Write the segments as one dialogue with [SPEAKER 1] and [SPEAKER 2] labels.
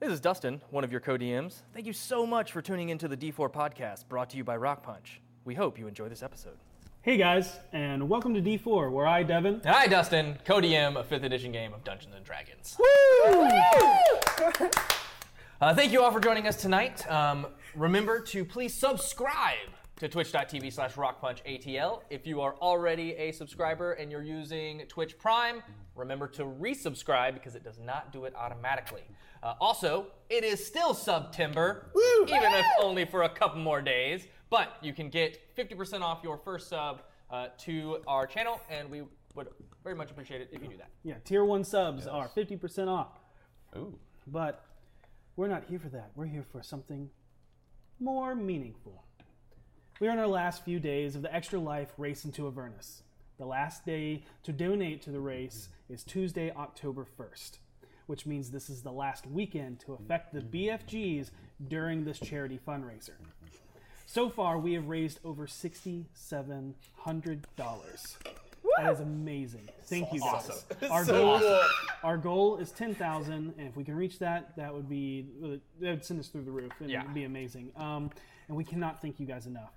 [SPEAKER 1] This is Dustin, one of your co DMs. Thank you so much for tuning into the D4 podcast brought to you by Rock Punch. We hope you enjoy this episode.
[SPEAKER 2] Hey guys, and welcome to D4, where I, Devin,
[SPEAKER 3] Hi, Dustin. CoDM, a fifth edition game of Dungeons and Dragons. Uh, thank you all for joining us tonight. Um, remember to please subscribe to twitch.tv slash rockpunchatl. If you are already a subscriber and you're using Twitch Prime, remember to resubscribe because it does not do it automatically. Uh, also, it is still September, even if only for a couple more days, but you can get 50% off your first sub uh, to our channel, and we would very much appreciate it if you do that.
[SPEAKER 2] yeah, tier one subs are 50% off.
[SPEAKER 3] Ooh.
[SPEAKER 2] But we're not here for that. We're here for something more meaningful. We are in our last few days of the Extra Life Race into Avernus. The last day to donate to the race is Tuesday, October 1st, which means this is the last weekend to affect the BFGs during this charity fundraiser. So far, we have raised over $6,700. That is amazing. Thank you, guys. Our goal, our goal is ten thousand, and if we can reach that, that would be that would send us through the roof, and
[SPEAKER 3] Yeah.
[SPEAKER 2] it'd be amazing. Um, and we cannot thank you guys enough.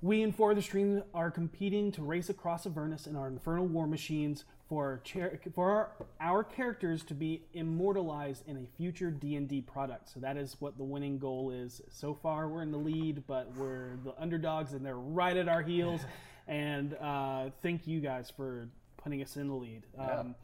[SPEAKER 2] We in Four of the Stream are competing to race across Avernus in our Infernal War Machines for char- for our, our characters to be immortalized in a future D and D product. So that is what the winning goal is. So far, we're in the lead, but we're the underdogs, and they're right at our heels. And uh, thank you guys for putting us in the lead. Um,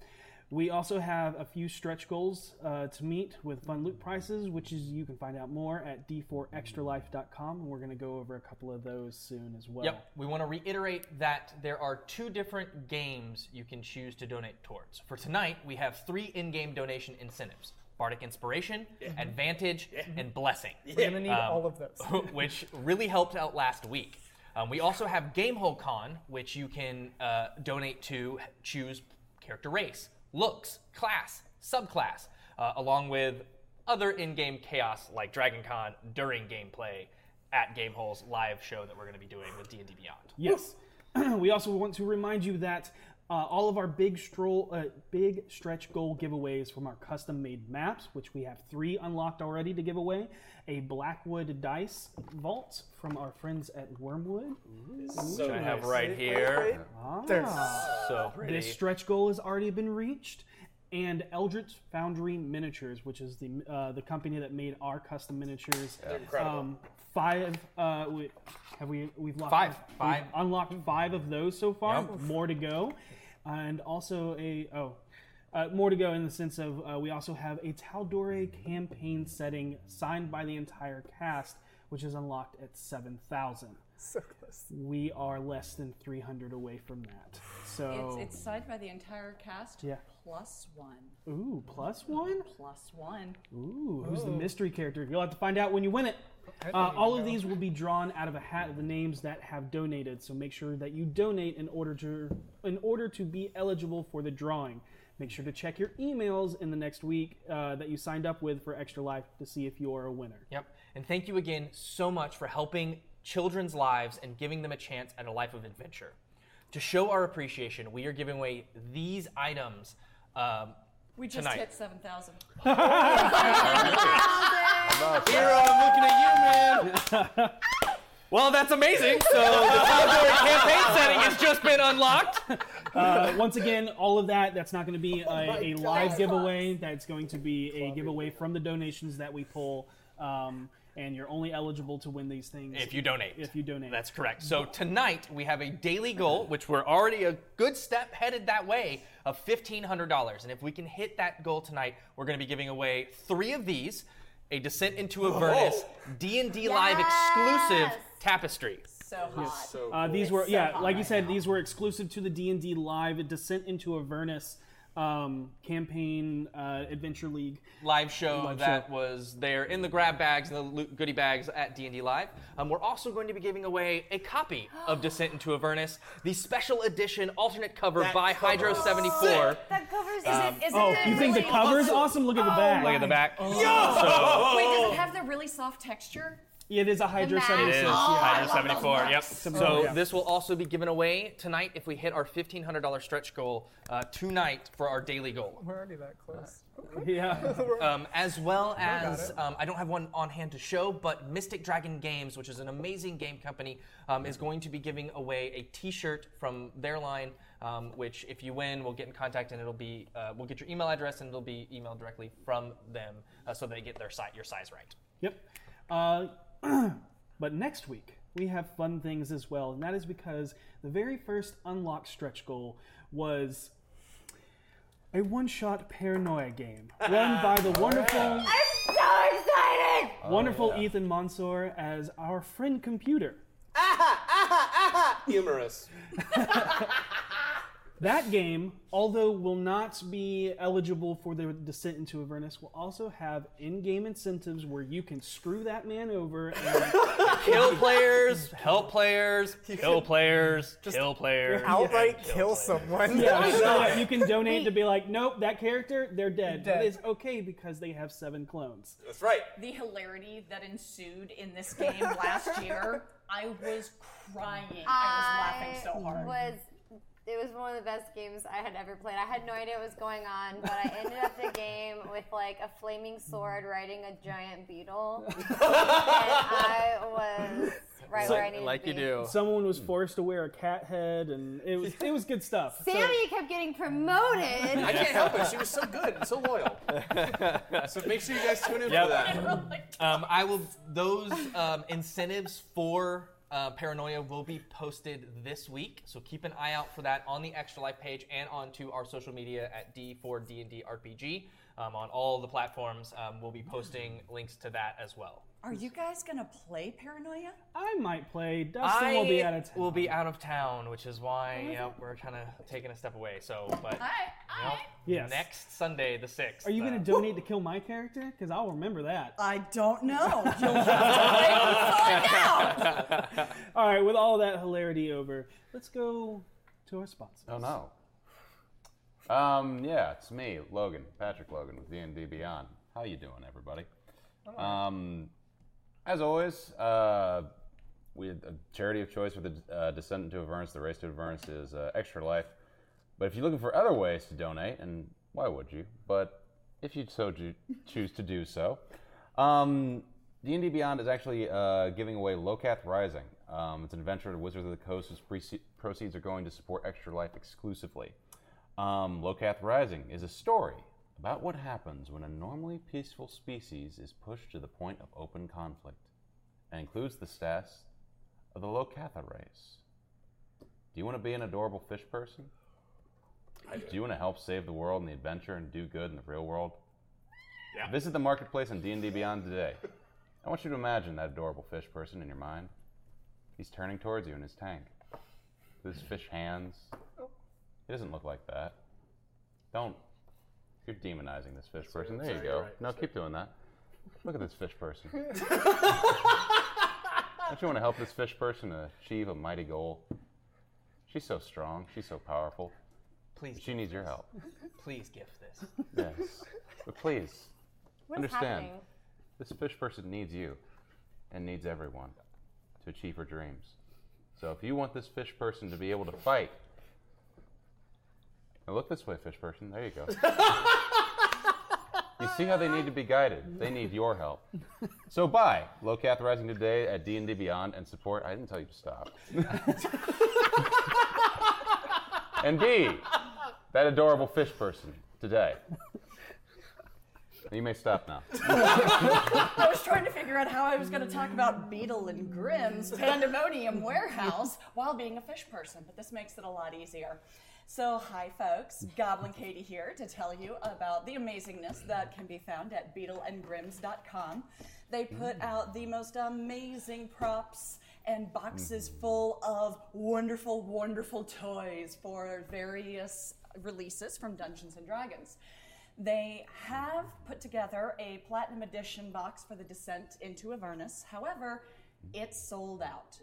[SPEAKER 2] we also have a few stretch goals uh, to meet with fun loot prices, which is you can find out more at d4extralife.com. And we're going to go over a couple of those soon as well.
[SPEAKER 3] Yep. We want to reiterate that there are two different games you can choose to donate towards. For tonight, we have three in game donation incentives Bardic Inspiration, Advantage, and Blessing.
[SPEAKER 4] We're gonna need all of those.
[SPEAKER 3] Um, which really helped out last week. Um, we also have Gamehole Con, which you can uh, donate to choose character race, looks, class, subclass, uh, along with other in-game chaos like Dragon Con during gameplay at Gamehole's live show that we're going to be doing with D&D Beyond.
[SPEAKER 2] Yes. we also want to remind you that uh, all of our big stroll, uh, big stretch goal giveaways from our custom-made maps, which we have three unlocked already to give away, a Blackwood dice vault from our friends at Wormwood. Ah.
[SPEAKER 3] Which I have right here. So pretty.
[SPEAKER 2] This stretch goal has already been reached. And Eldritch Foundry Miniatures, which is the uh, the company that made our custom miniatures,
[SPEAKER 4] incredible.
[SPEAKER 2] um, five. Uh, we, have we? We've locked
[SPEAKER 3] Five.
[SPEAKER 2] we've
[SPEAKER 3] Five.
[SPEAKER 2] unlocked five of those so far.
[SPEAKER 3] Yep.
[SPEAKER 2] More to go, and also a oh, uh, more to go in the sense of uh, we also have a Taldore campaign setting signed by the entire cast, which is unlocked at seven thousand.
[SPEAKER 4] So close.
[SPEAKER 2] We are less than three hundred away from that. So
[SPEAKER 5] It's, it's signed by the entire cast.
[SPEAKER 2] Yeah.
[SPEAKER 5] Plus one.
[SPEAKER 2] ooh, plus one.
[SPEAKER 5] Plus one.
[SPEAKER 2] Ooh, who's the mystery character? You'll have to find out when you win it. Uh, all of these will be drawn out of a hat of the names that have donated. So make sure that you donate in order to in order to be eligible for the drawing. Make sure to check your emails in the next week uh, that you signed up with for Extra Life to see if you are a winner.
[SPEAKER 3] Yep. And thank you again so much for helping children's lives and giving them a chance at a life of adventure. To show our appreciation, we are giving away these items. Um,
[SPEAKER 5] We just
[SPEAKER 3] Tonight.
[SPEAKER 5] hit 7,000. Ah!
[SPEAKER 3] well, that's amazing. So the outdoor campaign setting has just been unlocked.
[SPEAKER 2] Uh, once again, all of that, that's not going to be a, a live giveaway. That's going to be a giveaway from the donations that we pull. Um, and you're only eligible to win these things
[SPEAKER 3] If you donate.
[SPEAKER 2] If you donate.
[SPEAKER 3] That's correct. So tonight we have a daily goal, which we're already a good step headed that way, of fifteen hundred dollars. And if we can hit that goal tonight, we're going to be giving away three of these: a Descent into Avernus D and D Live exclusive tapestry.
[SPEAKER 5] So hot.
[SPEAKER 2] Uh, these were
[SPEAKER 5] It's so
[SPEAKER 2] yeah,
[SPEAKER 5] hot
[SPEAKER 2] like you
[SPEAKER 5] right
[SPEAKER 2] said, these were exclusive to the D and D Live Descent into Avernus um, campaign uh, adventure league.
[SPEAKER 3] Live show
[SPEAKER 2] show.
[SPEAKER 3] that was there in the grab bags and the loot goodie bags at D&D Live. Um, we're also going to be giving away a copy of Descent into Avernus, the special edition alternate cover by Hydro 74.
[SPEAKER 5] That covers is it. Is
[SPEAKER 2] Oh,
[SPEAKER 5] it
[SPEAKER 2] you think the
[SPEAKER 5] really- Oh
[SPEAKER 2] cover's awesome? Look at the back.
[SPEAKER 3] Look at the back.
[SPEAKER 5] Wait, does it have the really soft texture?
[SPEAKER 2] It is a Hydra
[SPEAKER 5] math.
[SPEAKER 2] 76.
[SPEAKER 5] It is.
[SPEAKER 2] yeah.
[SPEAKER 5] Oh, I
[SPEAKER 3] Hydra
[SPEAKER 5] love
[SPEAKER 3] 74.
[SPEAKER 5] those
[SPEAKER 3] Yep.
[SPEAKER 5] books.
[SPEAKER 2] Oh,
[SPEAKER 3] So
[SPEAKER 2] yeah.
[SPEAKER 3] this will also be given away tonight if we hit our $1,500 stretch goal uh, tonight for our daily goal.
[SPEAKER 4] We're already that close.
[SPEAKER 2] Yeah.
[SPEAKER 3] Um, as well as,
[SPEAKER 4] it.
[SPEAKER 3] um, I don't have one on hand to show, but Mystic Dragon Games, which is an amazing game company, um, is going to be giving away a T-shirt from their line. Um, which, if you win, we'll get in contact and it'll be uh, we'll get your email address and it'll be emailed directly from them, uh, so they get their size your size right.
[SPEAKER 2] Yep. Uh, but next week, we have fun things as well, and that is because the very first unlock stretch goal was a one shot paranoia game run by the wonderful. Uh-huh.
[SPEAKER 5] I'm so excited!
[SPEAKER 2] Wonderful Ethan Mansour as our friend computer.
[SPEAKER 6] Uh-huh. Humorous.
[SPEAKER 2] That game, although will not be eligible for the descent into Avernus, will also have in-game incentives where you can screw that man over and
[SPEAKER 3] Kill players, help players, kill players, kill players.
[SPEAKER 4] Outright kill someone.
[SPEAKER 2] Yeah, so that you can donate to be like, nope, that character, they're dead.
[SPEAKER 4] Dead.
[SPEAKER 2] But it's okay because they have seven clones.
[SPEAKER 6] That's right.
[SPEAKER 5] The hilarity that ensued in this game last year, I was crying. I, was laughing so hard.
[SPEAKER 7] was- it was one of the best games I had ever played. I had no idea what was going on, but I ended up the game with like a flaming sword riding a giant beetle, and I was right where I needed to be.
[SPEAKER 2] Someone was forced to wear a cat head, and it was it was good stuff. So-
[SPEAKER 7] Sammy kept getting promoted.
[SPEAKER 6] I can't help it. She was so good and so loyal. so make sure you guys tune in for that.
[SPEAKER 3] Um, I will. Those um, incentives for uh, Paranoia will be posted this week, so keep an eye out for that on the Extra Life page and onto our social media at D4D&D RPG um, on all the platforms. Um, we'll be posting links to that as well.
[SPEAKER 5] Are you guys gonna play Paranoia?
[SPEAKER 3] Oh.
[SPEAKER 2] I might play. Dustin will be out of town.
[SPEAKER 3] will be out of town, which is why yeah, we're kind of taking a step away. So,
[SPEAKER 5] I,
[SPEAKER 3] but you know,
[SPEAKER 5] I,
[SPEAKER 2] Yes.
[SPEAKER 3] next Sunday the sixth.
[SPEAKER 2] Are you going to donate to kill my character? Because I'll remember that.
[SPEAKER 5] I don't know. You'll have to find out.
[SPEAKER 2] All right, with all that hilarity over, let's go to our sponsor.
[SPEAKER 8] Oh no. Um, yeah, it's me, Logan, Patrick Logan with D&D Beyond. How you doing, everybody? Um, as always, uh, we a charity of choice for the uh, Descent into Avernus. The race to Avernus is uh, Extra Life. But if you're looking for other ways to donate, and why would you? But if you so do, choose to do so, um, D&D Beyond is actually uh, giving away Locath Rising. Um, it's an adventure to Wizards of the Coast whose prece- proceeds are going to support Extra Life exclusively. Um, Locath Rising is a story about what happens when a normally peaceful species is pushed to the point of open conflict and includes the stats of the Locatha race. Do you want to be an adorable fish person? Do you want to help save the world and the adventure and do good in the real world? Visit the marketplace on D&D Beyond today. I want you to imagine that adorable fish person in your mind. He's turning towards you in his tank. With his fish hands. He doesn't look like that. Don't. You're demonizing this fish person. There you go. No, keep doing that. Look at this fish person. Don't you want to help this fish person achieve a mighty goal? She's so strong. She's so powerful.
[SPEAKER 3] Please,
[SPEAKER 8] She needs your help.
[SPEAKER 3] please gift this.
[SPEAKER 8] Yes. But please,
[SPEAKER 7] What is
[SPEAKER 8] understand.
[SPEAKER 7] happening?
[SPEAKER 8] This fish person needs you and needs everyone to achieve her dreams. So if you want this fish person to be able to fight, now look this way, fish person. There you go. you see how they need to be guided. They need your help. So buy Low Cath Rising today at D and D Beyond and support. I didn't tell you to stop. and be that adorable fish person today. You may stop now.
[SPEAKER 5] I was trying to figure out how I was gonna talk about Beetle and Grimm's Pandemonium Warehouse while being a fish person, but this makes it a lot easier. So, hi folks, Goblin Katie here to tell you about the amazingness that can be found at beetleandgrims.com. They put out the most amazing props and boxes full of wonderful, wonderful toys for various releases from Dungeons and Dragons. They have put together a platinum edition box for the descent into Avernus. However, it's sold out.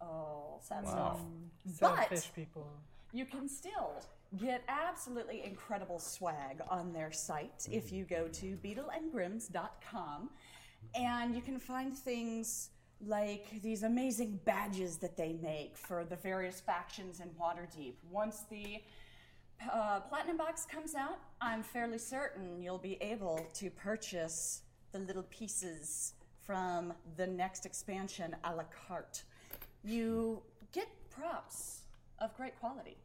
[SPEAKER 5] Oh, sad stuff. But
[SPEAKER 4] Fish people.
[SPEAKER 5] you can still get absolutely incredible swag on their site if you go to beetleandgrims.com and you can find things like these amazing badges that they make for the various factions in Waterdeep. Once the uh, Platinum Box comes out, I'm fairly certain you'll be able to purchase the little pieces from the next expansion a la carte. You get props of great quality,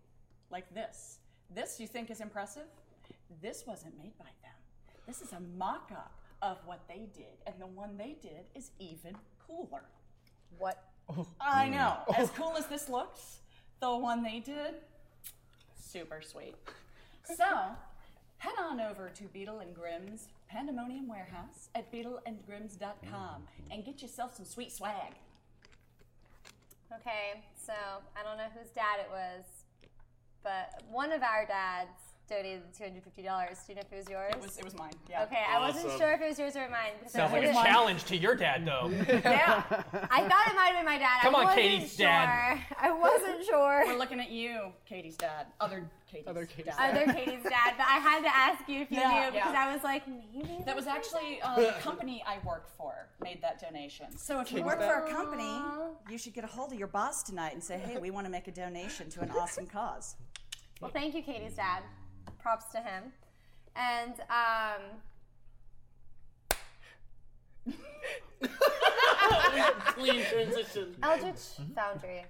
[SPEAKER 5] like this. This you think is impressive? This wasn't made by them. This is a mock up of what they did, and the one they did is even cooler.
[SPEAKER 7] What?
[SPEAKER 5] I know.
[SPEAKER 2] Mm.
[SPEAKER 9] Mm. Oh.
[SPEAKER 5] As cool as this looks, the one they did, super sweet. So, head on over to Beetle and Grimm's Pandemonium Warehouse at beetleandgrims.com and get yourself some sweet swag.
[SPEAKER 7] Okay, so I don't know whose dad it was, but one of our dads donated two hundred fifty dollars. Do you know if it was yours?
[SPEAKER 5] It was, it was mine. Yeah.
[SPEAKER 7] okay, I wasn't
[SPEAKER 6] Awesome.
[SPEAKER 7] sure if it was yours or mine. because I
[SPEAKER 3] Sounds like a
[SPEAKER 7] couldn't-
[SPEAKER 3] challenge to your dad, though.
[SPEAKER 7] Yeah, I thought it might have been my dad.
[SPEAKER 3] Come
[SPEAKER 7] I
[SPEAKER 3] on,
[SPEAKER 7] wasn't
[SPEAKER 3] Katie's
[SPEAKER 7] sure.
[SPEAKER 3] dad.
[SPEAKER 7] I wasn't sure.
[SPEAKER 5] We're looking at you, Katie's dad. Other Katie's,
[SPEAKER 6] Other Katie's
[SPEAKER 5] dad.
[SPEAKER 7] Other Katie's dad, but I had to ask you if you
[SPEAKER 5] Yeah,
[SPEAKER 7] knew
[SPEAKER 5] yeah.
[SPEAKER 7] because I was like, maybe.
[SPEAKER 5] That was actually uh, the company I work for made that donation. So if you work for a company, you should get a hold of your boss tonight and say, "Hey, we want to make a donation to an awesome cause."
[SPEAKER 7] Well, thank you, Katie's dad. Props to him. And um.
[SPEAKER 6] Clean transition.
[SPEAKER 7] Eldritch Foundry.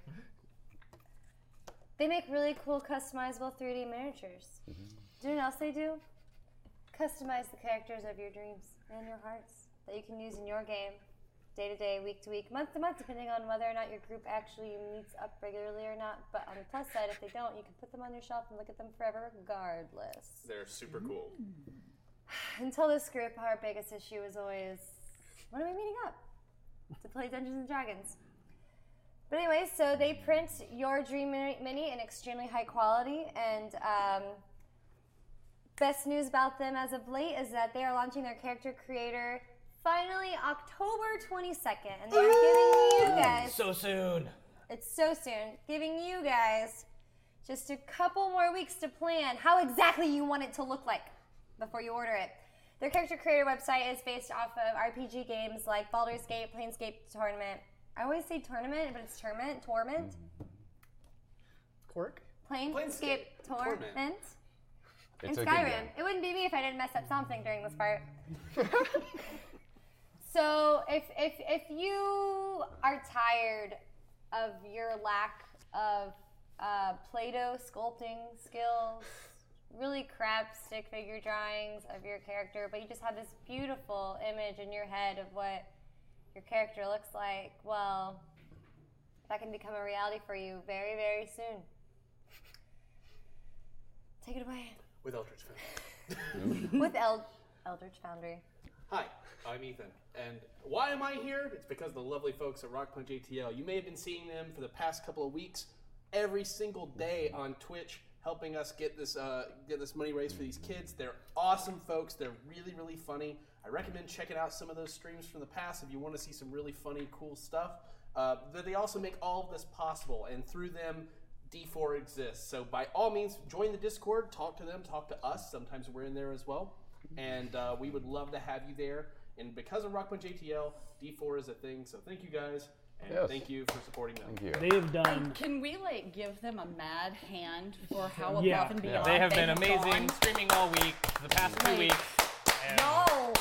[SPEAKER 7] They make really cool customizable 3D miniatures. Do you know what else they do? Customize the characters of your dreams and your hearts that you can use in your game, day to day, week to week, month to month, depending on whether or not your group actually meets up regularly or not. But on the plus side, if they don't, you can put them on your shelf and look at them forever, regardless.
[SPEAKER 6] They're super cool.
[SPEAKER 7] Until this group, our biggest issue was always when are we meeting up to play Dungeons and Dragons? But anyway, so they print your Dream Mini Mini in extremely high quality, and um, best news about them as of late is that they are launching their character creator finally October 22nd, and they're
[SPEAKER 10] Oh,
[SPEAKER 7] giving you guys
[SPEAKER 3] so soon.
[SPEAKER 7] it's so soon. Giving you guys just a couple more weeks to plan how exactly you want it to look like before you order it. Their character creator website is based off of RPG games like Baldur's Gate, Planescape Tournament. I always say tournament, but it's tournament, torment,
[SPEAKER 6] Cork?
[SPEAKER 7] Planescape,
[SPEAKER 6] Planescape
[SPEAKER 7] Torment, and
[SPEAKER 6] Torment.
[SPEAKER 8] It's a good
[SPEAKER 7] Skyrim.
[SPEAKER 8] game.
[SPEAKER 7] It wouldn't be me if I didn't mess up something during this part. So if if if you are tired of your lack of uh, Play-Doh sculpting skills, really crap stick figure drawings of your character, but you just have this beautiful image in your head of what your character looks like, well, that can become a reality for you very very soon. Take it away
[SPEAKER 6] With Eldritch Foundry.
[SPEAKER 7] with El- Eldritch Foundry.
[SPEAKER 6] Hi, I'm Ethan. And why am I here? It's because the lovely folks at Rock Punch ATL. You may have been seeing them for the past couple of weeks, every single day on Twitch, helping us get this uh, get this money raised for these kids. They're awesome folks. They're really really funny. I recommend checking out some of those streams from the past if you want to see some really funny cool stuff. Uh, but they also make all of this possible, and through them, D4 exists. So by all means, join the Discord, talk to them, talk to us. Sometimes we're in there as well, and uh, we would love to have you there. And because of Rock Punch ATL, D4 is a thing. So thank you guys, and
[SPEAKER 8] Yes.
[SPEAKER 6] thank you for supporting them.
[SPEAKER 8] Thank you.
[SPEAKER 2] They have done.
[SPEAKER 5] Can we like give them a mad hand for how above
[SPEAKER 2] Yeah.
[SPEAKER 5] and beyond
[SPEAKER 3] They have been
[SPEAKER 5] they've
[SPEAKER 3] amazing,
[SPEAKER 5] gone?
[SPEAKER 3] streaming all week, the past two
[SPEAKER 5] Right.
[SPEAKER 3] weeks. And
[SPEAKER 5] Y'all,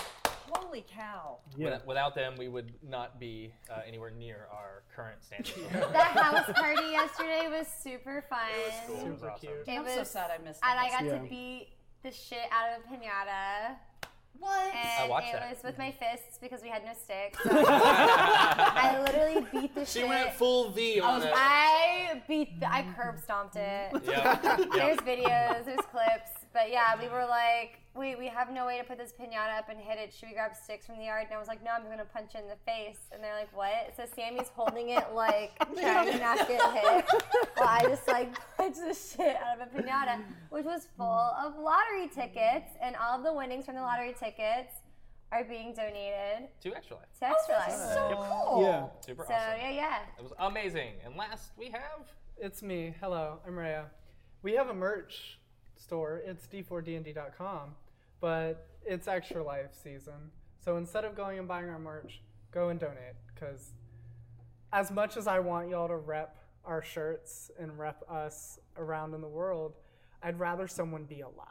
[SPEAKER 5] holy cow!
[SPEAKER 2] Yeah.
[SPEAKER 3] without- Without them, we would not be uh, anywhere near our current standard.
[SPEAKER 7] That house party yesterday was super fun.
[SPEAKER 3] It was awesome.
[SPEAKER 7] It
[SPEAKER 5] I'm
[SPEAKER 7] was,
[SPEAKER 5] so sad I missed that.
[SPEAKER 7] and I got
[SPEAKER 2] Yeah.
[SPEAKER 7] to beat the shit out of a pinata.
[SPEAKER 5] what?
[SPEAKER 7] And
[SPEAKER 3] watched
[SPEAKER 7] it
[SPEAKER 3] that.
[SPEAKER 7] was with my fists because we had no sticks. So I literally beat the
[SPEAKER 6] She
[SPEAKER 7] shit.
[SPEAKER 6] went full V on that.
[SPEAKER 7] I beat. The, I curb stomped it.
[SPEAKER 3] Yeah.
[SPEAKER 7] There's videos. There's clips. But yeah, we were like, wait, we have no way to put this pinata up and hit it. Should we grab sticks from the yard? And I was like, no, I'm gonna punch it in the face. And they're like, what? So Sammy's holding it like trying to not get hit. Well, I just like punched the shit out of a pinata, which was full of lottery tickets, and all of the winnings from the lottery tickets are being donated
[SPEAKER 3] Two extra life.
[SPEAKER 7] to Extra Life.
[SPEAKER 5] so cool.
[SPEAKER 2] Yeah.
[SPEAKER 3] Super
[SPEAKER 7] So
[SPEAKER 3] awesome.
[SPEAKER 7] yeah, yeah.
[SPEAKER 3] It was amazing. And last we have
[SPEAKER 11] It's me. Hello, I'm Rhea. We have a merch store. It's d4dnd.com, but it's extra life season. So instead of going and buying our merch, go and donate because as much as I want y'all to rep our shirts and rep us around in the world, I'd rather someone be alive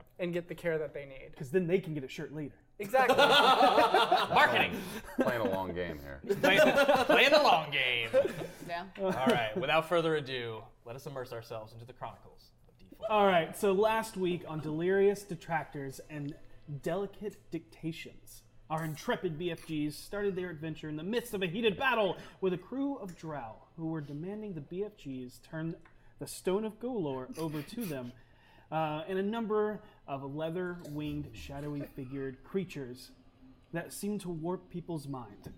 [SPEAKER 11] and get the care that they need.
[SPEAKER 2] Because then they can get a shirt later.
[SPEAKER 11] Exactly.
[SPEAKER 3] Marketing.
[SPEAKER 8] Playing a long game here.
[SPEAKER 3] Playing the long game.
[SPEAKER 5] Yeah.
[SPEAKER 3] All right. Without further ado, let us immerse ourselves into the chronicles of D4.
[SPEAKER 2] All right, so last week on Delirious Detractors and Delicate Dictations, our intrepid BFGs started their adventure in the midst of a heated battle with a crew of drow who were demanding the BFGs turn the Stone of Golor over to them uh, and a number of leather winged, shadowy figured creatures that seemed to warp people's mind.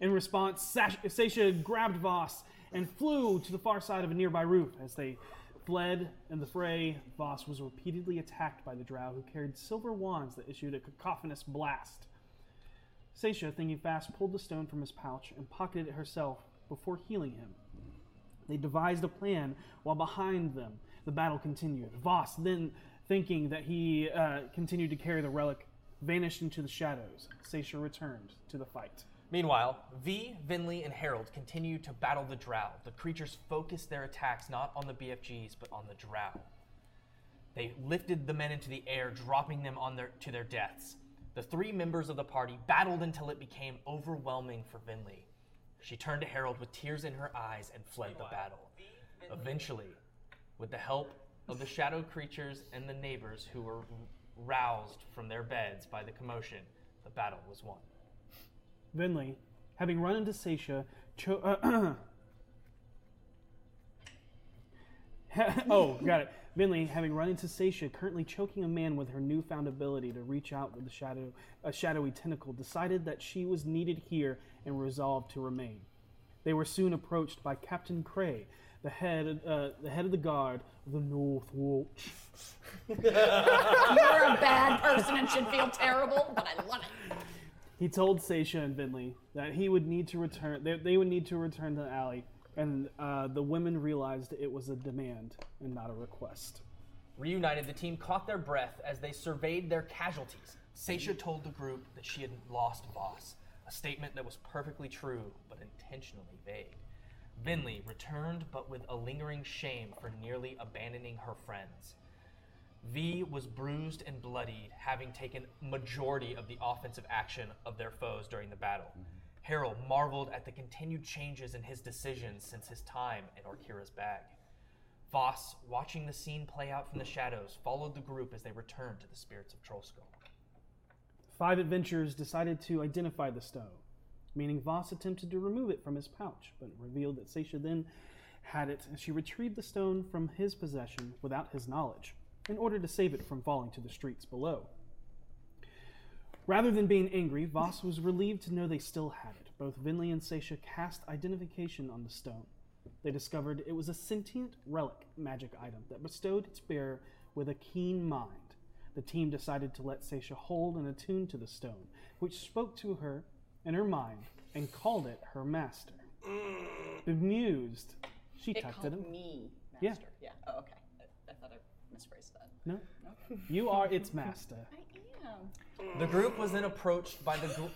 [SPEAKER 2] In response, Sash- Sasha grabbed Voss and flew to the far side of a nearby roof. As they fled in the fray, Voss was repeatedly attacked by the drow who carried silver wands that issued a cacophonous blast. Sasha, thinking fast, pulled the stone from his pouch and pocketed it herself before healing him. They devised a plan while behind them the battle continued. Voss, then thinking that he uh, continued to carry the relic, vanished into the shadows. Sasha returned to the fight.
[SPEAKER 3] Meanwhile, V, Vinley, and Harold continue to battle the drow. The creatures focused their attacks not on the BFGs, but on the drow. They lifted the men into the air, dropping them on their, to their deaths. The three members of the party battled until it became overwhelming for Vinley. She turned to Harold with tears in her eyes and fled the battle. Eventually, with the help of the shadow creatures and the neighbors who were roused from their beds by the commotion, the battle was won.
[SPEAKER 2] Vinley, having run into Sasha, cho- uh, oh, got it. Vinley, having run into Sasha, currently choking a man with her newfound ability to reach out with the shadow, a shadowy tentacle, decided that she was needed here and resolved to remain. They were soon approached by Captain Cray, the head, uh, the head of the guard of the North Watch.
[SPEAKER 5] You're a bad person and should feel terrible, but I love it.
[SPEAKER 2] He told Sasha and Vinley that he would need to return. They, they would need to return to the alley, and uh, the women realized it was a demand and not a request.
[SPEAKER 3] Reunited, the team caught their breath as they surveyed their casualties. Seisha told the group that she had lost Voss, a statement that was perfectly true but intentionally vague. Vinley returned, but with a lingering shame for nearly abandoning her friends. V was bruised and bloodied, having taken majority of the offensive action of their foes during the battle. Harold marveled at the continued changes in his decisions since his time in Orkira's bag. Voss, watching the scene play out from the shadows, followed the group as they returned to the spirits of Trollskull.
[SPEAKER 2] Five adventurers decided to identify the stone, meaning Voss attempted to remove it from his pouch, but revealed that Sasha then had it, and she retrieved the stone from his possession without his knowledge, in order to save it from falling to the streets below. Rather than being angry, Voss was relieved to know they still had it. Both Vinley and Sasha cast identification on the stone. They discovered it was a sentient relic magic item that bestowed its bearer with a keen mind. The team decided to let Sasha hold and attune to the stone, which spoke to her in her mind and called it her master. Bemused, she
[SPEAKER 5] It
[SPEAKER 2] tucked it
[SPEAKER 5] called
[SPEAKER 2] in.
[SPEAKER 5] me
[SPEAKER 2] Yeah.
[SPEAKER 5] master. Yeah. Oh, okay. I, I thought I misphrased that.
[SPEAKER 2] No, you are its master.
[SPEAKER 5] I am.
[SPEAKER 3] The group was then approached by the gr-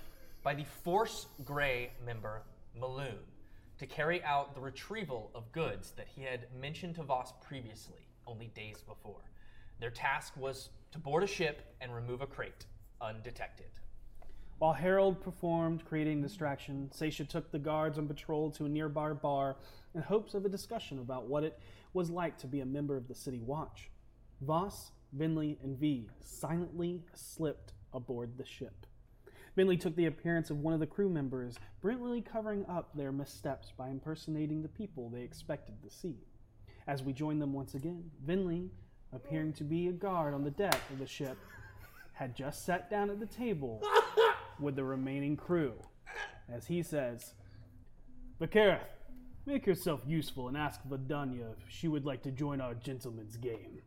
[SPEAKER 3] by the Force Grey member Maloon to carry out the retrieval of goods that he had mentioned to Voss previously, only days before. Their task was to board a ship and remove a crate undetected.
[SPEAKER 2] While Harold performed, creating distraction, Sasha took the guards on patrol to a nearby bar in hopes of a discussion about what it was like to be a member of the City Watch. Voss, Vinley, and V silently slipped aboard the ship. Vinley took the appearance of one of the crew members, brilliantly covering up their missteps by impersonating the people they expected to see. As we joined them once again, Vinley, appearing to be a guard on the deck of the ship, had just sat down at the table with the remaining crew. As he says, Vakareth, make yourself useful and ask Vadanya if she would like to join our gentleman's game.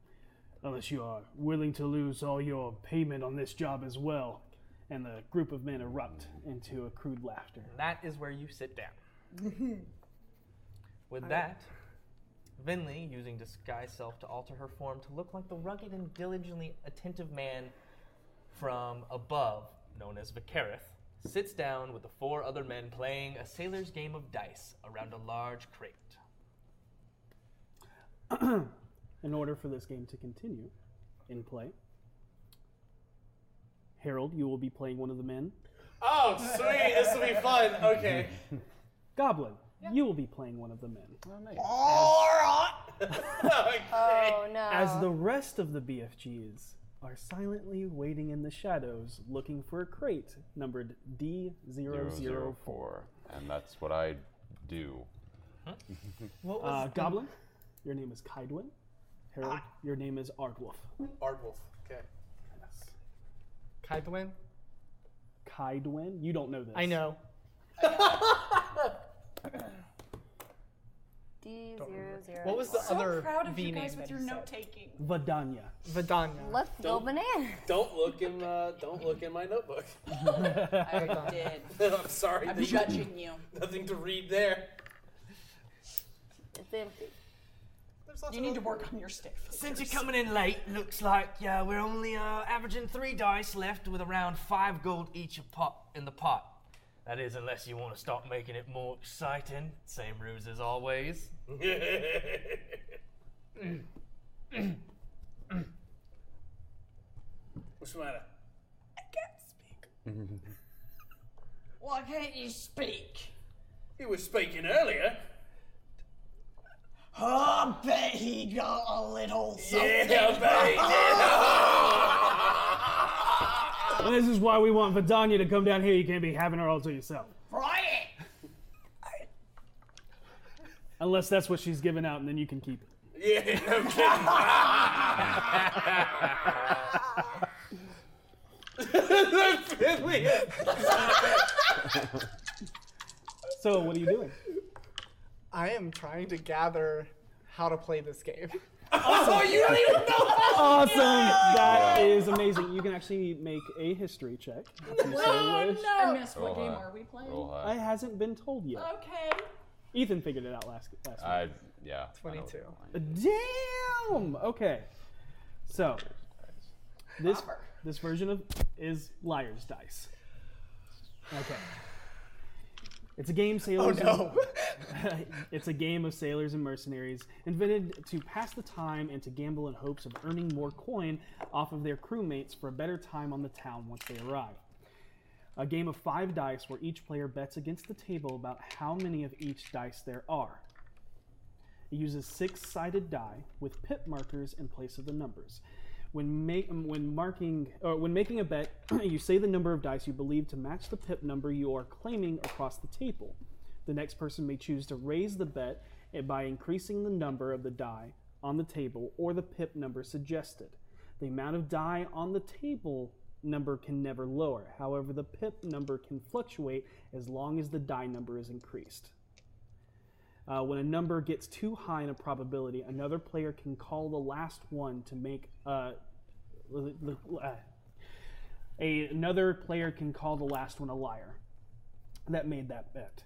[SPEAKER 2] Unless you are willing to lose all your payment on this job as well. And the group of men erupt into a crude laughter.
[SPEAKER 3] That is where you sit down. With that, Vinley, using disguise self to alter her form to look like the rugged and diligently attentive man from above, known as Vicarith, sits down with the four other men playing a sailor's game of dice around a large crate.
[SPEAKER 2] In order for this game to continue in play, Harold, you will be playing one of the men.
[SPEAKER 6] Oh, sweet. This will be fun. Okay.
[SPEAKER 2] Goblin, you will be playing one of the men.
[SPEAKER 6] All right. okay.
[SPEAKER 7] Oh no.
[SPEAKER 2] As the rest of the BFGs are silently waiting in the shadows looking for a crate numbered D004.
[SPEAKER 8] 004. And that's what I do.
[SPEAKER 2] Uh, Goblin, your name is Kaidwin. Harold,
[SPEAKER 11] Ah.
[SPEAKER 2] your name is Ardwolf.
[SPEAKER 6] Ardwolf. Okay.
[SPEAKER 11] Kaidwin?
[SPEAKER 2] Kaidwin, you don't know this.
[SPEAKER 11] I know.
[SPEAKER 7] D zero zero.
[SPEAKER 11] What was the
[SPEAKER 5] So
[SPEAKER 11] other
[SPEAKER 5] proud of
[SPEAKER 11] V
[SPEAKER 5] you
[SPEAKER 11] name
[SPEAKER 5] guys with
[SPEAKER 11] that
[SPEAKER 5] your
[SPEAKER 11] he
[SPEAKER 5] note
[SPEAKER 11] said?
[SPEAKER 5] taking.
[SPEAKER 2] Vadanya.
[SPEAKER 11] Vidania.
[SPEAKER 7] Let's go banana.
[SPEAKER 6] Don't look in. Uh, don't look in my notebook.
[SPEAKER 5] I did.
[SPEAKER 6] I'm sorry.
[SPEAKER 5] I'm
[SPEAKER 6] There's
[SPEAKER 5] judging you.
[SPEAKER 6] nothing to read there.
[SPEAKER 7] It's empty.
[SPEAKER 6] There's lots
[SPEAKER 5] You
[SPEAKER 6] of
[SPEAKER 5] need to
[SPEAKER 6] other-
[SPEAKER 5] work on your stick.
[SPEAKER 3] Since you're coming in late, looks like uh, we're only uh, averaging three dice left with around five gold each a pot in the pot. That is, unless you want to start making it more exciting. Same ruse as always.
[SPEAKER 6] What's the matter?
[SPEAKER 5] I can't speak. Why can't you speak?
[SPEAKER 6] He was speaking earlier.
[SPEAKER 5] I bet he got a little something.
[SPEAKER 6] Yeah,
[SPEAKER 2] this is why we want Vadanya to come down here. You can't be having her all to yourself.
[SPEAKER 5] Right?
[SPEAKER 2] Unless that's what she's giving out, and then you can keep it.
[SPEAKER 6] Yeah, no kidding. That's really it.
[SPEAKER 2] So, what are you doing?
[SPEAKER 11] I am trying to gather how to play this game.
[SPEAKER 2] Awesome! That is amazing. You can actually make a history check if you so wish.
[SPEAKER 5] I missed.
[SPEAKER 8] Roll
[SPEAKER 5] What game
[SPEAKER 8] high.
[SPEAKER 5] are we playing? Oh.
[SPEAKER 8] Roll
[SPEAKER 2] It
[SPEAKER 8] high.
[SPEAKER 2] hasn't been told yet.
[SPEAKER 5] Okay.
[SPEAKER 2] Ethan figured it out last last week.
[SPEAKER 8] I, yeah. I know.
[SPEAKER 11] 22.
[SPEAKER 2] Damn. Okay. So this this version of is liar's dice. Okay. It's a game sailors. Oh, no. it's a game of sailors and mercenaries invented to pass the time and to gamble in hopes of earning more coin off of their crewmates for a better time on the town once they arrive. A game of five dice where each player bets against the table about how many of each dice there are. It uses six-sided die with pip markers in place of the numbers. When, ma- um, when marking or when making a bet, you say the number of dice you believe to match the pip number you are claiming across the table. The next person may choose to raise the bet eh, by increasing the number of the die on the table or the pip number suggested. The amount of die on the table number can never lower. However, the pip number can fluctuate as long as the die number is increased. Uh, when a number gets too high in a probability, another player can call the last one to make uh, l- l- l- uh, a, another player can call the last one a liar. That made that bet.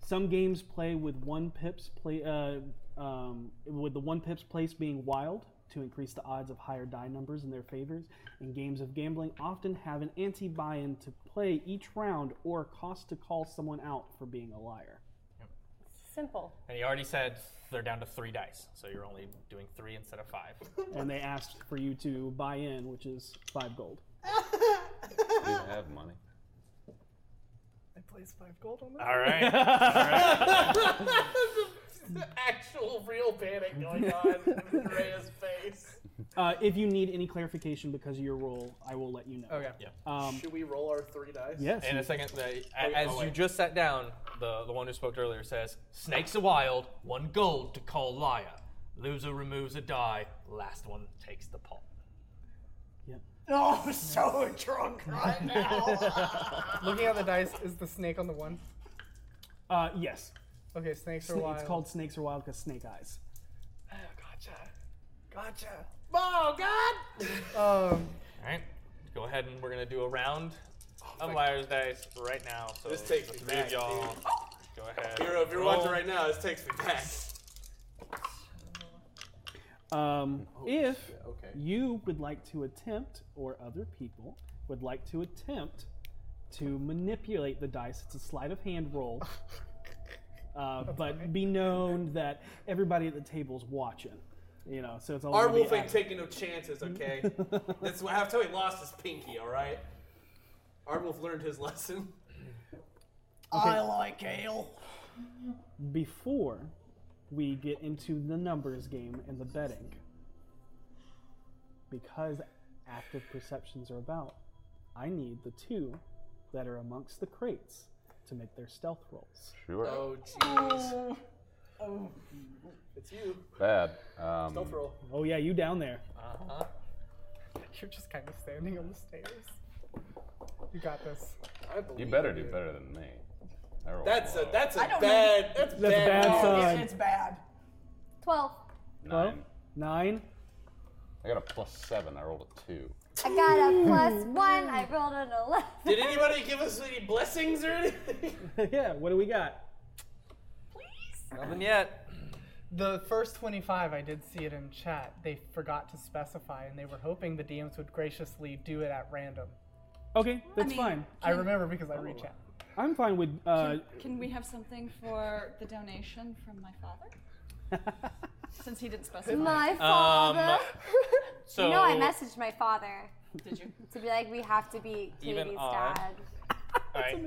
[SPEAKER 2] Some games play with one pips play uh, um, with the one pips place being wild to increase the odds of higher die numbers in their favors. And games of gambling often have an anti buy-in to play each round or a cost to call someone out for being a liar.
[SPEAKER 7] Simple.
[SPEAKER 3] And you already said they're down to three dice, so you're only doing three instead of five.
[SPEAKER 2] and they asked for you to buy in, which is five gold.
[SPEAKER 8] Do you have money?
[SPEAKER 11] I placed five gold on that.
[SPEAKER 3] All right.
[SPEAKER 6] Actual real panic going on in Rhea's face.
[SPEAKER 2] Uh, if you need any clarification because of your roll, I will let you know.
[SPEAKER 11] Okay.
[SPEAKER 6] Should we roll our three dice?
[SPEAKER 2] Um, Yes.
[SPEAKER 3] In
[SPEAKER 2] you-
[SPEAKER 3] a second, the, a- as
[SPEAKER 6] oh,
[SPEAKER 3] you
[SPEAKER 6] wait.
[SPEAKER 3] just sat down, the, the one who spoke earlier says, "Snakes are wild. One gold to call liar. Loser removes a die. Last one takes the pot."
[SPEAKER 2] yep.
[SPEAKER 5] Oh, I'm so drunk right now.
[SPEAKER 11] Looking at the dice, is the snake on the one?
[SPEAKER 2] Uh, yes.
[SPEAKER 11] Okay, snakes are
[SPEAKER 2] Sna-
[SPEAKER 11] wild.
[SPEAKER 2] It's called Snakes Are Wild because snake eyes.
[SPEAKER 11] Oh, gotcha. Gotcha.
[SPEAKER 6] Oh God!
[SPEAKER 11] Um,
[SPEAKER 3] All right. Go ahead and we're gonna do a round of liar's dice right now. So
[SPEAKER 6] This takes
[SPEAKER 3] the
[SPEAKER 6] me
[SPEAKER 3] three of
[SPEAKER 6] back,
[SPEAKER 3] y'all. Go ahead.
[SPEAKER 6] Hero, if you're
[SPEAKER 3] roll.
[SPEAKER 6] watching right now, this takes me back.
[SPEAKER 2] Um, if
[SPEAKER 6] Oh, Okay.
[SPEAKER 2] you would like to attempt, or other people would like to attempt to manipulate the dice. It's a sleight of hand roll. Uh, but be known that everybody at the table's watching. You know, so it's all.
[SPEAKER 6] Our
[SPEAKER 2] gonna be
[SPEAKER 6] wolf ain't
[SPEAKER 2] act-
[SPEAKER 6] taking no chances, okay? That's wh- that's how he lost his pinky, all right? Our wolf learned his lesson.
[SPEAKER 2] Okay.
[SPEAKER 6] like ale.
[SPEAKER 2] before we get into the numbers game and the betting because active perceptions are about i need the two that are amongst the crates to make their stealth rolls
[SPEAKER 8] Sure.
[SPEAKER 6] Oh, jeez. Oh. It's you.
[SPEAKER 8] Bad. Um,
[SPEAKER 6] Don't roll.
[SPEAKER 2] oh yeah you down there
[SPEAKER 6] Uh-huh.
[SPEAKER 11] You're just kind of standing on the stairs. You got this.
[SPEAKER 6] I believe
[SPEAKER 8] You better do better than me. I rolled
[SPEAKER 6] That's a
[SPEAKER 8] low.
[SPEAKER 6] that's a
[SPEAKER 5] I don't
[SPEAKER 6] bad that's,
[SPEAKER 2] that's a bad
[SPEAKER 6] news.
[SPEAKER 2] sign
[SPEAKER 5] It's bad.
[SPEAKER 7] 12.
[SPEAKER 2] Hello?
[SPEAKER 8] nine.
[SPEAKER 2] nine
[SPEAKER 8] I got a plus seven. I rolled a two.
[SPEAKER 7] I got a plus one. I rolled an 11.
[SPEAKER 6] Did anybody give us any blessings or anything?
[SPEAKER 2] yeah what do we got
[SPEAKER 1] Nothing yet.
[SPEAKER 11] The first 25, I did see it in chat. They forgot to specify, and they were hoping the DMs would graciously do it at random.
[SPEAKER 2] okay that's
[SPEAKER 5] mean-
[SPEAKER 2] fine
[SPEAKER 11] I remember because I read chat.
[SPEAKER 2] i'm fine with uh,
[SPEAKER 5] Can we have something for the donation from my father? Since he didn't specify.
[SPEAKER 7] My father.
[SPEAKER 1] So
[SPEAKER 7] no, I messaged my father
[SPEAKER 5] Did you?
[SPEAKER 7] to be like, we have to be
[SPEAKER 1] Even
[SPEAKER 7] Katie's
[SPEAKER 1] odd.
[SPEAKER 7] dad.
[SPEAKER 1] All right.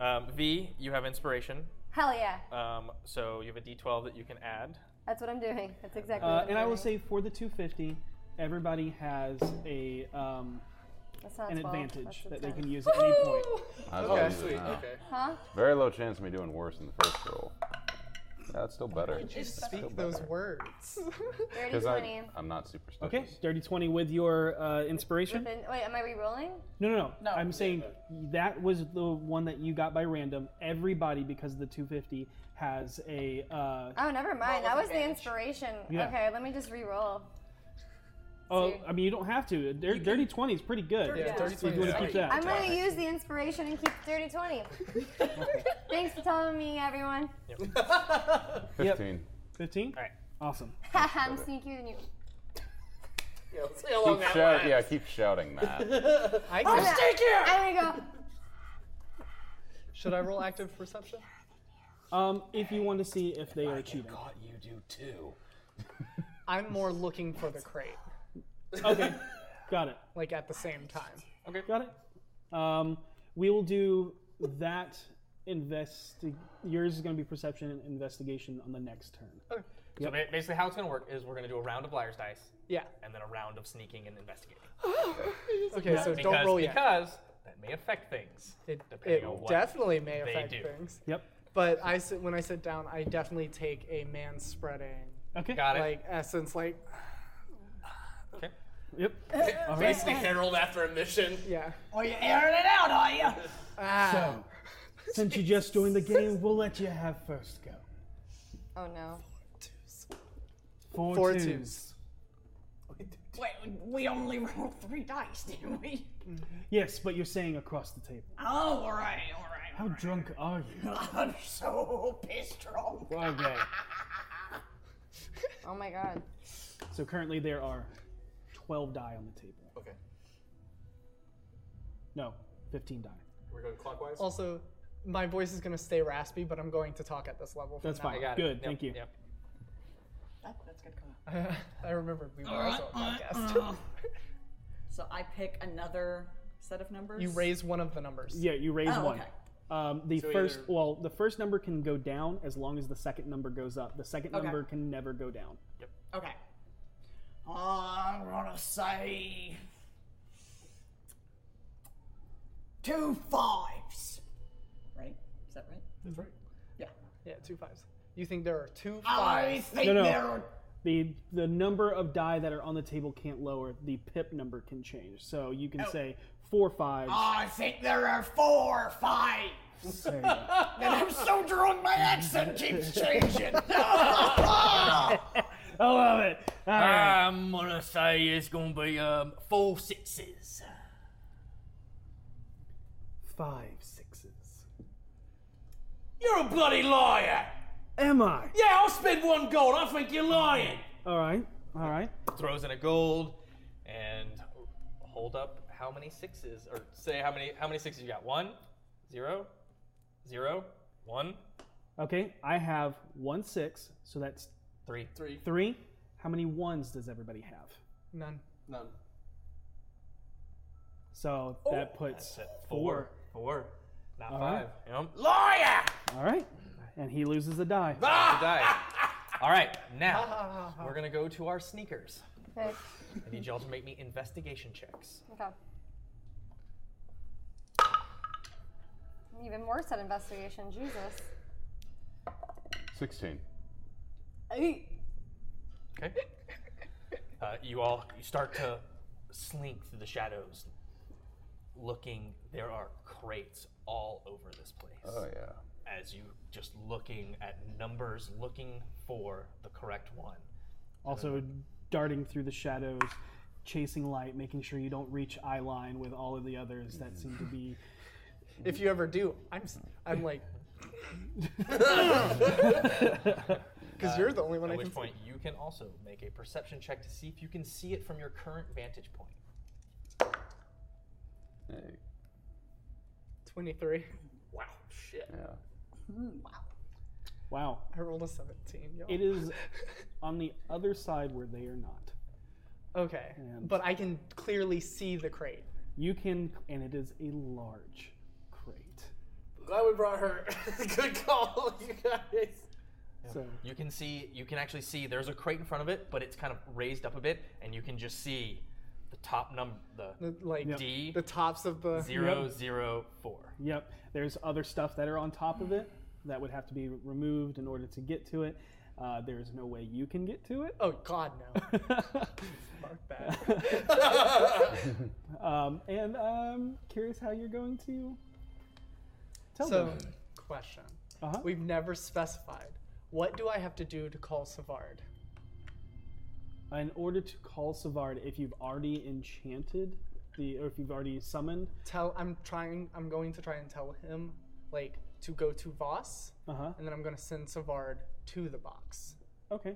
[SPEAKER 1] Um, v, you have inspiration.
[SPEAKER 7] Hell yeah.
[SPEAKER 1] Um, so you have a D12 that you can add.
[SPEAKER 7] That's what I'm doing. That's exactly what
[SPEAKER 2] uh,
[SPEAKER 7] I'm
[SPEAKER 2] and i will
[SPEAKER 7] doing.
[SPEAKER 2] say for the 250 everybody has a um,
[SPEAKER 7] That's not
[SPEAKER 2] an
[SPEAKER 7] 12,
[SPEAKER 2] advantage
[SPEAKER 7] that's a
[SPEAKER 2] that they
[SPEAKER 7] 10.
[SPEAKER 2] can use at any point
[SPEAKER 8] I was
[SPEAKER 6] Okay,
[SPEAKER 8] always
[SPEAKER 6] sweet.
[SPEAKER 8] now.
[SPEAKER 6] Okay.
[SPEAKER 7] Huh?
[SPEAKER 8] Very low chance of me doing worse than the first roll. That's still better.
[SPEAKER 11] Speak those words.
[SPEAKER 7] Dirty
[SPEAKER 8] Because
[SPEAKER 7] 20.
[SPEAKER 8] I'm not superstitious.
[SPEAKER 2] Okay, dirty twenty with your uh, inspiration.
[SPEAKER 7] Then, wait, am I re-rolling?
[SPEAKER 2] No, no, no. I'm saying that was the one that you got by random. Everybody, because the 250 has a. Uh,
[SPEAKER 7] Oh, never mind. That was the
[SPEAKER 5] advantage.
[SPEAKER 7] inspiration.
[SPEAKER 2] Yeah.
[SPEAKER 7] Okay, let me just re-roll.
[SPEAKER 2] oh, I mean, you don't have to. Dir- dirty twenty is pretty good.
[SPEAKER 11] Yeah, dirty
[SPEAKER 2] So you want to keep that?
[SPEAKER 7] I'm gonna use the inspiration and keep dirty 20. Thanks for telling me, everyone.
[SPEAKER 8] Fifteen.
[SPEAKER 2] Fifteen. All right. Awesome.
[SPEAKER 7] I'm sneakier than you.
[SPEAKER 6] Yeah, let's see how long
[SPEAKER 8] Keep
[SPEAKER 6] that
[SPEAKER 8] shout,
[SPEAKER 6] lasts.
[SPEAKER 8] yeah, keep shouting that.
[SPEAKER 11] I can,
[SPEAKER 7] I'm gonna go.
[SPEAKER 11] should I roll active perception?
[SPEAKER 2] Um, if you want to see if they are cheating.
[SPEAKER 8] you do too.
[SPEAKER 11] I'm more looking for the crate,
[SPEAKER 2] Okay, got it.
[SPEAKER 11] like at the same time.
[SPEAKER 2] Got it. Um, we will do that. Investi- yours is going to be perception and investigation on the next turn.
[SPEAKER 3] So ba- basically, how it's going to work is we're going to do a round of liar's dice
[SPEAKER 11] Yeah.
[SPEAKER 3] and then a round of sneaking and investigating.
[SPEAKER 11] Okay, so
[SPEAKER 3] Because,
[SPEAKER 11] don't roll yet.
[SPEAKER 3] because that may affect things.
[SPEAKER 11] It,
[SPEAKER 3] depending
[SPEAKER 11] it
[SPEAKER 3] on what
[SPEAKER 11] definitely may
[SPEAKER 3] they
[SPEAKER 11] affect
[SPEAKER 3] do.
[SPEAKER 11] things.
[SPEAKER 2] Yep.
[SPEAKER 11] But I sit, when I sit down, I definitely take a man spreading
[SPEAKER 2] Okay.
[SPEAKER 3] Got it.
[SPEAKER 11] like essence, like
[SPEAKER 3] okay.
[SPEAKER 2] Yep.
[SPEAKER 6] Basically Harold after a mission.
[SPEAKER 11] yeah.
[SPEAKER 5] Oh, you're airing it out, are you?
[SPEAKER 11] Ah,
[SPEAKER 2] So, since you just joined the game, we'll let you have first go.
[SPEAKER 7] Oh no.
[SPEAKER 2] Four,
[SPEAKER 11] four
[SPEAKER 2] twos.
[SPEAKER 11] twos.
[SPEAKER 5] Wait, we only rolled three dice, didn't we?
[SPEAKER 2] Yes, but you're saying across the table.
[SPEAKER 5] Oh, all right, all right.
[SPEAKER 2] How drunk are you?
[SPEAKER 5] I'm
[SPEAKER 6] Oh,
[SPEAKER 5] so pissed drunk.
[SPEAKER 2] Okay.
[SPEAKER 7] Oh my god.
[SPEAKER 2] So currently there are 12 die on the table.
[SPEAKER 6] Okay.
[SPEAKER 2] No, 15 die.
[SPEAKER 6] We're going clockwise.
[SPEAKER 11] Also, my voice is gonna stay raspy, but I'm going to talk at this level. From
[SPEAKER 2] That's
[SPEAKER 11] now
[SPEAKER 2] fine.
[SPEAKER 11] on.
[SPEAKER 3] Got it.
[SPEAKER 2] Good,
[SPEAKER 3] Yep,
[SPEAKER 2] thank you.
[SPEAKER 3] Yep.
[SPEAKER 5] that's good. Come on.
[SPEAKER 11] I remember we were also a
[SPEAKER 5] uh,
[SPEAKER 11] podcast.
[SPEAKER 5] So I pick another set of numbers.
[SPEAKER 11] you raise one of the numbers.
[SPEAKER 2] Yeah, you raise
[SPEAKER 5] Oh,
[SPEAKER 2] one.
[SPEAKER 5] okay.
[SPEAKER 2] Um, the
[SPEAKER 6] So
[SPEAKER 2] first,
[SPEAKER 6] either-
[SPEAKER 2] well, the first number can go down as long as the second number goes up. The second
[SPEAKER 5] Okay.
[SPEAKER 2] number can never go down.
[SPEAKER 5] Okay. I'm gonna say two fives. Right? Is that right?
[SPEAKER 11] That's right.
[SPEAKER 5] Yeah.
[SPEAKER 11] Yeah, two fives. You think there are two
[SPEAKER 5] I
[SPEAKER 11] fives?
[SPEAKER 5] think
[SPEAKER 2] No, no.
[SPEAKER 5] there are
[SPEAKER 2] The the number of die that are on the table can't lower. The pip number can change. So you
[SPEAKER 5] Oh.
[SPEAKER 2] can say four fives.
[SPEAKER 5] I think there are four fives.
[SPEAKER 2] There you go.
[SPEAKER 5] And I'm so drunk my accent keeps changing.
[SPEAKER 2] I love it. All right.
[SPEAKER 3] I'm going to say it's going to be um, four sixes.
[SPEAKER 2] Five sixes.
[SPEAKER 6] You're a bloody liar!
[SPEAKER 2] Am I?
[SPEAKER 6] Yeah, I'll spend one gold. I think you're lying.
[SPEAKER 2] All right. All right.
[SPEAKER 3] Throws in a gold and hold up how many sixes, or say how many how many sixes you got? One, zero, zero, one,
[SPEAKER 2] Okay, I have one six, so that's
[SPEAKER 3] three.
[SPEAKER 6] Three.
[SPEAKER 2] three. How many ones does everybody have?
[SPEAKER 11] None.
[SPEAKER 6] None.
[SPEAKER 2] So
[SPEAKER 5] Oh.
[SPEAKER 2] that puts
[SPEAKER 3] That's it.
[SPEAKER 2] four.
[SPEAKER 3] Four. Not
[SPEAKER 2] right.
[SPEAKER 3] five. Yep.
[SPEAKER 2] All right, and he loses a die.
[SPEAKER 3] Roll the die. All right,
[SPEAKER 6] Uh-huh.
[SPEAKER 3] now we're gonna go to our sneakers.
[SPEAKER 7] Okay.
[SPEAKER 3] I need y'all to make me investigation checks.
[SPEAKER 7] Okay. Even worse at investigation, Jesus.
[SPEAKER 8] 16.
[SPEAKER 7] Eight.
[SPEAKER 3] Okay. Uh, you all you start to slink through the shadows, looking. There are crates all over this place.
[SPEAKER 8] Oh, yeah.
[SPEAKER 3] As you just looking at numbers, looking for the correct one.
[SPEAKER 2] Also, darting through the shadows, chasing light, making sure you don't reach eye line with all of the others that seem to be.
[SPEAKER 11] If you ever do, I'm s- I'm like,
[SPEAKER 4] Because you're the only one I
[SPEAKER 3] At
[SPEAKER 4] can
[SPEAKER 3] which point
[SPEAKER 4] see.
[SPEAKER 3] you can also make a perception check to see if you can see it from your current vantage point.
[SPEAKER 8] Hey,
[SPEAKER 11] 23.
[SPEAKER 3] Wow, shit.
[SPEAKER 8] yeah.
[SPEAKER 2] Wow,
[SPEAKER 11] I rolled a 17. Y'all.
[SPEAKER 2] it is on the other side where they are not.
[SPEAKER 11] Okay,
[SPEAKER 2] And-
[SPEAKER 11] but I can clearly see the crate.
[SPEAKER 2] You can, and it is a large crate.
[SPEAKER 6] Glad we brought her. Good call, you guys.
[SPEAKER 2] So
[SPEAKER 3] You can see, you can actually see there's a crate in front of it, but it's kind of raised up a bit, and you can just see the top number, the
[SPEAKER 11] The, like
[SPEAKER 3] D
[SPEAKER 11] the tops of the.
[SPEAKER 3] zero zero four.
[SPEAKER 2] Yep. There's other stuff that are on top of it that would have to be removed in order to get to it. Uh, there's no way you can get to it.
[SPEAKER 11] Oh God, no. Fuck that.
[SPEAKER 2] um, and um, curious how you're going to tell
[SPEAKER 11] So,
[SPEAKER 2] them.
[SPEAKER 11] question.
[SPEAKER 2] Uh-huh.
[SPEAKER 11] We've never specified. What do I have to do to call Savard?
[SPEAKER 2] In order to call Savard, if you've already enchanted the, or if you've already summoned,
[SPEAKER 11] Tell. I'm trying. I'm going to try and tell him, like, to go to Voss,
[SPEAKER 2] uh huh.
[SPEAKER 11] and then I'm going to send Savard to the box.
[SPEAKER 2] Okay.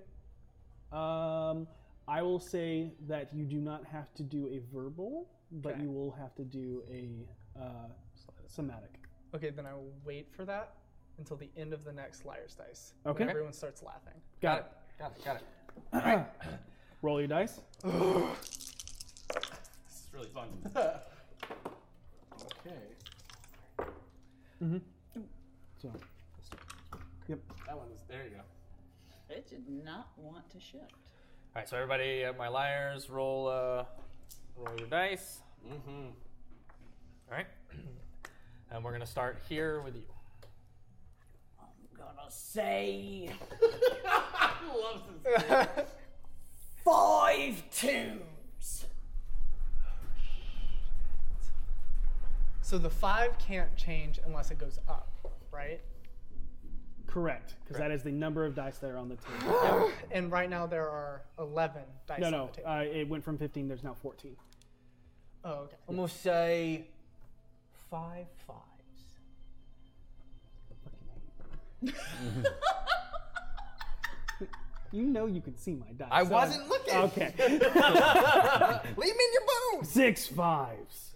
[SPEAKER 2] Um, I will say that you do not have to do a verbal, but
[SPEAKER 11] Okay.
[SPEAKER 2] you will have to do a uh, somatic.
[SPEAKER 11] Okay, then I will wait for that until the end of the next liar's dice.
[SPEAKER 2] Okay.
[SPEAKER 11] When everyone starts laughing.
[SPEAKER 2] Got it.
[SPEAKER 3] Got it, got it.
[SPEAKER 2] Roll your dice.
[SPEAKER 11] Mm-hmm.
[SPEAKER 6] It's really fun. okay.
[SPEAKER 2] So, yep.
[SPEAKER 6] That one is, there you go.
[SPEAKER 5] It did not want to shift.
[SPEAKER 3] All right, so everybody, uh, my liars, roll, uh, roll your dice.
[SPEAKER 6] Mm-hmm.
[SPEAKER 3] All right, and we're gonna start here with you.
[SPEAKER 5] I'm gonna say
[SPEAKER 6] Loves this.
[SPEAKER 5] five twos.
[SPEAKER 11] So the five can't change unless it goes up, right?
[SPEAKER 2] Correct, because that is the number of dice that are on the table.
[SPEAKER 11] And right now there are 11 dice
[SPEAKER 2] no,
[SPEAKER 11] on
[SPEAKER 2] no,
[SPEAKER 11] the table.
[SPEAKER 2] uh, it went from 15. There's now 14.
[SPEAKER 11] oh, okay.
[SPEAKER 3] I'm gonna say five fives.
[SPEAKER 2] You know you could see my dice.
[SPEAKER 3] I
[SPEAKER 2] so
[SPEAKER 3] wasn't looking.
[SPEAKER 2] Okay,
[SPEAKER 3] Leave me in your bones.
[SPEAKER 2] six fives.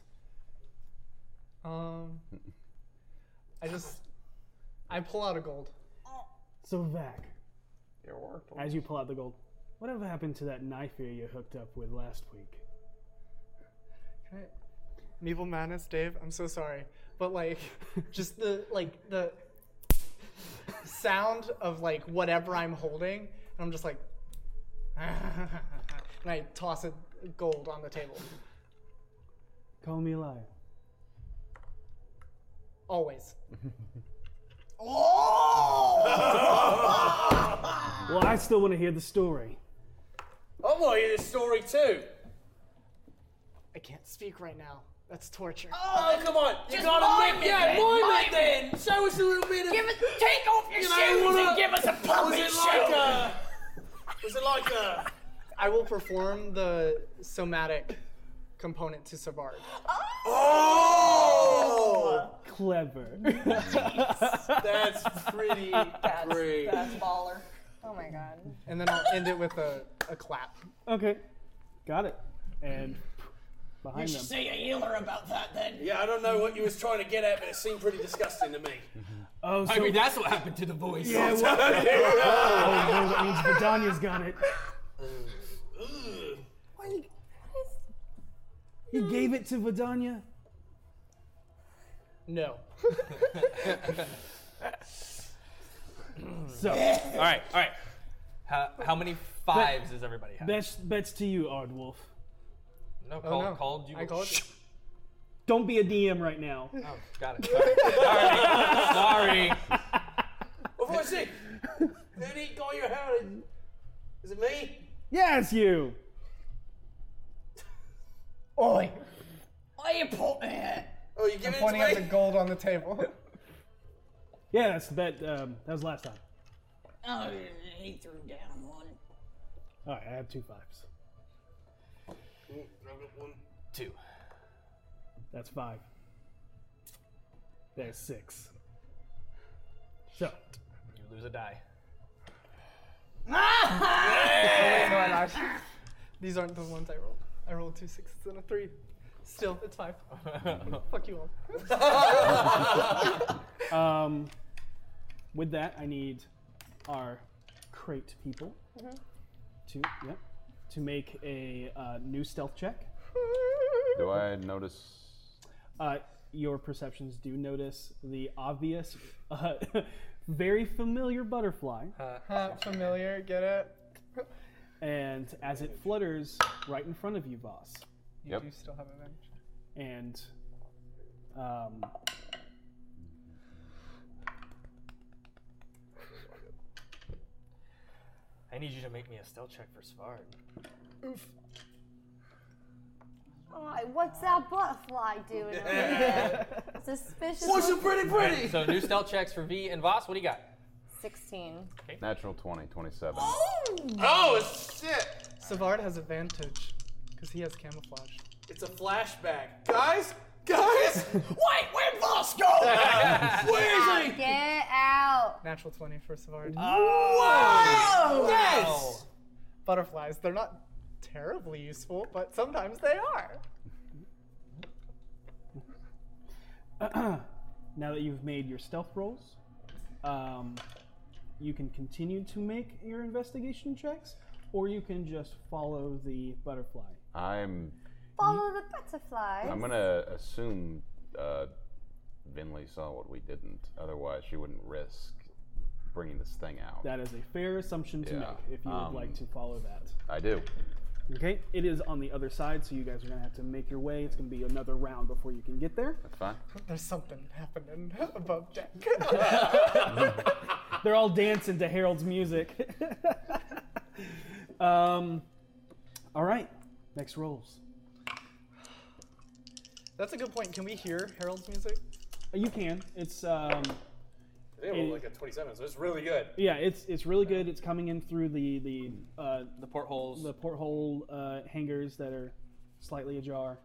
[SPEAKER 11] Um, I just, I pull out a gold.
[SPEAKER 2] So Vac,
[SPEAKER 8] It worked.
[SPEAKER 2] as you pull out the gold, whatever happened to that knife here you hooked up with last week?
[SPEAKER 11] Neville Madness, Dave, I'm so sorry. But like, just the, like, the sound of like whatever I'm holding, and I'm just like, and I toss a gold on the table.
[SPEAKER 2] Call me a liar.
[SPEAKER 11] Always.
[SPEAKER 3] Oh!
[SPEAKER 2] Well, I still want to hear the story.
[SPEAKER 6] I want to hear this story too.
[SPEAKER 11] I can't speak right now. That's torture.
[SPEAKER 6] Oh, come on. You gotta live. Yeah, mime it then. Show us a little bit of.
[SPEAKER 5] Give us, take off your
[SPEAKER 6] You know,
[SPEAKER 5] shoes
[SPEAKER 6] what
[SPEAKER 5] and
[SPEAKER 6] up?
[SPEAKER 5] give us a
[SPEAKER 6] was
[SPEAKER 5] puppet
[SPEAKER 6] it
[SPEAKER 5] show.
[SPEAKER 6] like a. Was it like a.
[SPEAKER 11] I will perform the somatic component to Savard.
[SPEAKER 6] Oh!
[SPEAKER 2] Clever.
[SPEAKER 6] That's pretty
[SPEAKER 5] That's,
[SPEAKER 6] great.
[SPEAKER 5] that's baller.
[SPEAKER 7] Oh my god.
[SPEAKER 11] And then I'll end it with a, a clap.
[SPEAKER 2] okay, got it. And behind them.
[SPEAKER 5] Say a healer about that then.
[SPEAKER 6] Yeah, I don't know what you was trying to get at, but it seemed pretty disgusting to me.
[SPEAKER 2] Oh, so
[SPEAKER 6] I mean, that's what happened to the voice.
[SPEAKER 2] Yeah, well- oh, that means Vidania's got it. You gave it to Vidania.
[SPEAKER 11] No.
[SPEAKER 2] So
[SPEAKER 3] All right, all right. How, how many fives does everybody have?
[SPEAKER 2] that's that's to you, Ardwolf.
[SPEAKER 3] No, call,
[SPEAKER 11] Oh, no.
[SPEAKER 3] called you.
[SPEAKER 11] I called you.
[SPEAKER 2] Don't be a DM right now.
[SPEAKER 3] Oh, got it. Sorry. Sorry.
[SPEAKER 6] What was it? Did he call your hair? Is it me?
[SPEAKER 2] Yeah, it's you.
[SPEAKER 4] Oi!
[SPEAKER 5] Why you put
[SPEAKER 6] Oh, you giving it
[SPEAKER 4] Pointing at
[SPEAKER 6] to
[SPEAKER 4] the
[SPEAKER 6] me?
[SPEAKER 4] gold on the table.
[SPEAKER 2] Yeah, that's that. Um, that was last time.
[SPEAKER 5] Oh, he threw down one.
[SPEAKER 2] All right, I have two fives.
[SPEAKER 3] Two.
[SPEAKER 2] That's five. There's six. So
[SPEAKER 3] You lose a die.
[SPEAKER 11] No, I lied. These aren't the ones I rolled. I rolled two sixes and a three. Still, it's five. Fuck you all.
[SPEAKER 2] Um, with that, I need our crate people to yep to make a uh, new stealth check.
[SPEAKER 8] Do I notice?
[SPEAKER 2] Uh, your perceptions do notice the obvious, uh, very familiar butterfly,
[SPEAKER 11] Uh, Huh, familiar, get it?
[SPEAKER 2] and as it flutters right in front of you, Voss,
[SPEAKER 8] Yep.
[SPEAKER 11] You still have advantage.
[SPEAKER 2] and um,
[SPEAKER 3] I need you to make me a stealth check for Svard.
[SPEAKER 7] Alright, what's that butterfly doing over there? Suspicious.
[SPEAKER 6] What's
[SPEAKER 7] look-
[SPEAKER 6] it pretty pretty?
[SPEAKER 3] So new stealth checks for V and Voss. What do you got?
[SPEAKER 7] 16.
[SPEAKER 8] Natural 20, 27.
[SPEAKER 6] Oh, it's shit.
[SPEAKER 11] Savard has advantage because he has camouflage.
[SPEAKER 6] It's a flashback. Guys, guys,
[SPEAKER 5] Wait, where'd Voss go?
[SPEAKER 6] where is he?
[SPEAKER 7] Get out!
[SPEAKER 11] Natural 20 for Savard.
[SPEAKER 6] Wow. Yes.
[SPEAKER 11] Butterflies, they're not terribly useful, but sometimes they are.
[SPEAKER 2] now that you've made your stealth rolls, um, you can continue to make your investigation checks, or you can just follow the butterfly.
[SPEAKER 8] I'm
[SPEAKER 7] Follow the butterflies.
[SPEAKER 8] I'm gonna assume uh, Vinley saw what we didn't. Otherwise, she wouldn't risk bringing this thing out.
[SPEAKER 2] That is a fair assumption to
[SPEAKER 8] Yeah,
[SPEAKER 2] make if you would
[SPEAKER 8] um,
[SPEAKER 2] like to follow that.
[SPEAKER 8] I do.
[SPEAKER 2] Okay, it is on the other side, so you guys are gonna have to make your way. It's gonna be another round before you can get there.
[SPEAKER 8] That's fine.
[SPEAKER 11] There's something happening above deck.
[SPEAKER 2] They're all dancing to Harold's music. um, all right, next rolls.
[SPEAKER 11] That's a good point. Can we hear Harold's music?
[SPEAKER 2] Uh, You can. It's um,
[SPEAKER 6] They rolled like a 27, so it's really good.
[SPEAKER 2] yeah, it's it's really good. It's coming in through the the uh,
[SPEAKER 3] The portholes.
[SPEAKER 2] the porthole uh, hangers that are slightly ajar.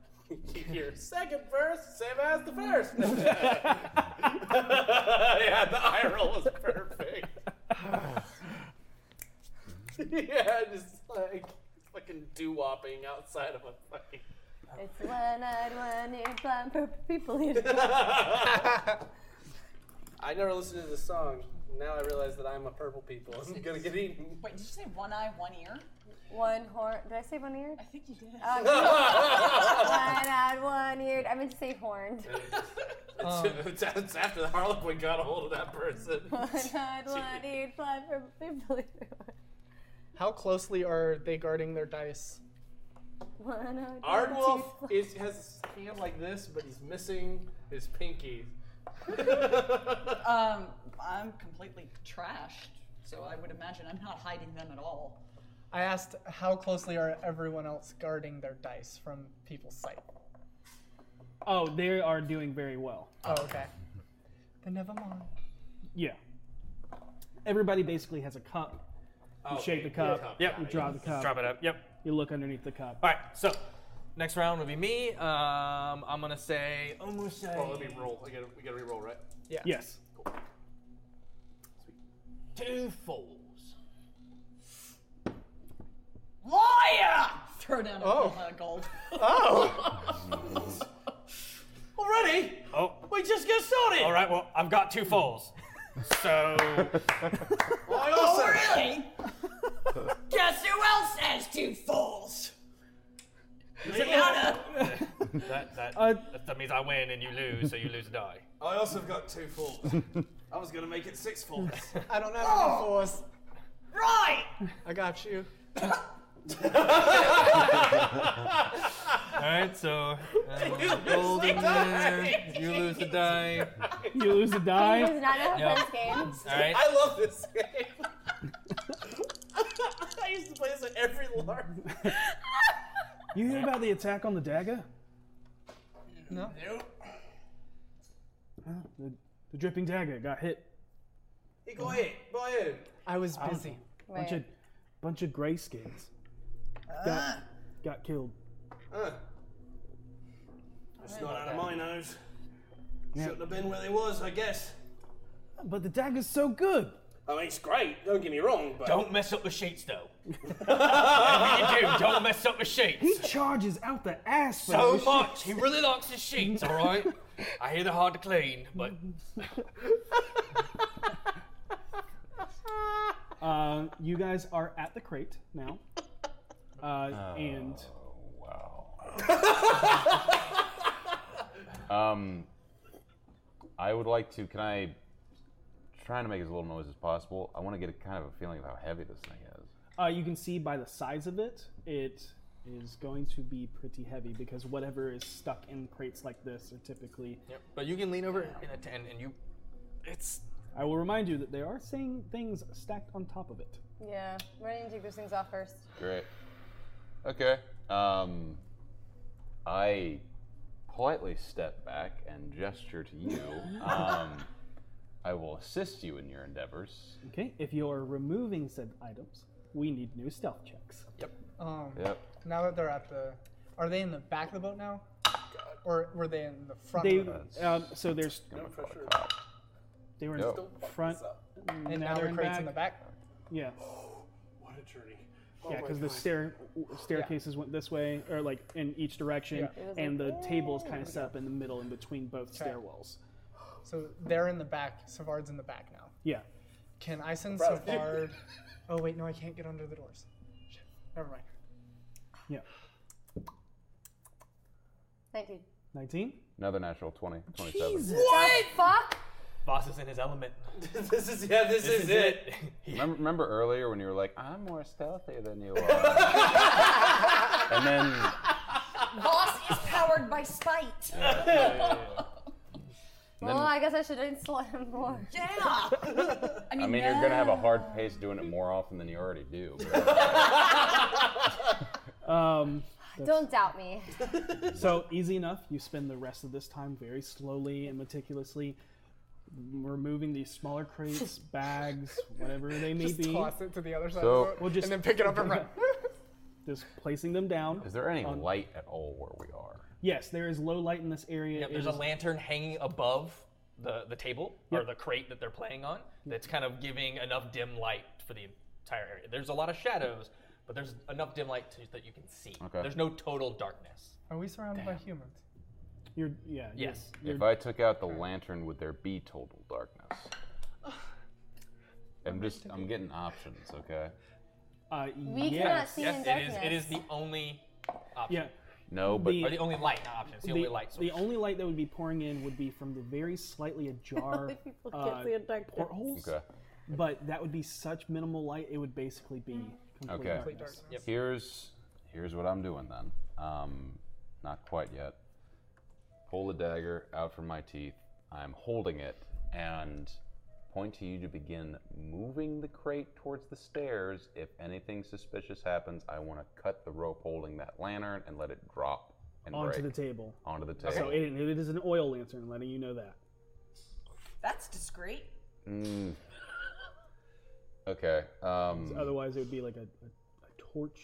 [SPEAKER 6] You hear second verse, same as the first. yeah, the eye roll was perfect. yeah, just like fucking doo wopping outside of a fucking.
[SPEAKER 7] It's one eyed, one eared, blind, purple people eater.
[SPEAKER 6] I never listened to this song. Now I realize that I'm a purple people. I'm gonna get eaten.
[SPEAKER 5] Wait, did you say one eye, one ear?
[SPEAKER 7] One horn. Did I say one eared?
[SPEAKER 5] I think you did.
[SPEAKER 7] Uh, one eyed, one eared. I meant to say horned.
[SPEAKER 6] it's, it's after the Harlequin got a hold of that person.
[SPEAKER 7] One eyed, one eared, blind, purple people eater.
[SPEAKER 11] How closely are they guarding their dice?
[SPEAKER 7] One eyed.
[SPEAKER 6] Ardwolf is, has his hand like this, but he's missing his pinky.
[SPEAKER 5] Um, I'm completely trashed, so I would imagine I'm not hiding them at all.
[SPEAKER 11] I asked how closely are everyone else guarding their dice from people's sight.
[SPEAKER 2] Oh, they are doing very well.
[SPEAKER 11] Oh, okay. Then never mind.
[SPEAKER 2] Yeah. Everybody basically has a cup. You shake the cup.
[SPEAKER 3] Yep.
[SPEAKER 2] You draw the cup.
[SPEAKER 3] Drop it up. Yep.
[SPEAKER 2] You look underneath the cup.
[SPEAKER 3] All right. So next round would be me. Um, I'm gonna say almost. say-
[SPEAKER 6] Oh, let me roll. I gotta, we gotta re-roll, right?
[SPEAKER 2] Yes.
[SPEAKER 3] two fours.
[SPEAKER 5] Liar! throw down a
[SPEAKER 4] Oh.
[SPEAKER 5] uh, gold.
[SPEAKER 4] Oh.
[SPEAKER 3] Already?
[SPEAKER 12] Oh.
[SPEAKER 3] We just get started.
[SPEAKER 12] All right, well, I've got two foals. So.
[SPEAKER 5] Oh, really? Guess who else has two fools? Liana.
[SPEAKER 12] That, that,
[SPEAKER 2] Uh,
[SPEAKER 12] that means I win and you lose, so you lose a die.
[SPEAKER 6] I also have got two folds. I was gonna make it six folds.
[SPEAKER 4] I don't have
[SPEAKER 6] Oh!
[SPEAKER 4] any fours.
[SPEAKER 5] Right.
[SPEAKER 4] I got you.
[SPEAKER 12] All right, so.
[SPEAKER 3] Gold in there. uh, You lose the die.
[SPEAKER 2] You lose a
[SPEAKER 7] He
[SPEAKER 2] die.
[SPEAKER 7] does not know how
[SPEAKER 3] Yep.
[SPEAKER 7] to play this game.
[SPEAKER 3] All right.
[SPEAKER 6] I love this game. I used to play this at every LARP.
[SPEAKER 2] You hear about the attack on the dagger? No. The, the dripping dagger got hit. Um,
[SPEAKER 6] Hey, go ahead, go ahead.
[SPEAKER 11] I was busy.
[SPEAKER 2] Bunch of,
[SPEAKER 7] Wait.
[SPEAKER 2] bunch of grayscales got, got killed.
[SPEAKER 6] Uh. It's not out of my nose.
[SPEAKER 2] Yeah.
[SPEAKER 6] Shouldn't have been where they was, I guess.
[SPEAKER 2] But the dagger's so good.
[SPEAKER 6] I mean, it's great. Don't get me wrong, but
[SPEAKER 12] Don't mess up the sheets, though. Whatever you do, don't mess up the sheets.
[SPEAKER 2] He charges out the ass for
[SPEAKER 12] So
[SPEAKER 2] this shit.
[SPEAKER 12] much. He really likes his sheets, all right? I hear they're hard to clean, but
[SPEAKER 2] Uh, you guys are at the crate now. Uh, And
[SPEAKER 8] Um, I would like to. Can I? Trying to make as little noise as possible. I want to get a kind of a feeling of how heavy this thing is.
[SPEAKER 2] uh, you can see by the size of it, it is going to be pretty heavy because whatever is stuck in crates like this are typically.
[SPEAKER 3] Yep. But you can lean over and, att- and, and you. It's.
[SPEAKER 2] I will remind you that they are saying things stacked on top of it.
[SPEAKER 7] Yeah, we're gonna take those things off first.
[SPEAKER 8] Great. Okay. Um, I politely step back and gesture to you. Um, I will assist you in your endeavors.
[SPEAKER 2] Okay, if you are removing said items, we need new stealth checks.
[SPEAKER 11] Um,
[SPEAKER 8] Yep.
[SPEAKER 11] Now that they're at the, are they in the back of the boat now, or were they in the front?
[SPEAKER 2] They,
[SPEAKER 11] of the boat?
[SPEAKER 2] um, so there's
[SPEAKER 8] I'm gonna call it
[SPEAKER 6] pressure.
[SPEAKER 8] cop.
[SPEAKER 2] they were in
[SPEAKER 8] Yep.
[SPEAKER 2] front.
[SPEAKER 11] And
[SPEAKER 2] now
[SPEAKER 11] now
[SPEAKER 2] they're
[SPEAKER 11] there are
[SPEAKER 2] in
[SPEAKER 11] crates
[SPEAKER 2] back.
[SPEAKER 11] in the back.
[SPEAKER 2] Yeah,
[SPEAKER 11] Oh
[SPEAKER 6] what a journey. Oh
[SPEAKER 2] yeah,
[SPEAKER 6] my
[SPEAKER 2] because the
[SPEAKER 6] God.
[SPEAKER 2] stair staircases went this way or like in each direction,
[SPEAKER 11] Yeah.
[SPEAKER 2] and the table is kind of set up in the middle in between both stairwells.
[SPEAKER 11] So they're in the back. Savard's in the back now.
[SPEAKER 2] Yeah.
[SPEAKER 11] Can I send
[SPEAKER 6] Bro.
[SPEAKER 11] Savard? Oh wait, no, I can't get under the doors. Shit. Never mind.
[SPEAKER 2] Yeah.
[SPEAKER 7] 19.
[SPEAKER 2] 19?
[SPEAKER 8] Another natural 20, 27.
[SPEAKER 7] What? Fuck!
[SPEAKER 3] Boss is in his element.
[SPEAKER 6] this is yeah, this, is, it.
[SPEAKER 8] Remember, remember earlier when you were like, I'm more stealthy than you are? and then
[SPEAKER 5] Boss is powered by spite.
[SPEAKER 7] Well, I guess I should insult him more.
[SPEAKER 5] Yeah. I mean,
[SPEAKER 8] I mean, you're gonna have a hard pace doing it more often than you already do. but-
[SPEAKER 2] Um,
[SPEAKER 7] Don't doubt me.
[SPEAKER 2] so, easy enough. You spend the rest of this time very slowly and meticulously removing these smaller crates, bags, whatever they may
[SPEAKER 11] Just
[SPEAKER 2] be,
[SPEAKER 11] toss it to the other side
[SPEAKER 8] So-
[SPEAKER 11] of the boat,
[SPEAKER 2] We'll just-
[SPEAKER 11] and then pick it up and run.
[SPEAKER 2] just placing them down.
[SPEAKER 8] Is there any
[SPEAKER 2] Um,
[SPEAKER 8] light at all where we are?
[SPEAKER 2] Yes, there is low light in this area.
[SPEAKER 3] Yep,
[SPEAKER 2] It
[SPEAKER 3] there's a
[SPEAKER 2] is-
[SPEAKER 3] lantern hanging above the, the table or the crate that they're playing on that's kind of giving enough dim light for the entire area. There's a lot of shadows, but there's enough dim light to, that you can see.
[SPEAKER 8] Okay.
[SPEAKER 3] There's no total darkness.
[SPEAKER 11] Are we surrounded by humans?
[SPEAKER 2] You're, yeah, you're-
[SPEAKER 3] Yes.
[SPEAKER 8] If I took out the lantern, would there be total darkness? I'm just, I'm getting options, okay?
[SPEAKER 2] Uh,
[SPEAKER 7] We
[SPEAKER 2] yes.
[SPEAKER 7] cannot see in
[SPEAKER 3] Yes, it
[SPEAKER 7] darkness.
[SPEAKER 3] is. It is the only option.
[SPEAKER 2] Yeah.
[SPEAKER 8] No, but
[SPEAKER 3] Or the only light not option. It's the, only light source.
[SPEAKER 2] the only light that would be pouring in would be from the very slightly ajar
[SPEAKER 7] People can't
[SPEAKER 2] uh,
[SPEAKER 7] see in darkness.
[SPEAKER 2] portholes,
[SPEAKER 8] okay.
[SPEAKER 2] but that would be such minimal light it would basically be
[SPEAKER 7] Mm.
[SPEAKER 2] complete
[SPEAKER 8] Okay.
[SPEAKER 2] darkness.
[SPEAKER 8] Here's, here's what I'm doing then. Um, not quite yet. Pull the dagger out from my teeth. I'm holding it and point to you to begin moving the crate towards the stairs. If anything suspicious happens, I want to cut the rope holding that lantern and let it drop and
[SPEAKER 2] Onto
[SPEAKER 8] break
[SPEAKER 2] the table.
[SPEAKER 8] onto the table.
[SPEAKER 2] So it, it is an oil lantern, letting you know that.
[SPEAKER 5] That's discreet.
[SPEAKER 8] Mm. Okay. Um,
[SPEAKER 2] Otherwise, it would be like a, a, a torch.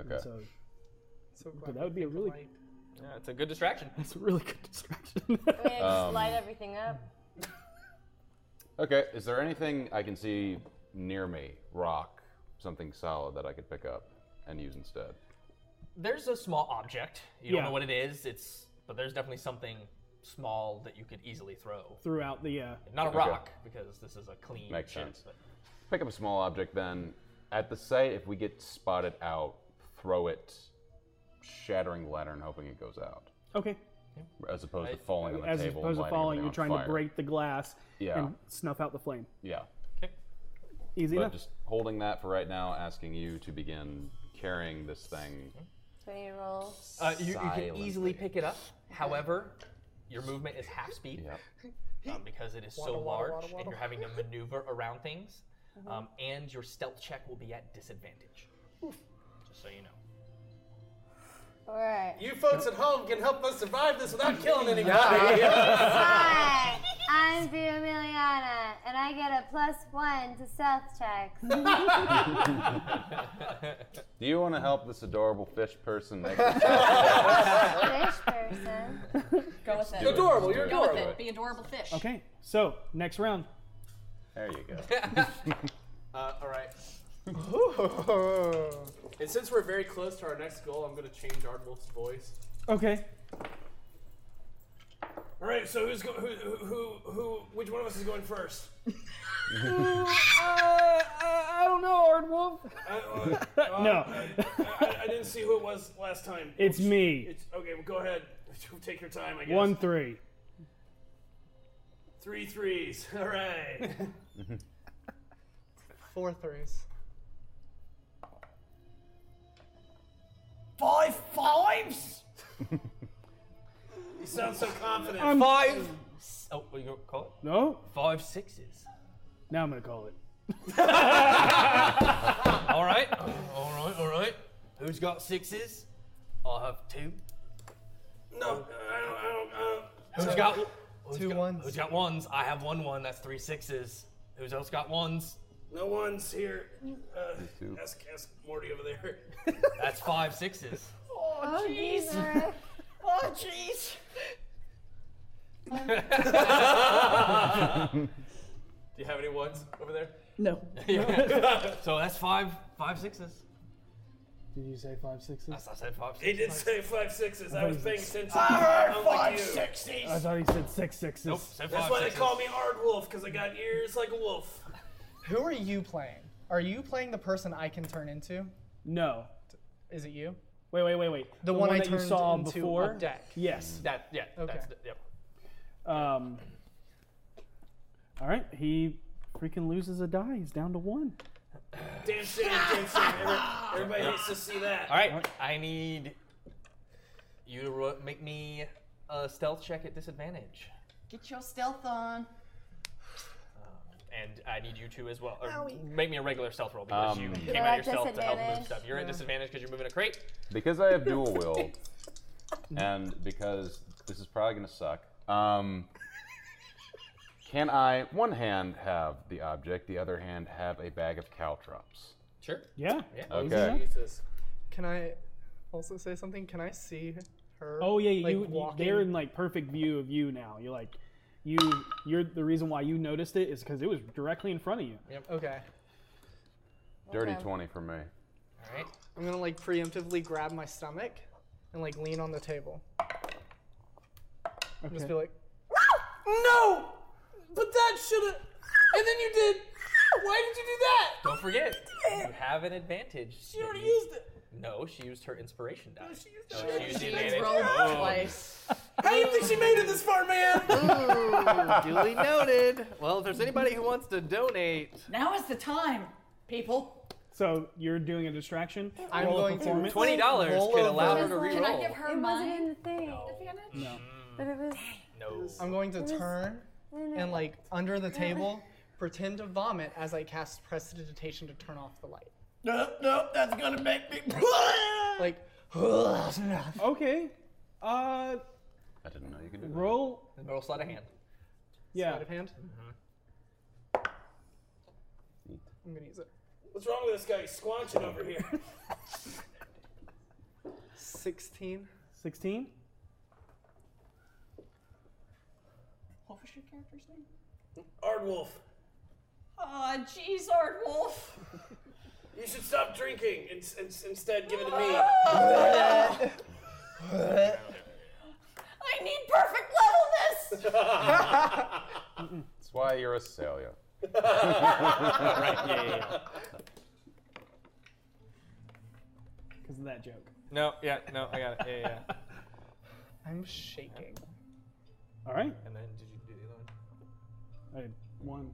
[SPEAKER 8] okay.
[SPEAKER 2] So
[SPEAKER 11] So
[SPEAKER 2] that would be a really,
[SPEAKER 3] yeah, it's a good distraction.
[SPEAKER 2] it's a really good distraction.
[SPEAKER 7] I mean, I just
[SPEAKER 8] Um,
[SPEAKER 7] light everything up.
[SPEAKER 8] Okay. Is there anything I can see near me? Rock, something solid that I could pick up and use instead.
[SPEAKER 3] there's a small object. You don't
[SPEAKER 2] Yeah.
[SPEAKER 3] know what it is. It's but there's definitely something small that you could easily throw.
[SPEAKER 2] throughout the. Uh,
[SPEAKER 3] Not a
[SPEAKER 8] Okay.
[SPEAKER 3] rock because this is a clean
[SPEAKER 8] Makes
[SPEAKER 3] chip.
[SPEAKER 8] sense. Pick up a small object then. At the site, if we get spotted out, throw it, shattering the lantern, hoping it goes out.
[SPEAKER 2] Okay.
[SPEAKER 8] As opposed to falling on the
[SPEAKER 2] As
[SPEAKER 8] table. and
[SPEAKER 2] opposed to
[SPEAKER 8] lighting
[SPEAKER 2] falling,
[SPEAKER 8] everything
[SPEAKER 2] you're
[SPEAKER 8] on
[SPEAKER 2] trying
[SPEAKER 8] fire.
[SPEAKER 2] to break the glass
[SPEAKER 8] Yeah.
[SPEAKER 2] and snuff out the flame.
[SPEAKER 8] Yeah.
[SPEAKER 2] Easy
[SPEAKER 8] but
[SPEAKER 2] enough.
[SPEAKER 8] just holding that for right now, asking you to begin carrying this thing.
[SPEAKER 7] So you roll.
[SPEAKER 3] Uh, you, you can
[SPEAKER 8] Silently.
[SPEAKER 3] easily pick it up. However, your movement is half speed um, because it is so
[SPEAKER 12] Waddle, waddle,
[SPEAKER 3] large
[SPEAKER 12] waddle,
[SPEAKER 3] and
[SPEAKER 12] waddle.
[SPEAKER 3] you're having to maneuver around things.
[SPEAKER 7] Mm-hmm.
[SPEAKER 12] Mhm.
[SPEAKER 3] Um, and your stealth check will be at disadvantage. Just so you know.
[SPEAKER 7] All right.
[SPEAKER 6] You folks at home can help us survive this without killing anybody.
[SPEAKER 7] Hi, I'm Vita Miliana, and I get a plus one to stealth checks.
[SPEAKER 8] Do you want to help this adorable fish person make
[SPEAKER 7] Fish person.
[SPEAKER 5] Go with
[SPEAKER 8] Let's
[SPEAKER 5] it.
[SPEAKER 8] do it. Adorable, Let's you're do
[SPEAKER 5] Go
[SPEAKER 8] it.
[SPEAKER 5] with
[SPEAKER 8] adorable.
[SPEAKER 5] it. Be adorable fish.
[SPEAKER 2] Okay, so next round.
[SPEAKER 8] There you go.
[SPEAKER 6] Uh, all right. and since we're very close to our next goal, I'm going to change Ardwolf's voice.
[SPEAKER 2] Okay.
[SPEAKER 6] All right. So who's going? Who, who? Who? Who? Which one of us is going first?
[SPEAKER 2] Uh, I don't know,
[SPEAKER 6] Aardwolf.
[SPEAKER 2] no.
[SPEAKER 6] Uh, I, I didn't see who it was last time.
[SPEAKER 2] It's me.
[SPEAKER 6] It's okay. Well, go ahead. Take your time. I guess.
[SPEAKER 2] One three.
[SPEAKER 6] Three threes. All right.
[SPEAKER 11] Four threes.
[SPEAKER 6] Five fives. you sound so confident.
[SPEAKER 2] I'm-
[SPEAKER 3] Five. s- Oh, what you gonna call it?
[SPEAKER 2] No.
[SPEAKER 3] Five sixes.
[SPEAKER 2] Now I'm gonna call it.
[SPEAKER 3] all right. All right. All right. Who's got sixes? I have two.
[SPEAKER 6] No, I don't. I don't. I don't.
[SPEAKER 3] Who's got who's got, Who's got ones? I have one one. That's three sixes. Who's else got ones?
[SPEAKER 6] No one's here. Uh,
[SPEAKER 8] two.
[SPEAKER 6] ask, ask Morty over there.
[SPEAKER 3] That's five sixes.
[SPEAKER 5] Oh jeez. Oh jeez.
[SPEAKER 6] Do you have any ones over there?
[SPEAKER 2] No.
[SPEAKER 3] Yeah. so that's five five sixes.
[SPEAKER 2] Did you say five sixes?
[SPEAKER 3] I, I said five
[SPEAKER 6] He
[SPEAKER 3] sixes.
[SPEAKER 6] did say five sixes. I was paying attention.
[SPEAKER 2] I heard
[SPEAKER 6] Unlike "Oh, you. Uh,
[SPEAKER 2] I thought he said six sixes.
[SPEAKER 6] Nope, That's why they call me Ardwolf, because I got ears like a wolf.
[SPEAKER 11] Who are you playing? Are you playing the person I can turn into?
[SPEAKER 2] No.
[SPEAKER 11] Is it you?
[SPEAKER 2] Wait, wait, wait, wait.
[SPEAKER 11] The, one, I
[SPEAKER 2] that you
[SPEAKER 11] turned
[SPEAKER 2] saw
[SPEAKER 11] into
[SPEAKER 2] before.
[SPEAKER 11] a deck.
[SPEAKER 2] Yes.
[SPEAKER 3] That yeah.
[SPEAKER 11] Okay.
[SPEAKER 3] That's the, yep.
[SPEAKER 2] Um. All right. He freaking loses a die. He's down to one.
[SPEAKER 6] Damn shame, damn shame. Every- Everybody hates to see that.
[SPEAKER 3] All right. I need you to ro- make me a Uh, stealth check at disadvantage,
[SPEAKER 5] Get your stealth on.
[SPEAKER 3] and I need you to as well, or
[SPEAKER 5] Owie.
[SPEAKER 3] make me a regular stealth roll because
[SPEAKER 8] Um,
[SPEAKER 3] you
[SPEAKER 8] You're
[SPEAKER 3] came
[SPEAKER 7] at
[SPEAKER 3] out yourself to help move
[SPEAKER 7] disadvantage.
[SPEAKER 3] stuff. You're at disadvantage because you're moving a crate.
[SPEAKER 8] because I have dual will, and because this is probably gonna suck. Um, can I one hand have the object, the other hand have a bag of caltrops?
[SPEAKER 3] Sure.
[SPEAKER 2] Yeah.
[SPEAKER 8] Okay.
[SPEAKER 11] Can I also say something? Can I see her?
[SPEAKER 2] Oh yeah.
[SPEAKER 11] like,
[SPEAKER 2] you. you
[SPEAKER 11] walking?
[SPEAKER 2] they're in like perfect view of you now. You're like, you. You're the reason why you noticed it is because it was directly in front of you.
[SPEAKER 11] Okay.
[SPEAKER 8] Dirty
[SPEAKER 11] Okay.
[SPEAKER 8] twenty for me.
[SPEAKER 3] All right.
[SPEAKER 11] I'm gonna like preemptively grab my stomach and like lean on the table. And just be like,
[SPEAKER 6] Ah! No! But that should have. And then you did. Why did you do that?
[SPEAKER 3] Don't forget, you have an advantage.
[SPEAKER 6] She already
[SPEAKER 3] that you-
[SPEAKER 6] used it.
[SPEAKER 3] No, she used her inspiration die. No, she used,
[SPEAKER 8] Oh,
[SPEAKER 6] her inspiration
[SPEAKER 3] the
[SPEAKER 6] die.
[SPEAKER 3] advantage.
[SPEAKER 5] Roll
[SPEAKER 3] Oh.
[SPEAKER 5] twice.
[SPEAKER 6] How do you think she made it this far, man?
[SPEAKER 3] Mm. Duly noted. Well, if there's anybody who wants to donate,
[SPEAKER 5] Now is the time, people.
[SPEAKER 2] So you're doing a distraction.
[SPEAKER 11] I'm
[SPEAKER 2] roll a
[SPEAKER 11] going to
[SPEAKER 2] performance?
[SPEAKER 3] twenty dollars
[SPEAKER 11] Roll
[SPEAKER 3] could
[SPEAKER 11] over.
[SPEAKER 3] allow her to
[SPEAKER 7] Can
[SPEAKER 5] Can I
[SPEAKER 3] reroll.
[SPEAKER 5] give her
[SPEAKER 7] It wasn't
[SPEAKER 5] mine?
[SPEAKER 7] in the thing.
[SPEAKER 2] No.
[SPEAKER 7] But it was.
[SPEAKER 3] No.
[SPEAKER 11] I'm going to turn and like under the table, pretend to vomit as I cast prestidigitation to turn off the light.
[SPEAKER 6] No, no, that's gonna make me.
[SPEAKER 11] Like,
[SPEAKER 2] Okay. Uh.
[SPEAKER 8] I didn't know you could do that.
[SPEAKER 2] Roll.
[SPEAKER 3] Roll sleight of hand.
[SPEAKER 2] Yeah.
[SPEAKER 11] sleight of hand.
[SPEAKER 2] Mm-hmm.
[SPEAKER 11] I'm gonna use it.
[SPEAKER 6] What's wrong with this guy? He's squanching over here.
[SPEAKER 11] 16.
[SPEAKER 2] Sixteen.
[SPEAKER 5] What was your character's name?
[SPEAKER 6] Ardwolf.
[SPEAKER 5] Oh, jeez, Ardwolf.
[SPEAKER 6] You should stop drinking and, s- and s- instead give it to me.
[SPEAKER 5] I need perfect levelness.
[SPEAKER 8] That's why you're a Celia.
[SPEAKER 2] Right,
[SPEAKER 1] yeah, yeah,
[SPEAKER 2] Because of that joke.
[SPEAKER 3] No, yeah, no, I got it. Yeah, yeah. yeah.
[SPEAKER 11] I'm shaking.
[SPEAKER 2] All right.
[SPEAKER 3] And then did you do the other one?
[SPEAKER 2] I had one.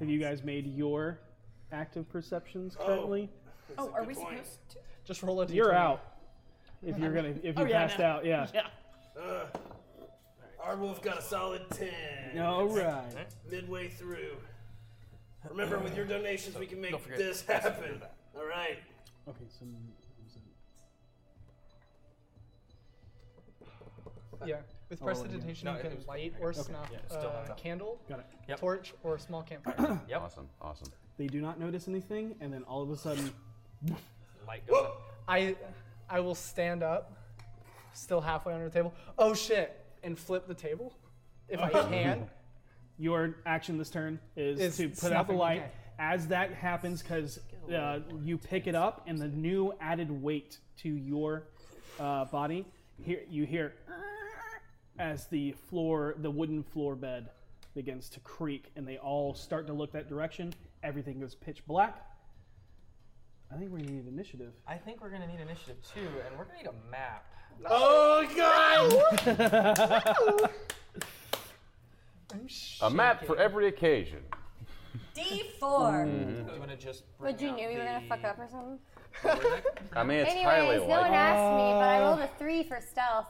[SPEAKER 2] Have you guys made your active perceptions currently?
[SPEAKER 5] Oh, are we supposed to?
[SPEAKER 2] Just roll it. You're out. If you're gonna, if you
[SPEAKER 5] Oh, yeah,
[SPEAKER 2] passed
[SPEAKER 5] no.
[SPEAKER 2] out, yeah.
[SPEAKER 6] Ugh. Arwolf got a solid 10.
[SPEAKER 2] All right.
[SPEAKER 6] Midway through. Remember, with your donations, we can make
[SPEAKER 2] Don't forget-
[SPEAKER 6] this happen. All right.
[SPEAKER 2] Okay, so
[SPEAKER 11] Yeah.
[SPEAKER 2] With
[SPEAKER 11] With
[SPEAKER 2] Oh, prestidigitation,
[SPEAKER 11] prestidigitation, you
[SPEAKER 2] yeah. you No,
[SPEAKER 11] can
[SPEAKER 2] can it was-
[SPEAKER 11] light
[SPEAKER 2] light or
[SPEAKER 11] or
[SPEAKER 2] okay.
[SPEAKER 11] snuff
[SPEAKER 2] snuff Yeah, it's still a not
[SPEAKER 11] a
[SPEAKER 2] done.
[SPEAKER 11] candle,
[SPEAKER 2] Got it.
[SPEAKER 11] torch, or small campfire.
[SPEAKER 8] Awesome. Awesome.
[SPEAKER 2] they do not notice anything, and then all of a sudden,
[SPEAKER 3] Light goes up.
[SPEAKER 11] I, I will stand up, still halfway under the table. Oh shit! And flip the table, if I can.
[SPEAKER 2] Oh, your action this turn is
[SPEAKER 11] Is
[SPEAKER 2] to put out the
[SPEAKER 11] snapping,
[SPEAKER 2] light.
[SPEAKER 11] okay.
[SPEAKER 2] As that happens, because uh, you pick it up, and the new added weight to your uh, body, here you hear as the floor, the wooden floor bed, begins to creak, and they all start to look that direction. Everything goes pitch black. I think we need initiative.
[SPEAKER 3] I think we're gonna need initiative too, and we're gonna need a map.
[SPEAKER 6] Oh
[SPEAKER 2] God!
[SPEAKER 8] A map for every occasion.
[SPEAKER 5] D4.
[SPEAKER 7] Mm-hmm.
[SPEAKER 8] Mhm.
[SPEAKER 3] Do you wanna just bring
[SPEAKER 7] But you
[SPEAKER 3] out
[SPEAKER 7] knew you were gonna
[SPEAKER 3] the-
[SPEAKER 7] fuck up or something.
[SPEAKER 8] I mean, it's
[SPEAKER 7] Anyways,
[SPEAKER 8] highly
[SPEAKER 7] no
[SPEAKER 8] likely.
[SPEAKER 7] one asked me, but I rolled a three for stealth.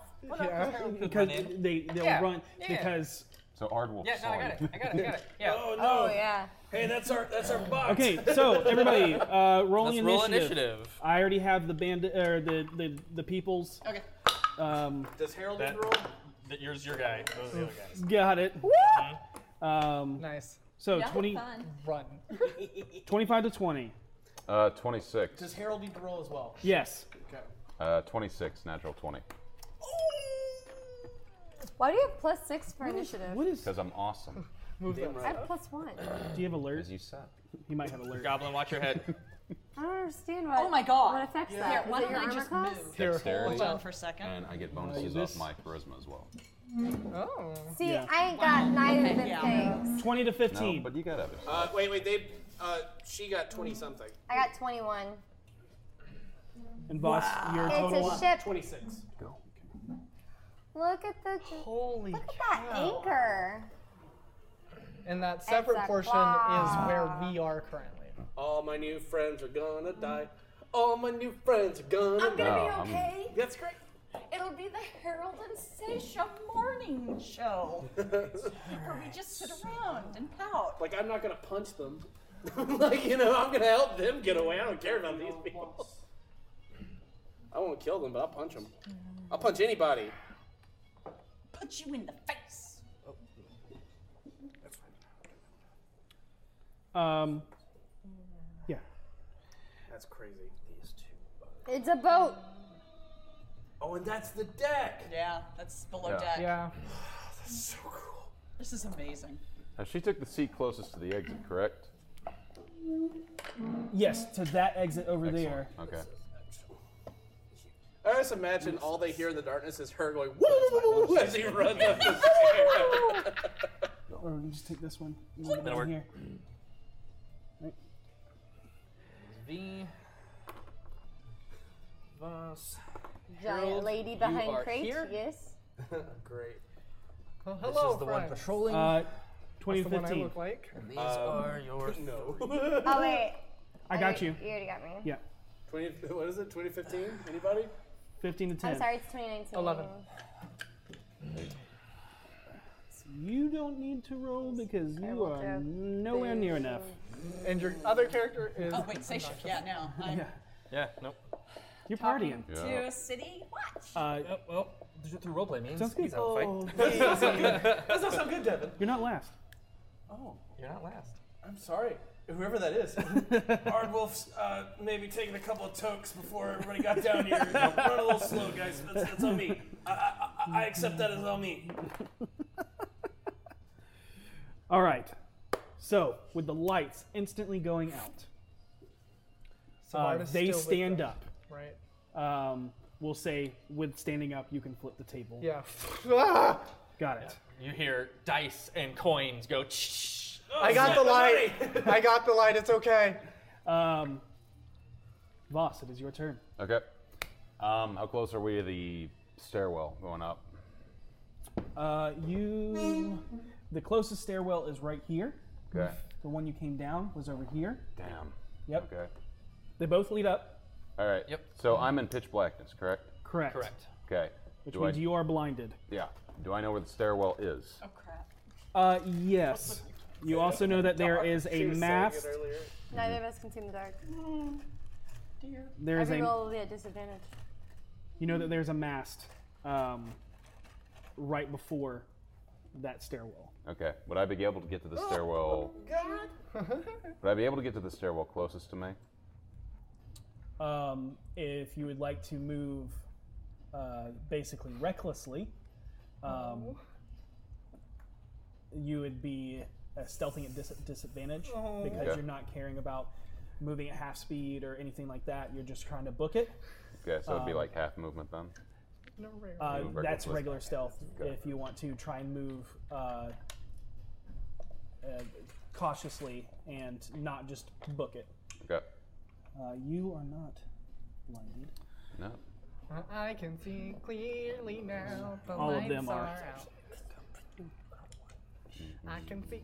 [SPEAKER 2] because they they'll
[SPEAKER 7] Yeah,
[SPEAKER 2] run
[SPEAKER 7] yeah.
[SPEAKER 2] because.
[SPEAKER 8] So Ardwolf.
[SPEAKER 7] Yeah, no, I got
[SPEAKER 8] saw you.
[SPEAKER 7] it, I got it, I got it.
[SPEAKER 3] Yeah.
[SPEAKER 6] Oh
[SPEAKER 7] no. Oh, yeah.
[SPEAKER 6] Hey, that's our that's our box.
[SPEAKER 2] Okay, so everybody, uh, rolling
[SPEAKER 3] Let's roll
[SPEAKER 2] initiative.
[SPEAKER 3] initiative.
[SPEAKER 2] I already have the band or the the, the peoples.
[SPEAKER 6] Okay.
[SPEAKER 2] Um,
[SPEAKER 6] Does Harold
[SPEAKER 3] That-
[SPEAKER 6] roll?
[SPEAKER 3] That yours, your guy. Those are the other guys.
[SPEAKER 2] got it. Um,
[SPEAKER 11] nice.
[SPEAKER 2] So 20,
[SPEAKER 11] Run.
[SPEAKER 2] 25 to twenty.
[SPEAKER 8] Uh, 26.
[SPEAKER 4] Does Harold need to roll as well?
[SPEAKER 2] Yes.
[SPEAKER 4] Okay.
[SPEAKER 8] Uh, 26, natural 20.
[SPEAKER 7] Why do you have plus six for initiative?
[SPEAKER 2] What is?
[SPEAKER 8] Because I'm awesome.
[SPEAKER 2] Move
[SPEAKER 7] I have plus one.
[SPEAKER 2] Do you have alert? Because
[SPEAKER 8] you suck.
[SPEAKER 2] He might have alert.
[SPEAKER 3] Goblin, watch your head.
[SPEAKER 7] I don't understand what.
[SPEAKER 5] Oh my god.
[SPEAKER 7] What affects
[SPEAKER 5] Yeah.
[SPEAKER 7] that?
[SPEAKER 5] Here, why
[SPEAKER 7] Is it
[SPEAKER 5] don't
[SPEAKER 7] your
[SPEAKER 5] I
[SPEAKER 7] armor
[SPEAKER 5] just
[SPEAKER 7] class?
[SPEAKER 5] move?
[SPEAKER 8] Dexterity.
[SPEAKER 5] Hold on for a second.
[SPEAKER 8] And I get bonuses off my charisma as well.
[SPEAKER 11] Oh.
[SPEAKER 7] See,
[SPEAKER 8] Yeah.
[SPEAKER 7] I ain't got neither of them
[SPEAKER 6] yeah.
[SPEAKER 7] things.
[SPEAKER 2] Twenty to fifteen.
[SPEAKER 8] No, but you got others.
[SPEAKER 6] Uh, wait, wait. They uh, she got twenty something.
[SPEAKER 7] I got 21.
[SPEAKER 2] And boss, your
[SPEAKER 7] It's a
[SPEAKER 2] total.
[SPEAKER 7] ship.
[SPEAKER 6] Twenty-six.
[SPEAKER 2] Go.
[SPEAKER 7] Look at the. Holy Look at that anchor.
[SPEAKER 11] And that separate
[SPEAKER 7] Exact-
[SPEAKER 11] portion
[SPEAKER 7] Wow.
[SPEAKER 11] is where we are currently.
[SPEAKER 6] All my new friends are gonna die. All my new friends are gonna.
[SPEAKER 5] I'm gonna
[SPEAKER 6] die.
[SPEAKER 5] be okay.
[SPEAKER 6] That's great.
[SPEAKER 5] It'll be the Harold and Sasha morning show where we just sit around and pout.
[SPEAKER 6] Like I'm not gonna punch them. like you know, I'm gonna help them get away. I don't care about these people. I won't kill them, but I'll punch them. I'll punch anybody.
[SPEAKER 5] Put you in the face.
[SPEAKER 2] Um, yeah.
[SPEAKER 6] That's crazy. These two.
[SPEAKER 7] It's a boat.
[SPEAKER 6] Oh, and that's the deck.
[SPEAKER 5] Yeah, that's below
[SPEAKER 8] Yeah.
[SPEAKER 5] deck.
[SPEAKER 11] Yeah.
[SPEAKER 6] That's so cool.
[SPEAKER 5] This is amazing.
[SPEAKER 8] Now, Uh, she took the seat closest to the exit, correct?
[SPEAKER 2] Yes, to that exit over there.
[SPEAKER 8] Okay.
[SPEAKER 6] I just imagine all they hear in the darkness is her going woo woo woo woo as he runs up the
[SPEAKER 2] Or we can just take this one.
[SPEAKER 3] That'll
[SPEAKER 2] Down
[SPEAKER 3] work.
[SPEAKER 2] Here.
[SPEAKER 3] V. Voss.
[SPEAKER 7] Giant
[SPEAKER 3] Harold,
[SPEAKER 7] lady
[SPEAKER 3] you
[SPEAKER 7] behind
[SPEAKER 3] are
[SPEAKER 7] crate.
[SPEAKER 3] here?
[SPEAKER 7] Yes.
[SPEAKER 6] Great.
[SPEAKER 11] Well,
[SPEAKER 3] This
[SPEAKER 11] hello,
[SPEAKER 3] is the one
[SPEAKER 11] friends.
[SPEAKER 3] patrolling.
[SPEAKER 2] Uh,
[SPEAKER 11] That's
[SPEAKER 2] twenty
[SPEAKER 11] the
[SPEAKER 2] to
[SPEAKER 11] one I
[SPEAKER 2] fifteen.
[SPEAKER 11] look like.
[SPEAKER 3] These
[SPEAKER 6] Um,
[SPEAKER 3] are yours.
[SPEAKER 6] No.
[SPEAKER 7] Oh wait.
[SPEAKER 2] I got you.
[SPEAKER 7] You already got me.
[SPEAKER 2] Yeah,
[SPEAKER 6] 20, what is it? 2015? Anybody?
[SPEAKER 2] fifteen to 10
[SPEAKER 7] I'm sorry. It's 2019.
[SPEAKER 11] 11.
[SPEAKER 2] You don't need to roll because you are nowhere near enough.
[SPEAKER 11] And your other character is.
[SPEAKER 5] Oh wait, Sasha. Yeah, no. I'm
[SPEAKER 3] Yeah, nope.
[SPEAKER 2] You're partying.
[SPEAKER 5] to City Watch.
[SPEAKER 2] Uh,
[SPEAKER 3] Oh, well, this is what the roleplay means.
[SPEAKER 2] Sounds good.
[SPEAKER 3] He's out of fight.
[SPEAKER 6] That's not so good. That's not so good, Devin.
[SPEAKER 2] You're not last.
[SPEAKER 6] Oh,
[SPEAKER 3] You're not last.
[SPEAKER 6] I'm sorry. Whoever that is. Ardwolf's uh, maybe taking a couple of tokes before everybody got down here. Run a little slow, guys. That's, that's on me. I, I, I- I accept that as on me.
[SPEAKER 2] All right. So, with the lights instantly going out, uh,
[SPEAKER 11] Samarda's
[SPEAKER 2] they
[SPEAKER 11] still with
[SPEAKER 2] stand
[SPEAKER 11] them,
[SPEAKER 2] up.
[SPEAKER 11] Right.
[SPEAKER 2] Um, we'll say, with standing up, you can flip the table.
[SPEAKER 11] Yeah.
[SPEAKER 2] Got it.
[SPEAKER 3] You hear dice and coins go. "Shh."
[SPEAKER 4] I got the light. I got the light. It's okay.
[SPEAKER 2] Um, Voss, it is your turn.
[SPEAKER 8] Okay. Um, how close are we to the stairwell going up?
[SPEAKER 2] Uh, you. The closest stairwell is right here.
[SPEAKER 8] Okay.
[SPEAKER 2] The one you came down was over here.
[SPEAKER 8] Damn.
[SPEAKER 2] Yep.
[SPEAKER 8] Okay.
[SPEAKER 2] They both lead up.
[SPEAKER 8] All right. Yep. So I'm in pitch blackness, correct?
[SPEAKER 2] Correct. Correct.
[SPEAKER 8] Okay.
[SPEAKER 2] Which
[SPEAKER 8] Do
[SPEAKER 2] means
[SPEAKER 8] I-
[SPEAKER 2] you are blinded.
[SPEAKER 8] Yeah. Do I know where the stairwell is?
[SPEAKER 5] Oh,
[SPEAKER 2] Uh, yes. You also know that there is
[SPEAKER 7] She
[SPEAKER 2] a
[SPEAKER 7] was saying it
[SPEAKER 2] mast.
[SPEAKER 7] Neither of us can see in the dark. Mm, Dear.
[SPEAKER 2] There is
[SPEAKER 7] Every
[SPEAKER 2] a-
[SPEAKER 7] roll will be at disadvantage.
[SPEAKER 2] You know that there's a mast um, right before that stairwell.
[SPEAKER 8] Okay. Would I be able to get to the stairwell?
[SPEAKER 4] God.
[SPEAKER 8] Would I be able to get to the stairwell closest to me?
[SPEAKER 2] Um, if you would like to move uh, basically recklessly, um, you would be uh, stealthing at dis- disadvantage
[SPEAKER 11] Oh.
[SPEAKER 2] because
[SPEAKER 8] Okay.
[SPEAKER 2] you're not caring about moving at half speed or anything like that. You're just trying to book it.
[SPEAKER 8] Okay. So it'd be
[SPEAKER 2] Um,
[SPEAKER 8] like half movement then.
[SPEAKER 11] No rare.
[SPEAKER 2] Uh,
[SPEAKER 8] Move regular
[SPEAKER 2] that's
[SPEAKER 8] stealth.
[SPEAKER 2] regular stealth.
[SPEAKER 8] Okay.
[SPEAKER 2] If you want to try and move uh, uh, cautiously and not just book it,
[SPEAKER 8] Okay.
[SPEAKER 2] uh, you are not blinded.
[SPEAKER 8] No.
[SPEAKER 11] I can see clearly now. The
[SPEAKER 2] All of them
[SPEAKER 11] lights
[SPEAKER 2] are.
[SPEAKER 11] out. I can see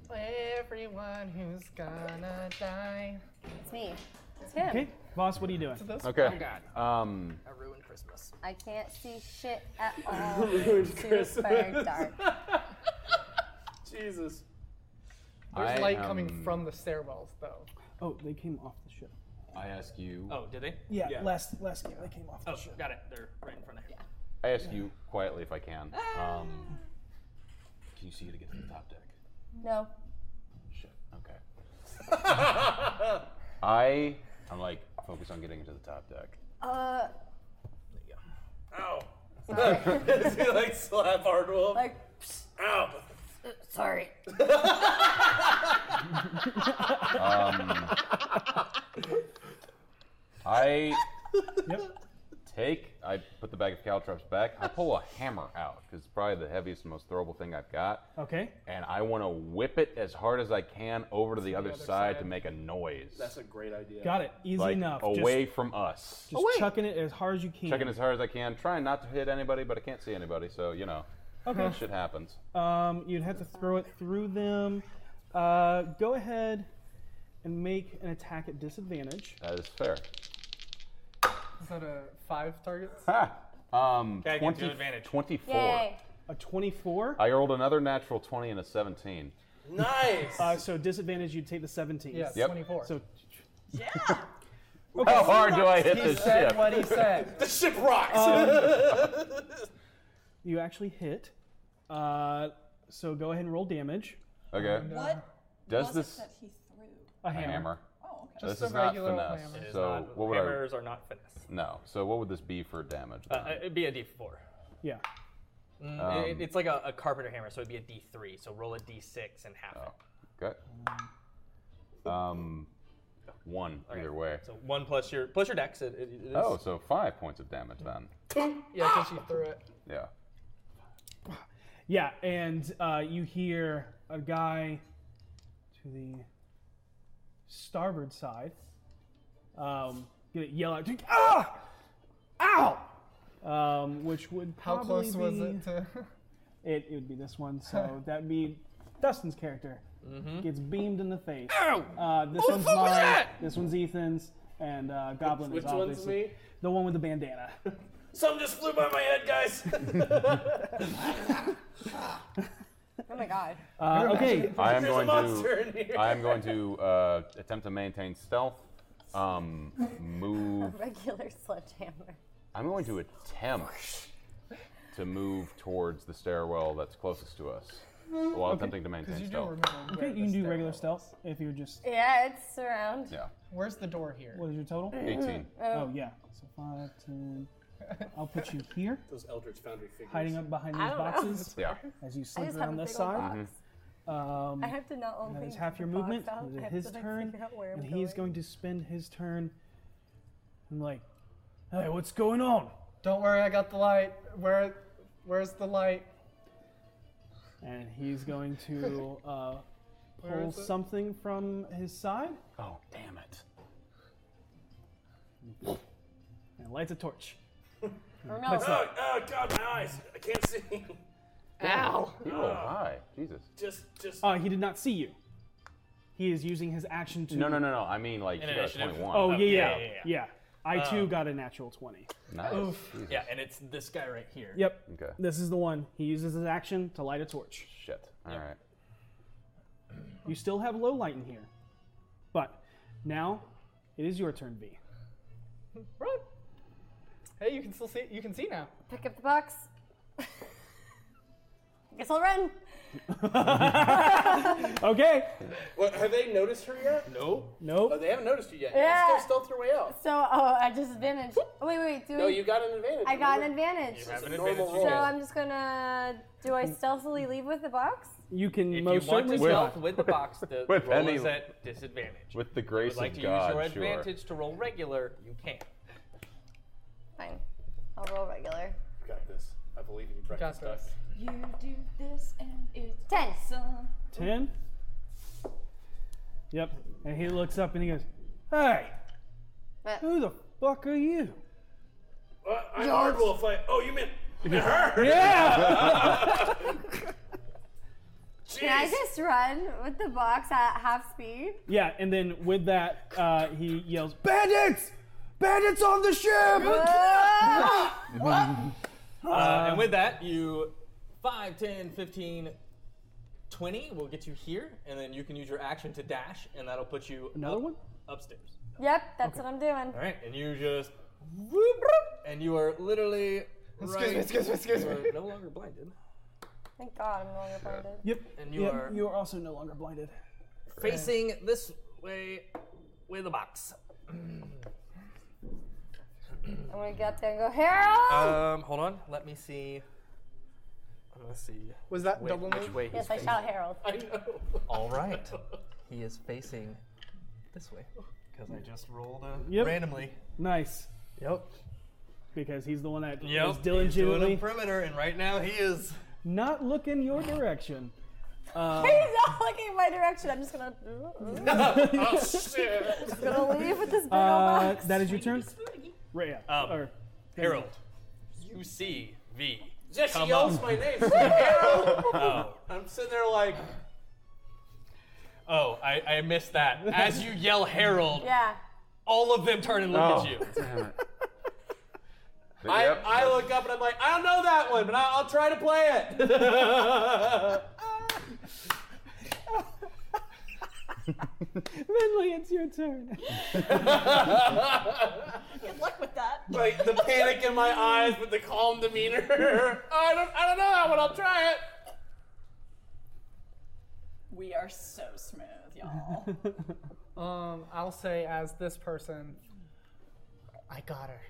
[SPEAKER 11] everyone who's gonna die.
[SPEAKER 7] It's me. It's him.
[SPEAKER 2] Okay, Oh, boss, what are you doing?
[SPEAKER 8] Okay. Um.
[SPEAKER 7] I ruined Christmas. I can't see shit at all.
[SPEAKER 4] Ruined
[SPEAKER 7] It's Super
[SPEAKER 4] Christmas.
[SPEAKER 7] dark.
[SPEAKER 6] Jesus.
[SPEAKER 11] There's
[SPEAKER 8] I
[SPEAKER 11] light coming
[SPEAKER 8] am-
[SPEAKER 11] from the stairwells, though.
[SPEAKER 2] Oh, they came off the ship.
[SPEAKER 8] I ask you.
[SPEAKER 3] Oh, did they?
[SPEAKER 2] Yeah, last last game they came off the
[SPEAKER 3] Oh,
[SPEAKER 2] ship.
[SPEAKER 3] got it. They're right in front of you.
[SPEAKER 8] I ask you quietly if I can. Um, can you see to get to the top deck?
[SPEAKER 7] No.
[SPEAKER 8] Shit. Okay. I I'm like focused on getting to the top deck.
[SPEAKER 7] Uh,
[SPEAKER 6] Ow.
[SPEAKER 7] Sorry.
[SPEAKER 6] Does he like slap Hardwell?
[SPEAKER 7] Like, uh,
[SPEAKER 6] Ow.
[SPEAKER 7] sorry.
[SPEAKER 8] Um, I take I put the bag of caltrops back. I pull a hammer out because it's probably the heaviest and most throwable thing I've got.
[SPEAKER 2] Okay.
[SPEAKER 8] And I want to whip it as hard as I can over to the, other,
[SPEAKER 6] other
[SPEAKER 8] side,
[SPEAKER 6] side.
[SPEAKER 8] to make a noise.
[SPEAKER 6] That's a great idea.
[SPEAKER 2] Got it. Easy
[SPEAKER 8] Like,
[SPEAKER 2] enough. Just-
[SPEAKER 8] Away from us.
[SPEAKER 2] Just chucking it as hard as you can.
[SPEAKER 8] Checking as hard as I can, trying not to hit anybody, but I can't see anybody, so you know.
[SPEAKER 2] Okay.
[SPEAKER 8] Shit happens.
[SPEAKER 2] Um, you'd have to throw it through them. Uh, go ahead and make an attack at disadvantage.
[SPEAKER 8] That is fair.
[SPEAKER 11] Is that a five targets?
[SPEAKER 8] Ha! Um,
[SPEAKER 11] Yeah, I get
[SPEAKER 8] 20
[SPEAKER 11] two advantage.
[SPEAKER 8] 24.
[SPEAKER 2] A 24?
[SPEAKER 8] I rolled another natural 20 and a 17.
[SPEAKER 2] Nice. Uh, so disadvantage, you'd take the 17.
[SPEAKER 8] Yeah, Yep. 24.
[SPEAKER 2] So
[SPEAKER 8] How hard do I hit
[SPEAKER 2] He
[SPEAKER 8] this
[SPEAKER 2] said
[SPEAKER 8] ship?
[SPEAKER 2] what he said.
[SPEAKER 6] the ship rocks.
[SPEAKER 2] Um, you actually hit. Uh, so go ahead and roll damage.
[SPEAKER 8] Okay.
[SPEAKER 5] What
[SPEAKER 8] Does
[SPEAKER 5] was
[SPEAKER 8] this
[SPEAKER 5] it that he threw?
[SPEAKER 2] A hammer.
[SPEAKER 5] Oh, okay.
[SPEAKER 8] this is not finesse.
[SPEAKER 3] It is
[SPEAKER 8] So
[SPEAKER 3] not-
[SPEAKER 8] what would
[SPEAKER 3] hammers
[SPEAKER 8] I,
[SPEAKER 3] are not finesse.
[SPEAKER 8] No. So what would this be for damage?
[SPEAKER 3] Uh,
[SPEAKER 8] Then?
[SPEAKER 3] uh, it'd be a D4.
[SPEAKER 2] Yeah.
[SPEAKER 3] Mm,
[SPEAKER 8] Um,
[SPEAKER 3] it- it's like a, a carpenter hammer, so it'd be a D3. So roll a D6 and half
[SPEAKER 8] Oh.
[SPEAKER 3] it.
[SPEAKER 8] okay. Um, one either way.
[SPEAKER 3] So one plus your plus your dex. It, it, it is.
[SPEAKER 8] Oh, so five points of damage then.
[SPEAKER 11] Yeah, because she threw it.
[SPEAKER 8] Yeah.
[SPEAKER 2] Yeah, and uh, you hear a guy to the starboard side um, gonna yell out, "Ah, ow!" Um, which would
[SPEAKER 11] How
[SPEAKER 2] probably
[SPEAKER 11] close was
[SPEAKER 2] be-
[SPEAKER 11] it to?
[SPEAKER 2] It, it would be this one, so that'd be Dustin's character gets beamed in the face.
[SPEAKER 11] Ow!
[SPEAKER 2] Uh, this
[SPEAKER 11] Who the
[SPEAKER 2] one's
[SPEAKER 11] fuck
[SPEAKER 2] mine.
[SPEAKER 11] was that?
[SPEAKER 2] This one's Ethan's, and uh, Goblin
[SPEAKER 6] which
[SPEAKER 2] is
[SPEAKER 6] one's
[SPEAKER 2] obviously
[SPEAKER 6] me?
[SPEAKER 2] the one with the bandana.
[SPEAKER 6] Something just flew by my head, guys.
[SPEAKER 7] Oh my god.
[SPEAKER 2] Uh, okay.
[SPEAKER 8] I am
[SPEAKER 6] There's a
[SPEAKER 8] going
[SPEAKER 6] monster in
[SPEAKER 8] to.
[SPEAKER 6] here.
[SPEAKER 8] I am going to uh, attempt to maintain stealth. Um, move.
[SPEAKER 7] Regular sledgehammer.
[SPEAKER 8] I'm going to attempt to move towards the stairwell that's closest to us, while
[SPEAKER 2] Okay.
[SPEAKER 8] attempting to maintain stealth.
[SPEAKER 2] Okay, you can do regular stealth if you're just.
[SPEAKER 7] Yeah, it's around.
[SPEAKER 8] Yeah.
[SPEAKER 11] Where's the door here?
[SPEAKER 2] What is your total?
[SPEAKER 8] 18.
[SPEAKER 2] Oh, yeah. So 5, 10. I'll put you here,
[SPEAKER 6] Those Eldritch Foundry figures.
[SPEAKER 2] hiding up behind
[SPEAKER 6] I
[SPEAKER 2] these
[SPEAKER 6] don't know.
[SPEAKER 2] boxes
[SPEAKER 6] Yeah.
[SPEAKER 2] as you
[SPEAKER 6] I
[SPEAKER 2] slink
[SPEAKER 6] just have
[SPEAKER 2] around
[SPEAKER 6] a
[SPEAKER 2] this
[SPEAKER 6] big old
[SPEAKER 2] side.
[SPEAKER 6] box.
[SPEAKER 2] Um,
[SPEAKER 10] I have to not only
[SPEAKER 2] that is half your
[SPEAKER 10] box
[SPEAKER 2] movement.
[SPEAKER 10] out,
[SPEAKER 2] It is
[SPEAKER 10] I have
[SPEAKER 2] his
[SPEAKER 10] to, like,
[SPEAKER 2] turn,
[SPEAKER 10] figure out where I'm
[SPEAKER 2] and he's going to spend his turn. I'm like, hey, what's going on?
[SPEAKER 13] Don't worry, I got the light. Where, where's the light?
[SPEAKER 2] And he's going to uh,
[SPEAKER 13] Where
[SPEAKER 2] pull
[SPEAKER 13] is it?
[SPEAKER 2] something from his side.
[SPEAKER 8] Oh, damn it!
[SPEAKER 2] And lights a torch.
[SPEAKER 6] Oh,
[SPEAKER 2] Lights it up.
[SPEAKER 6] oh, God, my eyes. I can't see.
[SPEAKER 8] You rolled high. Jesus.
[SPEAKER 6] Just, just.
[SPEAKER 2] Uh, he did not see you. He is using his action to.
[SPEAKER 8] No, no, no, no. I mean, like, you got a 21.
[SPEAKER 2] Oh, yeah, yeah, yeah. I too
[SPEAKER 8] Um,
[SPEAKER 2] got a natural 20.
[SPEAKER 8] Nice.
[SPEAKER 2] Oof.
[SPEAKER 3] Yeah, and it's this guy right here.
[SPEAKER 2] Yep.
[SPEAKER 8] Okay.
[SPEAKER 2] This is the one. He uses his action to light a torch.
[SPEAKER 8] Shit. All right.
[SPEAKER 2] You still have low light in here. But now it is your turn, B.
[SPEAKER 13] Run. Hey, you can still see. You can see now.
[SPEAKER 7] Pick up the box. Guess I'll run.
[SPEAKER 2] Okay.
[SPEAKER 6] What, have they noticed her yet? No.
[SPEAKER 2] Nope.
[SPEAKER 6] Oh, they haven't noticed you yet.
[SPEAKER 7] Yeah.
[SPEAKER 6] Still stealth your way out.
[SPEAKER 7] So, oh, I just advantage. Wait, wait, do
[SPEAKER 6] No,
[SPEAKER 7] we-
[SPEAKER 6] you got an advantage,
[SPEAKER 7] I got an
[SPEAKER 6] remember?
[SPEAKER 7] advantage.
[SPEAKER 6] You have an It's a normal advantage,
[SPEAKER 7] So
[SPEAKER 6] roll.
[SPEAKER 7] I'm just gonna. Do I stealthily leave with the box?
[SPEAKER 2] You can
[SPEAKER 3] If
[SPEAKER 2] most
[SPEAKER 3] you want to
[SPEAKER 2] certainly
[SPEAKER 3] stealth
[SPEAKER 2] try.
[SPEAKER 3] with the box, the
[SPEAKER 2] With
[SPEAKER 3] roll
[SPEAKER 2] any-
[SPEAKER 3] is at disadvantage.
[SPEAKER 8] With the
[SPEAKER 3] If you
[SPEAKER 8] grace
[SPEAKER 3] would like
[SPEAKER 8] of
[SPEAKER 3] to
[SPEAKER 8] God,
[SPEAKER 3] use your
[SPEAKER 8] sure.
[SPEAKER 3] advantage to roll regular, you can.
[SPEAKER 7] Fine. I'll roll regular.
[SPEAKER 6] You got this. I believe in you, Brian.
[SPEAKER 7] Got
[SPEAKER 6] Stuck.
[SPEAKER 5] You do this and it's
[SPEAKER 7] Ten.
[SPEAKER 5] awesome.
[SPEAKER 2] Ten. Yep. And he looks up and he goes, "Hey, who the fuck are you?"
[SPEAKER 6] Uh, I'm horrible if I. Oh, you meant, you meant her?
[SPEAKER 2] Yeah.
[SPEAKER 7] Can I just run with the box at half speed?
[SPEAKER 2] yeah. And then with that, uh, he yells, "Bandits! Bandits on the
[SPEAKER 7] Whoa!
[SPEAKER 2] ship!"
[SPEAKER 3] Uh, and with that, you 5, 10, 15, 20 will get you here, and then you can use your action to dash, and that'll put you
[SPEAKER 2] Another
[SPEAKER 3] up-
[SPEAKER 2] one?
[SPEAKER 3] upstairs.
[SPEAKER 7] Yep, that's what I'm doing.
[SPEAKER 3] All right, and you just. And you are literally.
[SPEAKER 7] Excuse
[SPEAKER 3] right-
[SPEAKER 7] me, excuse me, excuse me.
[SPEAKER 3] you are no longer blinded.
[SPEAKER 7] Thank God I'm no longer blinded.
[SPEAKER 2] Yep.
[SPEAKER 3] And you
[SPEAKER 2] Yep,
[SPEAKER 3] are
[SPEAKER 2] You are also no longer blinded.
[SPEAKER 3] facing this way with the box.
[SPEAKER 7] I'm gonna get up there and go, Harold!
[SPEAKER 6] Uh,
[SPEAKER 13] Oh!
[SPEAKER 3] Um, hold on. Let me see. I'm gonna see.
[SPEAKER 13] Was that
[SPEAKER 3] whi-
[SPEAKER 13] double
[SPEAKER 3] which
[SPEAKER 13] move?
[SPEAKER 3] way he's
[SPEAKER 7] yes, I
[SPEAKER 3] facing.
[SPEAKER 7] shout Harold.
[SPEAKER 6] I know.
[SPEAKER 3] All right. He is facing this way because I just rolled a
[SPEAKER 2] Yep.
[SPEAKER 3] randomly.
[SPEAKER 2] Nice.
[SPEAKER 3] Yep.
[SPEAKER 2] Because he's the one that
[SPEAKER 3] Yep, he's
[SPEAKER 2] is
[SPEAKER 3] doing a
[SPEAKER 2] diligently
[SPEAKER 3] perimeter, and right now he is
[SPEAKER 2] not looking your direction. Uh,
[SPEAKER 7] He's not looking in my direction. I'm just gonna.
[SPEAKER 2] Oh,
[SPEAKER 6] shit.
[SPEAKER 7] just gonna leave with this big old
[SPEAKER 2] uh,
[SPEAKER 7] box.
[SPEAKER 2] that is your turn. Right. Yeah.
[SPEAKER 3] Um,
[SPEAKER 2] or-
[SPEAKER 3] Harold. U C V.
[SPEAKER 6] Jesse
[SPEAKER 3] Come
[SPEAKER 6] yells
[SPEAKER 3] up.
[SPEAKER 6] my name.
[SPEAKER 3] Oh.
[SPEAKER 6] I'm sitting there like,
[SPEAKER 3] Oh, I, I missed that. As you yell Harold,
[SPEAKER 7] Yeah.
[SPEAKER 3] all of them turn and look
[SPEAKER 8] Oh,
[SPEAKER 3] at you.
[SPEAKER 6] I, I look up and I'm like, I don't know that one, but I, I'll try to play it.
[SPEAKER 2] Lindley, it's your turn.
[SPEAKER 5] Good luck with that.
[SPEAKER 6] like the panic in my eyes, but the calm demeanor. I don't, I don't know that one. I'll try it.
[SPEAKER 5] We are so smooth, y'all.
[SPEAKER 2] Oh.
[SPEAKER 11] Um, I'll say as this person, I got her,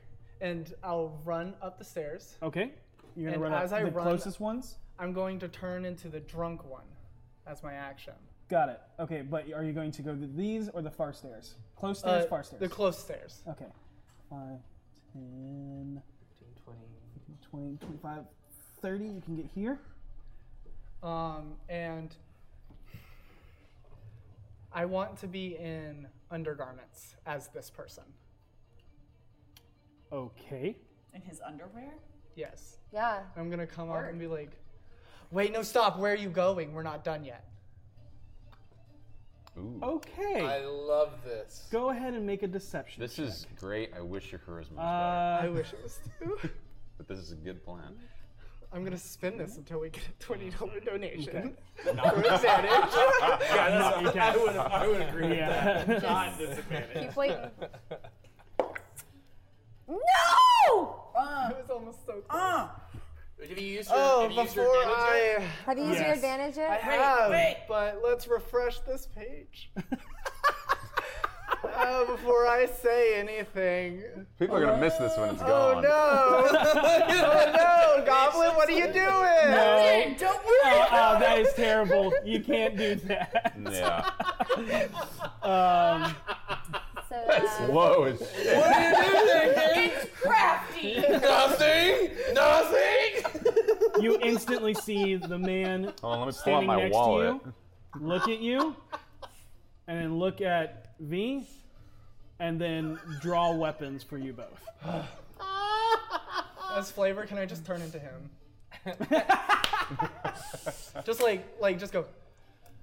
[SPEAKER 11] and I'll run up the stairs.
[SPEAKER 2] Okay. You're
[SPEAKER 11] And
[SPEAKER 2] gonna run
[SPEAKER 11] as
[SPEAKER 2] up
[SPEAKER 11] I
[SPEAKER 2] the
[SPEAKER 11] run-
[SPEAKER 2] closest ones.
[SPEAKER 11] I'm going to turn into the drunk one as my action.
[SPEAKER 2] Got it. Okay, but are you going to go to these or the far stairs? Close stairs,
[SPEAKER 11] Uh,
[SPEAKER 2] far stairs.
[SPEAKER 11] The close stairs.
[SPEAKER 2] Okay. 5, 10, 20, 25, 30. You can get here.
[SPEAKER 11] Um, and I want to be in undergarments as this person.
[SPEAKER 2] Okay.
[SPEAKER 5] In his underwear?
[SPEAKER 11] Yes.
[SPEAKER 7] Yeah.
[SPEAKER 11] I'm gonna come up and be like, "Wait, no, stop! Where are you going? We're not done yet."
[SPEAKER 2] Okay.
[SPEAKER 6] I love this.
[SPEAKER 2] Go ahead and make a deception.
[SPEAKER 8] This is great. I wish your charisma was
[SPEAKER 2] Uh,
[SPEAKER 8] better.
[SPEAKER 11] I wish it was two.
[SPEAKER 8] But this is a good plan.
[SPEAKER 11] I'm gonna spin this until we get a twenty dollar donation.
[SPEAKER 8] No.
[SPEAKER 11] For advantage.
[SPEAKER 6] Yeah, that's-
[SPEAKER 8] No, you
[SPEAKER 6] I
[SPEAKER 8] can't.
[SPEAKER 6] would, I would agree
[SPEAKER 2] Yeah.
[SPEAKER 6] with that. Not
[SPEAKER 2] Just
[SPEAKER 6] disadvantage.
[SPEAKER 7] keep waiting.
[SPEAKER 5] No!
[SPEAKER 11] it was almost so close.
[SPEAKER 7] Uh,
[SPEAKER 6] Have you used your,
[SPEAKER 11] Oh,
[SPEAKER 6] have you used your
[SPEAKER 11] before
[SPEAKER 6] advantage
[SPEAKER 11] I
[SPEAKER 6] yet?
[SPEAKER 7] Have you used your advantage yet?
[SPEAKER 11] I have, but let's refresh this page. Uh, before I say anything.
[SPEAKER 8] People are gonna miss this when it's
[SPEAKER 11] Oh
[SPEAKER 8] gone.
[SPEAKER 11] no! oh no, Goblin, what are you doing?
[SPEAKER 8] No.
[SPEAKER 5] Don't worry.
[SPEAKER 2] Uh, uh, Oh, that is terrible. You can't do that.
[SPEAKER 8] Yeah.
[SPEAKER 2] Um,
[SPEAKER 7] So,
[SPEAKER 8] That's low as shit.
[SPEAKER 2] What do you do there,
[SPEAKER 7] Gabe? It's crafty.
[SPEAKER 8] Nothing. Nothing.
[SPEAKER 2] You instantly see the man
[SPEAKER 8] Hold on, let me pull out
[SPEAKER 2] standing
[SPEAKER 8] my
[SPEAKER 2] next
[SPEAKER 8] wallet.
[SPEAKER 2] to you, look at you, and then look at V, and then draw weapons for you both.
[SPEAKER 11] As flavor, can I just turn into him? just like, like, just go.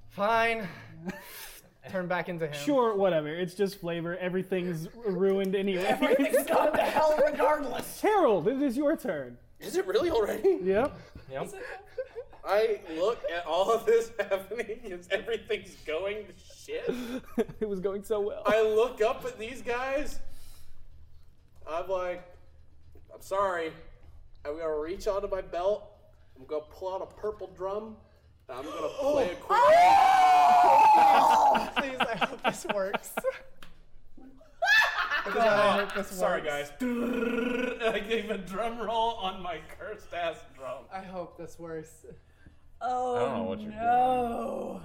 [SPEAKER 11] Fine. Turn back into him.
[SPEAKER 2] Sure, whatever. It's just flavor. Everything's ruined anyway.
[SPEAKER 11] Everything's gone to hell
[SPEAKER 2] regardless. Harold, it is your turn.
[SPEAKER 6] Is it really already?
[SPEAKER 2] Yep.
[SPEAKER 6] Yep. I look at all of this happening as everything's going to shit.
[SPEAKER 2] it was going so well.
[SPEAKER 6] I look up at these guys. I'm like, I'm sorry. I'm gonna reach onto my belt. I'm gonna pull out a purple drum. And I'm gonna play a quick. Oh.
[SPEAKER 11] Please, I hope this works.
[SPEAKER 6] Ah,
[SPEAKER 11] hope this
[SPEAKER 6] sorry,
[SPEAKER 11] works.
[SPEAKER 6] guys. I gave a drum roll on my cursed ass drum.
[SPEAKER 11] I hope this works.
[SPEAKER 5] Oh,
[SPEAKER 8] I don't know what you're
[SPEAKER 5] no.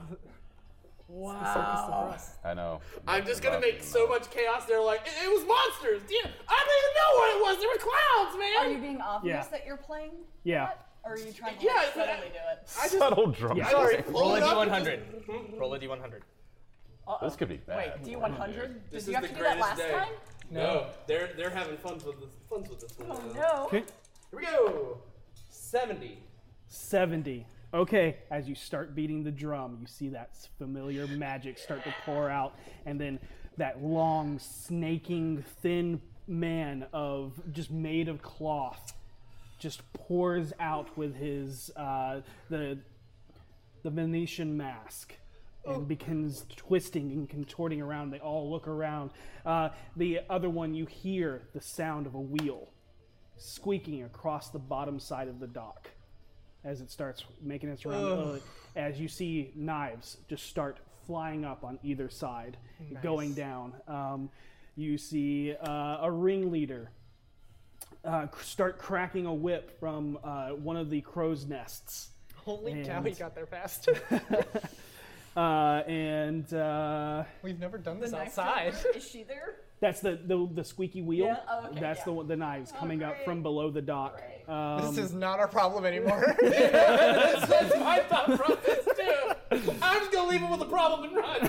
[SPEAKER 6] Wow.
[SPEAKER 8] I know.
[SPEAKER 6] I'm just gonna make so much chaos. They're like, it, it was monsters. Yeah, I don't even know what it was. There were clouds, man.
[SPEAKER 5] Are you being obvious
[SPEAKER 6] Yeah.
[SPEAKER 5] that you're playing?
[SPEAKER 2] Yeah.
[SPEAKER 5] Or are you trying to
[SPEAKER 6] Yeah,
[SPEAKER 5] like,
[SPEAKER 6] but I-
[SPEAKER 5] subtly do it?
[SPEAKER 6] I just-
[SPEAKER 8] Subtle drum.
[SPEAKER 6] Yeah. Sorry.
[SPEAKER 3] Roll a
[SPEAKER 6] Pull it up
[SPEAKER 3] d100. Roll a d100.
[SPEAKER 5] Uh-oh.
[SPEAKER 8] This could be bad.
[SPEAKER 5] Wait, D100? Did
[SPEAKER 6] This
[SPEAKER 5] you
[SPEAKER 6] is
[SPEAKER 5] have
[SPEAKER 6] the
[SPEAKER 5] to do that
[SPEAKER 6] greatest
[SPEAKER 5] last
[SPEAKER 6] day.
[SPEAKER 5] time?
[SPEAKER 6] No. they're they're having fun with this, fun with this one.
[SPEAKER 5] Oh,
[SPEAKER 6] now.
[SPEAKER 5] no. Okay.
[SPEAKER 6] Here we go. Seventy.
[SPEAKER 2] 70. Okay, as you start beating the drum, you see that s- familiar magic start to pour out, and then that long, snaking, thin man of just made of cloth just pours out with his uh, the the Venetian mask and begins twisting and contorting around. They all look around. Uh, the other one, you hear the sound of a wheel squeaking across the bottom side of the dock as it starts making its round.
[SPEAKER 11] Ugh.
[SPEAKER 2] uh, As you see knives just start flying up on either side, going down. Um, you see uh, a ringleader uh, c- start cracking a whip from uh, one of the crow's nests.
[SPEAKER 11] Holy
[SPEAKER 2] and,
[SPEAKER 11] cow, he got there fast.
[SPEAKER 2] Uh, and uh,
[SPEAKER 11] We've never done this
[SPEAKER 5] Knife
[SPEAKER 11] outside.
[SPEAKER 5] Joker? Is she there?
[SPEAKER 2] that's the, the the squeaky wheel.
[SPEAKER 5] Yeah? Oh, okay,
[SPEAKER 2] that's
[SPEAKER 5] yeah. Oh,
[SPEAKER 2] the one. The knives coming up from below the dock. Um,
[SPEAKER 11] this is not our problem anymore.
[SPEAKER 6] that's, that's my thought process too. I'm just gonna leave it with a problem and run.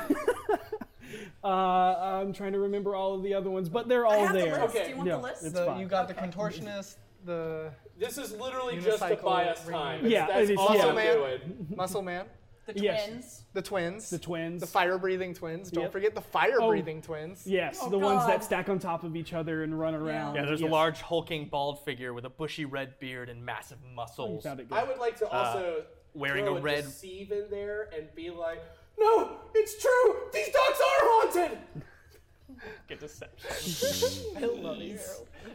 [SPEAKER 2] uh, I'm trying to remember all of the other ones, but they're all Oh, there. no, It's
[SPEAKER 11] The-
[SPEAKER 2] fine.
[SPEAKER 11] You got the contortionist, the.
[SPEAKER 6] This is literally just to
[SPEAKER 11] unicycle
[SPEAKER 6] buy us
[SPEAKER 11] ring.
[SPEAKER 6] time. Yeah, That's- it that's is, all
[SPEAKER 11] Muscle
[SPEAKER 6] I'm
[SPEAKER 11] Man.
[SPEAKER 6] doing.
[SPEAKER 11] Muscle Man.
[SPEAKER 5] The
[SPEAKER 2] Yes.
[SPEAKER 5] twins.
[SPEAKER 11] The twins. The
[SPEAKER 2] twins.
[SPEAKER 11] The fire breathing twins. Don't
[SPEAKER 2] Yep.
[SPEAKER 11] forget the fire
[SPEAKER 2] Oh,
[SPEAKER 11] breathing twins.
[SPEAKER 2] Yes, the ones that stack on top of each other and run around.
[SPEAKER 3] Yeah, there's
[SPEAKER 2] yes.
[SPEAKER 3] a large hulking bald figure with a bushy red beard and massive muscles. Uh,
[SPEAKER 2] found it
[SPEAKER 6] I would like to also
[SPEAKER 3] wearing
[SPEAKER 6] throw
[SPEAKER 3] a red.
[SPEAKER 6] deceive in there and be like, no, it's true. These dogs are haunted.
[SPEAKER 3] Get deception.
[SPEAKER 11] I love you.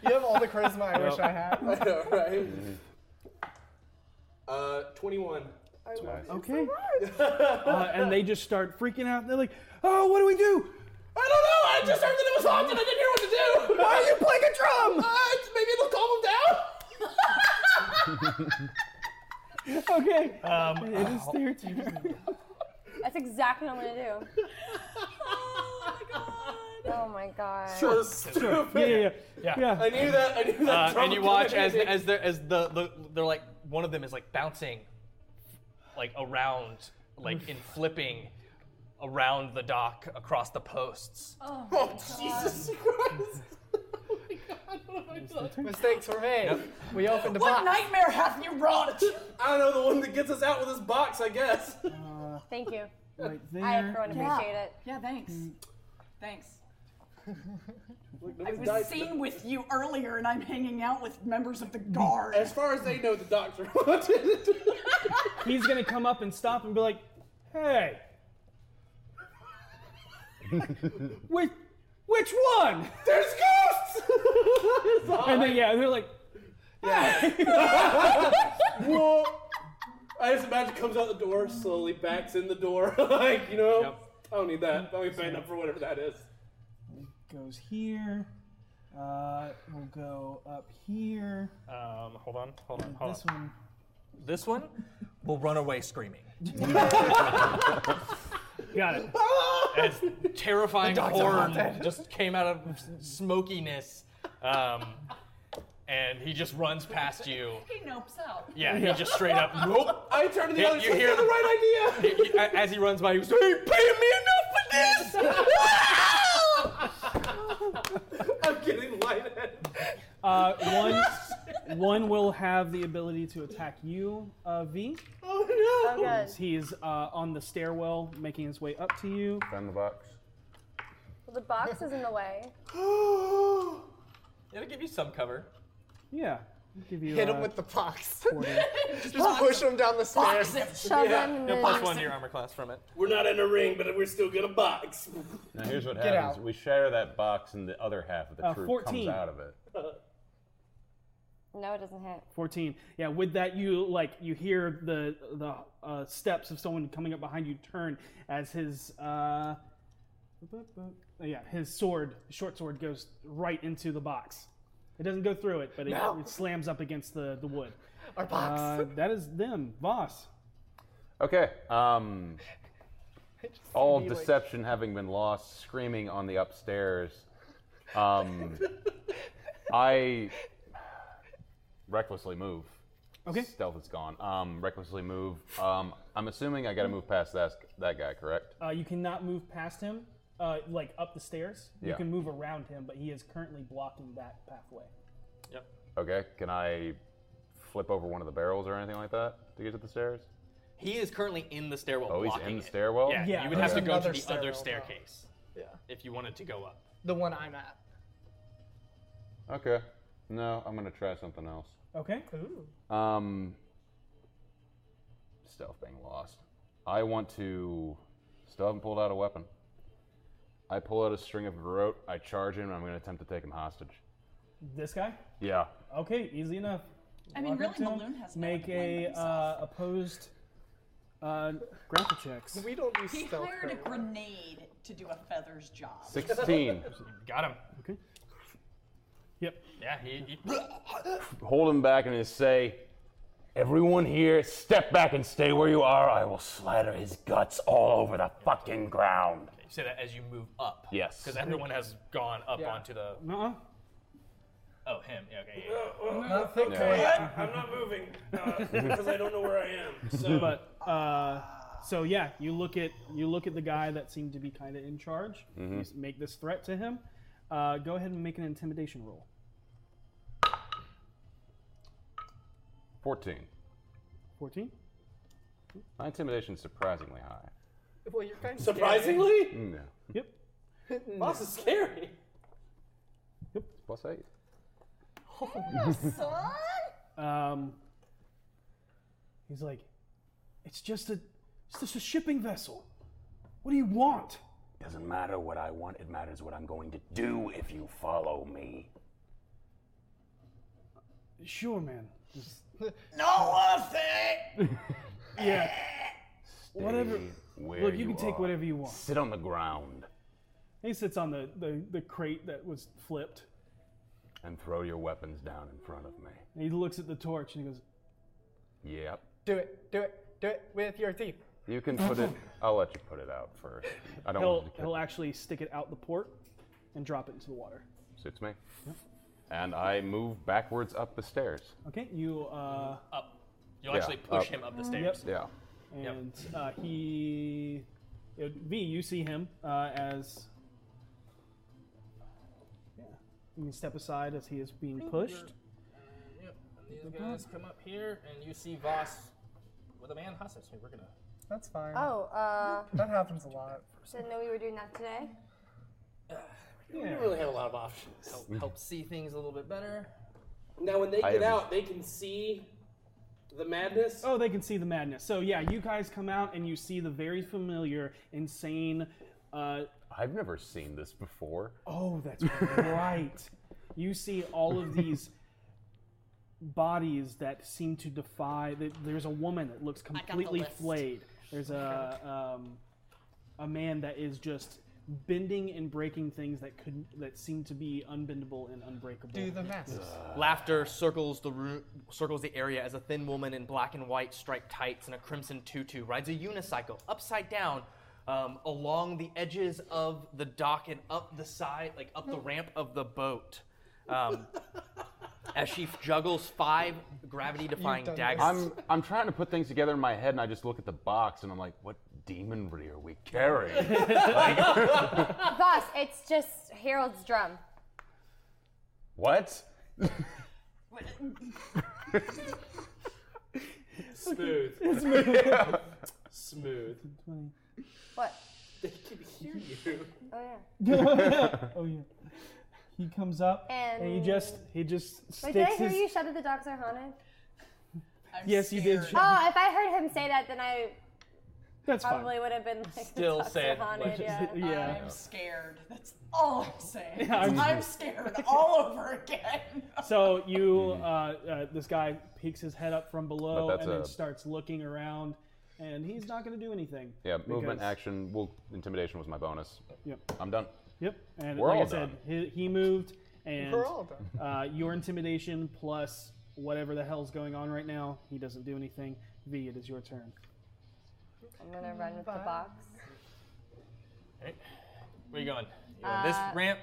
[SPEAKER 11] You have all the charisma I wish I had.
[SPEAKER 6] I know, right? Uh, 21. I love you.
[SPEAKER 2] Okay. Uh, and they just start freaking out. They're like, "Oh, what do we do?
[SPEAKER 6] I don't know. I just heard that it was haunted. I didn't hear what to do.
[SPEAKER 2] Why are you playing a drum?
[SPEAKER 6] Uh, maybe it'll calm them down. Uh,
[SPEAKER 2] okay.
[SPEAKER 3] Um,
[SPEAKER 2] it is their turn.
[SPEAKER 7] That's exactly what I'm gonna do. oh my god.
[SPEAKER 3] Sure,
[SPEAKER 2] sure. Yeah, yeah, yeah. Yeah. I knew that- I knew that
[SPEAKER 3] Uh,
[SPEAKER 2] drum
[SPEAKER 3] and you
[SPEAKER 2] was
[SPEAKER 3] watch
[SPEAKER 2] doing
[SPEAKER 3] as
[SPEAKER 2] it.
[SPEAKER 3] as they're as the, the they're like one of them is like bouncing, like around, like in flipping, around the dock across the posts.
[SPEAKER 5] Oh,
[SPEAKER 6] Jesus Christ. oh my god.
[SPEAKER 11] Mistakes were made. We opened a
[SPEAKER 6] What
[SPEAKER 11] box.
[SPEAKER 5] nightmare have you brought?
[SPEAKER 6] I don't know, the one that gets us out with this box, I guess.
[SPEAKER 7] Thank you.
[SPEAKER 2] Right
[SPEAKER 7] I everyone
[SPEAKER 5] Yeah.
[SPEAKER 7] appreciate it.
[SPEAKER 5] Yeah, thanks. Thanks. I
[SPEAKER 6] nobody's
[SPEAKER 5] was
[SPEAKER 6] died.
[SPEAKER 5] seen with you earlier, and I'm hanging out with members of the guard.
[SPEAKER 6] As far as they know, the doctor haunted.
[SPEAKER 2] He's gonna come up and stop and be like, "Hey, which which one?"
[SPEAKER 6] There's ghosts.
[SPEAKER 2] and then yeah, they're like,
[SPEAKER 6] Whoa. I just imagine comes out the door, slowly backs in the door. like, you know, I don't need that. I'm paying up for whatever that is.
[SPEAKER 2] "Goes here. Uh, we'll go up here.
[SPEAKER 3] Um, hold on, hold on,
[SPEAKER 2] and
[SPEAKER 3] hold
[SPEAKER 2] this
[SPEAKER 3] on.
[SPEAKER 2] one."
[SPEAKER 3] This one will run away screaming.
[SPEAKER 2] Got it.
[SPEAKER 3] As terrifying
[SPEAKER 12] The dogs are
[SPEAKER 3] horn
[SPEAKER 12] haunted.
[SPEAKER 3] just came out of s- smokiness, um, and he just runs past you.
[SPEAKER 5] He nopes out.
[SPEAKER 3] Yeah, he just straight up. Nope.
[SPEAKER 6] I turned to the
[SPEAKER 3] You-
[SPEAKER 6] other
[SPEAKER 3] you
[SPEAKER 6] side.
[SPEAKER 3] hear-
[SPEAKER 6] the right idea.
[SPEAKER 3] He- he- as he runs by, he goes, "Hey, pay me enough
[SPEAKER 6] I'm getting lightheaded.
[SPEAKER 2] Uh, one, one will have the ability to attack you, uh, V.
[SPEAKER 6] Oh no!
[SPEAKER 2] He is uh, on the stairwell, making his way up to you.
[SPEAKER 8] Found the box.
[SPEAKER 7] Well, the box is in the way.
[SPEAKER 3] It'll give you some cover.
[SPEAKER 2] Yeah. Give you,
[SPEAKER 4] Hit
[SPEAKER 2] uh,
[SPEAKER 4] him with the pox.
[SPEAKER 6] Just
[SPEAKER 4] push him down the stairs.
[SPEAKER 3] You'll plus one to your armor class from it.
[SPEAKER 6] We're not in a ring, but we're still gonna box.
[SPEAKER 8] Now here's what
[SPEAKER 6] Get
[SPEAKER 8] happens:
[SPEAKER 6] out.
[SPEAKER 8] we shatter that box, and the other half of the
[SPEAKER 2] Uh,
[SPEAKER 8] troop
[SPEAKER 2] 14.
[SPEAKER 8] comes out of it.
[SPEAKER 7] No, it doesn't hit.
[SPEAKER 2] 14. Yeah, with that you like you hear the the uh, steps of someone coming up behind you turn as his uh yeah, his sword, short sword goes right into the box. It doesn't go through it, but it,
[SPEAKER 13] No.
[SPEAKER 2] it slams up against the the wood.
[SPEAKER 13] Our box.
[SPEAKER 2] Uh, that is them, Voss.
[SPEAKER 8] Okay. Um, all
[SPEAKER 2] see, like-
[SPEAKER 8] deception having been lost, screaming on the upstairs. Um, I recklessly move.
[SPEAKER 2] Okay.
[SPEAKER 8] Stealth is gone. Um, recklessly move. Um, I'm assuming I got to move past that that guy, correct?
[SPEAKER 2] Uh, you cannot move past him. Uh, like up the stairs, you
[SPEAKER 8] Yeah.
[SPEAKER 2] can move around him, but he is currently blocking that pathway.
[SPEAKER 8] Okay. Can I flip over one of the barrels or anything like that to get to the stairs?
[SPEAKER 3] He is currently in the stairwell.
[SPEAKER 8] Oh, he's
[SPEAKER 3] blocking
[SPEAKER 8] in the
[SPEAKER 3] it.
[SPEAKER 8] stairwell?
[SPEAKER 3] Yeah,
[SPEAKER 8] Yeah,
[SPEAKER 3] you would have to
[SPEAKER 8] okay.
[SPEAKER 3] go to
[SPEAKER 8] Another
[SPEAKER 3] the
[SPEAKER 8] stairwell,
[SPEAKER 3] other
[SPEAKER 8] huh?
[SPEAKER 3] staircase. Yeah. If you wanted to go up.
[SPEAKER 11] The one I'm at.
[SPEAKER 8] Okay. No, I'm gonna try something else.
[SPEAKER 2] Okay.
[SPEAKER 8] Um, stealth being lost. I want to. Still haven't pulled out a weapon. I pull out a string of garrote. I charge him. and I'm going to attempt to take him hostage.
[SPEAKER 2] This guy?
[SPEAKER 8] Yeah.
[SPEAKER 2] Okay, easy enough.
[SPEAKER 5] I mean,
[SPEAKER 2] Walk up
[SPEAKER 5] really,
[SPEAKER 2] to him,
[SPEAKER 5] Balloon has no one
[SPEAKER 2] make
[SPEAKER 5] to blame
[SPEAKER 2] a uh, opposed uh, grapple checks.
[SPEAKER 5] We
[SPEAKER 4] don't
[SPEAKER 5] He hired a grenade to do a feather's job.
[SPEAKER 8] 16.
[SPEAKER 3] Got him.
[SPEAKER 2] Okay. Yep.
[SPEAKER 3] Yeah, he. he
[SPEAKER 8] Hold him back and just say, "Everyone here, step back and stay where you are. I will slather his guts all over the fucking ground."
[SPEAKER 3] you say that as you move up.
[SPEAKER 8] Yes.
[SPEAKER 3] Because everyone has gone up
[SPEAKER 8] Yeah.
[SPEAKER 3] onto the.
[SPEAKER 2] Uh-uh.
[SPEAKER 3] Oh, him. Yeah, okay. Yeah.
[SPEAKER 2] Not thick
[SPEAKER 3] yeah.
[SPEAKER 2] tape.
[SPEAKER 3] Yeah.
[SPEAKER 2] I'm not
[SPEAKER 6] moving
[SPEAKER 2] because I don't
[SPEAKER 6] know where I am.
[SPEAKER 2] But uh, so yeah, you look at you look at the guy that seemed to be kind of in charge.
[SPEAKER 8] Mhm.
[SPEAKER 2] You s- make this threat to him. Uh, go ahead and make an intimidation roll.
[SPEAKER 8] 14.
[SPEAKER 2] Fourteen.
[SPEAKER 8] My intimidation is surprisingly high. Mm,
[SPEAKER 13] Well, you're kind of
[SPEAKER 6] Surprisingly?
[SPEAKER 8] No.
[SPEAKER 6] Boss is scary.
[SPEAKER 8] Plus eight.
[SPEAKER 2] Um, he's like, it's just a, it's just a shipping vessel. What do you want?
[SPEAKER 10] Doesn't matter what I want, it matters what I'm going to do if you follow me.
[SPEAKER 2] Sure, man. Just-
[SPEAKER 10] No one thing!
[SPEAKER 2] yeah. Whatever.
[SPEAKER 8] Stay where
[SPEAKER 2] Look, you can
[SPEAKER 8] are.
[SPEAKER 2] take whatever you want.
[SPEAKER 8] Sit on the ground
[SPEAKER 2] He sits on the, the, the crate that was flipped.
[SPEAKER 8] and throw your weapons down in front of me.
[SPEAKER 2] And he looks at the torch and he goes,
[SPEAKER 8] Yep.
[SPEAKER 11] Do it. Do it. Do it with your teeth.
[SPEAKER 8] You can put it. I'll let you put it out first. I don't
[SPEAKER 2] he'll,
[SPEAKER 8] want it to
[SPEAKER 2] he'll actually stick it out the port and drop it into the water.
[SPEAKER 8] catch. Suits me. And I move backwards up the stairs.
[SPEAKER 2] Okay, you. Uh,
[SPEAKER 3] up.
[SPEAKER 8] You'll Yeah, actually push up. him up the stairs. Yep.
[SPEAKER 3] Yeah.
[SPEAKER 2] And uh, he. it- v, you see him uh, as. Yeah. You can step aside as he is being pushed.
[SPEAKER 6] Yep. And these guys come up here, and you see Voss with a man hostage. Hey, we're gonna.
[SPEAKER 11] That's fine.
[SPEAKER 6] Ah.
[SPEAKER 7] Oh, uh.
[SPEAKER 11] That happens a lot.
[SPEAKER 7] Didn't know we were doing that today.
[SPEAKER 6] We don't really have a lot of options.
[SPEAKER 3] Help, help see things a little bit better.
[SPEAKER 6] Now, when they
[SPEAKER 2] I
[SPEAKER 6] get
[SPEAKER 2] have-
[SPEAKER 6] out, they can see the madness.
[SPEAKER 2] Oh, they can see the madness. So, yeah, you guys come out and you see the very familiar, insane. Uh,
[SPEAKER 8] I've never seen this before.
[SPEAKER 2] oh, that's right. You see all of these bodies that seem to defy. th- There's a woman that looks
[SPEAKER 12] got the
[SPEAKER 2] completely
[SPEAKER 12] list.
[SPEAKER 2] flayed. There's a um, a man that is just bending and breaking things that could that seem to be unbendable and unbreakable.
[SPEAKER 3] Do the masses. Uh, Laughter circles the room, circles the area as a thin woman in black and white striped tights and a crimson tutu rides a unicycle upside down um, along the edges of the dock and up the side, like up the ramp of the boat. Um, as she juggles five gravity-defying daggers.
[SPEAKER 8] I'm I'm trying to put things together in my head, and I just look at the box, and I'm like, what demonry are we carrying?
[SPEAKER 7] Boss, it's just Harold's drum.
[SPEAKER 8] what?
[SPEAKER 6] Smooth.
[SPEAKER 2] Smooth.
[SPEAKER 6] Smooth.
[SPEAKER 7] What?
[SPEAKER 6] They can hear you.
[SPEAKER 7] Oh
[SPEAKER 2] oh yeah. He comes up
[SPEAKER 7] And-
[SPEAKER 2] and, he just he just
[SPEAKER 7] Wait,
[SPEAKER 2] sticks
[SPEAKER 7] did I hear
[SPEAKER 2] his
[SPEAKER 7] you shouted the dogs are haunted?
[SPEAKER 2] yes you did.
[SPEAKER 7] Oh, if I heard him say that, then I
[SPEAKER 2] That's fine.
[SPEAKER 7] probably would have been like,
[SPEAKER 2] Still
[SPEAKER 7] the dogs
[SPEAKER 2] say
[SPEAKER 7] are
[SPEAKER 2] it.
[SPEAKER 7] haunted. Yeah.
[SPEAKER 2] Yeah.
[SPEAKER 5] I'm scared. That's all
[SPEAKER 2] Oh.
[SPEAKER 5] I'm saying.
[SPEAKER 2] Yeah, I'm-
[SPEAKER 5] I'm, scared all over again.
[SPEAKER 2] So you, uh, uh, this guy peeks his head up from below
[SPEAKER 8] Mm-hmm. But that's
[SPEAKER 2] and then
[SPEAKER 8] a-
[SPEAKER 2] starts looking around, and he's not going to do anything.
[SPEAKER 8] Yeah, movement,
[SPEAKER 2] because-
[SPEAKER 8] action. Well, intimidation was my bonus.
[SPEAKER 2] Yep.
[SPEAKER 8] I'm done.
[SPEAKER 2] Yep. And
[SPEAKER 8] We're
[SPEAKER 2] like
[SPEAKER 8] all
[SPEAKER 2] I said,
[SPEAKER 8] done.
[SPEAKER 2] he, he moved, and
[SPEAKER 11] We're all done.
[SPEAKER 2] Uh, your intimidation plus whatever the hell's going on right now, he doesn't do anything. V, it is your turn.
[SPEAKER 7] I'm gonna run with the box.
[SPEAKER 3] Where you going? You on this
[SPEAKER 7] Uh,
[SPEAKER 3] ramp?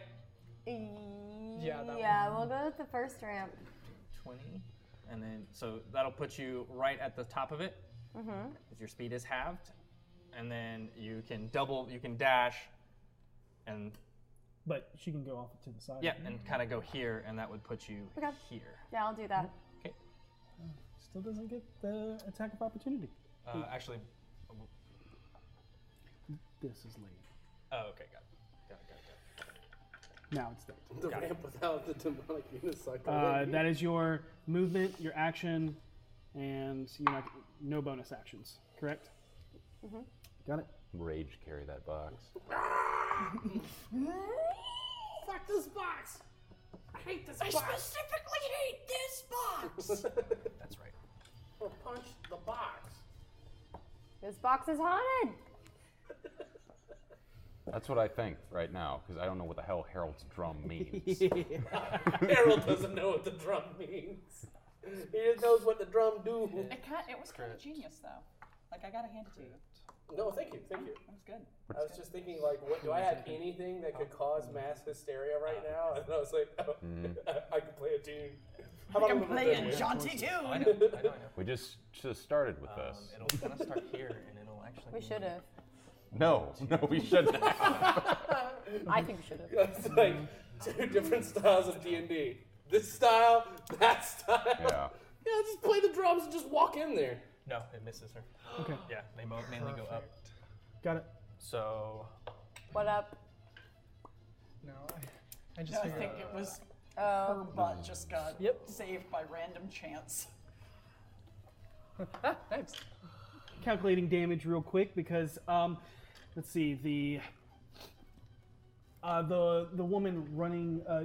[SPEAKER 7] Yeah,
[SPEAKER 3] that
[SPEAKER 7] yeah we'll go with the first ramp.
[SPEAKER 3] 20. And then, so that'll put you right at the top of it.
[SPEAKER 7] Mm-hmm.
[SPEAKER 3] If your speed is halved, and then you can double, you can dash, and
[SPEAKER 2] But she can go off to the side.
[SPEAKER 3] yeah, and kind of go here, and that would put you
[SPEAKER 7] Okay.
[SPEAKER 3] here.
[SPEAKER 7] Yeah, I'll do that.
[SPEAKER 2] Still doesn't get the attack of opportunity.
[SPEAKER 3] Uh, actually,
[SPEAKER 2] This is late.
[SPEAKER 3] oh, okay, got it. Got it, got it,
[SPEAKER 2] Now it's late.
[SPEAKER 6] The ramp without the demonic unicycle.
[SPEAKER 2] Uh, that is your movement, your action, and you know, no bonus actions. Correct.
[SPEAKER 7] Mm-hmm.
[SPEAKER 2] Got it.
[SPEAKER 8] Rage carry that box.
[SPEAKER 6] Fuck this box. I hate this
[SPEAKER 5] I
[SPEAKER 6] box.
[SPEAKER 5] specifically hate this box.
[SPEAKER 3] That's right.
[SPEAKER 6] Or punch the box.
[SPEAKER 7] This box is haunted.
[SPEAKER 8] That's what I think right now, because I don't know what the hell Harold's drum means.
[SPEAKER 6] Harold doesn't know what the drum means. He just knows what the drum do.
[SPEAKER 5] It, kind it was kind of genius, though. Like, I gotta hand it to you.
[SPEAKER 6] No, thank you, thank you.
[SPEAKER 5] That was good.
[SPEAKER 6] I was just thinking, like, what do I have anything that could cause mass hysteria right now? And I was like, oh, I, I can play a tune. How
[SPEAKER 5] I can
[SPEAKER 6] little
[SPEAKER 5] play
[SPEAKER 6] bit
[SPEAKER 5] a
[SPEAKER 6] of-
[SPEAKER 5] jaunty tune. I
[SPEAKER 3] know, I know, Um,
[SPEAKER 8] we just just started with this.
[SPEAKER 3] It'll kind of start here, and it'll actually.
[SPEAKER 7] We should have.
[SPEAKER 8] No, no, we shouldn't.
[SPEAKER 7] I think we should have.
[SPEAKER 6] That's like two different styles of D and D. This style, that style.
[SPEAKER 8] Yeah.
[SPEAKER 6] Yeah, just play the drums and just walk in there.
[SPEAKER 3] No, it misses her.
[SPEAKER 2] Okay.
[SPEAKER 3] Yeah, they mo- mainly go up.
[SPEAKER 2] Got it.
[SPEAKER 3] So
[SPEAKER 7] What up?
[SPEAKER 11] No,
[SPEAKER 13] I
[SPEAKER 5] No, I think it was her butt just got saved by random chance.
[SPEAKER 11] Thanks.
[SPEAKER 2] Calculating damage real quick because um, let's see the uh, the the woman running uh,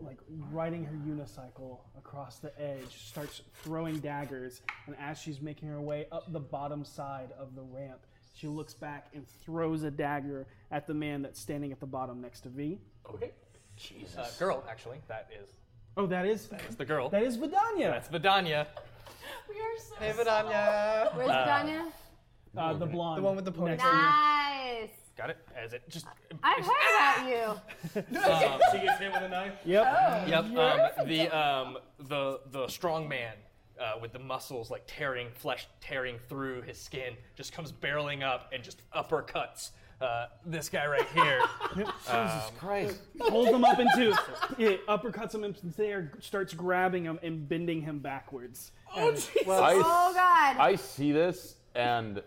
[SPEAKER 2] like riding her unicycle across the edge starts throwing daggers and as she's making her way up the bottom side of the ramp she looks back and throws a dagger at the man that's standing at the bottom next to V.
[SPEAKER 6] Okay.
[SPEAKER 3] Jesus. Uh, girl, actually, that is.
[SPEAKER 2] Oh, that is
[SPEAKER 3] It's the girl.
[SPEAKER 2] that is Vidania.
[SPEAKER 3] That's Vidania.
[SPEAKER 5] We are so
[SPEAKER 13] Hey, Vidania.
[SPEAKER 7] Where's
[SPEAKER 3] Uh,
[SPEAKER 7] Danya?
[SPEAKER 2] Uh, the blonde.
[SPEAKER 13] The one with the ponytail.
[SPEAKER 7] Nice.
[SPEAKER 3] Got it. As it just.
[SPEAKER 7] I've heard about you.
[SPEAKER 3] Um,
[SPEAKER 6] She gets hit with a knife.
[SPEAKER 2] Yep.
[SPEAKER 3] Yep. Um, the um, the the strong man uh, with the muscles like tearing flesh, tearing through his skin, just comes barreling up and just uppercuts uh, this guy right here. Um,
[SPEAKER 2] Jesus Christ. Pulls him up in two. It uppercuts him into the air, starts grabbing him and bending him backwards. Oh, Jesus.
[SPEAKER 8] I,
[SPEAKER 7] Oh, God.
[SPEAKER 8] I see this, and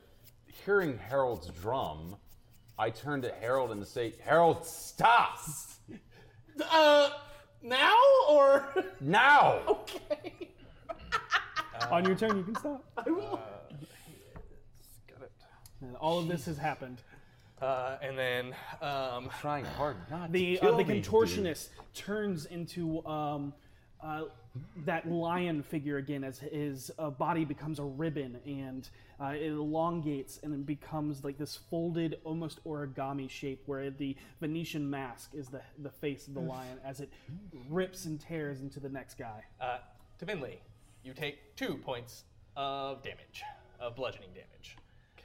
[SPEAKER 8] hearing Harold's drum, I turn to Harold and say, Harold, stop!
[SPEAKER 6] Uh, now or
[SPEAKER 8] Now!
[SPEAKER 6] okay?
[SPEAKER 2] On your turn, you can stop.
[SPEAKER 6] I will.
[SPEAKER 3] Uh, Got it.
[SPEAKER 2] And all of this has happened.
[SPEAKER 3] Uh, and then um,
[SPEAKER 8] trying hard not
[SPEAKER 2] The,
[SPEAKER 8] kill
[SPEAKER 2] uh, the
[SPEAKER 8] me,
[SPEAKER 2] contortionist turns into um, uh, that lion figure again as his uh, body becomes a ribbon and uh, it elongates and it becomes like this folded, almost origami shape where the Venetian mask is the, the face of the lion as it rips and tears into the next guy.
[SPEAKER 3] Uh, to Vinley, you take two points of damage, of bludgeoning damage.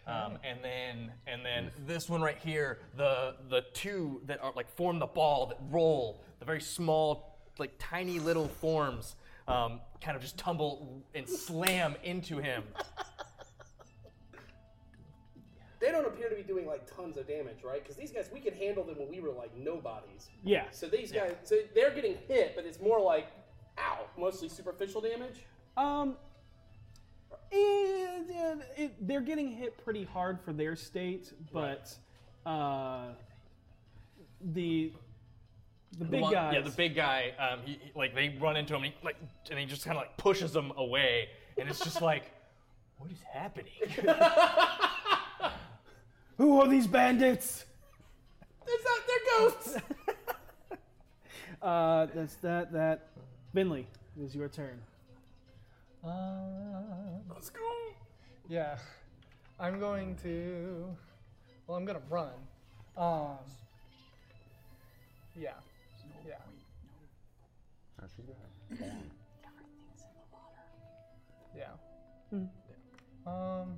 [SPEAKER 3] Um, and then, and then this one right here, the the two that are like form the ball that roll, the very small, like tiny little forms, um, kind of just tumble and slam into him.
[SPEAKER 6] They don't appear to be doing like tons of damage, right? Because these guys, we could handle them when we were like nobodies.
[SPEAKER 2] Yeah.
[SPEAKER 6] So these guys, so they're getting hit, but it's more like, ow, mostly superficial damage.
[SPEAKER 2] Um, eh, yeah, it- they're getting hit pretty hard for their state, but uh, the the big
[SPEAKER 3] one-
[SPEAKER 2] guys.
[SPEAKER 3] Yeah, the big guy. Um, he, he- like they run into him, and he, like, and he just kind of like pushes them away, and it's just like, what is happening?
[SPEAKER 2] Who are these bandits?
[SPEAKER 6] It's not, they're ghosts.
[SPEAKER 2] Uh, that's that. That Binley, it is your turn.
[SPEAKER 3] Uh,
[SPEAKER 11] Let's go. Yeah, I'm going to. Well, I'm gonna run. Um. Yeah. Yeah. Yeah. Um.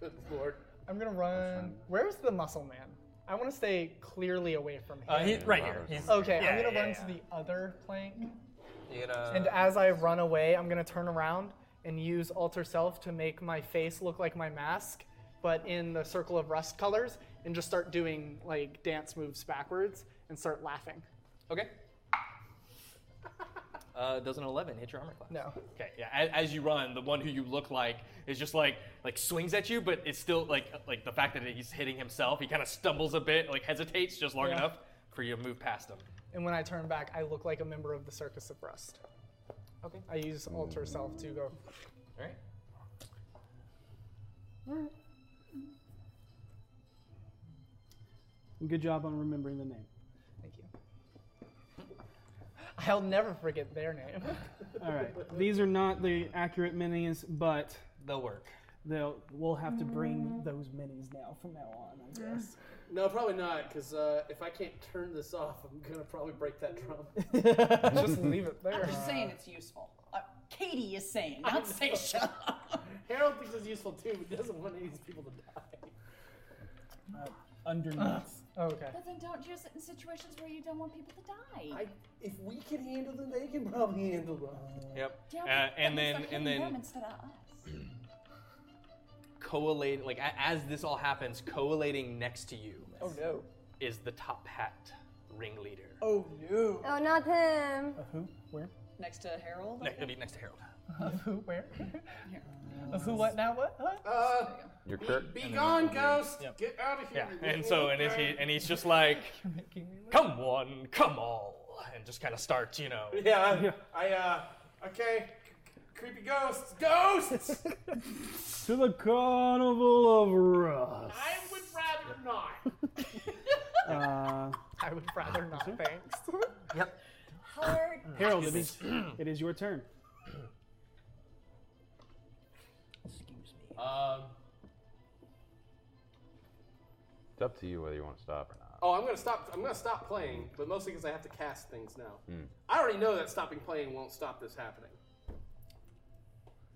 [SPEAKER 6] Good lord.
[SPEAKER 11] I'm gonna run. Where's the muscle man? I want to stay clearly away from him.
[SPEAKER 3] Uh, he's right here. He's-
[SPEAKER 11] okay,
[SPEAKER 3] yeah,
[SPEAKER 11] I'm gonna
[SPEAKER 3] yeah,
[SPEAKER 11] run
[SPEAKER 3] yeah. Uh,
[SPEAKER 11] to the other plank.
[SPEAKER 3] You know,
[SPEAKER 11] And as I run away, I'm gonna turn around and use alter self to make my face look like my mask, but in the circle of rust colors, and just start doing like dance moves backwards and start laughing.
[SPEAKER 3] Okay. Uh, does an 11 hit your armor class?
[SPEAKER 11] No.
[SPEAKER 3] Okay, yeah. As, as you run, the one who you look like is just like like swings at you, but it's still like like the fact that he's hitting himself, he kind of stumbles a bit, like hesitates just long
[SPEAKER 11] Yeah.
[SPEAKER 3] enough for you to move past him.
[SPEAKER 11] And when I turn back, I look like a member of the Circus of Rust. Okay. I use alter self to go.
[SPEAKER 3] All right.
[SPEAKER 2] Good job on remembering the name.
[SPEAKER 11] Thank you. I'll never forget their name.
[SPEAKER 2] All right, these are not the accurate minis, but
[SPEAKER 3] they'll work.
[SPEAKER 2] They'll we'll have to bring those minis now from now on, I guess.
[SPEAKER 6] No, probably not, because uh, if I can't turn this off, I'm gonna probably break that drum.
[SPEAKER 11] Just leave it
[SPEAKER 5] I'm just saying it's useful. Uh, Katie is saying, not Sasha.
[SPEAKER 6] Harold thinks it's useful too, but doesn't want any of these people to die.
[SPEAKER 11] Uh,
[SPEAKER 2] underneath.
[SPEAKER 11] okay.
[SPEAKER 5] But then don't use it in situations where you don't want people to die.
[SPEAKER 6] if we can handle them, they can probably handle them.
[SPEAKER 3] Yep.
[SPEAKER 5] Yeah,
[SPEAKER 3] Uh,
[SPEAKER 5] but that
[SPEAKER 3] and
[SPEAKER 5] means
[SPEAKER 3] then
[SPEAKER 5] they're
[SPEAKER 3] and
[SPEAKER 5] hitting
[SPEAKER 3] then
[SPEAKER 5] them instead of us.
[SPEAKER 3] collating like a- as this all happens, collating next to you.
[SPEAKER 5] Oh, no.
[SPEAKER 3] Is the top hat ringleader?
[SPEAKER 5] Oh no.
[SPEAKER 7] Oh, not him.
[SPEAKER 2] who? Where?
[SPEAKER 5] Next to Harold.
[SPEAKER 3] Ne- it'll be next to Harold.
[SPEAKER 11] Of who? Where? Of who? What? Now? What? What?
[SPEAKER 6] Uh,
[SPEAKER 8] Your
[SPEAKER 6] be gone, ghost.
[SPEAKER 3] Yep.
[SPEAKER 6] Get out of here.
[SPEAKER 3] Yeah, and so and is he and he's just like, come one, come all, and just kind of starts, you know.
[SPEAKER 6] Yeah, I, I uh, okay. C- creepy ghosts, ghosts.
[SPEAKER 2] To the carnival of Rust.
[SPEAKER 6] I would rather not.
[SPEAKER 2] Uh,
[SPEAKER 11] I would rather not. Thanks.
[SPEAKER 3] yep.
[SPEAKER 5] Hard.
[SPEAKER 2] Harold, it is, it is your turn.
[SPEAKER 6] Um.
[SPEAKER 8] It's up to you whether you want to stop or not.
[SPEAKER 6] Oh, I'm gonna stop. I'm gonna stop playing, but mostly because I have to cast things now.
[SPEAKER 8] Hmm.
[SPEAKER 6] I already know that stopping playing won't stop this happening.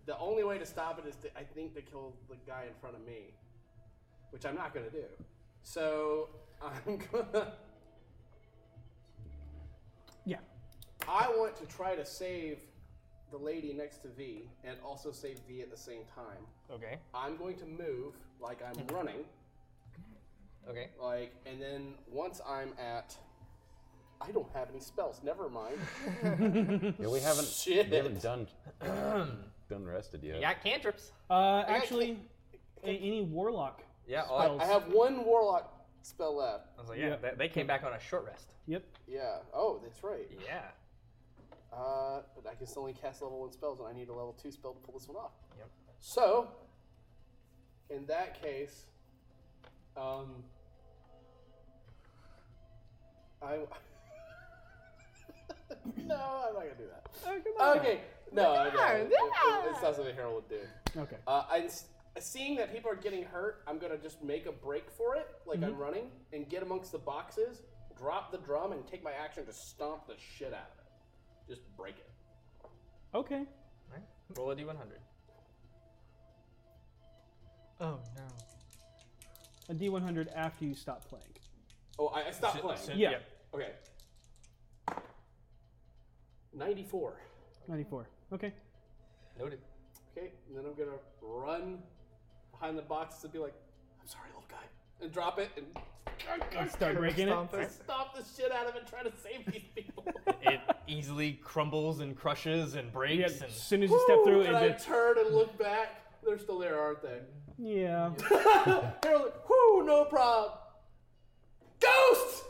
[SPEAKER 6] The only way to stop it is, to, I think, to kill the guy in front of me, which I'm not going to do. So I'm gonna.
[SPEAKER 2] Yeah.
[SPEAKER 6] I want to try to save the lady next to V and also save V at the same time.
[SPEAKER 3] Okay.
[SPEAKER 6] I'm going to move like I'm running.
[SPEAKER 3] Okay.
[SPEAKER 6] Like, and then once I'm at, I don't have any spells. Never mind.
[SPEAKER 8] Hmm. Yeah, we haven't,
[SPEAKER 6] Shit.
[SPEAKER 8] We haven't done done rested yet.
[SPEAKER 3] Yeah, cantrips.
[SPEAKER 2] Uh, actually, a- any warlock.
[SPEAKER 3] Yeah, oh,
[SPEAKER 6] I, I have one warlock spell left.
[SPEAKER 3] I was like, yeah, they, they came back on a short rest.
[SPEAKER 2] Yep.
[SPEAKER 6] Yeah. Oh, that's right.
[SPEAKER 3] Yeah.
[SPEAKER 6] Uh, but I can still only cast level one spells, and I need a level two spell to pull this one off.
[SPEAKER 3] Yep.
[SPEAKER 6] So, in that case, um, I. No, I'm not gonna do that.
[SPEAKER 2] Oh, come on.
[SPEAKER 6] Okay, no, I
[SPEAKER 2] Come on,
[SPEAKER 6] don't. It-
[SPEAKER 2] come
[SPEAKER 6] it- it's not something Harold would do.
[SPEAKER 2] Okay.
[SPEAKER 6] Uh, I, s- seeing that people are getting hurt, I'm gonna just make a break for it, like I'm
[SPEAKER 2] Mhm.
[SPEAKER 6] running, and get amongst the boxes, drop the drum, and take my action to stomp the shit out of it. Just break it.
[SPEAKER 2] Okay.
[SPEAKER 3] Roll a d100.
[SPEAKER 11] Oh no.
[SPEAKER 2] A D100 after you stop playing.
[SPEAKER 6] Oh, I, I stopped
[SPEAKER 2] Sit-
[SPEAKER 6] playing.
[SPEAKER 2] sit- Yeah. yeah.
[SPEAKER 6] Okay. Ninety-four.
[SPEAKER 2] 94. Okay.
[SPEAKER 3] Noted.
[SPEAKER 6] Okay, and then I'm gonna run behind the boxes and be like, "I'm sorry, little guy," and drop it and,
[SPEAKER 2] And start breaking it?
[SPEAKER 6] Stomp Stomp the shit out of it, and try to save these people.
[SPEAKER 3] it easily crumbles and crushes and breaks. and
[SPEAKER 2] as soon as you step through,
[SPEAKER 6] and
[SPEAKER 2] it
[SPEAKER 6] I
[SPEAKER 2] just-
[SPEAKER 6] turn and look back. They're still there, aren't they?
[SPEAKER 2] Yeah.
[SPEAKER 6] They're like, "Whoo, no problem." Ghost.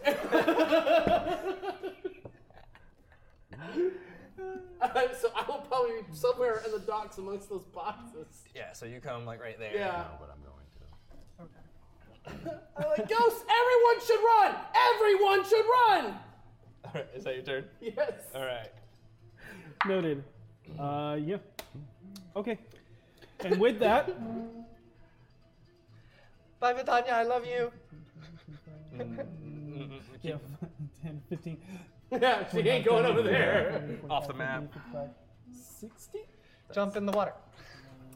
[SPEAKER 6] Uh, so I will probably be somewhere in the docks amongst those boxes.
[SPEAKER 3] Yeah, so you come like right there.
[SPEAKER 6] Yeah.
[SPEAKER 3] but I'm going to. Okay.
[SPEAKER 6] I'm like, "Ghosts, everyone should run! Everyone should run!"
[SPEAKER 3] All right, is that your turn?
[SPEAKER 6] Yes.
[SPEAKER 3] All right.
[SPEAKER 2] Noted. Uh, yeah. Okay. And with that,
[SPEAKER 11] Bye, Vitanya. I love you.
[SPEAKER 2] yeah, 10, 15.
[SPEAKER 6] Yeah, she ain't going over there.
[SPEAKER 3] Off the map.
[SPEAKER 2] 60?
[SPEAKER 11] Jump in the water.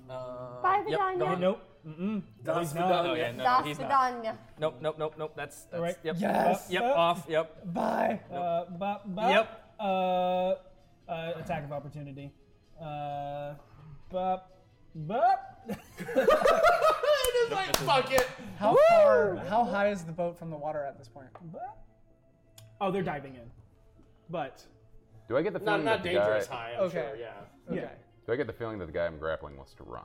[SPEAKER 3] Uh,
[SPEAKER 7] Bye,
[SPEAKER 3] yep,
[SPEAKER 7] Vidania.
[SPEAKER 3] go ahead.
[SPEAKER 2] Nope. Mm-mm.
[SPEAKER 3] Das
[SPEAKER 2] he's not.
[SPEAKER 3] Vidania. Oh, Yeah, no,
[SPEAKER 7] Das
[SPEAKER 3] he's not.
[SPEAKER 7] Vidanya.
[SPEAKER 3] Nope, nope, nope, nope. That's, that's
[SPEAKER 2] Alright.
[SPEAKER 3] yep.
[SPEAKER 2] Yes.
[SPEAKER 3] Uh, yep,
[SPEAKER 2] Uh,
[SPEAKER 3] off, yep.
[SPEAKER 2] Bye. Uh, bop, bop.
[SPEAKER 3] Yep.
[SPEAKER 2] Uh, uh, attack of opportunity. Uh, bop, bop.
[SPEAKER 6] it is like, fuck it.
[SPEAKER 11] How far? How high is the boat from the water at this point?
[SPEAKER 2] Oh, they're diving in. But
[SPEAKER 8] Do I get the feeling that the guy,
[SPEAKER 2] Okay.
[SPEAKER 8] Do I get the feeling that the guy I'm grappling wants to run?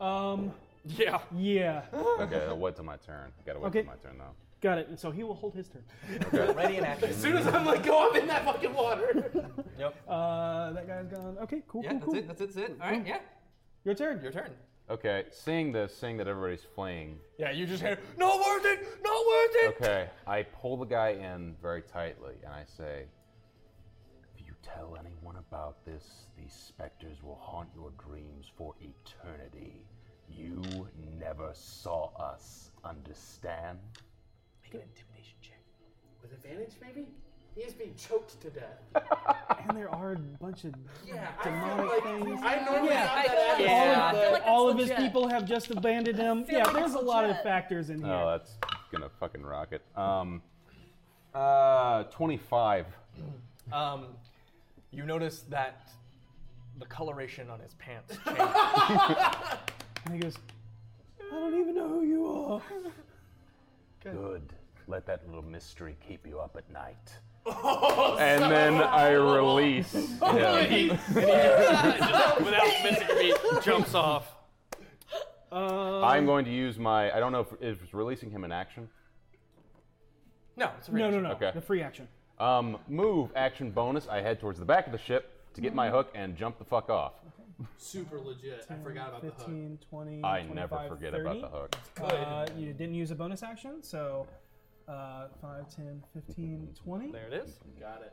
[SPEAKER 2] Um. Yeah. Yeah.
[SPEAKER 8] Okay, I'll wait till my turn. Gotta wait
[SPEAKER 2] Okay.
[SPEAKER 8] till my turn though.
[SPEAKER 2] Got it. And so he will hold his turn.
[SPEAKER 8] Okay.
[SPEAKER 3] Ready in action.
[SPEAKER 6] As soon as I'm like, "Go, I'm in that fucking water."
[SPEAKER 3] Yep.
[SPEAKER 2] Uh, that guy's gone. Okay. Cool.
[SPEAKER 3] Yeah,
[SPEAKER 2] cool.
[SPEAKER 3] that's
[SPEAKER 2] cool.
[SPEAKER 3] it, that's it, that's it. All right, yeah.
[SPEAKER 2] Your turn.
[SPEAKER 3] Your turn.
[SPEAKER 8] Okay, seeing this, seeing that everybody's fleeing.
[SPEAKER 3] Yeah, you just hear, not worth it, not worth it.
[SPEAKER 8] Okay, I pull the guy in very tightly and I say,
[SPEAKER 10] If you tell anyone about this, these specters will haunt your dreams for eternity. You never saw us, understand?
[SPEAKER 6] Make an intimidation check. With advantage, maybe? He is being choked to death.
[SPEAKER 2] And there are a bunch of
[SPEAKER 6] Yeah,
[SPEAKER 2] demonic
[SPEAKER 6] I feel like
[SPEAKER 2] things.
[SPEAKER 6] I normally have
[SPEAKER 2] all
[SPEAKER 6] that
[SPEAKER 2] of-
[SPEAKER 6] attitude,
[SPEAKER 2] all
[SPEAKER 6] but-
[SPEAKER 2] of, all of his people have just abandoned him.
[SPEAKER 6] feel
[SPEAKER 2] Yeah,
[SPEAKER 6] like
[SPEAKER 2] there's
[SPEAKER 6] it's
[SPEAKER 2] a lot of
[SPEAKER 6] legit.
[SPEAKER 2] factors in here.
[SPEAKER 8] "Oh, that's gonna fucking rocket." Um, uh, twenty-five.
[SPEAKER 3] Um, you notice that the coloration on his pants
[SPEAKER 2] And he goes, I don't even know who you are.
[SPEAKER 10] Good. Let that little mystery keep you up at night.
[SPEAKER 8] and then I release. him.
[SPEAKER 3] without missing a beat, jumps off.
[SPEAKER 2] Uh,
[SPEAKER 8] I'm going to use my. I don't know if, if releasing him in action.
[SPEAKER 3] No, it's a
[SPEAKER 2] No, no, no.
[SPEAKER 8] Okay.
[SPEAKER 2] The free action.
[SPEAKER 8] Um, move action bonus. I head towards the back of the ship to get my hook and jump the fuck off.
[SPEAKER 6] Super legit. I forgot about
[SPEAKER 2] 15, 20,
[SPEAKER 8] I never
[SPEAKER 2] 25,
[SPEAKER 8] forget
[SPEAKER 2] 30.
[SPEAKER 8] about the hook.
[SPEAKER 2] Uh, you didn't use a bonus action, so uh, 5, 10, 15,
[SPEAKER 8] Mm-hmm.
[SPEAKER 2] 20.
[SPEAKER 3] There it is.
[SPEAKER 6] Got it.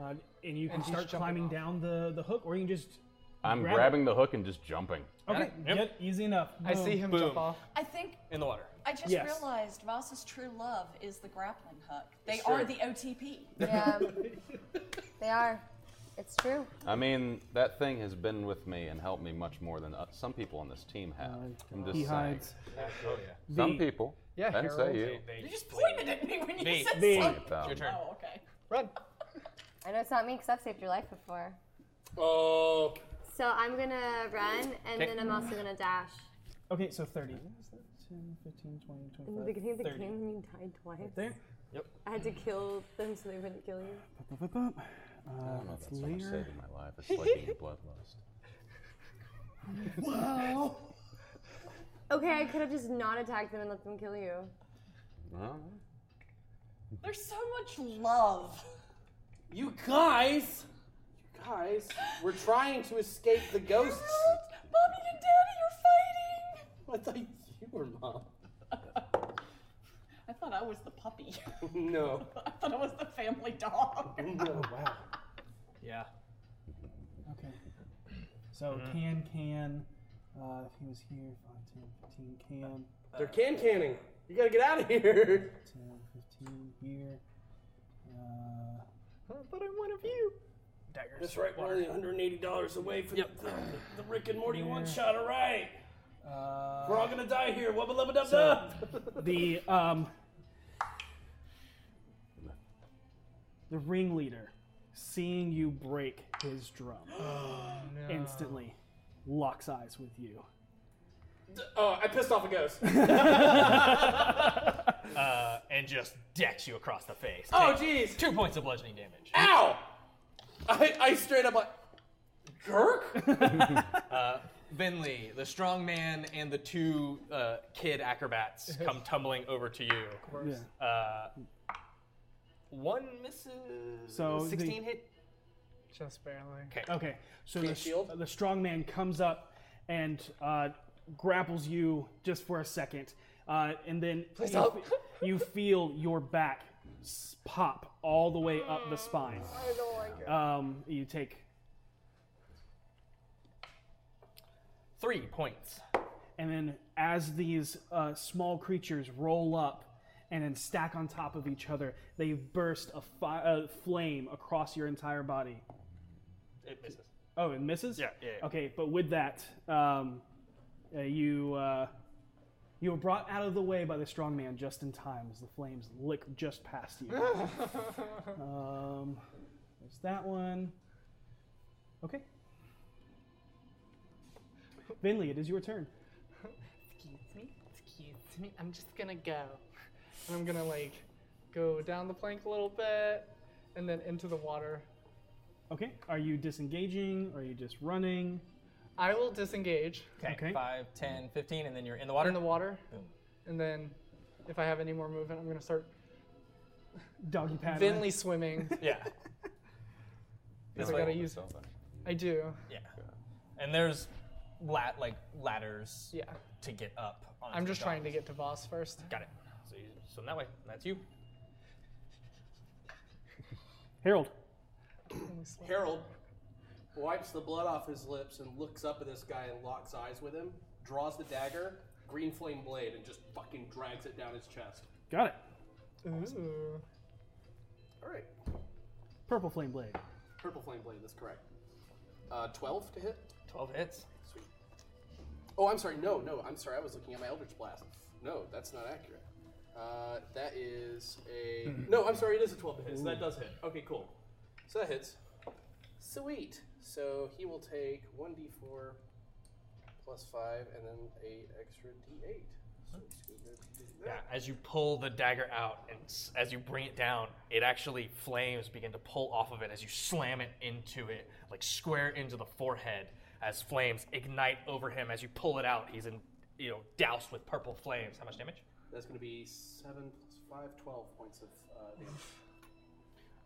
[SPEAKER 2] Uh, and you can
[SPEAKER 6] And he's
[SPEAKER 2] start
[SPEAKER 6] jumping
[SPEAKER 2] climbing down the, the hook, or you can just.
[SPEAKER 8] I'm
[SPEAKER 2] grab it.
[SPEAKER 8] grabbing the hook and just jumping.
[SPEAKER 2] Okay, yep, easy enough.
[SPEAKER 11] I see
[SPEAKER 2] Boom.
[SPEAKER 11] him
[SPEAKER 8] Boom.
[SPEAKER 11] jump off.
[SPEAKER 5] I think
[SPEAKER 3] in the water.
[SPEAKER 5] I just
[SPEAKER 8] Yes.
[SPEAKER 5] realized Voss's true love is the grappling hook. They
[SPEAKER 8] Sure.
[SPEAKER 5] are the OTP.
[SPEAKER 7] Yeah. they are. It's true.
[SPEAKER 8] I mean, that thing has been with me and helped me much more than uh, some people on this team have. I'm just
[SPEAKER 2] Oh, He
[SPEAKER 8] saying.
[SPEAKER 2] hides.
[SPEAKER 3] Oh,
[SPEAKER 2] yeah.
[SPEAKER 8] Some
[SPEAKER 2] The-
[SPEAKER 8] people.
[SPEAKER 2] Yeah,
[SPEAKER 8] I didn't say
[SPEAKER 2] Harold.
[SPEAKER 8] you.
[SPEAKER 5] You just pointed at me when you
[SPEAKER 8] Me.
[SPEAKER 5] said
[SPEAKER 8] Me.
[SPEAKER 5] something.
[SPEAKER 8] It's your turn.
[SPEAKER 5] Oh, okay.
[SPEAKER 11] Run.
[SPEAKER 7] I know it's not me because I've saved your life before.
[SPEAKER 6] Oh.
[SPEAKER 7] So I'm gonna run and
[SPEAKER 2] Okay.
[SPEAKER 7] then I'm also gonna dash.
[SPEAKER 2] Okay, so 30. 10, 15, 20,
[SPEAKER 7] In the
[SPEAKER 2] 25.
[SPEAKER 7] beginning of the
[SPEAKER 2] 30.
[SPEAKER 7] game, when you died twice.
[SPEAKER 2] there.
[SPEAKER 3] Yep.
[SPEAKER 7] I had to kill them so they wouldn't kill you.
[SPEAKER 2] Bup, bup, bup.
[SPEAKER 8] I
[SPEAKER 2] Uh,
[SPEAKER 8] don't know if
[SPEAKER 2] that's
[SPEAKER 8] that's so much
[SPEAKER 2] later.
[SPEAKER 8] saving my life. It's like being bloodlust.
[SPEAKER 7] Wow. okay, I could have just not attacked them and let them kill you.
[SPEAKER 8] Well,
[SPEAKER 5] There's so much love.
[SPEAKER 6] You guys! You guys, we're trying to escape the ghosts.
[SPEAKER 5] Mommy and Daddy,
[SPEAKER 6] you're fighting. I thought you were mom.
[SPEAKER 5] I thought I was the puppy.
[SPEAKER 6] No.
[SPEAKER 5] I thought I was the family dog.
[SPEAKER 6] No, Oh, wow.
[SPEAKER 3] Yeah.
[SPEAKER 2] Okay. So
[SPEAKER 6] Mhm.
[SPEAKER 2] can can, uh, if he was here, 5, 10, 15, can.
[SPEAKER 6] They're can canning. You gotta get out of here.
[SPEAKER 2] 10, 15 here. Uh,
[SPEAKER 11] but I'm one of you.
[SPEAKER 2] Daggers.
[SPEAKER 14] That's right, we're only $180 away from the, the, the Rick and Morty one shot, all right.
[SPEAKER 2] Uh,
[SPEAKER 14] we're all gonna die here. Wubba lubba dub
[SPEAKER 2] So-
[SPEAKER 14] dub.
[SPEAKER 2] the um the ringleader seeing you break his drum instantly locks eyes with you
[SPEAKER 6] Oh, I pissed off a ghost.
[SPEAKER 3] Uh, and just decks you across the face.
[SPEAKER 6] Oh,
[SPEAKER 3] jeez. Two points of bludgeoning damage.
[SPEAKER 6] Ow! I, I straight up like jerk.
[SPEAKER 3] Uh, Vinley, the strong man, and the two uh, kid acrobats come tumbling over to you. Of
[SPEAKER 2] course.
[SPEAKER 3] Uh, one misses.
[SPEAKER 2] So the-
[SPEAKER 3] 16 hit.
[SPEAKER 11] Just barely.
[SPEAKER 3] Okay.
[SPEAKER 2] okay so the,
[SPEAKER 3] Face shield?
[SPEAKER 2] the strong man comes up and uh, grapples you just for a second uh, and then
[SPEAKER 14] Please
[SPEAKER 2] you,
[SPEAKER 14] help.
[SPEAKER 2] you feel your back s- pop all the way up the spine um, you take
[SPEAKER 3] Three points.
[SPEAKER 2] And then as these uh, small creatures roll up and then stack on top of each other, they burst a, fi- a flame across your entire body.
[SPEAKER 3] It misses.
[SPEAKER 2] Oh, it misses? Yeah,
[SPEAKER 3] yeah, yeah.
[SPEAKER 2] Okay, but with that, um, uh, you uh, you were brought out of the way by the strong man just in time as the flames lick just past you. um, there's that one. Okay. Vinley, it is your turn.
[SPEAKER 11] Excuse me. Excuse me. I'm just gonna go. And I'm gonna like go down the plank a little bit and then into the water.
[SPEAKER 2] Okay. Are you disengaging? Are you just running?
[SPEAKER 11] I will disengage.
[SPEAKER 2] Okay.
[SPEAKER 3] Five, ten, fifteen, and then you're in the water?
[SPEAKER 11] In the water.
[SPEAKER 3] Boom.
[SPEAKER 11] And then if I have any more movement, I'm gonna start
[SPEAKER 2] Doggy paddling.
[SPEAKER 11] Vinley swimming.
[SPEAKER 3] Yeah.
[SPEAKER 11] Because I gotta use. I do.
[SPEAKER 3] Yeah. And there's lat like ladders
[SPEAKER 11] yeah.
[SPEAKER 3] to get up. onto
[SPEAKER 11] I'm just
[SPEAKER 3] the
[SPEAKER 11] trying
[SPEAKER 3] dock.
[SPEAKER 11] to get to Voss first.
[SPEAKER 3] Got it. So, you, so that way, that's you.
[SPEAKER 2] Harold.
[SPEAKER 6] Harold wipes the blood off his lips and looks up at this guy and locks eyes with him. Draws the dagger, green flame blade, and just fucking drags it down his chest.
[SPEAKER 2] Got it.
[SPEAKER 11] Ooh.
[SPEAKER 6] All right,
[SPEAKER 2] Purple flame blade.
[SPEAKER 6] purple flame blade. That's correct. Uh, Twelve to hit.
[SPEAKER 3] Twelve hits.
[SPEAKER 6] Sweet. Oh, I'm sorry. No, no. I'm sorry. I was looking at my Eldritch Blast. No, that's not accurate. Uh, that is a
[SPEAKER 3] Hmm.
[SPEAKER 6] no. I'm sorry. It is a 12 to hit. So that does hit. Okay, cool. So that hits. Sweet. So he will take 1d4 plus five and then a extra d8. So he's gonna do that.
[SPEAKER 3] Yeah, as you pull the dagger out and s- as you bring it down, it actually flames begin to pull off of it as you slam it into it, like square into the forehead. As flames ignite over him, as you pull it out, he's in, you know, doused with purple flames. How much damage?
[SPEAKER 6] That's going to be seven plus five, 12 points of uh, damage.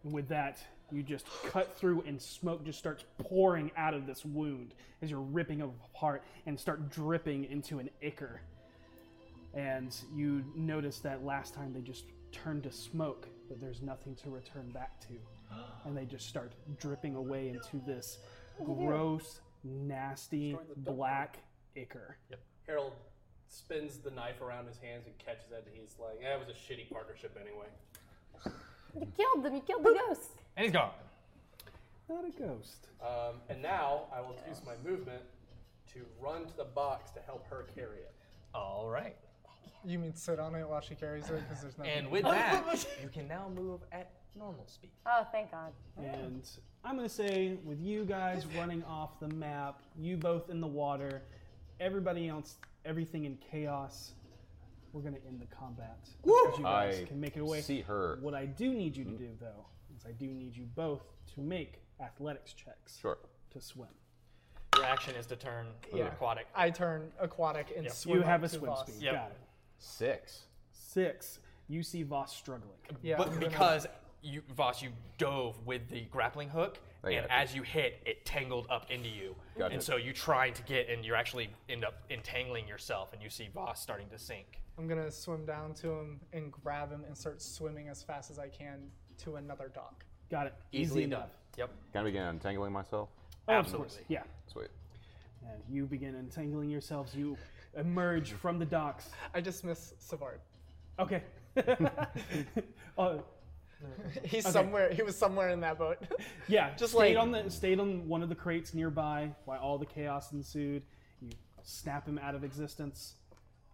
[SPEAKER 2] And with that, you just cut through, and smoke just starts pouring out of this wound as you're ripping it apart and start dripping into an ichor. And you notice that last time they just turned to smoke, but there's nothing to return back to. And they just start dripping away into this gross, nasty, black ichor.
[SPEAKER 6] Harold spins the knife around his hands and catches it, and he's like, "That was a shitty partnership anyway."
[SPEAKER 7] You killed them. You killed the ghost.
[SPEAKER 3] And he's gone.
[SPEAKER 2] Not a ghost.
[SPEAKER 6] Um, and now I will use my movement to run to the box to help her carry it.
[SPEAKER 3] All right.
[SPEAKER 11] You mean sit on it while she carries it because there's nothing.
[SPEAKER 3] And with that, you can now move at normal speed.
[SPEAKER 7] Oh, thank God.
[SPEAKER 2] And I'm gonna say, with you guys running off the map, you both in the water, everybody else, everything in chaos, we're gonna end the combat. Because You guys
[SPEAKER 8] I
[SPEAKER 2] can make it away.
[SPEAKER 8] see her. Mm-hmm.
[SPEAKER 2] What I do need you to do, though, is I do need you both to make athletics checks
[SPEAKER 8] Sure.
[SPEAKER 2] to swim.
[SPEAKER 3] Your action is to turn
[SPEAKER 11] Yeah.
[SPEAKER 3] aquatic.
[SPEAKER 11] I turn aquatic and
[SPEAKER 2] Yep.
[SPEAKER 11] swim.
[SPEAKER 2] You have
[SPEAKER 11] up
[SPEAKER 2] a
[SPEAKER 11] to
[SPEAKER 2] swim
[SPEAKER 11] Voss.
[SPEAKER 2] speed. Yep. Got it.
[SPEAKER 8] Six.
[SPEAKER 2] Six. You see Voss struggling.
[SPEAKER 11] Yeah,
[SPEAKER 3] but because you, Voss, you dove with the grappling hook,
[SPEAKER 2] I
[SPEAKER 3] and
[SPEAKER 2] got
[SPEAKER 3] as you hit, it tangled up into you.
[SPEAKER 8] Gotcha.
[SPEAKER 3] And so you trying to get, and you actually end up entangling yourself, and you see Voss starting to sink.
[SPEAKER 11] I'm gonna swim down to him and grab him and start swimming as fast as I can to another dock.
[SPEAKER 2] Got it.
[SPEAKER 3] Easily
[SPEAKER 2] Easy enough.
[SPEAKER 3] Yep.
[SPEAKER 8] Can I begin untangling myself?
[SPEAKER 2] Oh, of course, Absolutely. yeah.
[SPEAKER 8] Sweet.
[SPEAKER 2] And you begin entangling yourselves. You emerge from the docks.
[SPEAKER 11] I dismiss Savard.
[SPEAKER 2] Okay. Oh,
[SPEAKER 11] He's
[SPEAKER 2] Okay.
[SPEAKER 11] somewhere. He was somewhere in that boat.
[SPEAKER 2] Yeah,
[SPEAKER 11] just
[SPEAKER 2] stayed
[SPEAKER 11] like
[SPEAKER 2] on the stayed on one of the crates nearby while all the chaos ensued. You snap him out of existence,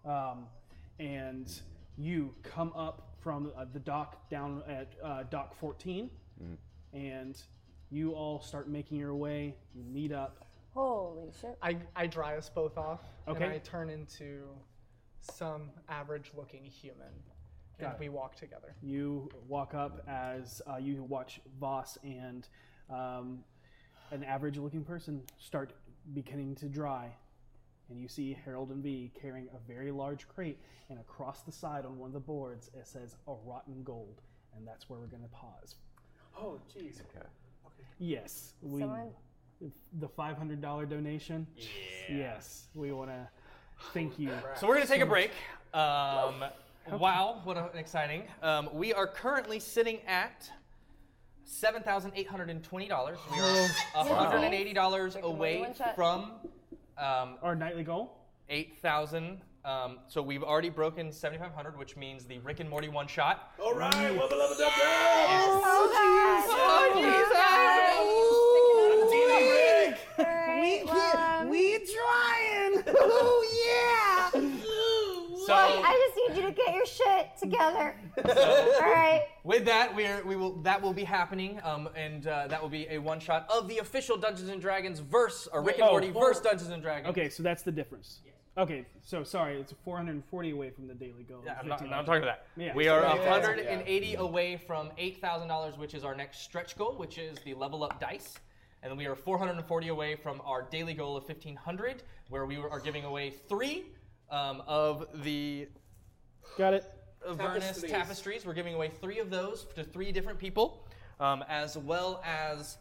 [SPEAKER 2] um, and you come up from uh, the dock down at uh, dock 14,
[SPEAKER 8] Mhm.
[SPEAKER 2] and you all start making your way. You meet up.
[SPEAKER 11] Holy shit! I, I dry us both off, and
[SPEAKER 2] Okay.
[SPEAKER 11] I turn into some average-looking human,
[SPEAKER 2] Got
[SPEAKER 11] and
[SPEAKER 2] it.
[SPEAKER 11] we walk together.
[SPEAKER 2] You walk up as uh, you watch Voss and um, an average looking person start beginning to dry. And you see Harold and V carrying a very large crate, and across the side on one of the boards, it says a rotten gold. And that's where we're going to pause.
[SPEAKER 6] Oh, jeez. Okay.
[SPEAKER 2] Yes, we.
[SPEAKER 6] Someone-
[SPEAKER 2] The five hundred dollar donation. Yes, we want to thank you.
[SPEAKER 3] So we're going to take
[SPEAKER 2] so
[SPEAKER 3] a
[SPEAKER 2] much.
[SPEAKER 3] break. Um, wow, what an exciting. Um, we are currently sitting at $7,820. We
[SPEAKER 2] Oh.
[SPEAKER 3] are $180 away from um,
[SPEAKER 2] our nightly goal.
[SPEAKER 3] 8,000. Um, so we've already broken 7,500, which means the Rick and Morty one shot.
[SPEAKER 6] All right, wubba lubba dub
[SPEAKER 3] Oh,
[SPEAKER 6] Jesus!
[SPEAKER 15] We can't. We trying. Oh yeah.
[SPEAKER 3] So-
[SPEAKER 7] Wait, I just need you to get your shit together. All right.
[SPEAKER 3] With that, we are, we will that will be happening, um, and uh, that will be a one shot of the official Dungeons and Dragons verse, or Rick and
[SPEAKER 2] Oh,
[SPEAKER 3] Morty
[SPEAKER 2] oh.
[SPEAKER 3] verse Dungeons and Dragons.
[SPEAKER 2] Okay, so that's the difference. Okay, so sorry, it's 440 away from the daily goal.
[SPEAKER 3] Yeah, I'm not, I'm not talking about that.
[SPEAKER 2] Yeah.
[SPEAKER 3] We are
[SPEAKER 2] Yeah.
[SPEAKER 3] 180 away from $8,000, which is our next stretch goal, which is the level up dice. And then we are 440 away from our daily goal of 1500 where we are giving away three um, of the
[SPEAKER 2] Got it.
[SPEAKER 3] Avernus
[SPEAKER 2] Tapestries.
[SPEAKER 3] tapestries. We're giving away three of those to three different people, um, as well as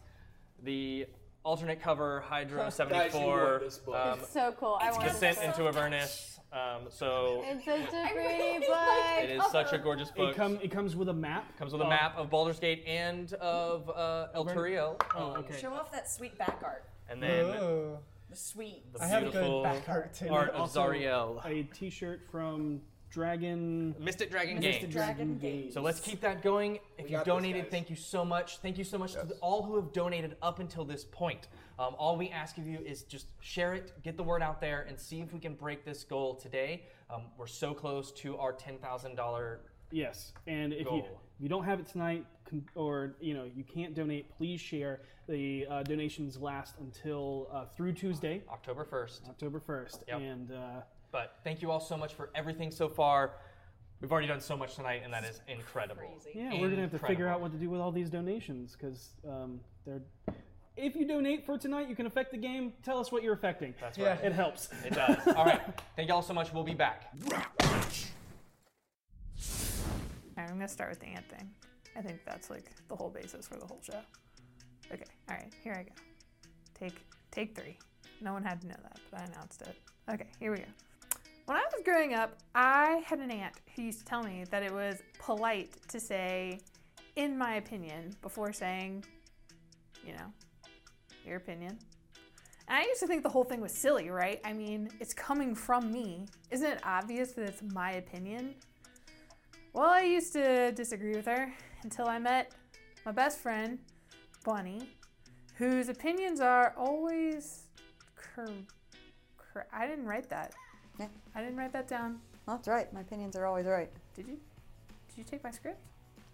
[SPEAKER 3] the alternate cover Hydra
[SPEAKER 7] Guys, you
[SPEAKER 6] want
[SPEAKER 3] 74.
[SPEAKER 6] this book.
[SPEAKER 3] um,
[SPEAKER 7] it's so cool. I want
[SPEAKER 3] Descent
[SPEAKER 7] it.
[SPEAKER 3] into Avernus. Um, so
[SPEAKER 7] It's such a Oh, pretty
[SPEAKER 5] really
[SPEAKER 7] book.
[SPEAKER 3] it is such a gorgeous book.
[SPEAKER 2] It, come, it comes with a map.
[SPEAKER 3] Comes with a map of Baldur's Gate and of uh, El
[SPEAKER 2] Vern-
[SPEAKER 3] Toreo. um,
[SPEAKER 2] Oh, okay.
[SPEAKER 5] Show off that sweet back art.
[SPEAKER 3] And then
[SPEAKER 5] The sweet.
[SPEAKER 3] the beautiful art of
[SPEAKER 2] Also,
[SPEAKER 3] Zariel.
[SPEAKER 2] A T-shirt from Dragon
[SPEAKER 3] Mystic Dragon
[SPEAKER 2] Mystic
[SPEAKER 3] Games.
[SPEAKER 2] Dragon Games.
[SPEAKER 3] So let's keep that going. If
[SPEAKER 2] got
[SPEAKER 3] you
[SPEAKER 2] this,
[SPEAKER 3] donated,
[SPEAKER 2] guys.
[SPEAKER 3] thank you so much. Thank you so much to all who have donated up until this point. Um, all we ask of you is just share it, get the word out there, and see if we can break this goal today. Um, we're so close to our ten thousand dollar.
[SPEAKER 2] Yes, and if you,
[SPEAKER 3] Goal.
[SPEAKER 2] if you don't have it tonight, con- or you know you can't donate, please share. The uh, donations last until uh, through Tuesday,
[SPEAKER 3] October first.
[SPEAKER 2] October first,
[SPEAKER 3] Yep.
[SPEAKER 2] and uh,
[SPEAKER 3] But thank you all so much for everything so far. We've already done so much tonight, and that is incredible.
[SPEAKER 2] yeah, we're gonna have to figure out what to do with all these donations because um, they're. If you donate for tonight, you can affect the game. Tell us what you're affecting. That's
[SPEAKER 3] right.
[SPEAKER 2] It helps.
[SPEAKER 3] It does. All right. Thank y'all so much. We'll be back.
[SPEAKER 16] Alright, I'm gonna start with the ant thing. I think that's like the whole basis for the whole show. Okay, all right, here I go. Take take three. No one had to know that, but I announced it. Okay, here we go. When I was growing up, I had an aunt who used to tell me that it was polite to say, in my opinion, before saying, you know, your opinion. And I used to think the whole thing was silly, right? I mean, it's coming from me. Isn't it obvious that it's my opinion? Well, I used to disagree with her until I met my best friend, Bunny, whose opinions are always. Cur- cur- I didn't write that.
[SPEAKER 17] Yeah.
[SPEAKER 16] I didn't write that down.
[SPEAKER 17] That's right. My opinions are always right.
[SPEAKER 16] Did you? Did you take my script?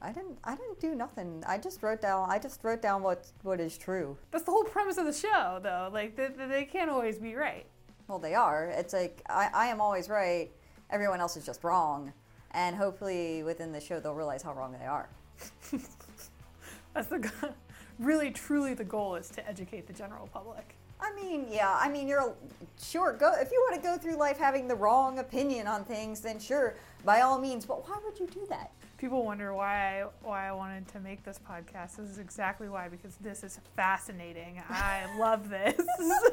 [SPEAKER 17] I didn't. I didn't do nothing. I just wrote down. I just wrote down what what is true.
[SPEAKER 16] That's the whole premise of the show, though. Like, they, they can't always be right.
[SPEAKER 17] Well, they are. It's like I, I am always right. Everyone else is just wrong, and hopefully within the show they'll realize how wrong they are.
[SPEAKER 16] That's the go- really, truly the goal is to educate the general public.
[SPEAKER 17] I mean, yeah. I mean, you're sure. Go if you want to go through life having the wrong opinion on things, then sure, by all means. But why would you do that?
[SPEAKER 16] People wonder why I, why I wanted to make this podcast. This is exactly why, because this is fascinating. I love this.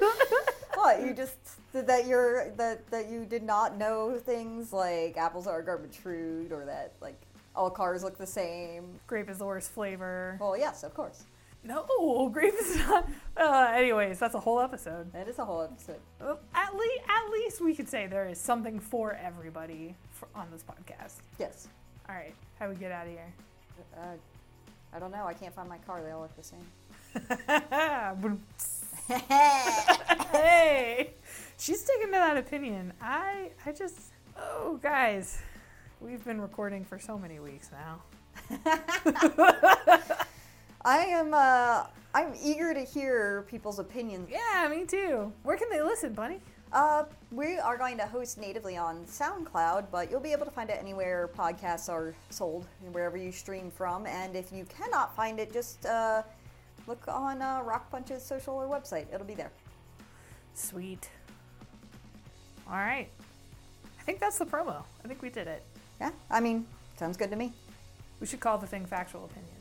[SPEAKER 17] What you just that you're that that you did not know things like apples are garbage fruit, or that like all cars look the same.
[SPEAKER 16] Grape is the worst flavor.
[SPEAKER 17] Well, yes, of course.
[SPEAKER 16] No, grief is not. Uh, anyways, that's a whole episode.
[SPEAKER 17] That is a whole episode.
[SPEAKER 16] At least, at least we could say there is something for everybody for, on this podcast.
[SPEAKER 17] Yes.
[SPEAKER 16] All right, how we get out of here?
[SPEAKER 17] Uh, I don't know. I can't find my car. They all look the same.
[SPEAKER 16] hey, she's sticking to that opinion. I, I just, oh guys, we've been recording for so many weeks now.
[SPEAKER 17] I am. Uh, I'm eager to hear people's opinions.
[SPEAKER 16] Yeah, me too. Where can they listen, Bunny?
[SPEAKER 17] Uh, we are going to host natively on SoundCloud, but you'll be able to find it anywhere podcasts are sold, wherever you stream from. And if you cannot find it, just uh, look on uh, Rock Punch's social or website. It'll be there.
[SPEAKER 16] Sweet. All right. I think that's the promo. I think we did it.
[SPEAKER 17] Yeah, I mean, sounds good to me.
[SPEAKER 16] We should call the thing factual opinions.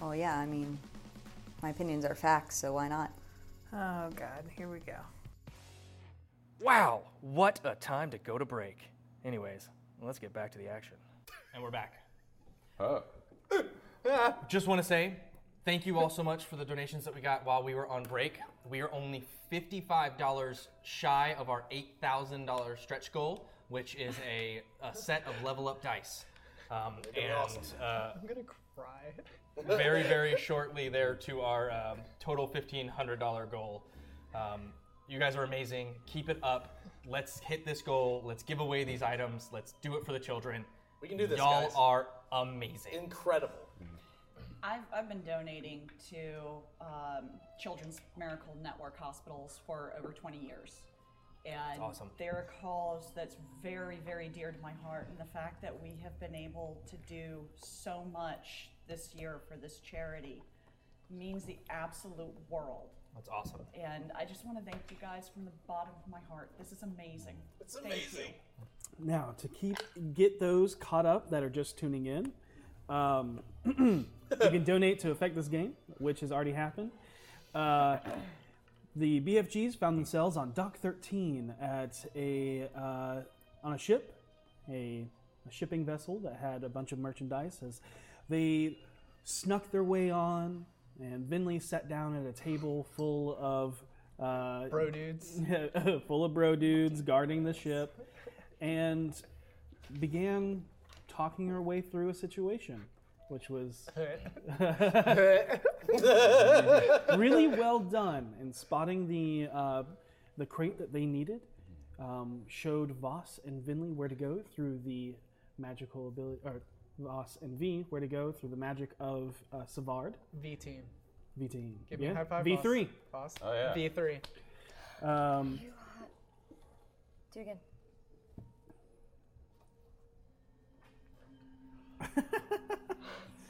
[SPEAKER 17] Oh yeah, I mean, my opinions are facts, so why not?
[SPEAKER 16] Oh God, here we go.
[SPEAKER 1] Wow, what a time to go to break. Anyways, let's get back to the action.
[SPEAKER 3] And we're back.
[SPEAKER 8] Oh.
[SPEAKER 3] Just want to say thank you all so much for the donations that we got while we were on break. We are only $55 shy of our $8,000 stretch goal, which is a, a set of level up dice. Um, and uh,
[SPEAKER 11] I'm gonna cry.
[SPEAKER 3] very, very shortly there to our um, total $1,500 goal. Um, you guys are amazing. Keep it up. Let's hit this goal. Let's give away these items. Let's do it for the children.
[SPEAKER 6] We can do this,
[SPEAKER 3] Y'all
[SPEAKER 6] guys.
[SPEAKER 3] are amazing.
[SPEAKER 6] Incredible.
[SPEAKER 5] I've, I've been donating to um, Children's Miracle Network hospitals for over 20 years. And
[SPEAKER 3] awesome.
[SPEAKER 5] there are calls that's very, very dear to my heart. And the fact that we have been able to do so much this year for this charity means the absolute world.
[SPEAKER 3] That's awesome.
[SPEAKER 5] And I just want to thank you guys from the bottom of my heart. This is amazing. It's amazing.
[SPEAKER 2] Now, to keep get those caught up that are just tuning in, um, you can donate to affect this game, which has already happened. Uh, the BFGs found themselves on Dock 13 at a uh, on a ship, a, a shipping vessel that had a bunch of merchandise. As they snuck their way on, and Vinley sat down at a table full of uh,
[SPEAKER 11] Bro dudes.
[SPEAKER 2] full of bro dudes guarding the ship, and began talking her way through a situation, which was really well done in spotting the uh, the crate that they needed. Um, showed Voss and Vinley where to go through the magical ability, or Voss and V where to go through the magic of uh, Savard.
[SPEAKER 11] V team.
[SPEAKER 2] V team.
[SPEAKER 11] Give me a high five.
[SPEAKER 2] V three.
[SPEAKER 11] Boss.
[SPEAKER 2] Oh, yeah.
[SPEAKER 11] V three.
[SPEAKER 2] Um,
[SPEAKER 7] Do it again.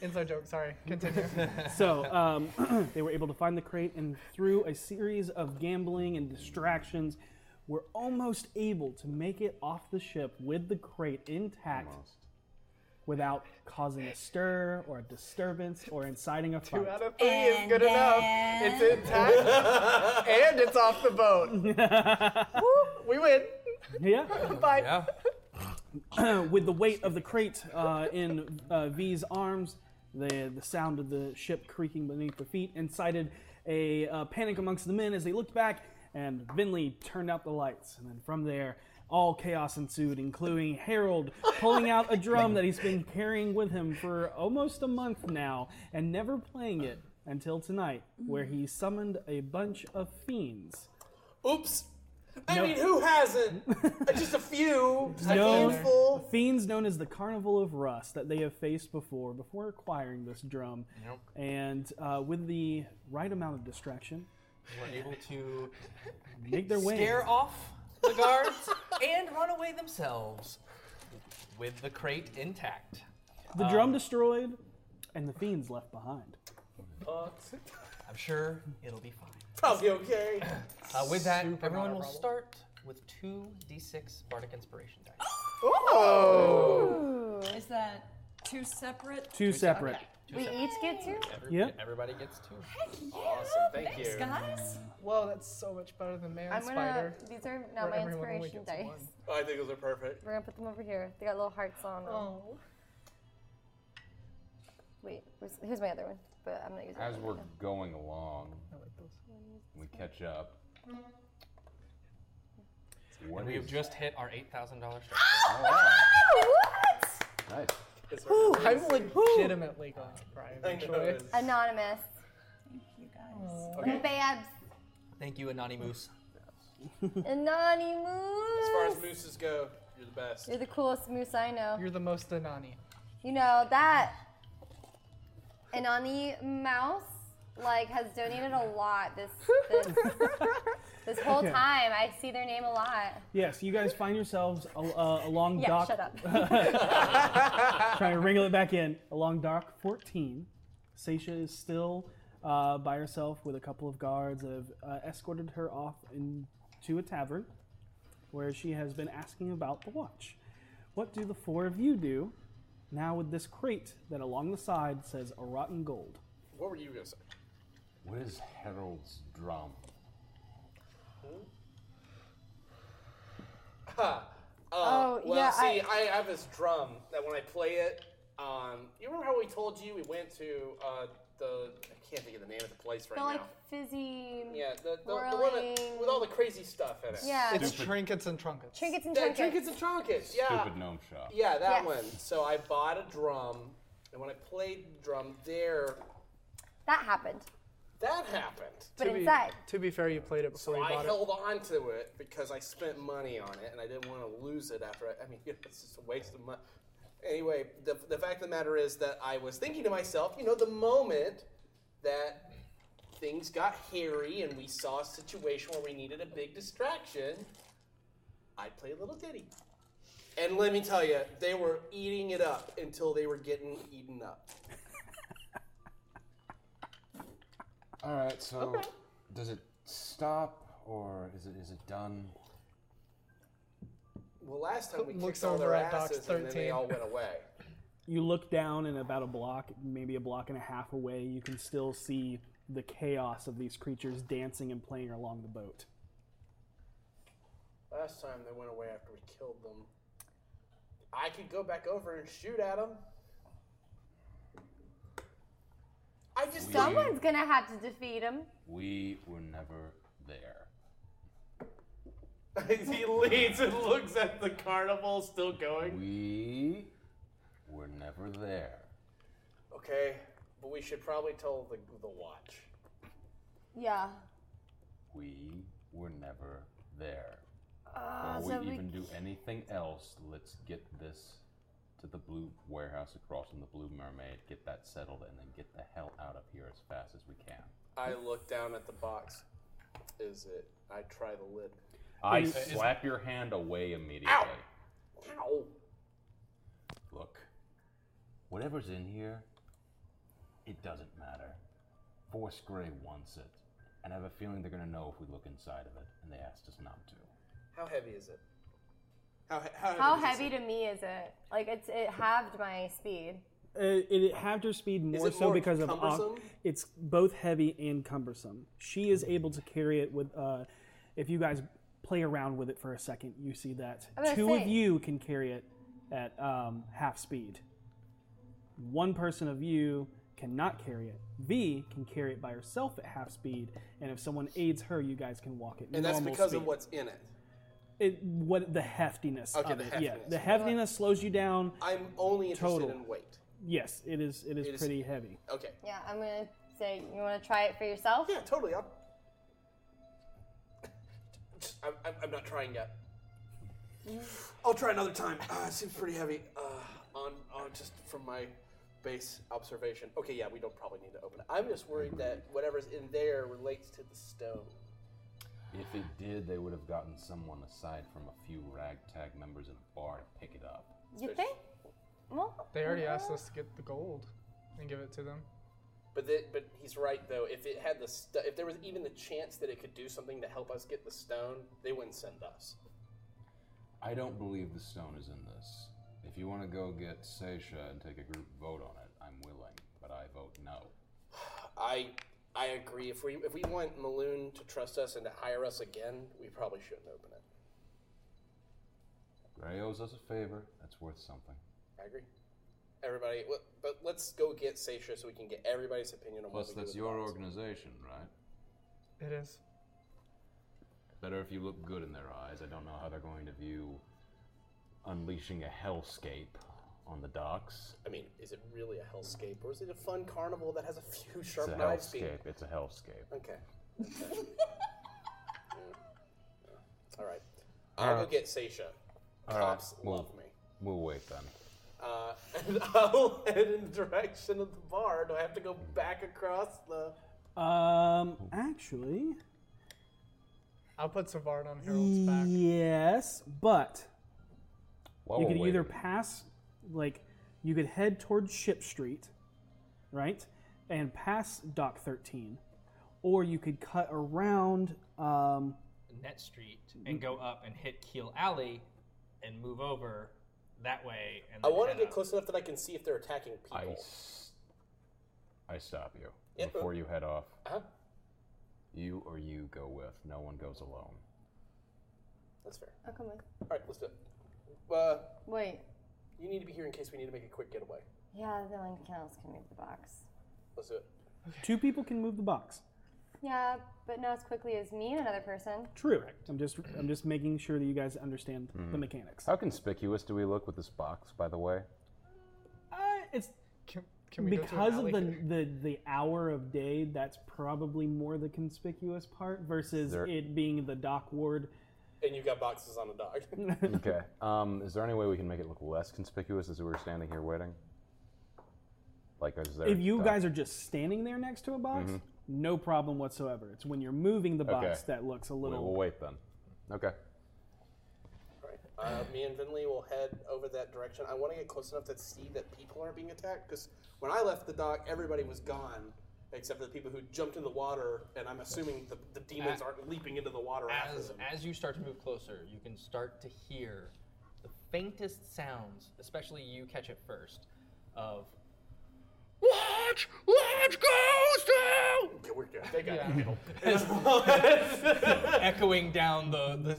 [SPEAKER 11] Inside joke. Sorry. Continue.
[SPEAKER 2] so um, they were able to find the crate and through a series of gambling and distractions were almost able to make it off the ship with the crate intact without causing a stir or a disturbance or inciting a fight.
[SPEAKER 11] Two out of three is good enough. It's intact and it's off the boat. Woo, we win.
[SPEAKER 2] Yeah.
[SPEAKER 11] Bye.
[SPEAKER 2] with the weight of the crate uh, in uh, V's arms, the, the sound of the ship creaking beneath their feet incited a uh, panic amongst the men as they looked back, and Vinley turned out the lights. And then from there, all chaos ensued, including Harold pulling out a drum that he's been carrying with him for almost a month now and never playing it until tonight, where he summoned a bunch of fiends.
[SPEAKER 6] Oops. I
[SPEAKER 2] No.
[SPEAKER 6] mean, who hasn't? Uh, just a few. Just a
[SPEAKER 2] known,
[SPEAKER 6] handful.
[SPEAKER 2] fiends known as the Carnival of Rust that they have faced before, before acquiring this drum.
[SPEAKER 3] Yep.
[SPEAKER 2] And uh, with the right amount of distraction,
[SPEAKER 3] We're able to
[SPEAKER 2] make their way.
[SPEAKER 3] scare off the guards and run away themselves with the crate intact.
[SPEAKER 2] the
[SPEAKER 3] Um,
[SPEAKER 2] drum destroyed, and the fiends left behind.
[SPEAKER 3] I'm sure it'll be fine.
[SPEAKER 6] Probably okay.
[SPEAKER 3] Uh, with that,
[SPEAKER 6] Super not
[SPEAKER 3] everyone
[SPEAKER 6] a
[SPEAKER 3] will
[SPEAKER 6] problem.
[SPEAKER 3] start with two d6 bardic inspiration dice.
[SPEAKER 6] Oh!
[SPEAKER 5] Is that two separate?
[SPEAKER 2] Oh! Two separate.
[SPEAKER 3] Two
[SPEAKER 7] We
[SPEAKER 3] separate.
[SPEAKER 7] each get two?
[SPEAKER 3] Every-
[SPEAKER 2] Yep.
[SPEAKER 3] Everybody gets two.
[SPEAKER 11] Awesome.
[SPEAKER 3] thank Thanks, you. guys.
[SPEAKER 11] Whoa, that's so much better than man
[SPEAKER 7] I'm gonna.
[SPEAKER 11] spider.
[SPEAKER 7] These are
[SPEAKER 11] where
[SPEAKER 7] not my
[SPEAKER 11] everyone only
[SPEAKER 7] inspiration
[SPEAKER 11] gets
[SPEAKER 7] dice.
[SPEAKER 11] one.
[SPEAKER 6] Oh, I think those are perfect.
[SPEAKER 7] We're gonna put them over here. They got little hearts on them.
[SPEAKER 11] Oh.
[SPEAKER 7] Wait, where's, here's my other one. but I'm not using
[SPEAKER 8] As
[SPEAKER 7] it
[SPEAKER 8] we're
[SPEAKER 7] right now.
[SPEAKER 8] going along,
[SPEAKER 7] those.
[SPEAKER 8] we catch up.
[SPEAKER 3] And
[SPEAKER 8] What
[SPEAKER 3] we have
[SPEAKER 8] is-
[SPEAKER 3] just hit our eight thousand dollars.
[SPEAKER 8] Nice.
[SPEAKER 11] Ooh, I'm legitimately going to cry
[SPEAKER 3] I know,
[SPEAKER 11] eventually.
[SPEAKER 3] it's-
[SPEAKER 7] Anonymous.
[SPEAKER 5] Thank you guys.
[SPEAKER 3] Okay.
[SPEAKER 7] Babs.
[SPEAKER 3] Thank you, Anani Moose.
[SPEAKER 7] Anonymous.
[SPEAKER 6] Mm-hmm. As far as mooses go, you're the best.
[SPEAKER 7] You're the coolest moose I know.
[SPEAKER 11] You're the most Anani.
[SPEAKER 7] You know that Anani Mouse like has donated a lot this this, this whole
[SPEAKER 2] Okay.
[SPEAKER 7] time. I see their name a lot.
[SPEAKER 2] Yes, you guys find yourselves a, uh, along
[SPEAKER 7] yeah,
[SPEAKER 2] dock.
[SPEAKER 7] shut up.
[SPEAKER 2] Trying to wriggle it back in. Along dock 14, Seisha is still uh, by herself with a couple of guards that have uh, escorted her off into a tavern where she has been asking about the watch. What do the four of you do now with this crate that along the side says a rotten gold?
[SPEAKER 6] What were you gonna say?
[SPEAKER 8] What is Harold's drum?
[SPEAKER 6] Ha. Uh,
[SPEAKER 15] Oh,
[SPEAKER 6] well,
[SPEAKER 15] yeah,
[SPEAKER 6] see,
[SPEAKER 15] I-
[SPEAKER 6] I... have this drum that when I play it, um, you remember how we told you we went to uh, the I can't think of the name of the place right
[SPEAKER 7] They're like
[SPEAKER 6] now.
[SPEAKER 7] fizzy.
[SPEAKER 6] Yeah, the, the, the one that, with all the crazy stuff in it.
[SPEAKER 7] Yeah.
[SPEAKER 11] It's
[SPEAKER 7] Stupid.
[SPEAKER 11] trinkets and trunkets.
[SPEAKER 7] trinkets and
[SPEAKER 6] Yeah,
[SPEAKER 7] Uh, trinkets.
[SPEAKER 6] trinkets and trinkets. Yeah.
[SPEAKER 8] Stupid gnome shop.
[SPEAKER 6] Yeah,
[SPEAKER 7] Yes.
[SPEAKER 6] that one. So I bought a drum, and when I played the drum there,
[SPEAKER 7] That happened.
[SPEAKER 6] that happened.
[SPEAKER 7] But
[SPEAKER 11] be,
[SPEAKER 7] inside.
[SPEAKER 11] To be fair, you played it before
[SPEAKER 6] So
[SPEAKER 11] you
[SPEAKER 6] I
[SPEAKER 11] bought
[SPEAKER 6] held on to it because I spent money on it, and I didn't want to lose it after. I, I mean, it's just a waste of money. Anyway, the, the fact of the matter is that I was thinking to myself, you know, the moment that things got hairy and we saw a situation where we needed a big distraction, I'd play a little ditty. And let me tell you, they were eating it up until they were getting eaten up.
[SPEAKER 8] All right, so does it stop or is it is it done?
[SPEAKER 6] Well, last time we
[SPEAKER 11] Looks
[SPEAKER 6] kicked all
[SPEAKER 11] over
[SPEAKER 6] their
[SPEAKER 11] at Doc's
[SPEAKER 6] asses, and then they
[SPEAKER 11] 13.
[SPEAKER 6] all went away.
[SPEAKER 2] You look down, and about a block, maybe a block and a half away, you can still see the chaos of these creatures dancing and playing along the boat.
[SPEAKER 6] Last time they went away after we killed them. I could go back over and shoot at them. I just
[SPEAKER 7] Someone's gonna have to defeat him.
[SPEAKER 8] We were never there.
[SPEAKER 6] he leads and looks at the carnival still going.
[SPEAKER 8] We were never there.
[SPEAKER 6] Okay, but we should probably tell the the watch.
[SPEAKER 7] Yeah.
[SPEAKER 8] We were never there.
[SPEAKER 7] Uh,
[SPEAKER 8] Before
[SPEAKER 7] so
[SPEAKER 8] we
[SPEAKER 7] we-
[SPEAKER 8] even do anything else, let's get this to the blue warehouse across from the Blue Mermaid, get that settled, and then get the hell out of here as fast as we can.
[SPEAKER 6] I look down at the box. Is it? I try the lid.
[SPEAKER 8] I
[SPEAKER 6] Is-
[SPEAKER 8] slap your hand away immediately.
[SPEAKER 6] Ow!
[SPEAKER 8] Look, whatever's in here, it doesn't matter. Force Grey wants it, and I have a feeling they're gonna know if we look inside of it, and they asked us not to.
[SPEAKER 6] How heavy is it? How, he- how,
[SPEAKER 7] How
[SPEAKER 6] is
[SPEAKER 7] heavy
[SPEAKER 6] it?
[SPEAKER 7] to me is it? Like it's it halved my speed.
[SPEAKER 2] It, Uh, it halved her speed more
[SPEAKER 6] it
[SPEAKER 2] so
[SPEAKER 6] more
[SPEAKER 2] because of
[SPEAKER 6] cumbersome?
[SPEAKER 2] it's both heavy and cumbersome. She is able to carry it with. Uh, if you guys play around with it for a second, you see that
[SPEAKER 7] I was
[SPEAKER 2] two
[SPEAKER 7] saying-
[SPEAKER 2] of you can carry it at um, half speed. One person of you cannot carry it. V can carry it by herself at half speed, and if someone aids her, you guys can walk it.
[SPEAKER 6] And that's
[SPEAKER 2] normal
[SPEAKER 6] because
[SPEAKER 2] speed
[SPEAKER 6] of what's in it.
[SPEAKER 2] it what the heftiness
[SPEAKER 6] Okay,
[SPEAKER 2] of
[SPEAKER 6] the
[SPEAKER 2] it.
[SPEAKER 6] heftiness.
[SPEAKER 2] Yeah, the heftiness slows you down.
[SPEAKER 6] I'm only interested
[SPEAKER 2] Total.
[SPEAKER 6] in weight.
[SPEAKER 2] Yes, it is. It is
[SPEAKER 6] It is-
[SPEAKER 2] pretty heavy.
[SPEAKER 6] Okay.
[SPEAKER 7] Yeah, I'm gonna say you wanna try it for yourself?
[SPEAKER 6] Yeah, totally. I'll... I'm, I'm, I'm not trying yet. I'll try another time. Uh, it seems pretty heavy. Uh, on, on just from my base observation. Okay, yeah, we don't probably need to open it. I'm just worried that whatever's in there relates to the stone.
[SPEAKER 8] If it did, they would have gotten someone aside from a few ragtag members in a bar to pick it up.
[SPEAKER 7] You think? Well, uh-huh.
[SPEAKER 11] They already
[SPEAKER 7] well,
[SPEAKER 11] asked us to get the gold and give it to them.
[SPEAKER 6] But the, but he's right though. If it had the st- if there was even the chance that it could do something to help us get the stone, they wouldn't send us.
[SPEAKER 8] I don't believe the stone is in this. If you want to go get Seisha and take a group vote on it, I'm willing, but I vote no.
[SPEAKER 6] I I agree. If we if we want Maloon to trust us and to hire us again, we probably shouldn't open it.
[SPEAKER 8] Gray owes us a favor. That's worth something.
[SPEAKER 6] I agree. everybody. Well, But let's go get Seisha so we can get everybody's opinion on
[SPEAKER 8] Plus,
[SPEAKER 6] what we
[SPEAKER 8] that's
[SPEAKER 6] do. with
[SPEAKER 8] your organization, right?
[SPEAKER 11] It is.
[SPEAKER 8] Better if you look good in their eyes. I don't know how they're going to view unleashing a hellscape on the docks.
[SPEAKER 6] I mean, is it really a hellscape or is it a fun carnival that has a few
[SPEAKER 8] It's
[SPEAKER 6] sharp
[SPEAKER 8] a
[SPEAKER 6] knives? being-
[SPEAKER 8] hellscape. It's a hellscape.
[SPEAKER 6] Okay. All right. I'll
[SPEAKER 8] Uh,
[SPEAKER 6] go get Seisha.
[SPEAKER 8] All
[SPEAKER 6] Cops
[SPEAKER 8] we'll-
[SPEAKER 6] love me.
[SPEAKER 8] We'll wait then.
[SPEAKER 6] Uh, and I'll head in the direction of the bar. Do I have to go back across the?
[SPEAKER 2] Um, actually,
[SPEAKER 11] I'll put Savard on Harold's back.
[SPEAKER 2] yes, but
[SPEAKER 11] While
[SPEAKER 2] you
[SPEAKER 11] we're
[SPEAKER 2] could either pass, like, you could head towards Ship Street, right, and pass Dock 13, or you could cut around. Um,
[SPEAKER 3] Net Street and go up and hit Keel Alley and move over that way. And
[SPEAKER 6] I
[SPEAKER 3] then
[SPEAKER 6] want to
[SPEAKER 3] head
[SPEAKER 6] get
[SPEAKER 3] up.
[SPEAKER 6] close enough that I can see if they're attacking people.
[SPEAKER 8] I stop you
[SPEAKER 6] Yep.
[SPEAKER 8] before you head off.
[SPEAKER 6] Uh-huh.
[SPEAKER 8] You or you go with. No one goes alone.
[SPEAKER 6] That's fair.
[SPEAKER 7] I'll Oh, come with.
[SPEAKER 6] All right, let's do it. Uh,
[SPEAKER 7] Wait.
[SPEAKER 6] You need to be here in case we need to make a quick getaway.
[SPEAKER 7] Yeah, the one else can move the box.
[SPEAKER 6] Let's do it.
[SPEAKER 2] Two people can move the box.
[SPEAKER 7] Yeah, but not as quickly as me and another person.
[SPEAKER 2] True. I'm just I'm just making sure that you guys understand
[SPEAKER 8] Mm-hmm.
[SPEAKER 2] the mechanics.
[SPEAKER 8] Hmm. How conspicuous do we look with this box, by the way?
[SPEAKER 2] Uh, it's
[SPEAKER 11] can we go to an
[SPEAKER 2] because
[SPEAKER 11] alley?
[SPEAKER 2] of the, the the hour of day. That's probably more the conspicuous part versus
[SPEAKER 8] There-
[SPEAKER 2] it being the dock ward.
[SPEAKER 6] And you've got boxes on a dog.
[SPEAKER 8] okay. Um, is there any way we can make it look less conspicuous as we were standing here waiting? Like, is there?
[SPEAKER 2] if you guys are just standing there next to a box,
[SPEAKER 8] Mhm.
[SPEAKER 11] Mm-hmm.
[SPEAKER 2] no problem whatsoever. It's when you're moving the box
[SPEAKER 8] Okay.
[SPEAKER 2] that looks a little.
[SPEAKER 8] We'll wait then. Okay.
[SPEAKER 6] Uh, me and Vinley will head over that direction. I want to get close enough to see that people aren't being attacked because when I left the dock, everybody was gone except for the people who jumped in the water, and I'm assuming the, the demons
[SPEAKER 3] Uh,
[SPEAKER 6] aren't leaping into the water after
[SPEAKER 3] As,
[SPEAKER 6] them.
[SPEAKER 3] as you start to move closer, you can start to hear the faintest sounds, especially you catch it first, of
[SPEAKER 15] Watch! Watch goes down!
[SPEAKER 6] Okay, we're good. They got
[SPEAKER 3] Yeah.
[SPEAKER 6] it.
[SPEAKER 3] as well as echoing down the, the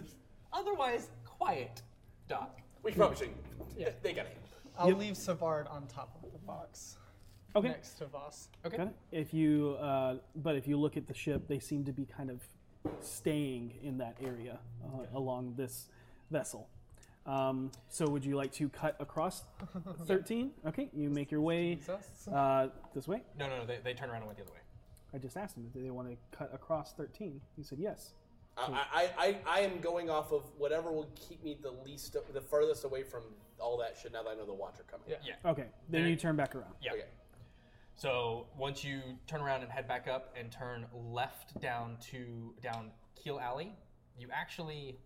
[SPEAKER 3] otherwise quiet dock.
[SPEAKER 6] We probably should. Yeah. They got it.
[SPEAKER 11] I'll leave Savard on top of the box.
[SPEAKER 2] Okay.
[SPEAKER 11] Next to Voss.
[SPEAKER 2] Kinda. If you, uh, but if you look at the ship, they seem to be kind of staying in that area uh, along this vessel. Um, so, would you like to cut across 13? Okay, you make your way uh, this way.
[SPEAKER 3] No, no, no. They, they turn around and went the other way.
[SPEAKER 2] I just asked him, did they want to cut across 13? He said yes.
[SPEAKER 6] I, I, I, I am going off of whatever will keep me the least, the furthest away from all that shit. Now that I know the watch are coming.
[SPEAKER 3] Yeah.
[SPEAKER 2] Okay, then you turn back around.
[SPEAKER 3] Yeah. Okay. So once you turn around and head back up and turn left down to down Keel Alley, you actually.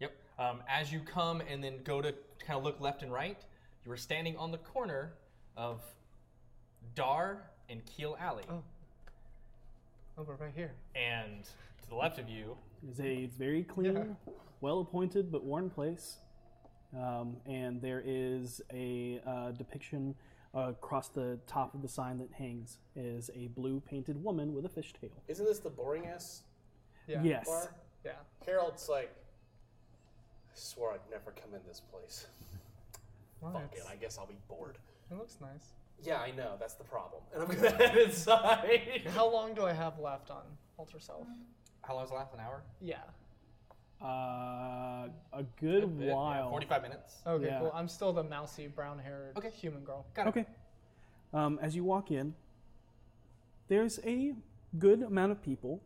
[SPEAKER 3] Yep. Um, as you come and then go to kind of look left and right, you were standing on the corner of Dar and Keel Alley,
[SPEAKER 11] Oh, we're right here.
[SPEAKER 3] and to the left of you,
[SPEAKER 2] It's a very clean, well appointed, but worn place. Um, and there is a uh, depiction uh, across the top of the sign that hangs is a blue painted woman with a fish tail.
[SPEAKER 6] Isn't this the boring ass?
[SPEAKER 2] Yeah. Yes.
[SPEAKER 11] Yeah.
[SPEAKER 6] Harold's like, I swore I'd never come in this place.
[SPEAKER 11] Well,
[SPEAKER 6] Fuck it,
[SPEAKER 11] it's-
[SPEAKER 6] I guess I'll be bored.
[SPEAKER 11] It looks nice.
[SPEAKER 6] Yeah, I know, that's the problem. And I'm gonna head inside.
[SPEAKER 11] How long do I have left on Alter Self?
[SPEAKER 3] How long's the last? An hour?
[SPEAKER 11] Yeah.
[SPEAKER 2] Uh, a good while.
[SPEAKER 3] 45 minutes.
[SPEAKER 11] Okay,
[SPEAKER 2] Yeah.
[SPEAKER 11] cool. I'm still the mousy brown haired human girl.
[SPEAKER 2] Okay. Um, as you walk in, there's a good amount of people,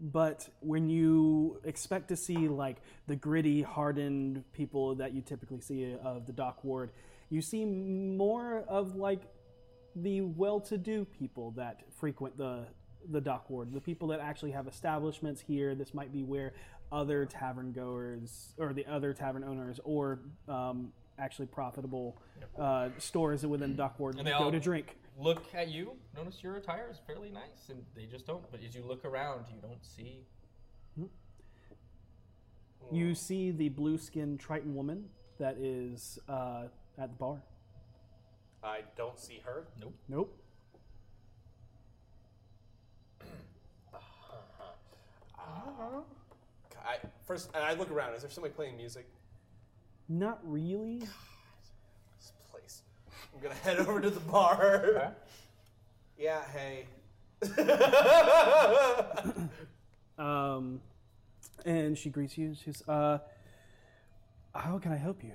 [SPEAKER 2] but when you expect to see like the gritty, hardened people that you typically see uh, of the dock ward, you see more of like the well-to-do people that frequent the the dock ward, the people that actually have establishments here. This might be where other tavern goers or the other tavern owners or um, actually profitable uh, stores within dock ward
[SPEAKER 3] And they
[SPEAKER 2] go
[SPEAKER 3] all-
[SPEAKER 2] to drink.
[SPEAKER 3] Look at you. Notice your attire is fairly nice, and they just don't. But as you look around, you don't see
[SPEAKER 6] Hmm.
[SPEAKER 2] You see the blue skinned Triton woman that is uh, at the bar.
[SPEAKER 6] I don't see her.
[SPEAKER 3] Nope.
[SPEAKER 2] Nope.
[SPEAKER 6] Uh-huh. Uh,
[SPEAKER 2] Uh-huh.
[SPEAKER 6] I, first, and I look around. Is there somebody playing music?
[SPEAKER 2] Not really.
[SPEAKER 6] I'm gonna head over to the bar. Yeah, hey. Uh,
[SPEAKER 2] Um, and she greets you. She's, uh, how can I help you?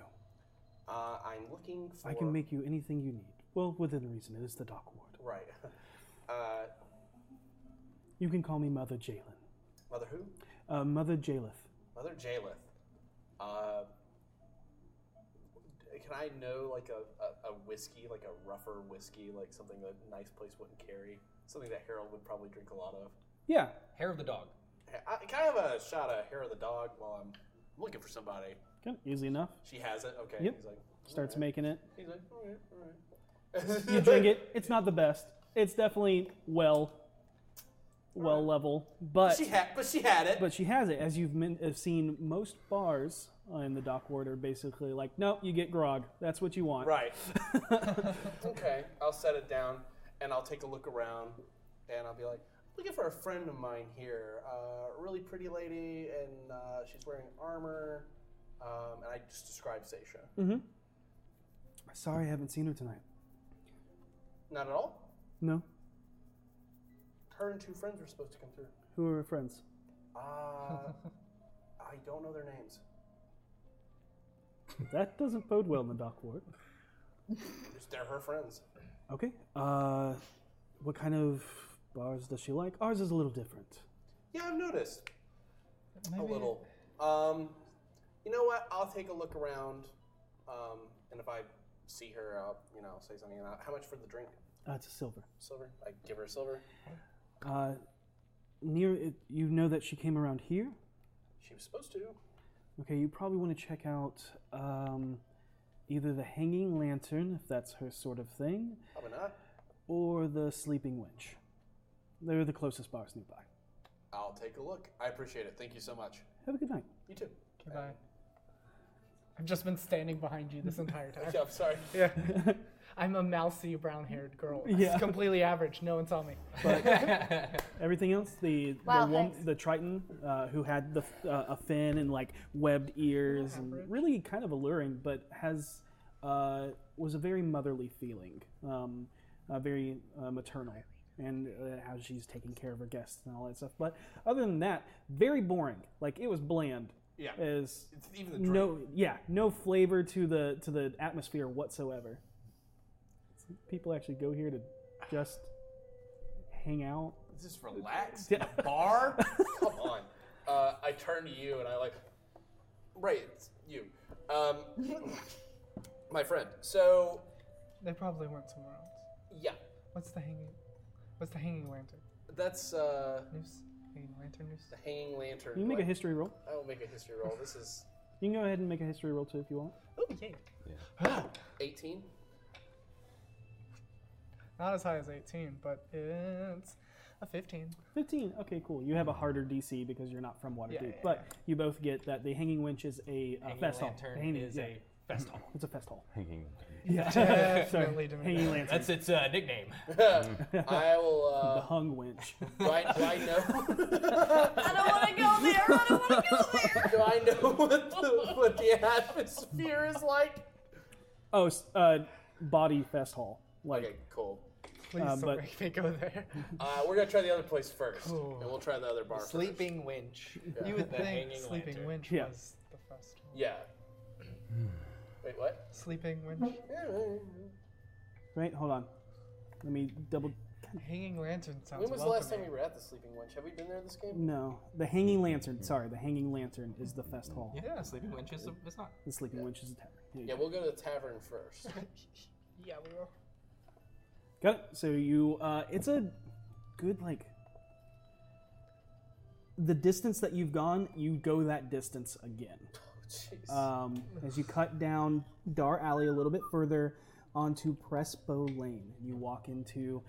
[SPEAKER 6] Uh, I'm looking for.
[SPEAKER 2] I can make you anything you need. Well, within reason, it is the dock ward.
[SPEAKER 6] Right. Uh,
[SPEAKER 2] You can call me Mother Jalen.
[SPEAKER 6] Mother who?
[SPEAKER 2] Uh, Mother Jaleth.
[SPEAKER 6] Mother Jaleth. Uh, can I know like a, a, a whiskey, like a rougher whiskey, like something that a nice place wouldn't carry? Something that Harold would probably drink a lot of.
[SPEAKER 2] Yeah.
[SPEAKER 3] Hair of the dog.
[SPEAKER 6] I, can I have a shot of hair of the dog while I'm looking for somebody?
[SPEAKER 2] Good. Easy enough.
[SPEAKER 6] She has it. Okay.
[SPEAKER 2] Yep.
[SPEAKER 6] He's like,
[SPEAKER 2] Starts making it.
[SPEAKER 6] he's like, all right, all right.
[SPEAKER 2] you drink it. It's not the best. It's definitely well, well level, but
[SPEAKER 6] She had- but she had it.
[SPEAKER 2] But she has it, as you've men- have seen. Most bars in the dock ward are basically like, no, you get grog. That's what you want.
[SPEAKER 6] Right. okay, I'll set it down and I'll take a look around and I'll be like, looking for a friend of mine here. Uh, a really pretty lady and uh, she's wearing armor. Um, and I just described Seisha.
[SPEAKER 2] mm-hmm. Sorry, I haven't seen her tonight.
[SPEAKER 6] Not at all.
[SPEAKER 2] No.
[SPEAKER 6] Her and two friends were supposed to come through.
[SPEAKER 2] Who are her friends?
[SPEAKER 6] Uh, I don't know their names.
[SPEAKER 2] That doesn't bode well in the dock ward.
[SPEAKER 6] Just They're her friends.
[SPEAKER 2] Okay. Uh, what kind of bars does she like? Ours is a little different.
[SPEAKER 6] Yeah, I've noticed. A little. Um, you know what? I'll take a look around. Um, and if I see her, I'll, you know, I'll say something. And i how much for the drink?
[SPEAKER 2] Uh, it's a silver.
[SPEAKER 6] Silver? I give her a silver.
[SPEAKER 2] Uh, near it, you know that she came around here.
[SPEAKER 6] She was supposed to.
[SPEAKER 2] Okay, you probably want to check out um, either the Hanging Lantern, if that's her sort of thing,
[SPEAKER 6] Probably not.
[SPEAKER 2] or the Sleeping Winch. They're the closest bars nearby.
[SPEAKER 6] I'll take a look. I appreciate it. Thank you so much.
[SPEAKER 2] Have a good night.
[SPEAKER 6] You too.
[SPEAKER 11] Goodbye. I've just been standing behind you this entire time.
[SPEAKER 6] Yeah, I'm sorry.
[SPEAKER 11] Yeah. I'm a mousy brown haired girl.
[SPEAKER 2] Yeah.
[SPEAKER 11] It's completely average. No one saw me.
[SPEAKER 2] But everything else, the
[SPEAKER 11] Wow,
[SPEAKER 2] the,
[SPEAKER 11] thanks.
[SPEAKER 2] the Triton, uh, who had the f- uh, a fin and like webbed ears, and
[SPEAKER 11] Mm-hmm.
[SPEAKER 2] really kind of alluring, but has uh, was a very motherly feeling, um, uh, very uh, maternal, and uh, how she's taking care of her guests and all that stuff. But other than that, very boring. Like it was bland.
[SPEAKER 6] Yeah.
[SPEAKER 2] Is
[SPEAKER 6] It's even the
[SPEAKER 2] no yeah no flavor to the to the atmosphere whatsoever. People actually go here to just hang out.
[SPEAKER 6] Is this relaxed in a bar? Come on. Uh, I turn to you and I like, right, it's you, um, my friend. So
[SPEAKER 11] They probably went somewhere else.
[SPEAKER 6] yeah,
[SPEAKER 11] What's the hanging? What's the hanging lantern?
[SPEAKER 6] that's uh,
[SPEAKER 11] Noose. Hanging lantern noose.
[SPEAKER 6] The hanging lantern.
[SPEAKER 2] You can make a
[SPEAKER 6] What?
[SPEAKER 2] history roll.
[SPEAKER 6] I will make a history roll. This is
[SPEAKER 2] You can go ahead and make a history roll too if you want.
[SPEAKER 11] Oh, yay.
[SPEAKER 6] 18.
[SPEAKER 11] Not as high as 18, but it's a 15.
[SPEAKER 2] 15. Okay, cool. You have a harder DC because you're not from Waterdeep,
[SPEAKER 11] Yeah, yeah,
[SPEAKER 2] but you both get that the hanging winch is a uh,
[SPEAKER 11] Hanging
[SPEAKER 2] fest hall.
[SPEAKER 11] lantern
[SPEAKER 12] is a fest hall.
[SPEAKER 2] It's a fest hall.
[SPEAKER 8] Hanging.
[SPEAKER 2] Yeah. Sorry.
[SPEAKER 12] Definitely didn't-
[SPEAKER 2] Hanging lantern.
[SPEAKER 12] That's its uh, nickname.
[SPEAKER 6] I will. Uh,
[SPEAKER 2] the hung winch.
[SPEAKER 6] Do I, do I
[SPEAKER 15] I
[SPEAKER 6] don't want to go there. I don't want to go there. Do I know what the, what the atmosphere is like?
[SPEAKER 2] Oh, s- uh, body fest hall. Like,
[SPEAKER 6] Okay, cool.
[SPEAKER 11] Please
[SPEAKER 2] Um,
[SPEAKER 11] don't
[SPEAKER 2] but-
[SPEAKER 11] make me go there.
[SPEAKER 6] Uh, we're gonna try the other place first, and we'll try the other bar.
[SPEAKER 3] Sleeping
[SPEAKER 6] Winch.
[SPEAKER 11] You would
[SPEAKER 6] The
[SPEAKER 11] think
[SPEAKER 6] hanging
[SPEAKER 11] sleeping
[SPEAKER 6] lantern.
[SPEAKER 11] winch
[SPEAKER 2] Yeah.
[SPEAKER 11] was the first one.
[SPEAKER 6] Yeah. Wait, what?
[SPEAKER 11] Sleeping winch.
[SPEAKER 2] right? Hold on. Let me double.
[SPEAKER 11] Hanging lantern sounds.
[SPEAKER 6] When was the last time
[SPEAKER 11] welcoming.
[SPEAKER 6] we were at the Sleeping Winch? Have we been there this game?
[SPEAKER 2] No, the hanging lantern. Sorry, the hanging lantern is the fest hall.
[SPEAKER 3] Yeah, Sleeping Winch is it's not.
[SPEAKER 2] The sleeping winch is a tavern. Here you
[SPEAKER 6] Yeah,
[SPEAKER 2] go.
[SPEAKER 6] we'll go to the tavern first.
[SPEAKER 11] Yeah, we were.
[SPEAKER 2] Got it. So you, uh, it's a good like. The distance that you've gone, you go that distance again. um, as you cut down Dar Alley a little bit further onto Presbo Lane, you walk into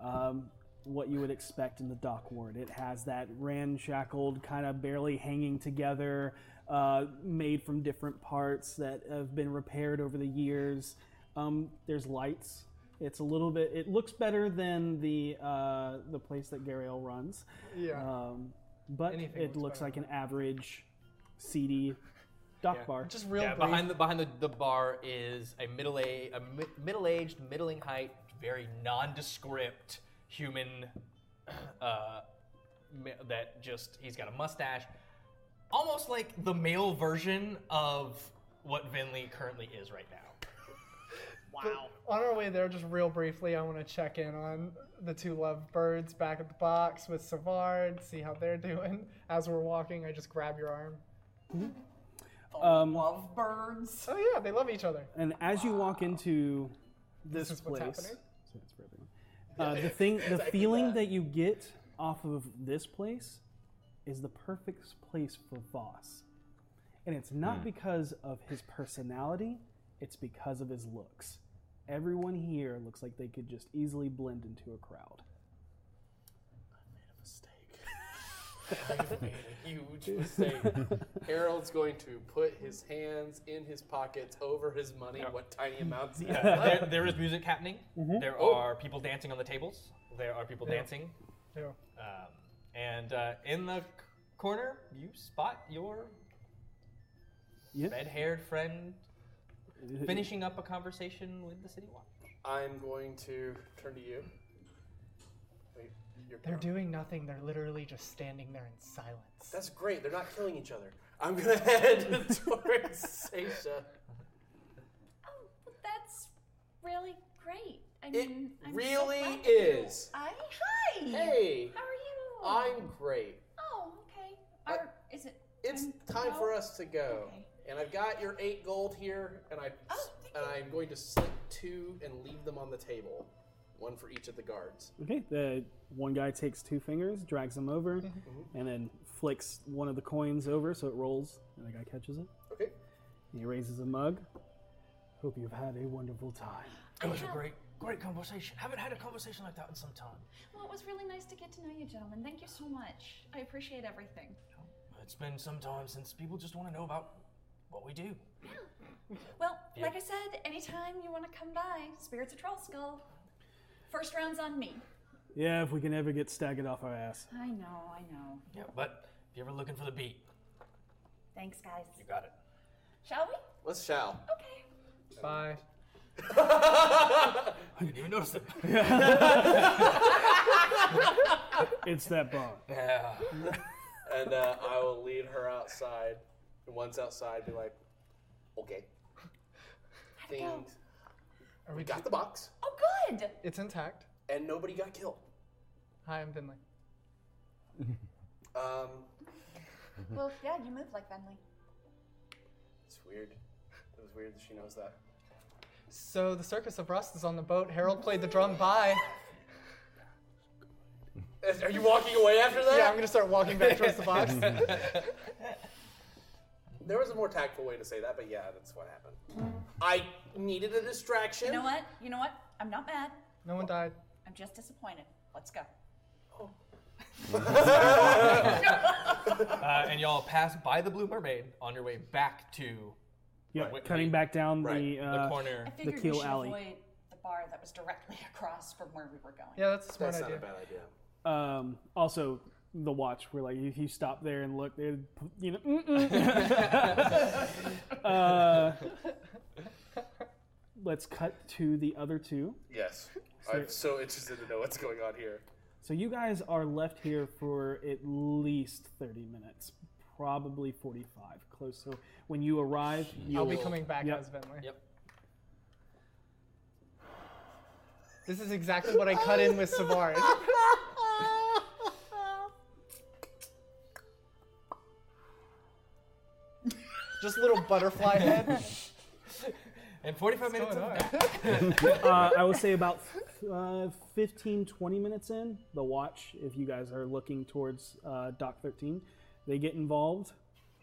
[SPEAKER 2] um, what you would expect in the dock ward. It has that ramshackled, kind of barely hanging together, uh, made from different parts that have been repaired over the years. Um, there's lights. It's a little bit. It looks better than the uh, the place that Gariel runs.
[SPEAKER 11] Yeah.
[SPEAKER 2] Um, but
[SPEAKER 11] Anything
[SPEAKER 2] it
[SPEAKER 11] looks
[SPEAKER 2] looks
[SPEAKER 11] better
[SPEAKER 2] like an average, seedy dock bar.
[SPEAKER 11] Just real
[SPEAKER 3] yeah,
[SPEAKER 11] brief.
[SPEAKER 3] behind the behind the, the bar is a middle a, a mi- middle aged, middling height, very nondescript human uh, ma- that just he's got a mustache, almost like the male version of what Vinley currently is right now.
[SPEAKER 11] Wow. on our way there, just real briefly, I want to check in on the two lovebirds back at the box with Savard, see how they're doing. As we're walking, I just grab your arm.
[SPEAKER 2] Um,
[SPEAKER 5] love birds.
[SPEAKER 11] Oh yeah, they love each other.
[SPEAKER 2] And as you walk into this,
[SPEAKER 11] This is what's
[SPEAKER 2] place,
[SPEAKER 11] happening?
[SPEAKER 2] so it's for everyone. Uh, the thing, the
[SPEAKER 11] Exactly
[SPEAKER 2] feeling
[SPEAKER 11] that.
[SPEAKER 2] that. you get off of this place is the perfect place for Voss, and it's not
[SPEAKER 18] Hmm.
[SPEAKER 2] because of his personality; it's because of his looks. Everyone here looks like they could just easily blend into a crowd.
[SPEAKER 6] I've made a huge mistake. Harold's going to put his hands in his pockets over his money, what tiny amounts he has.
[SPEAKER 3] Yeah,
[SPEAKER 6] left.
[SPEAKER 3] there, there is music happening.
[SPEAKER 6] Mhm.
[SPEAKER 3] There
[SPEAKER 6] Oh.
[SPEAKER 3] are people dancing on the tables. There are people
[SPEAKER 6] Yeah.
[SPEAKER 3] dancing.
[SPEAKER 11] Yeah.
[SPEAKER 3] Um, and uh, in the c- corner, you spot your
[SPEAKER 2] Yeah.
[SPEAKER 3] red-haired friend finishing up a conversation with the city watch.
[SPEAKER 6] I'm going to turn to you. Wait, you're
[SPEAKER 11] They're doing nothing. They're literally just standing there in silence.
[SPEAKER 6] That's great. They're not killing each other. I'm gonna head towards Sasha.
[SPEAKER 19] That's really great. I mean, I'm so
[SPEAKER 6] really
[SPEAKER 19] glad to hear.
[SPEAKER 6] is.
[SPEAKER 19] I hi.
[SPEAKER 6] Hey.
[SPEAKER 19] How are you?
[SPEAKER 6] I'm great. Uh,
[SPEAKER 19] Oh, okay. Are, is it?
[SPEAKER 6] It's time for us to go. And I've got your eight gold here, and I
[SPEAKER 19] Oh,
[SPEAKER 6] and I'm going to slip two and leave them on the table, one for each of the guards.
[SPEAKER 2] Okay, the one guy takes two fingers, drags them over,
[SPEAKER 3] Mm-hmm.
[SPEAKER 2] and then flicks one of the coins over so it rolls, and the guy catches it.
[SPEAKER 6] Okay.
[SPEAKER 2] He raises a mug. Hope you've had a wonderful time.
[SPEAKER 12] It was a great, great conversation. Haven't had a conversation like that in some time.
[SPEAKER 19] Well, it was really nice to get to know you, gentlemen. Thank you so much. I appreciate everything.
[SPEAKER 12] It's been some time since people just want to know about what we do.
[SPEAKER 19] Well,
[SPEAKER 12] Yeah.
[SPEAKER 19] like I said, anytime you want to come by, Spirits of Troll Skull. First round's on me.
[SPEAKER 2] Yeah, if we can ever get staggered off our ass.
[SPEAKER 19] I know, I know.
[SPEAKER 12] Yeah, but if you're ever looking for the beat,
[SPEAKER 19] Thanks, guys.
[SPEAKER 12] you got it.
[SPEAKER 19] Shall we?
[SPEAKER 6] Let's shall.
[SPEAKER 11] Bye.
[SPEAKER 12] I didn't even notice it.
[SPEAKER 2] It's that bar.
[SPEAKER 6] Yeah. and uh, I will lead her outside. And once outside, be like, okay. Things.
[SPEAKER 11] Are
[SPEAKER 6] we got the box,
[SPEAKER 19] Oh, good.
[SPEAKER 11] It's intact.
[SPEAKER 6] and nobody got killed.
[SPEAKER 11] Hi, I'm Vinley.
[SPEAKER 6] Um,
[SPEAKER 12] Mm-hmm.
[SPEAKER 19] Well, yeah, you move like Bentley.
[SPEAKER 6] it's weird. It was weird that she knows that.
[SPEAKER 11] So the circus of rust is on the boat. Harold played the drum. Bye.
[SPEAKER 6] Are you walking away after that?
[SPEAKER 11] Yeah, I'm gonna start walking back towards the box.
[SPEAKER 6] There was a more tactful way to say that, but yeah, that's what happened. I needed a distraction.
[SPEAKER 5] You know what? You know what? I'm not mad.
[SPEAKER 11] No one died.
[SPEAKER 5] I'm just disappointed. Let's go.
[SPEAKER 12] Oh.
[SPEAKER 3] uh, and y'all pass by the Blue Mermaid on your way back to.
[SPEAKER 2] Yeah,
[SPEAKER 3] Wait,
[SPEAKER 2] cutting back down the,
[SPEAKER 3] The
[SPEAKER 2] uh,
[SPEAKER 3] corner.
[SPEAKER 5] I
[SPEAKER 2] the
[SPEAKER 5] figured we
[SPEAKER 2] keel
[SPEAKER 5] should
[SPEAKER 2] alley.
[SPEAKER 5] avoid the bar that was directly across from where we were going.
[SPEAKER 11] Yeah, that's a smart
[SPEAKER 2] That's not
[SPEAKER 11] idea.
[SPEAKER 2] a
[SPEAKER 6] bad idea.
[SPEAKER 2] Um, also, the watch. Where like if you stop there and look, there, you know. mm-mm. uh, let's cut to the other two.
[SPEAKER 6] Yes.
[SPEAKER 2] So-
[SPEAKER 6] I'm so interested to know what's going on here.
[SPEAKER 2] So you guys are left here for at least thirty minutes, probably forty-five, close. So when you arrive, you
[SPEAKER 11] I'll be
[SPEAKER 2] will-
[SPEAKER 11] coming back
[SPEAKER 2] Yep.
[SPEAKER 11] as Venler. Yep. This is exactly what I cut in with Savard. Just little butterfly head.
[SPEAKER 3] And 45 minutes of that.
[SPEAKER 2] uh, I would say about uh, 15, 20 minutes in, the watch, if you guys are looking towards uh, Dock 13, they get involved.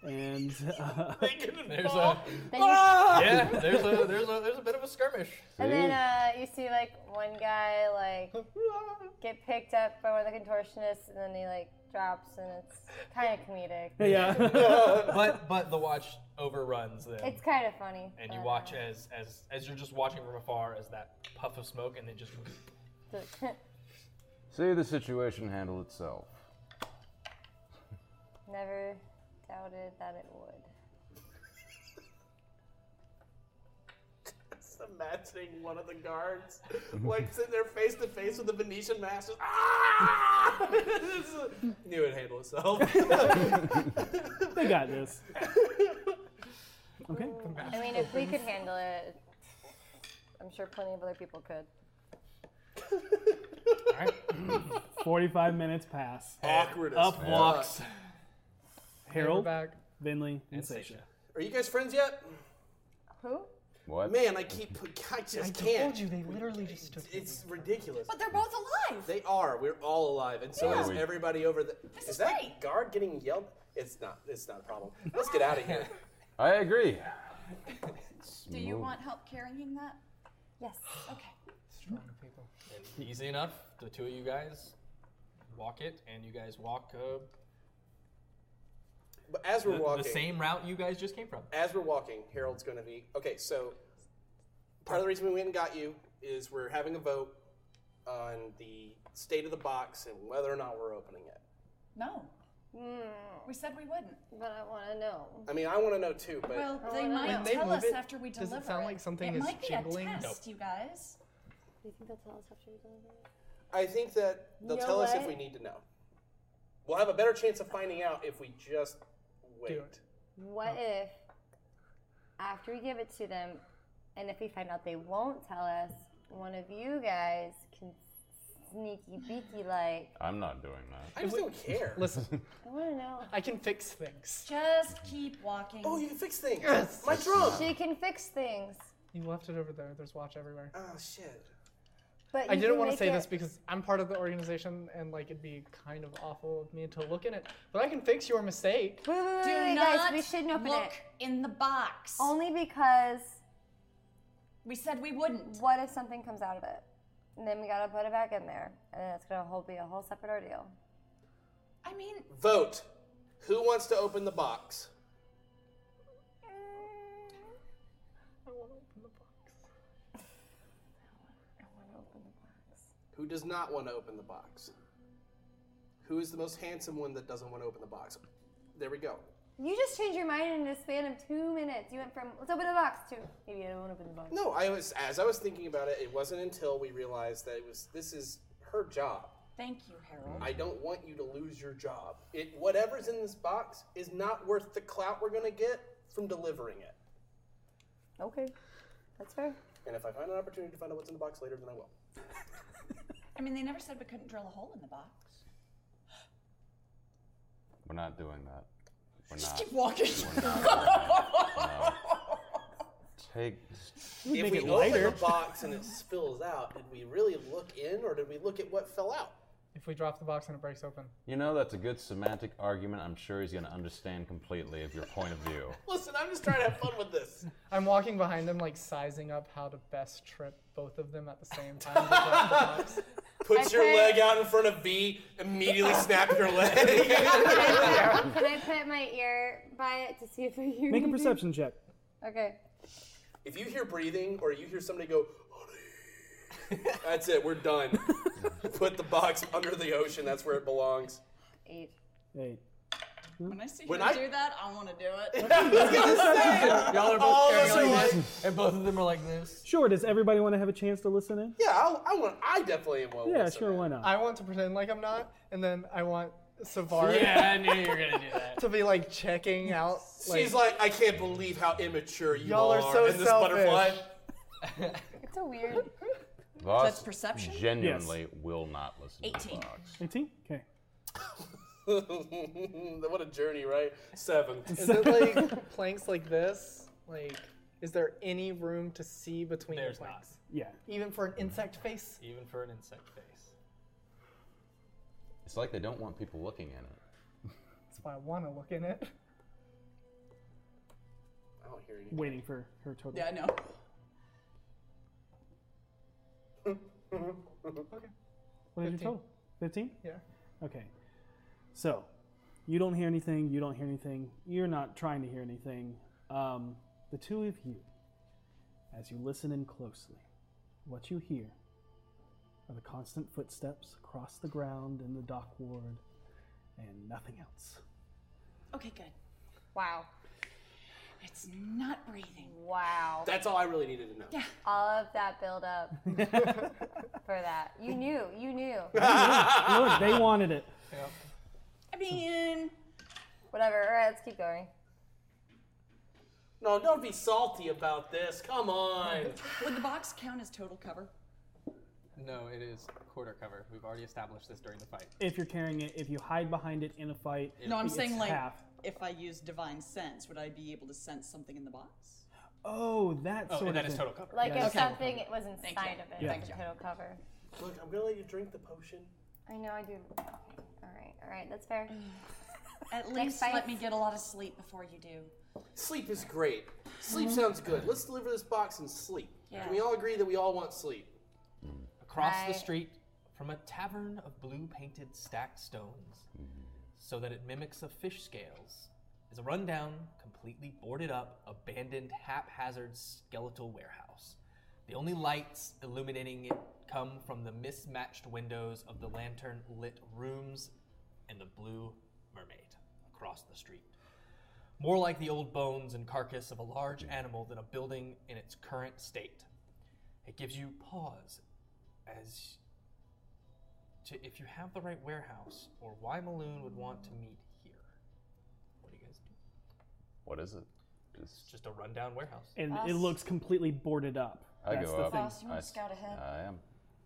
[SPEAKER 2] And uh,
[SPEAKER 3] There's a, Ah!
[SPEAKER 7] Then you-
[SPEAKER 3] yeah, there's a, there's, a, Uh, there's a bit of a skirmish.
[SPEAKER 7] And then uh, you see like one guy like get picked up by one of the contortionists, and then he like drops, and it's kind of comedic.
[SPEAKER 3] but but the watch overruns them.
[SPEAKER 7] It's kind of funny.
[SPEAKER 3] and you
[SPEAKER 7] but-
[SPEAKER 3] watch
[SPEAKER 11] uh,
[SPEAKER 3] as as as you're just watching from afar as that puff of smoke and then just
[SPEAKER 8] See the situation handle itself.
[SPEAKER 7] Never doubted that it would.
[SPEAKER 6] imagining one of the guards like sitting there face to face with the Venetian mask. just, Ah! Knew it handle itself.
[SPEAKER 2] they got this. Okay.
[SPEAKER 7] I mean, if we could handle it, I'm sure plenty of other people could.
[SPEAKER 2] 45 minutes pass.
[SPEAKER 6] Awkward as
[SPEAKER 2] Up
[SPEAKER 6] fuck.
[SPEAKER 2] walks Harold,
[SPEAKER 6] Paperback.
[SPEAKER 2] Vinley, and Seisha.
[SPEAKER 6] Are you guys friends yet?
[SPEAKER 7] Who?
[SPEAKER 8] What?
[SPEAKER 6] Man, I keep. I just
[SPEAKER 11] I
[SPEAKER 6] can't.
[SPEAKER 11] told you they literally just took.
[SPEAKER 6] It's ridiculous.
[SPEAKER 5] But they're both alive.
[SPEAKER 6] They are. We're all alive, and so
[SPEAKER 5] Yeah.
[SPEAKER 6] is
[SPEAKER 5] We-
[SPEAKER 6] everybody over the. Is that guard getting yelled? It's not. It's not a problem. Let's get out of here.
[SPEAKER 8] I agree.
[SPEAKER 5] Do you
[SPEAKER 8] Smooth.
[SPEAKER 5] want help carrying that?
[SPEAKER 7] Yes.
[SPEAKER 5] Okay.
[SPEAKER 11] Strong people.
[SPEAKER 3] Easy enough. The two of you guys walk it, and you guys walk. Uh,
[SPEAKER 6] But as we're
[SPEAKER 3] the,
[SPEAKER 6] walking,
[SPEAKER 3] the same route you guys just came from.
[SPEAKER 6] As we're walking, Harold's going to be okay. So part of the reason we went and got you is we're having a vote on the state of the box and whether or not we're opening it.
[SPEAKER 5] No. We said we wouldn't.
[SPEAKER 7] Mm. But I want to know.
[SPEAKER 6] I mean, I want to know too, but
[SPEAKER 5] well,
[SPEAKER 7] I
[SPEAKER 5] they
[SPEAKER 7] wanna
[SPEAKER 5] might
[SPEAKER 7] know. When they
[SPEAKER 5] tell
[SPEAKER 7] move
[SPEAKER 5] us
[SPEAKER 7] it-
[SPEAKER 5] after we
[SPEAKER 7] does it
[SPEAKER 5] deliver
[SPEAKER 7] sound like something
[SPEAKER 5] it
[SPEAKER 7] is
[SPEAKER 5] might be
[SPEAKER 7] jingling?
[SPEAKER 5] a test, you guys.
[SPEAKER 7] Do you think they'll tell us after we deliver it?
[SPEAKER 6] I think that they'll
[SPEAKER 7] You know
[SPEAKER 6] tell us if
[SPEAKER 7] what?
[SPEAKER 6] we need to know. We'll have a better chance of finding out if we just wait.
[SPEAKER 7] What if after we give it to them, and if we find out they won't tell us, one of you guys can sneaky beaky like.
[SPEAKER 8] I'm not doing that.
[SPEAKER 6] I just don't care.
[SPEAKER 11] Listen,
[SPEAKER 7] I want to know.
[SPEAKER 11] I can fix things.
[SPEAKER 5] Just keep walking.
[SPEAKER 6] Oh, you can fix things.
[SPEAKER 11] Yes. My drum!
[SPEAKER 7] She can fix things.
[SPEAKER 11] You left it over there. There's watch everywhere.
[SPEAKER 6] Oh shit.
[SPEAKER 7] But
[SPEAKER 11] I
[SPEAKER 7] you can
[SPEAKER 11] didn't want to
[SPEAKER 7] make
[SPEAKER 11] say
[SPEAKER 7] it-
[SPEAKER 11] this because I'm part of the organization and like it'd be kind of awful of me to look in it. But I can fix your mistake.
[SPEAKER 7] wait,
[SPEAKER 5] Do
[SPEAKER 7] wait, wait,
[SPEAKER 5] not
[SPEAKER 7] guys, we shouldn't open
[SPEAKER 5] look
[SPEAKER 7] it.
[SPEAKER 5] in the box.
[SPEAKER 7] Only because
[SPEAKER 5] we said we wouldn't.
[SPEAKER 7] What if something comes out of it? And then we gotta put it back in there, and then it's gonna whole, be a whole separate ordeal.
[SPEAKER 5] I mean,
[SPEAKER 6] Vote. Who wants to open the box?
[SPEAKER 11] I want to open the box.
[SPEAKER 6] Who does not want to open the box? Who is the most handsome one that doesn't want to open the box? There we go.
[SPEAKER 7] You just changed your mind in the span of two minutes. You went from let's open the box to maybe I don't want to open the box.
[SPEAKER 6] No, I was as I was thinking about it, it wasn't until we realized that it was this is her job.
[SPEAKER 5] thank you, Harold.
[SPEAKER 6] I don't want you to lose your job. It whatever's in this box is not worth the clout we're gonna get from delivering it.
[SPEAKER 7] Okay, that's fair.
[SPEAKER 6] And if I find an opportunity to find out what's in the box later, then I will.
[SPEAKER 5] I mean, they never said we couldn't drill a hole in the box.
[SPEAKER 8] We're not doing that. We're
[SPEAKER 5] Just
[SPEAKER 8] not.
[SPEAKER 5] keep walking.
[SPEAKER 8] We're not doing that. No. Take.
[SPEAKER 6] if we open the box and it spills out, did we really look in or did we look at what fell out?
[SPEAKER 11] If we drop the box and it breaks open.
[SPEAKER 8] You know, that's a good semantic argument. I'm sure he's going to understand completely of your point of view.
[SPEAKER 6] Listen, I'm just trying to have fun with this.
[SPEAKER 11] I'm walking behind them, like sizing up how to best trip both of them at the same time. to drop the box.
[SPEAKER 6] Put your leg out in front of V, immediately snap your leg.
[SPEAKER 7] Can I put my ear by it to see if I hear?
[SPEAKER 2] Make a
[SPEAKER 7] anything?
[SPEAKER 2] perception check.
[SPEAKER 7] Okay.
[SPEAKER 6] if you hear breathing or you hear somebody go, "Honey," that's it, we're done. Put the box under the ocean, that's where it belongs.
[SPEAKER 7] Eight.
[SPEAKER 2] Eight.
[SPEAKER 11] Hmm?
[SPEAKER 5] When I see
[SPEAKER 6] When
[SPEAKER 5] you
[SPEAKER 6] I-
[SPEAKER 5] do that, I want to do it.
[SPEAKER 3] Y'all are both
[SPEAKER 6] All of
[SPEAKER 3] carrying
[SPEAKER 6] us are
[SPEAKER 3] like
[SPEAKER 6] like-
[SPEAKER 3] this, and both of them are like this.
[SPEAKER 2] Sure, does everybody want to have a chance to listen in?
[SPEAKER 6] Yeah, I, I want. I definitely am well.
[SPEAKER 2] Yeah, sure, why not?
[SPEAKER 11] Oh, I want to pretend like I'm not, and then I want Savard.
[SPEAKER 3] Yeah, I knew you were gonna do that.
[SPEAKER 11] to be like checking out. Like,
[SPEAKER 6] She's like, I can't believe how immature you
[SPEAKER 11] Y'all are so
[SPEAKER 6] and this
[SPEAKER 11] selfish."
[SPEAKER 6] butterfly.
[SPEAKER 7] It's a weird.
[SPEAKER 8] Voss
[SPEAKER 5] that's perception?
[SPEAKER 8] genuinely will not listen to the
[SPEAKER 5] 18.
[SPEAKER 8] box.
[SPEAKER 2] 18? Okay.
[SPEAKER 6] what a journey, right? Seven.
[SPEAKER 11] is it like planks like this? Like, is there any room to see between
[SPEAKER 3] There's
[SPEAKER 11] the planks?
[SPEAKER 2] Yeah.
[SPEAKER 11] Even for an insect face?
[SPEAKER 3] Even for an insect face.
[SPEAKER 8] It's like they don't want people looking in it.
[SPEAKER 11] That's why I want to look in it.
[SPEAKER 6] I don't hear anything.
[SPEAKER 2] Waiting for her total.
[SPEAKER 5] Yeah, I know.
[SPEAKER 11] okay.
[SPEAKER 2] What did you
[SPEAKER 11] 15.
[SPEAKER 2] total? 15?
[SPEAKER 11] Yeah.
[SPEAKER 2] Okay. So, you don't hear anything, you don't hear anything, you're not trying to hear anything. Um, the two of you, as you listen in closely, what you hear are the constant footsteps across the ground in the dock ward and nothing else.
[SPEAKER 5] Okay, good.
[SPEAKER 7] Wow.
[SPEAKER 5] It's not breathing.
[SPEAKER 7] Wow.
[SPEAKER 6] That's all I really needed to know.
[SPEAKER 7] Yeah. All
[SPEAKER 6] Uh,
[SPEAKER 7] of that build up for that. You knew. You knew.
[SPEAKER 2] Look, they wanted it.
[SPEAKER 7] I mean, whatever. All right, let's keep going.
[SPEAKER 6] No, don't be salty about this. Come on.
[SPEAKER 5] Would the box count as total cover?
[SPEAKER 3] No, it is quarter cover. We've already established this during the fight.
[SPEAKER 2] If you're carrying it, if you hide behind it in a fight,
[SPEAKER 5] No, I'm
[SPEAKER 2] it's
[SPEAKER 5] saying like
[SPEAKER 2] half.
[SPEAKER 5] if I use divine sense, would I be able to sense something in the box?
[SPEAKER 2] Oh, that
[SPEAKER 3] Oh,
[SPEAKER 2] sort of
[SPEAKER 3] and that is
[SPEAKER 2] thing.
[SPEAKER 3] total cover.
[SPEAKER 7] Like
[SPEAKER 2] That
[SPEAKER 7] if
[SPEAKER 2] is total
[SPEAKER 7] something it was
[SPEAKER 5] Thank
[SPEAKER 7] inside
[SPEAKER 5] you.
[SPEAKER 7] of it,
[SPEAKER 2] Yeah.
[SPEAKER 7] like
[SPEAKER 2] Thank
[SPEAKER 7] a
[SPEAKER 2] you.
[SPEAKER 7] total cover.
[SPEAKER 6] Look, I'm gonna let you drink the potion.
[SPEAKER 7] I know. I do. All right. All right. That's fair.
[SPEAKER 5] At
[SPEAKER 7] Next
[SPEAKER 5] least
[SPEAKER 7] fight.
[SPEAKER 5] let me get a lot of sleep before you do.
[SPEAKER 6] Sleep is great. Sleep
[SPEAKER 5] Mhm.
[SPEAKER 6] sounds good. Let's deliver this box and sleep.
[SPEAKER 5] Yeah.
[SPEAKER 6] Can we all agree that we all want sleep?
[SPEAKER 3] Across
[SPEAKER 6] I-
[SPEAKER 3] the street from a tavern of blue painted stacked stones, so that it mimics a fish scales, is a rundown, completely boarded up, abandoned, haphazard skeletal warehouse. The only lights illuminating it come from the mismatched windows of the lantern lit rooms and the blue mermaid across the street. More like the old bones and carcass of a large animal than a building in its current state. It gives you pause as to if you have the right warehouse or why Maloon would want to meet here. What do you guys do?
[SPEAKER 8] What is it?
[SPEAKER 3] It's just a rundown warehouse.
[SPEAKER 2] And it looks completely boarded up.
[SPEAKER 8] I
[SPEAKER 2] That's
[SPEAKER 8] go
[SPEAKER 2] the
[SPEAKER 8] up.
[SPEAKER 2] thing.
[SPEAKER 8] I s- I am.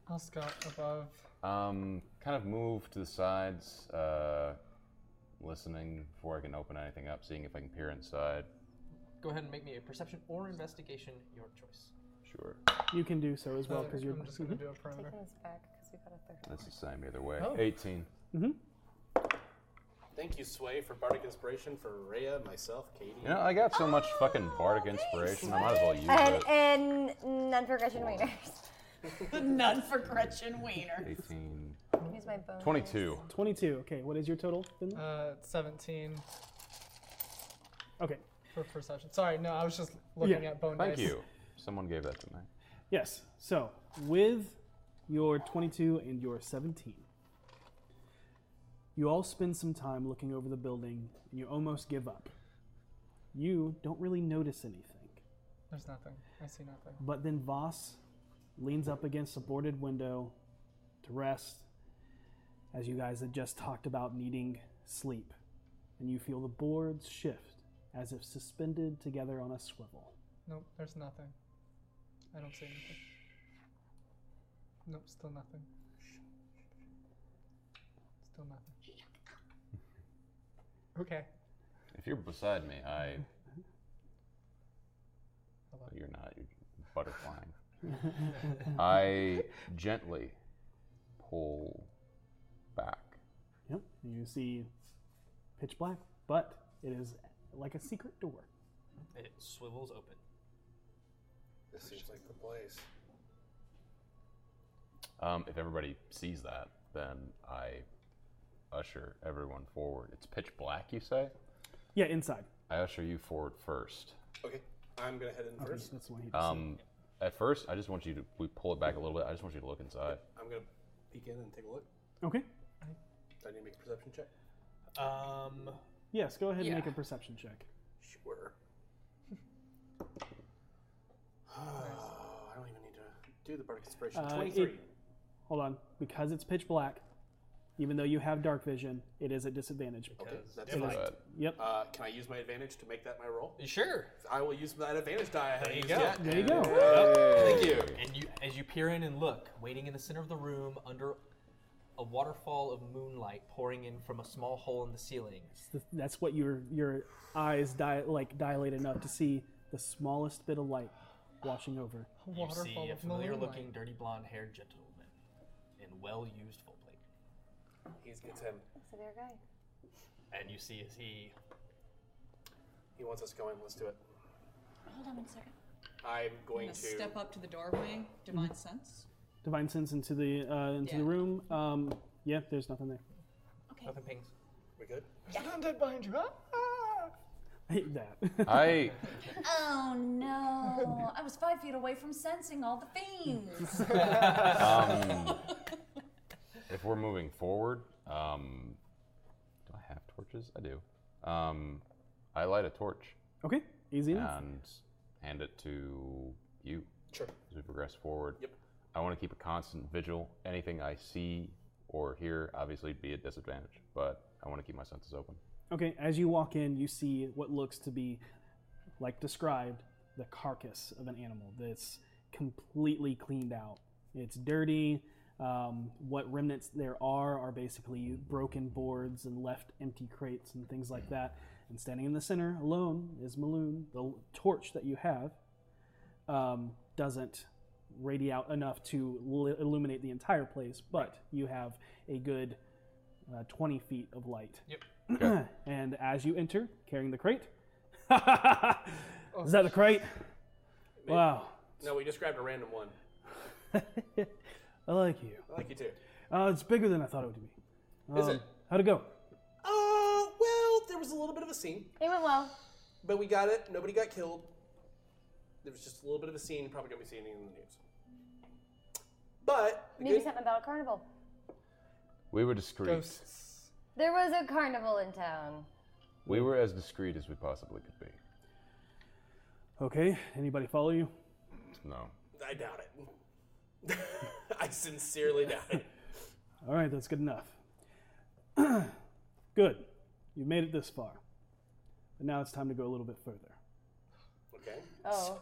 [SPEAKER 13] Uh, I'll scout above.
[SPEAKER 8] Um, kind of move to the sides, uh, listening before I can open anything up, seeing if I can peer inside.
[SPEAKER 3] Go ahead and make me a perception or investigation, your choice.
[SPEAKER 8] Sure.
[SPEAKER 2] You can do so as well because you're. Mhm.
[SPEAKER 13] I'm just gonna do a perimeter.
[SPEAKER 7] Taking this back because we got a third.
[SPEAKER 8] That's the same either way.
[SPEAKER 6] Oh.
[SPEAKER 8] 18.
[SPEAKER 6] Thank you, Sway, for Bardic Inspiration for Rhea, myself, Katie.
[SPEAKER 8] You know, I got so much fucking
[SPEAKER 5] Oh,
[SPEAKER 8] bardic inspiration, I might as well use it.
[SPEAKER 7] And and non progression wieners.
[SPEAKER 5] The none for Gretchen Wiener.
[SPEAKER 8] 18.
[SPEAKER 7] Use my bone.
[SPEAKER 8] 22.
[SPEAKER 2] 22. Okay, what is your total? Finley?
[SPEAKER 13] Uh, 17
[SPEAKER 2] Okay.
[SPEAKER 13] for perception. Sorry, no, I was just looking
[SPEAKER 2] Yeah.
[SPEAKER 13] at bone
[SPEAKER 8] Thank
[SPEAKER 13] dice.
[SPEAKER 8] you. Someone gave that to me.
[SPEAKER 2] Yes. So with your 22 and your 17, you all spend some time looking over the building and you almost give up. You don't really notice anything,
[SPEAKER 13] There's nothing. I see nothing.
[SPEAKER 2] but then Voss leans up against a boarded window to rest, as you guys had just talked about needing sleep, and you feel the boards shift as if suspended together on a swivel.
[SPEAKER 13] Nope, there's nothing. I don't see anything. Nope, still nothing. Still nothing. Okay.
[SPEAKER 8] If you're beside me, I. You're not. You're butterflying. I gently pull back.
[SPEAKER 2] Yep. And you see pitch black, but it is like a secret door.
[SPEAKER 3] It swivels open.
[SPEAKER 6] This seems like the place.
[SPEAKER 8] Um, if everybody sees that, then I usher everyone forward. It's pitch black, you say?
[SPEAKER 2] Yeah, inside.
[SPEAKER 8] I usher you forward first.
[SPEAKER 6] Okay, I'm gonna head in
[SPEAKER 2] Okay,
[SPEAKER 6] first.
[SPEAKER 2] that's the one he just
[SPEAKER 8] Um, at first, I just want you to we pull it back a little bit. I just want you to look inside.
[SPEAKER 6] I'm gonna peek in and take a look.
[SPEAKER 2] Okay.
[SPEAKER 6] Do I need to make a perception check?
[SPEAKER 3] Um,
[SPEAKER 2] Yes, go ahead
[SPEAKER 6] Yeah.
[SPEAKER 2] and make a perception check.
[SPEAKER 6] Sure. I don't even need to do the Bardic Inspiration.
[SPEAKER 2] Uh,
[SPEAKER 6] 23.
[SPEAKER 2] it- hold on. Because it's pitch black, even though you have dark vision, it is at disadvantage.
[SPEAKER 6] Okay, that's
[SPEAKER 2] It is-
[SPEAKER 6] fine.
[SPEAKER 2] Yep.
[SPEAKER 6] Uh, can I use my advantage to make that my roll?
[SPEAKER 3] Sure.
[SPEAKER 6] I will use that advantage die I haven't
[SPEAKER 3] There you
[SPEAKER 6] used
[SPEAKER 3] go. uh,
[SPEAKER 6] yet.
[SPEAKER 2] There you go.
[SPEAKER 6] Thank you.
[SPEAKER 3] And you, as you peer in and look, waiting in the center of the room under a waterfall of moonlight pouring in from a small hole in the ceiling,
[SPEAKER 2] Th- That's what your your eyes di- like dilate enough to see the smallest bit of light washing over.
[SPEAKER 13] A
[SPEAKER 3] you see
[SPEAKER 13] waterfall
[SPEAKER 3] a
[SPEAKER 13] of moonlight.
[SPEAKER 3] familiar-looking, dirty blonde-haired gentleman in well-used full plate.
[SPEAKER 6] He's it's him.
[SPEAKER 7] It's a bear guy.
[SPEAKER 3] And you see as he
[SPEAKER 6] He wants us going. Let's do it.
[SPEAKER 5] Hold on one second.
[SPEAKER 6] I'm
[SPEAKER 5] I'm
[SPEAKER 6] going
[SPEAKER 5] gonna
[SPEAKER 6] to.
[SPEAKER 5] step up to the doorway. Divine sense.
[SPEAKER 2] Divine sense into the uh, into the room. Um, yeah, there's nothing there.
[SPEAKER 3] nothing pings.
[SPEAKER 6] We good?
[SPEAKER 13] There's an undead behind you. Ah!
[SPEAKER 2] Hate that.
[SPEAKER 8] I
[SPEAKER 19] Oh no! I was five feet away from sensing all the fiends.
[SPEAKER 8] um, if we're moving forward, um, do I have torches? I do. Um, I light a torch.
[SPEAKER 2] Okay. Easy enough.
[SPEAKER 8] And hand it to you.
[SPEAKER 6] Sure.
[SPEAKER 8] As we progress forward.
[SPEAKER 6] Yep.
[SPEAKER 8] I want to keep a constant vigil. Anything I see or hear, obviously, be at disadvantage, but I want to keep my senses open.
[SPEAKER 2] Okay, as you walk in, you see what looks to be, like described, the carcass of an animal that's completely cleaned out. It's dirty. Um, what remnants there are are basically broken boards and left empty crates and things like that. And standing in the center alone is Maloon. The l- torch that you have um, doesn't radiate out enough to li- illuminate the entire place, but you have a good uh, 20 feet of light.
[SPEAKER 8] Yep.
[SPEAKER 2] and as you enter, carrying the crate,
[SPEAKER 6] Oh,
[SPEAKER 2] is that the crate? Wow,
[SPEAKER 6] No, we just grabbed a random one.
[SPEAKER 2] I like you.
[SPEAKER 6] I like you too.
[SPEAKER 2] Uh, it's bigger than I thought it would be. Um,
[SPEAKER 6] Is it?
[SPEAKER 2] How'd it go?
[SPEAKER 6] Uh, well, there was a little bit of a scene,
[SPEAKER 7] It went well.
[SPEAKER 6] but we got it. Nobody got killed. There was just a little bit of a scene. Probably gonna be seeing it in the news. But
[SPEAKER 7] Maybe something about a carnival.
[SPEAKER 8] We were discreet.
[SPEAKER 7] There was a carnival in town.
[SPEAKER 8] We were as discreet as we possibly could be.
[SPEAKER 2] Okay, anybody follow you?
[SPEAKER 8] No.
[SPEAKER 6] I doubt it. I sincerely doubt it.
[SPEAKER 2] All right, that's good enough. good. You've made it this far. But now it's time to go a little bit further.
[SPEAKER 6] Okay.
[SPEAKER 7] Oh.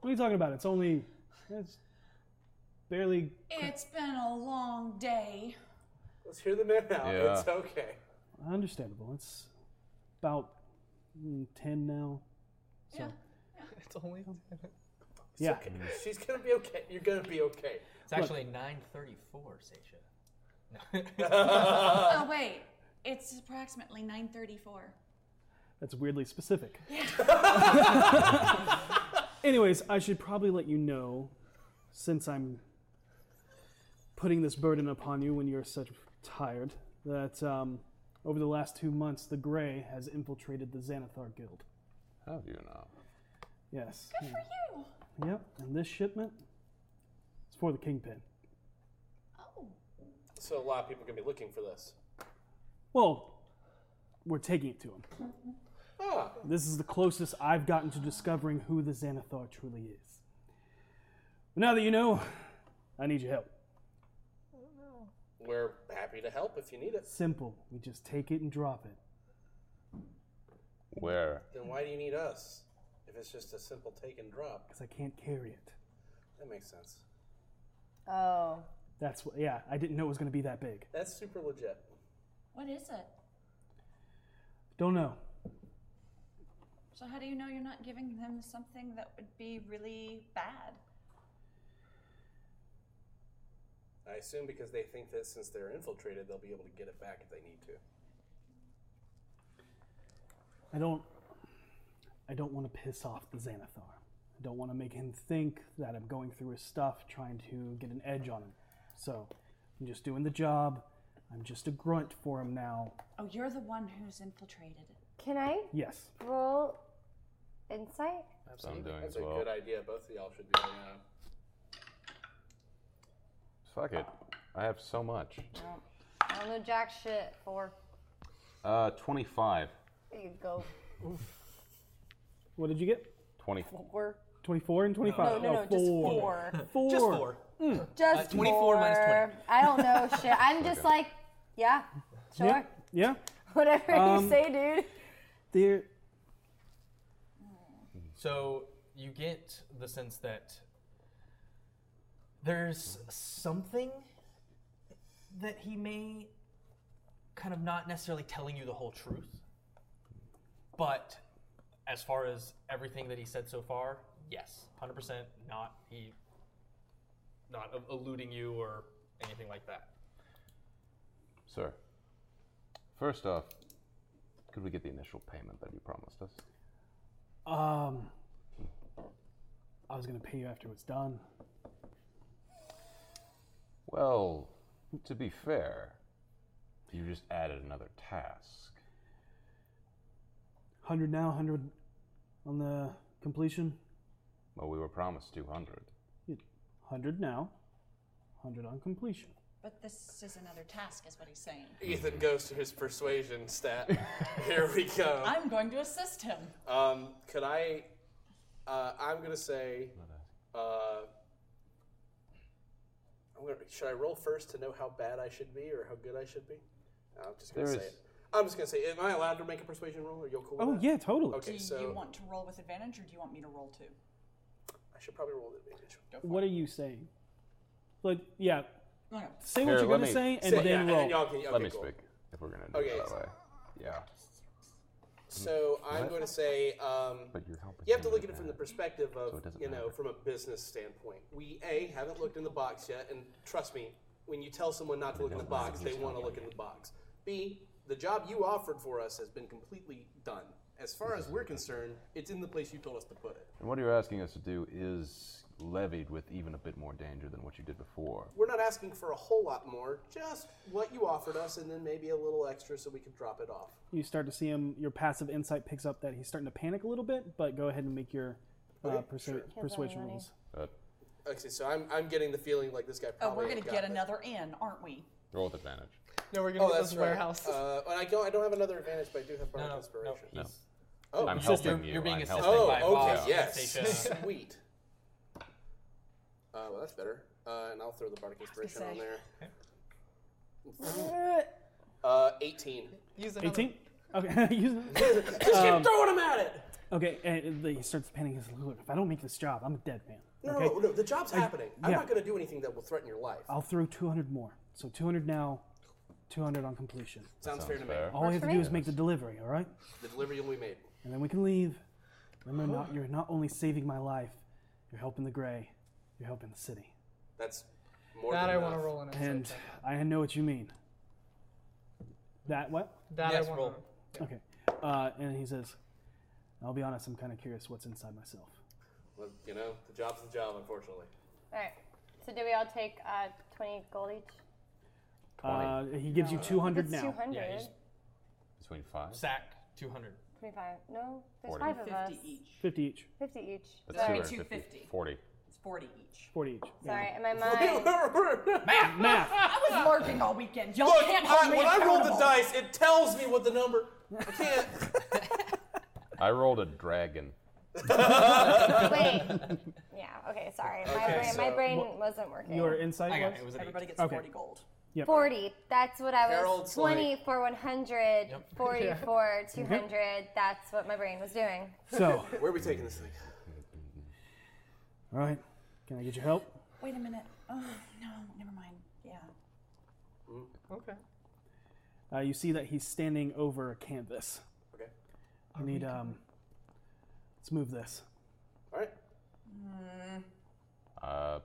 [SPEAKER 2] What are you talking about? It's only. It's barely.
[SPEAKER 5] It's been a long day.
[SPEAKER 6] Let's hear the man out.
[SPEAKER 2] Yeah.
[SPEAKER 6] It's okay.
[SPEAKER 2] Understandable. It's about mm, 10 now. So,
[SPEAKER 11] It's only.
[SPEAKER 2] yeah.
[SPEAKER 6] Okay. She's gonna be okay. You're gonna be okay.
[SPEAKER 3] It's actually 9:34, Seisha.
[SPEAKER 5] oh wait, it's approximately 9:34.
[SPEAKER 2] That's weirdly specific.
[SPEAKER 5] Yeah.
[SPEAKER 2] Anyways, I should probably let you know, since I'm putting this burden upon you when you're such tired, that um, over the last two months, the Grey has infiltrated the Xanathar Guild.
[SPEAKER 8] Have you now?
[SPEAKER 2] Yes.
[SPEAKER 5] Good for you.
[SPEAKER 2] Yep, and this shipment is for the Kingpin.
[SPEAKER 6] So a lot of people are gonna be looking for this.
[SPEAKER 2] Well, we're taking it to him.
[SPEAKER 6] Ah.
[SPEAKER 2] This is the closest I've gotten to discovering who the Xanathar truly is. Now that you know, I need your help.
[SPEAKER 6] We're happy to help if you need it.
[SPEAKER 2] Simple. We just take it and drop it.
[SPEAKER 8] Where?
[SPEAKER 6] Then why do you need us? If it's just a simple take and drop,
[SPEAKER 2] Because I can't carry it.
[SPEAKER 6] that makes sense.
[SPEAKER 7] Oh.
[SPEAKER 2] That's what, yeah, I didn't know it was going to be that big.
[SPEAKER 6] That's super legit.
[SPEAKER 5] What is it?
[SPEAKER 2] Don't know.
[SPEAKER 5] So how do you know you're not giving them something that would be really bad?
[SPEAKER 6] I assume because they think that since they're infiltrated, they'll be able to get it back if they need to.
[SPEAKER 2] I don't. I don't want to piss off the Xanathar. I don't want to make him think that I'm going through his stuff trying to get an edge on him. So, I'm just doing the job. I'm just a grunt for him now.
[SPEAKER 5] Oh, you're the one who's infiltrated.
[SPEAKER 7] Can I
[SPEAKER 2] Yes.
[SPEAKER 7] roll insight?
[SPEAKER 8] So I'm doing
[SPEAKER 6] That's
[SPEAKER 8] as
[SPEAKER 6] a
[SPEAKER 8] well.
[SPEAKER 6] good idea. Both of y'all should be. Uh,
[SPEAKER 8] Fuck it. I have so much.
[SPEAKER 7] No. I don't know jack shit for.
[SPEAKER 8] Uh, 25.
[SPEAKER 7] There you go.
[SPEAKER 2] What did you get?
[SPEAKER 8] 20.
[SPEAKER 7] Four.
[SPEAKER 2] 24 and
[SPEAKER 7] No,
[SPEAKER 2] 25.
[SPEAKER 7] no, no,
[SPEAKER 2] Oh,
[SPEAKER 7] just
[SPEAKER 2] four. Mm.
[SPEAKER 7] four. Uh, Just
[SPEAKER 2] Four.
[SPEAKER 7] Just
[SPEAKER 2] Uh,
[SPEAKER 3] 24 minus 20.
[SPEAKER 7] four. I don't know shit. I'm just like, yeah, sure.
[SPEAKER 2] Yeah. yeah.
[SPEAKER 7] Whatever
[SPEAKER 2] Um,
[SPEAKER 7] you say, dude.
[SPEAKER 2] There,
[SPEAKER 3] So you get the sense that there's something that he may kind of not necessarily telling you the whole truth, but as far as everything that he said so far, yes, hundred percent, not he, not a- eluding you or anything like that.
[SPEAKER 8] Sir, first off, could we get the initial payment that you promised us?
[SPEAKER 2] um, I was going to pay you after it was done.
[SPEAKER 8] Well, to be fair, you just added another task.
[SPEAKER 2] 100 now, 100 on the completion.
[SPEAKER 8] Well, we were promised 200.
[SPEAKER 2] 100 now, 100 on completion.
[SPEAKER 5] But this is another task, is what he's saying.
[SPEAKER 6] Ethan goes to his persuasion stat. Here we go.
[SPEAKER 5] I'm going to assist him.
[SPEAKER 6] Um, could I? Uh, I'm gonna say. Uh, I'm gonna, should I roll first to know how bad I should be or how good I should be? No, I'm just gonna
[SPEAKER 8] There
[SPEAKER 6] say
[SPEAKER 8] is-
[SPEAKER 6] it. I'm just gonna say. Am I allowed to make a persuasion roll? Are you cool? with
[SPEAKER 2] Oh,
[SPEAKER 6] that?
[SPEAKER 2] yeah, totally.
[SPEAKER 6] Okay,
[SPEAKER 5] do
[SPEAKER 6] so
[SPEAKER 5] you want to roll with advantage, or do you want me to roll too?
[SPEAKER 6] I should probably roll the advantage.
[SPEAKER 2] What are you saying? Like, yeah.
[SPEAKER 5] Okay.
[SPEAKER 2] Say what you're gonna say and then roll.
[SPEAKER 8] let me speak if we're gonna do
[SPEAKER 6] Okay.
[SPEAKER 8] it that way. Yeah.
[SPEAKER 6] So I'm
[SPEAKER 8] What?
[SPEAKER 6] going to say, um,
[SPEAKER 8] But you're helping
[SPEAKER 6] you have to
[SPEAKER 8] him
[SPEAKER 6] look at
[SPEAKER 8] with
[SPEAKER 6] it from the
[SPEAKER 8] that.
[SPEAKER 6] perspective of,
[SPEAKER 8] So it doesn't
[SPEAKER 6] you know, from a business standpoint. We a haven't looked in the box yet, and trust me, when you tell someone not to look in the box, they want to look in the box. B, the job you offered for us has been completely done. As far as we're concerned, it's in the place you told us to put it.
[SPEAKER 8] And what you're asking us to do is levied with even a bit more danger than what you did before.
[SPEAKER 6] We're not asking for a whole lot more, just what you offered us, and then maybe a little extra so we can drop it off.
[SPEAKER 2] You start to see him. Your passive insight picks up that he's starting to panic a little bit, but go ahead and make your uh,
[SPEAKER 6] Okay,
[SPEAKER 2] persu-
[SPEAKER 6] sure.
[SPEAKER 2] persuasion rolls.
[SPEAKER 6] Okay, so I'm, I'm getting the feeling like this guy
[SPEAKER 5] Oh,
[SPEAKER 6] probably.
[SPEAKER 5] we're going
[SPEAKER 6] ain't
[SPEAKER 5] to
[SPEAKER 6] got
[SPEAKER 5] get
[SPEAKER 6] it.
[SPEAKER 5] another in, aren't we?
[SPEAKER 8] Roll with advantage.
[SPEAKER 11] No, we're
[SPEAKER 6] Oh, that's right. Uh, and I don't, I don't have another advantage, but I do have bardic inspiration.
[SPEAKER 8] No.
[SPEAKER 6] Oh,
[SPEAKER 8] I'm
[SPEAKER 6] It's
[SPEAKER 8] helping
[SPEAKER 6] just
[SPEAKER 8] you.
[SPEAKER 6] you're- you're being
[SPEAKER 8] I'm
[SPEAKER 6] assisted
[SPEAKER 8] helping
[SPEAKER 6] by
[SPEAKER 8] you.
[SPEAKER 6] a boss. Oh, Yeah. yes. Sweet. Uh, well, that's better. Uh, and I'll throw the bardic inspiration on
[SPEAKER 11] say.
[SPEAKER 6] there. uh, 18.
[SPEAKER 11] Use another-
[SPEAKER 2] 18? Okay. Use Um,
[SPEAKER 6] Just keep throwing 'em at it!
[SPEAKER 2] Okay, and he starts panicking. He's like, Look, if I don't make this job, I'm a dead man.
[SPEAKER 6] No,
[SPEAKER 2] okay?
[SPEAKER 6] no, no, the job's
[SPEAKER 2] I-
[SPEAKER 6] happening. I'm
[SPEAKER 2] yeah.
[SPEAKER 6] not going to do anything that will threaten your life.
[SPEAKER 2] I'll throw 200 more. So 200 now, 200 on completion.
[SPEAKER 6] Sounds Sounds fair to me. fair.
[SPEAKER 2] All we
[SPEAKER 6] Works
[SPEAKER 2] have
[SPEAKER 6] for
[SPEAKER 2] to
[SPEAKER 6] me.
[SPEAKER 2] do is make the delivery, all right?
[SPEAKER 6] The delivery will be made.
[SPEAKER 2] And then we can leave. Remember, not, you're not only saving my life, you're helping the Gray, you're helping the city.
[SPEAKER 6] That's more
[SPEAKER 11] That
[SPEAKER 6] than
[SPEAKER 11] I
[SPEAKER 6] enough.
[SPEAKER 11] wanna roll an insight
[SPEAKER 2] And I know what you mean. That what?
[SPEAKER 11] That I Yes, wanna- roll.
[SPEAKER 2] Okay. Uh, and he says, I'll be honest, I'm kind of curious what's inside myself.
[SPEAKER 6] Well, you know, the job's the job, unfortunately.
[SPEAKER 7] All right. So do we all take uh, 20 gold each?
[SPEAKER 2] Uh, he gives you 200
[SPEAKER 7] It's
[SPEAKER 2] now.
[SPEAKER 7] 200.
[SPEAKER 8] Between five?
[SPEAKER 3] Sack, 200.
[SPEAKER 7] 25. No, there's
[SPEAKER 8] Forty.
[SPEAKER 7] five of us.
[SPEAKER 5] 50 each.
[SPEAKER 2] 50 each.
[SPEAKER 7] 50 each.
[SPEAKER 8] That's
[SPEAKER 7] Sorry.
[SPEAKER 8] 250. 40.
[SPEAKER 5] It's 40 each.
[SPEAKER 2] 40 each.
[SPEAKER 7] Sorry, in my mind.
[SPEAKER 6] Math!
[SPEAKER 2] Math!
[SPEAKER 5] I was lurking all weekend. Y'all
[SPEAKER 6] Look,
[SPEAKER 5] can't hold
[SPEAKER 6] I,
[SPEAKER 5] me
[SPEAKER 6] when I roll the
[SPEAKER 5] accountable.
[SPEAKER 6] dice, it tells me what the number. I can't.
[SPEAKER 8] I rolled a dragon.
[SPEAKER 7] Wait. Yeah, okay, sorry. my
[SPEAKER 8] Okay,
[SPEAKER 7] brain, my
[SPEAKER 8] so-
[SPEAKER 7] brain
[SPEAKER 8] What-
[SPEAKER 7] wasn't working.
[SPEAKER 2] Your insight
[SPEAKER 3] I got
[SPEAKER 2] was?
[SPEAKER 3] it. It was an
[SPEAKER 5] Everybody gets
[SPEAKER 2] Okay.
[SPEAKER 5] 40 gold.
[SPEAKER 2] Yep.
[SPEAKER 7] 40. That's what I was.
[SPEAKER 2] Harold's
[SPEAKER 7] 20 for 100, 40
[SPEAKER 2] Yeah.
[SPEAKER 7] for
[SPEAKER 2] Mhm.
[SPEAKER 7] 200. That's what my brain was doing.
[SPEAKER 2] So-
[SPEAKER 6] Where are we taking this thing?
[SPEAKER 2] All right. Can I get your help?
[SPEAKER 5] Wait a minute. Oh, no, never mind. Yeah.
[SPEAKER 11] Okay.
[SPEAKER 2] Uh, you see that he's standing over a canvas.
[SPEAKER 6] Okay.
[SPEAKER 2] I need um. Let's move this.
[SPEAKER 8] Uh,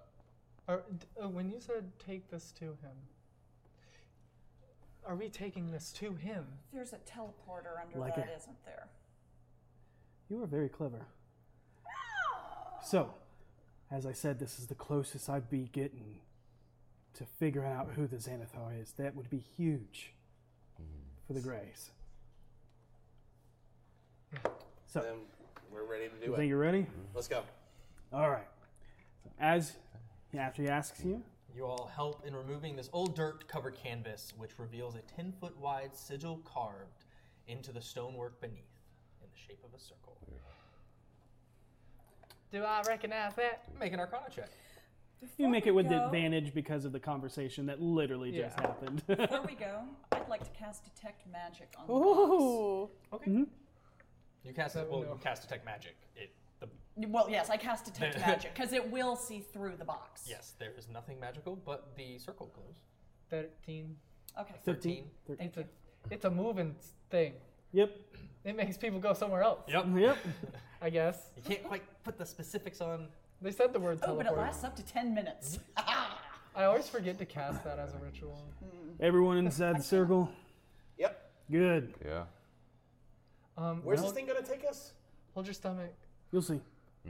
[SPEAKER 11] Are, d- uh, when you said take this to him, are we taking this to him?
[SPEAKER 5] There's a teleporter under
[SPEAKER 2] Like
[SPEAKER 5] that,
[SPEAKER 2] a-
[SPEAKER 5] not there?
[SPEAKER 2] You are very clever. So, as I said, this is the closest I'd be getting to figuring out who the Xanathar is. That would be huge for the Greys. So,
[SPEAKER 6] then we're ready to do
[SPEAKER 2] You
[SPEAKER 6] it.
[SPEAKER 2] think you're ready?
[SPEAKER 6] Let's go.
[SPEAKER 2] All right. As after he asks you,
[SPEAKER 3] You all help in removing this old dirt covered canvas, which reveals a 10 foot wide sigil carved into the stonework beneath in the shape of a circle.
[SPEAKER 11] Do I recognize that?
[SPEAKER 3] Make an arcana check.
[SPEAKER 2] you make it with
[SPEAKER 5] go-
[SPEAKER 2] advantage because of the conversation that literally just
[SPEAKER 5] Yeah.
[SPEAKER 2] happened.
[SPEAKER 5] Before we go, I'd like to cast Detect Magic on the
[SPEAKER 2] Ooh.
[SPEAKER 3] Okay.
[SPEAKER 2] Mhm.
[SPEAKER 3] You cast well, you cast detect magic. It the
[SPEAKER 5] box. Well, yes, I cast Detect Magic because it will see through the box.
[SPEAKER 3] yes, there is nothing magical, but the circle glows.
[SPEAKER 11] 13.
[SPEAKER 5] Okay.
[SPEAKER 3] 13.
[SPEAKER 11] It's a, it's a moving s- thing.
[SPEAKER 2] Yep.
[SPEAKER 11] It makes people go somewhere else.
[SPEAKER 3] Yep.
[SPEAKER 2] Yep.
[SPEAKER 11] I guess.
[SPEAKER 3] You can't quite put the specifics on.
[SPEAKER 11] They said the word
[SPEAKER 5] Oh, but it
[SPEAKER 11] teleport.
[SPEAKER 5] lasts up to 10 minutes.
[SPEAKER 3] Mm-hmm.
[SPEAKER 11] I always forget to cast that as a ritual.
[SPEAKER 5] Hmm.
[SPEAKER 2] Everyone inside the circle.
[SPEAKER 6] Yep.
[SPEAKER 2] Good.
[SPEAKER 8] Yeah.
[SPEAKER 11] Um,
[SPEAKER 6] Where's this
[SPEAKER 11] hold-
[SPEAKER 6] thing going to take us? Hmm.
[SPEAKER 11] Hold your stomach.
[SPEAKER 2] You'll see.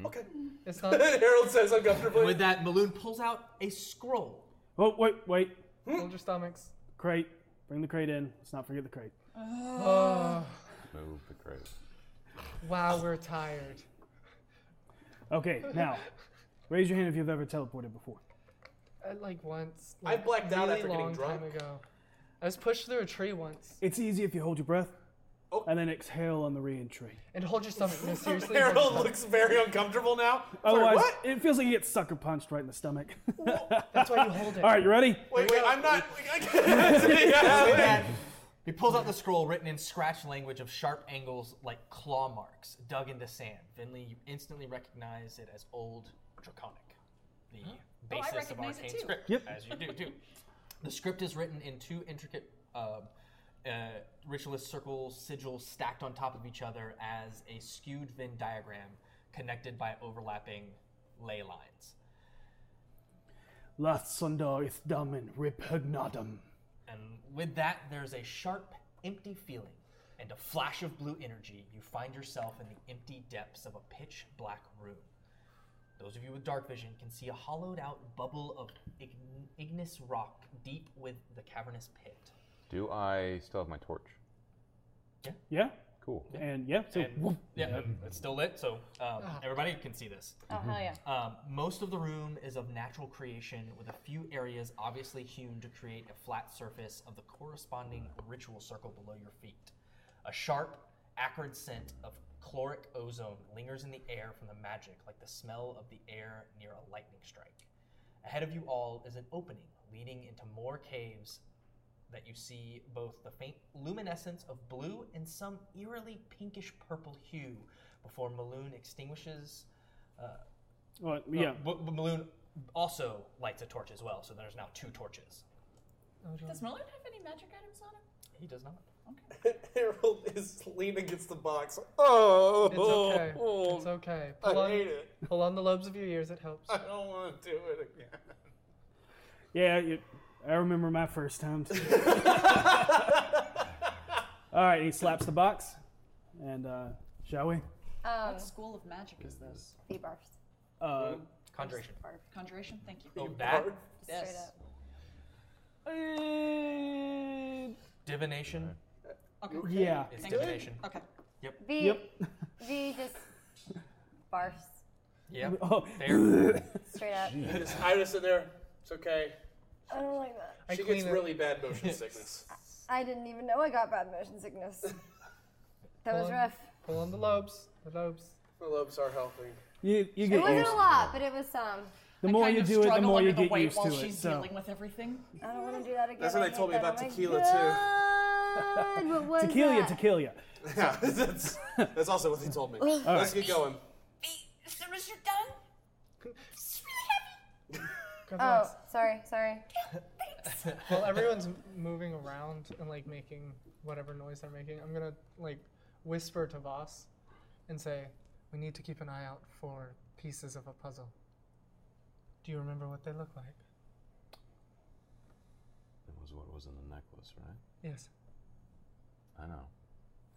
[SPEAKER 6] Okay.
[SPEAKER 11] It's not.
[SPEAKER 6] Harold says uncomfortably.
[SPEAKER 3] With that, Maloon pulls out a scroll.
[SPEAKER 2] Oh wait, wait.
[SPEAKER 11] Hmm? Hold your stomachs.
[SPEAKER 2] Crate. Bring the crate in. Let's not forget the crate.
[SPEAKER 11] Oh.
[SPEAKER 8] Move the crate.
[SPEAKER 11] Wow, we're tired.
[SPEAKER 2] Okay, now raise your hand if you've ever teleported before.
[SPEAKER 11] uh, like once.
[SPEAKER 6] I
[SPEAKER 11] like,
[SPEAKER 6] blacked out
[SPEAKER 11] really
[SPEAKER 6] after getting
[SPEAKER 11] long time
[SPEAKER 6] drunk.
[SPEAKER 11] ago. I was pushed through a tree once
[SPEAKER 2] It's easy if you hold your breath
[SPEAKER 6] Oh.
[SPEAKER 2] and then exhale on the re-entry.
[SPEAKER 11] and hold your stomach. No, seriously. hold your
[SPEAKER 6] Harold
[SPEAKER 11] stomach.
[SPEAKER 6] looks very uncomfortable now.
[SPEAKER 2] Otherwise,
[SPEAKER 6] Sorry,
[SPEAKER 2] it feels like you get sucker punched right in the stomach.
[SPEAKER 11] That's why you hold
[SPEAKER 2] All right, you ready?
[SPEAKER 6] Wait, wait, I'm not.
[SPEAKER 3] He pulls out the scroll written in scratch language of sharp angles like claw marks dug into sand. Finley, you instantly recognize it as Old Draconic, the basis of
[SPEAKER 12] Oh, recognize it
[SPEAKER 3] arcane
[SPEAKER 12] too.
[SPEAKER 3] script,
[SPEAKER 12] Yep.
[SPEAKER 3] as you do too. The script is written in two intricate um, uh, ritualist circle sigils stacked on top of each other as a skewed Venn diagram connected by overlapping ley lines.
[SPEAKER 2] Lath sundar ith damen repugnatum.
[SPEAKER 3] And with that, there's a sharp, empty feeling and a flash of blue energy. You find yourself in the empty depths of a pitch black room. Those of you with dark vision can see a hollowed out bubble of ign- igneous rock deep with the cavernous pit.
[SPEAKER 8] Do I still have my torch?
[SPEAKER 3] Yeah.
[SPEAKER 2] Yeah.
[SPEAKER 8] Cool.
[SPEAKER 2] And yeah, so whoop.
[SPEAKER 3] Yeah, it's still lit, so um, everybody can see this.
[SPEAKER 5] Oh, hell yeah.
[SPEAKER 3] Um, most of the room is of natural creation, with a few areas obviously hewn to create a flat surface of the corresponding ritual circle below your feet. A sharp, acrid scent of chloric ozone lingers in the air from the magic, like the smell of the air near a lightning strike. Ahead of you all is an opening leading into more caves that you see both the faint luminescence of blue and some eerily pinkish purple hue before Maloon extinguishes. Uh,
[SPEAKER 2] Well,
[SPEAKER 3] no,
[SPEAKER 2] yeah.
[SPEAKER 3] B- B- Maloon also lights a torch as well, so there's now two torches.
[SPEAKER 5] Does Miller have any magic items on him?
[SPEAKER 3] He does not.
[SPEAKER 6] Harold is leaning against the box. Oh,
[SPEAKER 11] It's okay.
[SPEAKER 6] oh,
[SPEAKER 11] It's okay.
[SPEAKER 6] I
[SPEAKER 11] Pull on,
[SPEAKER 6] hate it.
[SPEAKER 11] Pull on the lobes of your ears. It helps.
[SPEAKER 6] I don't want to do it again.
[SPEAKER 2] Yeah, it, I remember my first time. too. All right, he slaps the box, and uh, shall we?
[SPEAKER 5] Um, what school of magic is this?
[SPEAKER 7] Uh, The barfs.
[SPEAKER 2] Uh,
[SPEAKER 3] Conjuration.
[SPEAKER 5] Conjuration, thank you.
[SPEAKER 3] Oh, that?
[SPEAKER 7] Straight
[SPEAKER 5] Yes.
[SPEAKER 7] up.
[SPEAKER 3] Divination.
[SPEAKER 5] Okay.
[SPEAKER 2] Yeah.
[SPEAKER 3] It's
[SPEAKER 5] Thank you.
[SPEAKER 3] divination.
[SPEAKER 5] Okay.
[SPEAKER 3] Yep.
[SPEAKER 7] The
[SPEAKER 2] Yep.
[SPEAKER 7] the just barfs
[SPEAKER 3] Yep.
[SPEAKER 2] Oh.
[SPEAKER 3] There.
[SPEAKER 7] straight up.
[SPEAKER 6] I just- I was in there. It's okay.
[SPEAKER 7] I don't like that.
[SPEAKER 6] She gets really bad motion sickness.
[SPEAKER 7] I didn't even know I got bad motion sickness. That was
[SPEAKER 11] on.
[SPEAKER 7] rough.
[SPEAKER 11] Pull on the lobes. The lobes.
[SPEAKER 6] The lobes are helping.
[SPEAKER 2] You, you
[SPEAKER 7] It
[SPEAKER 2] get
[SPEAKER 7] wasn't
[SPEAKER 2] used.
[SPEAKER 7] a lot, but it was some.
[SPEAKER 2] The more you do it, the more you get used
[SPEAKER 5] while
[SPEAKER 2] to it.
[SPEAKER 5] she's
[SPEAKER 2] So
[SPEAKER 5] dealing with everything.
[SPEAKER 7] I don't want to do that again.
[SPEAKER 6] That's what they told me about tequila,
[SPEAKER 7] too. What was
[SPEAKER 2] tequila,
[SPEAKER 7] that?
[SPEAKER 2] tequila.
[SPEAKER 6] Yeah, that's, that's also what he told me.
[SPEAKER 2] All
[SPEAKER 6] Let's
[SPEAKER 2] right.
[SPEAKER 6] get going.
[SPEAKER 19] As soon as you're done, it's really heavy.
[SPEAKER 7] Oh, sorry, sorry. Oh.
[SPEAKER 11] While everyone's m- moving around and like making whatever noise they're making, I'm gonna like whisper to Voss and say, "We need to keep an eye out for pieces of a puzzle. Do you remember what they look like?"
[SPEAKER 10] That was what was in the necklace, right?
[SPEAKER 11] Yes.
[SPEAKER 10] I know.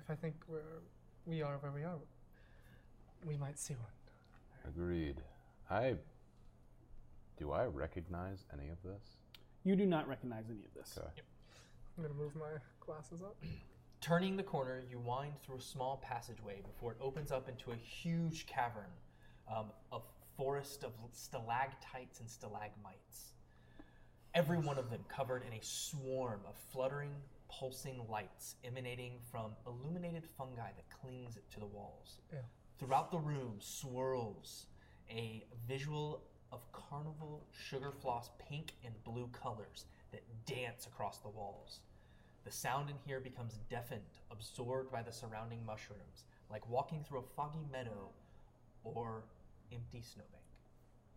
[SPEAKER 11] If I think we're we are where we are, we might see one.
[SPEAKER 8] Agreed. I. Do I recognize any of this?
[SPEAKER 2] you do not recognize any of this.
[SPEAKER 11] I'm gonna move my glasses up.
[SPEAKER 3] Turning the corner, you wind through a small passageway before it opens up into a huge cavern um, of forest of stalactites and stalagmites. Every one of them covered in a swarm of fluttering, pulsing lights emanating from illuminated fungi that clings to the walls.
[SPEAKER 11] Ew.
[SPEAKER 3] Throughout the room swirls a visual of carnival sugar floss pink and blue colors that dance across the walls. The sound in here becomes deafened, absorbed by the surrounding mushrooms, like walking through a foggy meadow or empty snowbank.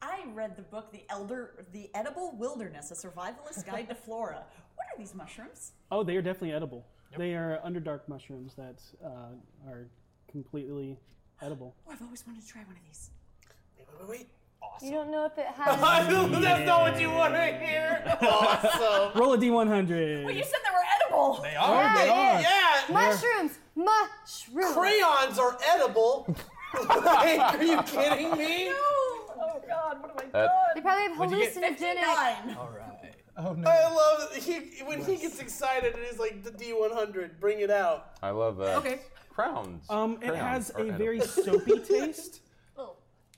[SPEAKER 5] I read the book, The Elder, The Edible Wilderness, A Survivalist Guide to Flora. What are these mushrooms?
[SPEAKER 2] Oh, they are definitely edible. They are underdark mushrooms that uh, are completely edible.
[SPEAKER 5] Oh, I've always wanted to try one of these.
[SPEAKER 6] Wait, wait, wait.
[SPEAKER 7] You don't know if it
[SPEAKER 6] I
[SPEAKER 7] has.
[SPEAKER 6] don't- That's not what you want to hear. Awesome.
[SPEAKER 2] Roll a d100.
[SPEAKER 5] Well, you said they were edible.
[SPEAKER 6] They
[SPEAKER 2] are,
[SPEAKER 6] Yeah,
[SPEAKER 2] they are.
[SPEAKER 6] yeah.
[SPEAKER 7] Mushrooms, mushrooms.
[SPEAKER 6] Crayons are edible. Like, are you kidding me?
[SPEAKER 5] Oh God, what have I
[SPEAKER 8] That-
[SPEAKER 5] done?
[SPEAKER 7] They probably have
[SPEAKER 6] What'd you get?
[SPEAKER 7] hallucinogenic.
[SPEAKER 3] All right.
[SPEAKER 11] Oh no.
[SPEAKER 6] I love he, when he gets excited and is like the D100, bring it out.
[SPEAKER 8] I love that.
[SPEAKER 6] Okay.
[SPEAKER 8] Crowns.
[SPEAKER 2] Um, it
[SPEAKER 8] Crayons
[SPEAKER 2] has
[SPEAKER 8] are
[SPEAKER 2] a
[SPEAKER 8] edible.
[SPEAKER 2] very soapy taste.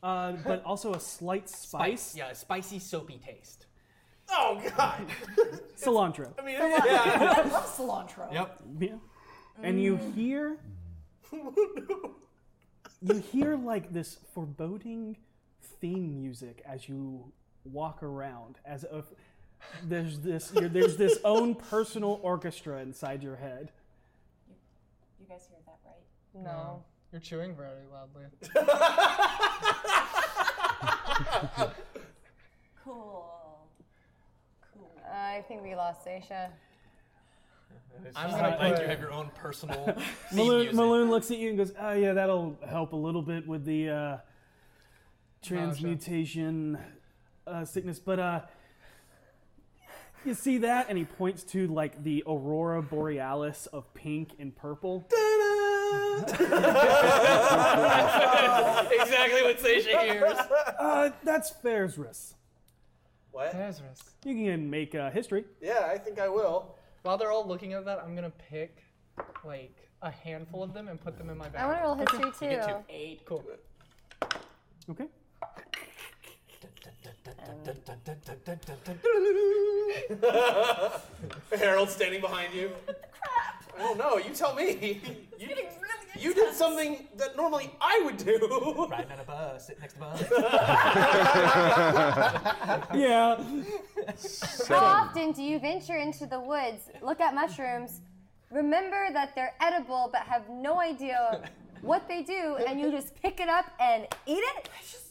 [SPEAKER 2] uh, but also a slight spice.
[SPEAKER 3] Spice, yeah, a spicy soapy taste.
[SPEAKER 6] Oh God!
[SPEAKER 2] Cilantro.
[SPEAKER 6] I mean,
[SPEAKER 5] Cilantro.
[SPEAKER 6] yeah.
[SPEAKER 5] I love cilantro.
[SPEAKER 3] Yep.
[SPEAKER 2] Yeah. And you
[SPEAKER 5] Mm.
[SPEAKER 2] hear you hear like this foreboding theme music as you walk around as if there's this you're- there's this own personal orchestra inside your head.
[SPEAKER 5] You guys hear that right?
[SPEAKER 11] No. You're chewing very loudly.
[SPEAKER 5] Cool. Cool.
[SPEAKER 7] I think we lost Sasha.
[SPEAKER 3] I'm
[SPEAKER 2] just
[SPEAKER 3] gonna
[SPEAKER 2] like-
[SPEAKER 3] let you have your own personal theme
[SPEAKER 2] Maloon,
[SPEAKER 3] music.
[SPEAKER 2] Maloon looks at you and goes, "Oh yeah, that'll help a little bit with the uh, transmutation uh, sickness." But uh, you see that, and he points to like the aurora borealis of pink and purple.
[SPEAKER 12] exactly what Seisha hears.
[SPEAKER 2] Uh, that's Fairsris.
[SPEAKER 6] What?
[SPEAKER 11] Fairsris.
[SPEAKER 2] You can make uh, history.
[SPEAKER 6] Yeah, I think I will.
[SPEAKER 11] While they're all looking at that, I'm gonna pick like a handful of them and put them in my bag.
[SPEAKER 7] I want to roll
[SPEAKER 11] Okay.
[SPEAKER 7] history too.
[SPEAKER 5] Eight.
[SPEAKER 11] Cool.
[SPEAKER 2] Okay.
[SPEAKER 6] Harold standing behind you. Crap! I don't know. Oh, You tell me. You, you did something that normally I would do. Riding on a bus, sit next to bus.
[SPEAKER 2] yeah.
[SPEAKER 7] How often do you venture into the woods, look at mushrooms, remember that they're edible but have no idea what they do, and you just pick it up and eat it?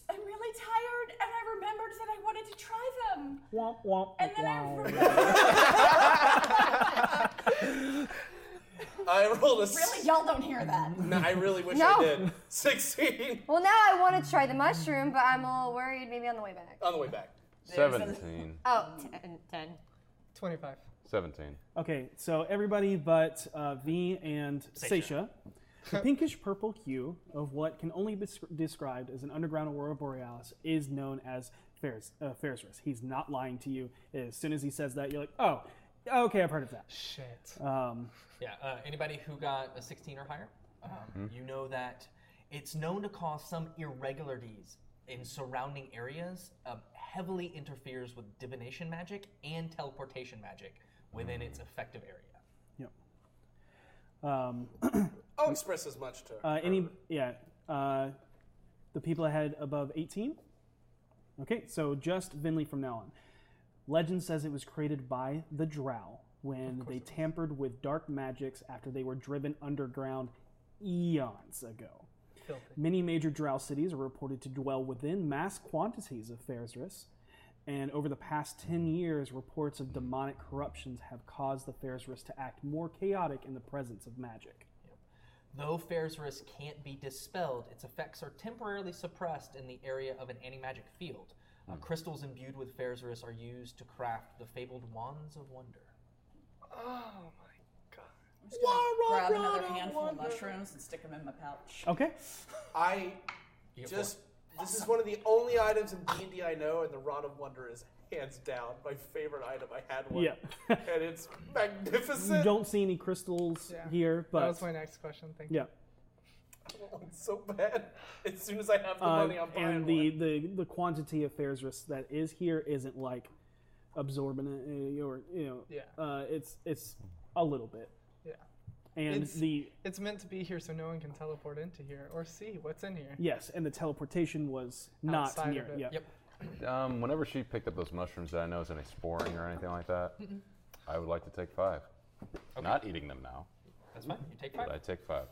[SPEAKER 5] I'm really tired, and I remembered that I wanted to try them.
[SPEAKER 2] Womp womp.
[SPEAKER 5] And then I
[SPEAKER 6] I rolled a. s-
[SPEAKER 5] really, y'all don't hear that.
[SPEAKER 6] No, I really wish
[SPEAKER 7] No.
[SPEAKER 6] I did. Sixteen
[SPEAKER 7] Well, now I want to try the mushroom, but I'm a little worried maybe on the way back.
[SPEAKER 6] on the way back.
[SPEAKER 8] Seventeen.
[SPEAKER 7] Oh, 10. 10.
[SPEAKER 11] 25.
[SPEAKER 8] Seventeen.
[SPEAKER 2] Okay, so everybody but uh, V and Seisha,
[SPEAKER 8] Seisha.
[SPEAKER 2] the pinkish purple hue of what can only be sc- described as an underground aurora borealis is known as Ferris. Uh, Ferrisrus. He's not lying to you. As soon as he says that, you're like, oh, okay, I've heard of that.
[SPEAKER 11] Shit.
[SPEAKER 2] Um,
[SPEAKER 3] Yeah, uh, anybody who got a 16 or higher, um,
[SPEAKER 2] Mhm.
[SPEAKER 3] you know that it's known to cause some irregularities in surrounding areas, um, heavily interferes with divination magic and teleportation magic within its effective area.
[SPEAKER 2] um,
[SPEAKER 6] I'll express as much to.
[SPEAKER 2] uh, any, yeah, uh, the people ahead above 18. Okay, so just Vinley from now on. Legend says it was created by the Drow when they tampered with dark magics after they were driven underground eons ago. Many major Drow cities are reported to dwell within mass quantities of Ferrisris, and over the past 10 years, reports of demonic corruptions have caused the Ferrisris to act more chaotic in the presence of magic.
[SPEAKER 3] Though Fair's risk can't be dispelled, its effects are temporarily suppressed in the area of an anti-magic field. Uh, crystals imbued with Fair's risk are used to craft the fabled wands of wonder.
[SPEAKER 14] Oh
[SPEAKER 5] I'm just gonna
[SPEAKER 14] Wah, rah,
[SPEAKER 5] grab
[SPEAKER 14] rah,
[SPEAKER 5] another
[SPEAKER 14] rah,
[SPEAKER 5] handful of
[SPEAKER 14] wonder.
[SPEAKER 5] mushrooms and stick them in my pouch.
[SPEAKER 2] Okay.
[SPEAKER 6] I just. This is one of the only items in D and D I know, and the Rod of Wonder is hands down my favorite item. I had one.
[SPEAKER 2] Yeah.
[SPEAKER 6] and it's magnificent.
[SPEAKER 2] You don't see any crystals
[SPEAKER 6] Yeah.
[SPEAKER 2] here, but.
[SPEAKER 11] that was my next question. Thank you.
[SPEAKER 2] yeah.
[SPEAKER 6] I want one so bad. As soon as I have the
[SPEAKER 2] Uh,
[SPEAKER 6] money, I'm buying
[SPEAKER 2] and the, the, the quantity of Ferrisris that is here isn't like absorbent uh, or, you know,
[SPEAKER 11] Yeah.
[SPEAKER 2] uh, it's, it's a little bit.
[SPEAKER 11] Yeah.
[SPEAKER 2] And
[SPEAKER 11] It's-
[SPEAKER 2] the
[SPEAKER 11] It's meant to be here so no one can teleport into here or see what's in here.
[SPEAKER 2] Yes, and the teleportation was not
[SPEAKER 11] Outside
[SPEAKER 2] near
[SPEAKER 11] of
[SPEAKER 2] it.
[SPEAKER 11] it.
[SPEAKER 2] Yeah.
[SPEAKER 11] Yep.
[SPEAKER 8] Um, whenever she picked up those mushrooms, did I notice any sporing or anything like that?
[SPEAKER 3] Mm-mm.
[SPEAKER 8] I would like to take five. Not eating them now.
[SPEAKER 3] That's fine. You take
[SPEAKER 8] But
[SPEAKER 3] five.
[SPEAKER 8] I take five.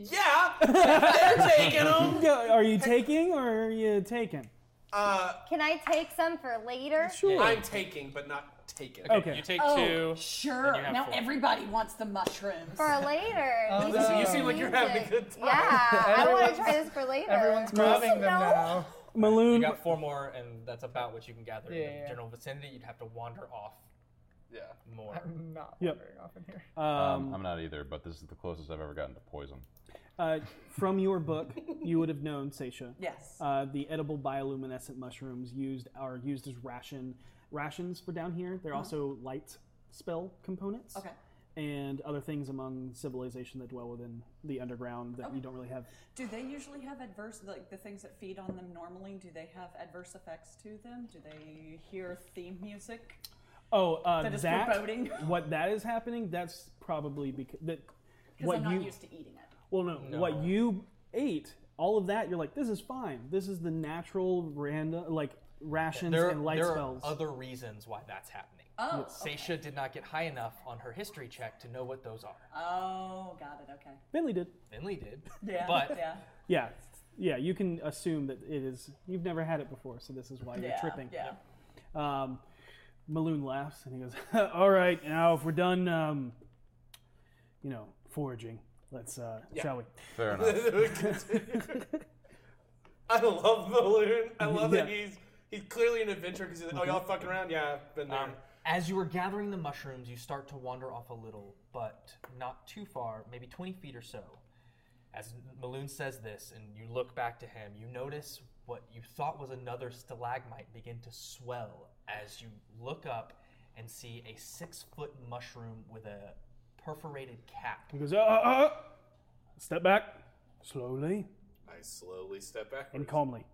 [SPEAKER 6] Yeah, they're taking them.
[SPEAKER 2] Yeah, Are you taking or are you taken?
[SPEAKER 6] Uh,
[SPEAKER 7] Can I take some for later?
[SPEAKER 6] I'm taking, but not taken.
[SPEAKER 2] Okay, Okay. you
[SPEAKER 6] take
[SPEAKER 5] Oh,
[SPEAKER 6] two.
[SPEAKER 5] Sure. Now everybody wants the mushrooms.
[SPEAKER 7] For later.
[SPEAKER 6] Oh,
[SPEAKER 7] You
[SPEAKER 6] no.
[SPEAKER 7] should
[SPEAKER 6] You seem like you're
[SPEAKER 7] use
[SPEAKER 6] having a
[SPEAKER 7] it.
[SPEAKER 6] good time.
[SPEAKER 7] Yeah, I want
[SPEAKER 6] Everyone's-
[SPEAKER 7] to try this for later.
[SPEAKER 11] everyone's
[SPEAKER 2] grabbing
[SPEAKER 7] them now.
[SPEAKER 2] Maloon.
[SPEAKER 3] You got four more, and that's about what you can gather in
[SPEAKER 11] Yeah.
[SPEAKER 3] the general vicinity. You'd have to wander off.
[SPEAKER 6] Yeah.
[SPEAKER 3] More.
[SPEAKER 11] I'm not
[SPEAKER 2] Yep.
[SPEAKER 11] very often here.
[SPEAKER 2] Um,
[SPEAKER 8] Um, I'm not either, but this is the closest I've ever gotten to poison.
[SPEAKER 2] uh, from your book, you would have known, Seisha.
[SPEAKER 5] Yes.
[SPEAKER 2] Uh, the edible bioluminescent mushrooms used are used as ration rations for down here. They're
[SPEAKER 5] Mhm.
[SPEAKER 2] also light spell components.
[SPEAKER 5] Okay.
[SPEAKER 2] and other things among civilization that dwell within the underground that you don't really have.
[SPEAKER 5] Do they usually have adverse, like the things that feed on them normally, do they have adverse effects to them? Do they hear theme music?
[SPEAKER 2] Oh, uh,
[SPEAKER 5] That is foreboding.
[SPEAKER 2] what that is happening? That's probably because that
[SPEAKER 5] Because
[SPEAKER 2] what
[SPEAKER 5] I'm not
[SPEAKER 2] you
[SPEAKER 5] used to eating it.
[SPEAKER 2] well no,
[SPEAKER 5] No.
[SPEAKER 2] what you ate all of that you're like this is fine this is the natural random like rations
[SPEAKER 3] There,
[SPEAKER 2] and light
[SPEAKER 3] there
[SPEAKER 2] spells.
[SPEAKER 3] are other reasons why that's happening.
[SPEAKER 5] Oh,
[SPEAKER 3] Seisha did not get high enough on her history check to know what those are.
[SPEAKER 5] Oh, got it. Okay.
[SPEAKER 2] Finley did.
[SPEAKER 3] Finley did.
[SPEAKER 5] Yeah.
[SPEAKER 3] But
[SPEAKER 5] yeah.
[SPEAKER 2] Yeah, yeah. You can assume that it is. You've never had it before, so this is why you're
[SPEAKER 5] Yeah,
[SPEAKER 2] tripping.
[SPEAKER 5] yeah.
[SPEAKER 2] Um, Maloon laughs and he goes, "All right, now if we're done, um, you know, foraging, let's, uh,
[SPEAKER 6] Yeah.
[SPEAKER 2] shall we?"
[SPEAKER 8] Fair
[SPEAKER 6] I love Balloon. I love that
[SPEAKER 2] Yeah. Mm-hmm.
[SPEAKER 6] he's he's clearly an adventurer because he's like, oh y'all fucking around, yeah, I've been there.
[SPEAKER 3] Um, as you are gathering the mushrooms, you start to wander off a little, but not too far, maybe 20 feet or so. As Maloon says this, and you look back to him, you notice what you thought was another stalagmite begin to swell as you look up and see a six foot mushroom with a perforated cap.
[SPEAKER 2] He goes, uh, uh, uh, step back, slowly
[SPEAKER 6] I slowly step back.
[SPEAKER 2] and calmly.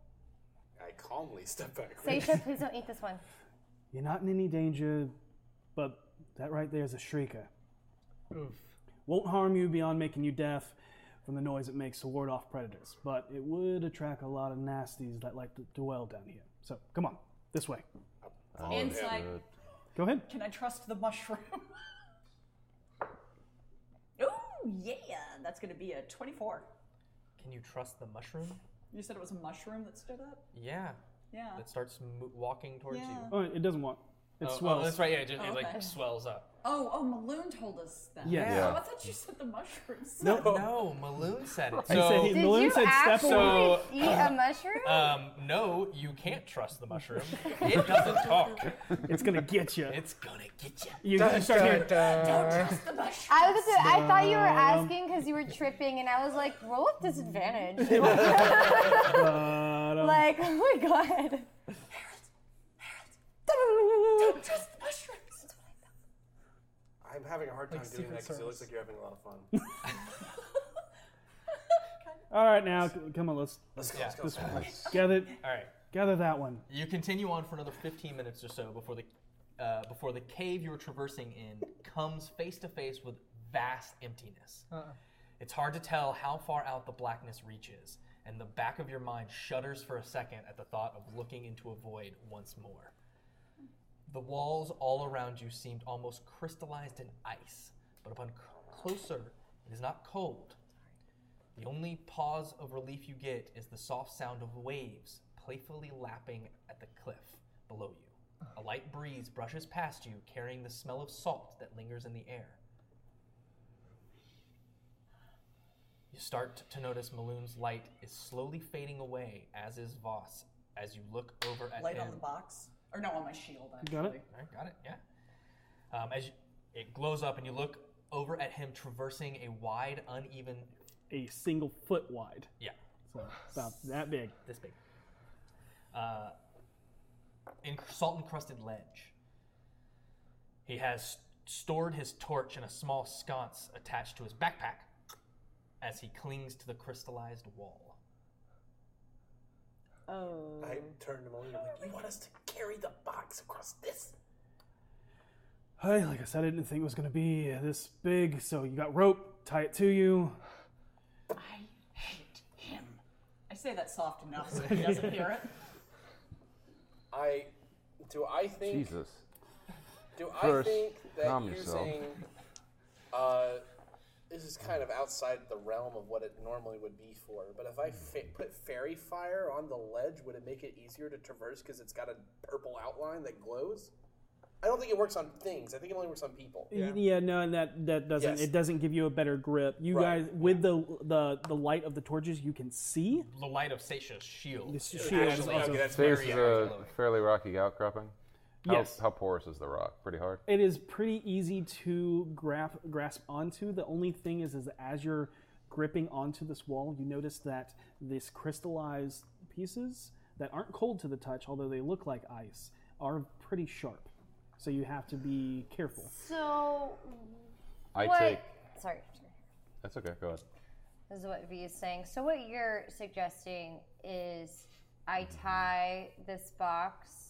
[SPEAKER 6] I calmly step back.
[SPEAKER 7] Seisha, please don't eat this one.
[SPEAKER 2] You're not in any danger, but that right there is a shrieker.
[SPEAKER 11] Oof.
[SPEAKER 2] Won't harm you beyond making you deaf from the noise it makes to ward off predators, but it would attract a lot of nasties that like to dwell down here. So come on, this way.
[SPEAKER 5] Oh, Insight. yeah.
[SPEAKER 2] Go ahead.
[SPEAKER 5] Can I trust the mushroom? oh yeah, that's gonna be a 24.
[SPEAKER 3] Can you trust the mushroom?
[SPEAKER 5] You said it was a mushroom that stood up.
[SPEAKER 3] Yeah.
[SPEAKER 5] Yeah.
[SPEAKER 3] That starts mo- walking towards
[SPEAKER 5] Yeah.
[SPEAKER 3] you.
[SPEAKER 2] Oh, it doesn't want. It
[SPEAKER 3] Oh, oh,
[SPEAKER 2] swells.
[SPEAKER 3] that's right, yeah, it, just,
[SPEAKER 5] Oh,
[SPEAKER 3] it
[SPEAKER 5] okay.
[SPEAKER 3] like swells up.
[SPEAKER 5] Oh, oh, Maloon told us that.
[SPEAKER 3] Yes. Yeah.
[SPEAKER 5] Oh, I thought you said the mushrooms.
[SPEAKER 3] No, no, Maloon said it.
[SPEAKER 2] He said he- Did Maloon you said step actually
[SPEAKER 3] So, uh,
[SPEAKER 7] Eat a mushroom?
[SPEAKER 3] um, no, you can't trust the mushroom. It doesn't talk.
[SPEAKER 2] It's gonna get you.
[SPEAKER 3] It's gonna get you.
[SPEAKER 2] You, you start hearing.
[SPEAKER 7] I was. Gonna, I thought you were
[SPEAKER 2] Um,
[SPEAKER 7] asking because you were tripping, and I was like, roll up disadvantage.
[SPEAKER 2] Ba-dum.
[SPEAKER 7] like, oh my god.
[SPEAKER 5] Don't trust the mushrooms.
[SPEAKER 6] I'm having a hard time
[SPEAKER 5] Like
[SPEAKER 6] doing that
[SPEAKER 5] Secret
[SPEAKER 6] because it looks
[SPEAKER 5] Service.
[SPEAKER 6] like you're having a lot of fun.
[SPEAKER 2] All right, now c- come on, let's
[SPEAKER 3] Let's go, let's go,
[SPEAKER 2] this
[SPEAKER 3] let's go.
[SPEAKER 2] one. Gather.
[SPEAKER 3] All right.
[SPEAKER 2] Gather that one.
[SPEAKER 3] You continue on for another 15 minutes or so before the uh, before the cave you were traversing in comes face to face with vast emptiness.
[SPEAKER 11] Uh-uh.
[SPEAKER 3] It's hard to tell how far out the blackness reaches, and the back of your mind shudders for a second at the thought of looking into a void once more. The walls all around you seemed almost crystallized in ice, but upon c- closer, it is not cold. The only pause of relief you get is the soft sound of waves playfully lapping at the cliff below you. A light breeze brushes past you, carrying the smell of salt that lingers in the air. You start to notice Maloon's light is slowly fading away, as is Voss, as you look over at
[SPEAKER 5] Light
[SPEAKER 3] him.
[SPEAKER 5] on the box, or no, on my shield. Actually.
[SPEAKER 3] Got it. All right, got it. Yeah. Um, as you, it glows up, and you look over at him traversing a wide, uneven.
[SPEAKER 2] A single foot wide.
[SPEAKER 3] Yeah.
[SPEAKER 2] So about that big.
[SPEAKER 3] This big. Uh, in salt encrusted ledge. He has st- stored his torch in a small sconce attached to his backpack as he clings to the crystallized wall.
[SPEAKER 5] Oh.
[SPEAKER 6] I turn to Malina. Like, you want us to carry the box across this?
[SPEAKER 2] Hey, like I said, I didn't think it was gonna be this big. So you got rope, tie it to you.
[SPEAKER 5] I hate him. I say that soft enough so he doesn't hear it.
[SPEAKER 6] I do. I think.
[SPEAKER 8] Jesus.
[SPEAKER 6] Do
[SPEAKER 8] First,
[SPEAKER 6] I think that
[SPEAKER 8] calm
[SPEAKER 6] using
[SPEAKER 8] yourself.
[SPEAKER 6] uh, this is kind of outside the realm of what it normally would be for? But if I fa- put fairy fire on the ledge, would it make it easier to traverse because it's got a purple outline that glows? I don't think it works on things. I think it only works on people.
[SPEAKER 2] Y- Yeah, no, and that that doesn't
[SPEAKER 6] Yes.
[SPEAKER 2] it doesn't give you a better grip. You
[SPEAKER 6] Right.
[SPEAKER 2] guys with the the the light of the torches, you can see.
[SPEAKER 3] The light of Seisha's shield.
[SPEAKER 2] This
[SPEAKER 3] is
[SPEAKER 2] shield
[SPEAKER 3] actually-
[SPEAKER 2] is also-
[SPEAKER 3] okay, that's
[SPEAKER 2] There's
[SPEAKER 8] This
[SPEAKER 3] very
[SPEAKER 8] is
[SPEAKER 3] accurate.
[SPEAKER 8] a fairly rocky outcropping. How,
[SPEAKER 2] Yes.
[SPEAKER 8] How porous is the rock? Pretty hard.
[SPEAKER 2] It is pretty easy to grasp grasp onto. The only thing is, is as you're gripping onto this wall, you notice that these crystallized pieces that aren't cold to the touch, although they look like ice, are pretty sharp. So you have to be careful.
[SPEAKER 7] So,
[SPEAKER 8] I
[SPEAKER 7] what?
[SPEAKER 8] take.
[SPEAKER 7] Sorry, sorry.
[SPEAKER 8] That's okay. Go ahead.
[SPEAKER 7] This is what V is saying. So what you're suggesting is I
[SPEAKER 8] Mm-hmm.
[SPEAKER 7] tie this box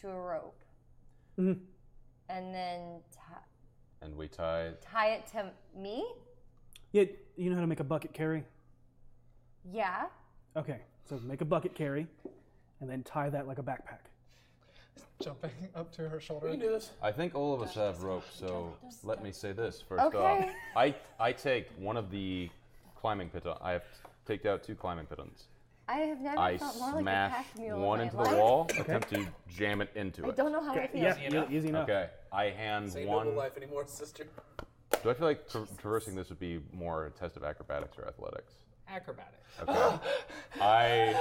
[SPEAKER 7] to a rope
[SPEAKER 2] Mhm.
[SPEAKER 7] and then ti-
[SPEAKER 8] And we tie.
[SPEAKER 7] tie it to me.
[SPEAKER 2] Yeah, you know how to make a bucket carry?
[SPEAKER 7] Yeah.
[SPEAKER 2] Okay, so make a bucket carry and then tie that like a backpack.
[SPEAKER 11] Jumping up to her shoulder.
[SPEAKER 2] We can do this.
[SPEAKER 8] I think all of us have rope, so let me say this first off.
[SPEAKER 11] Okay.
[SPEAKER 8] I I take one of the climbing pitons. I have take out two climbing pitons.
[SPEAKER 7] I have never
[SPEAKER 8] I
[SPEAKER 7] felt more like a
[SPEAKER 8] smash
[SPEAKER 7] pack mule
[SPEAKER 8] one
[SPEAKER 7] in
[SPEAKER 8] into
[SPEAKER 7] my
[SPEAKER 8] the
[SPEAKER 7] life.
[SPEAKER 8] wall, attempt to jam it into
[SPEAKER 7] I
[SPEAKER 8] it.
[SPEAKER 7] don't know how I feel.
[SPEAKER 6] Easy enough. easy enough.
[SPEAKER 8] Okay, I hand
[SPEAKER 6] This ain't
[SPEAKER 8] one.
[SPEAKER 6] noble life anymore, sister.
[SPEAKER 8] Do I feel like tra- traversing this would be more a test of acrobatics or athletics?
[SPEAKER 3] Acrobatics.
[SPEAKER 8] Okay. I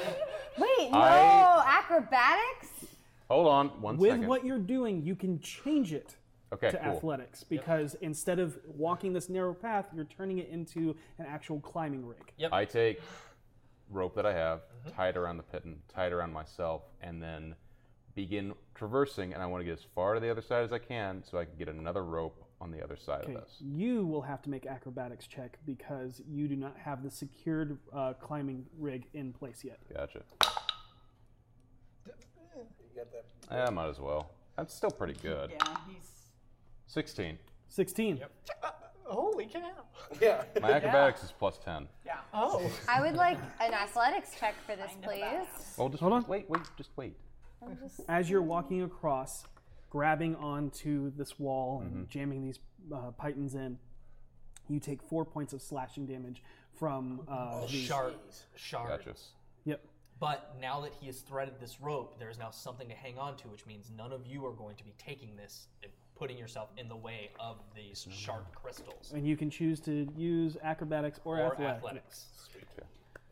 [SPEAKER 7] Wait, no
[SPEAKER 8] I-
[SPEAKER 7] acrobatics.
[SPEAKER 8] hold on one second.
[SPEAKER 2] With what you're doing, you can change it
[SPEAKER 8] Okay,
[SPEAKER 2] to
[SPEAKER 8] cool.
[SPEAKER 2] athletics because instead of walking this narrow path, you're turning it into an actual climbing rig.
[SPEAKER 8] I take rope that I have, tie it around the piton, tie it around myself, and then begin traversing. And I want to get as far to the other side as I can, so I can get another rope on the other side
[SPEAKER 2] Okay,
[SPEAKER 8] of this.
[SPEAKER 2] you will have to make acrobatics check because you do not have the secured uh, climbing rig in place yet.
[SPEAKER 8] Gotcha.
[SPEAKER 6] You got that.
[SPEAKER 8] Yeah, I Eh, might as well. That's still pretty good.
[SPEAKER 5] Yeah, he's.
[SPEAKER 8] Sixteen.
[SPEAKER 2] Sixteen. Yep.
[SPEAKER 11] Holy cow.
[SPEAKER 6] Yeah.
[SPEAKER 8] My acrobatics is plus ten.
[SPEAKER 5] Yeah.
[SPEAKER 11] Oh.
[SPEAKER 7] I would like an athletics check for this, please.
[SPEAKER 8] Well, just hold on. Wait, wait, just wait.
[SPEAKER 7] I'm just-
[SPEAKER 2] As you're walking across, grabbing onto this wall and jamming these uh, pythons in, you take four points of slashing damage from uh,
[SPEAKER 3] Oh,
[SPEAKER 2] these-
[SPEAKER 3] shards. Shards.
[SPEAKER 2] Yep.
[SPEAKER 3] But now that he has threaded this rope, there is now something to hang on to, which means none of you are going to be taking this and putting yourself in the way of these sharp crystals.
[SPEAKER 2] And you can choose to use acrobatics or,
[SPEAKER 3] Or
[SPEAKER 2] athletics.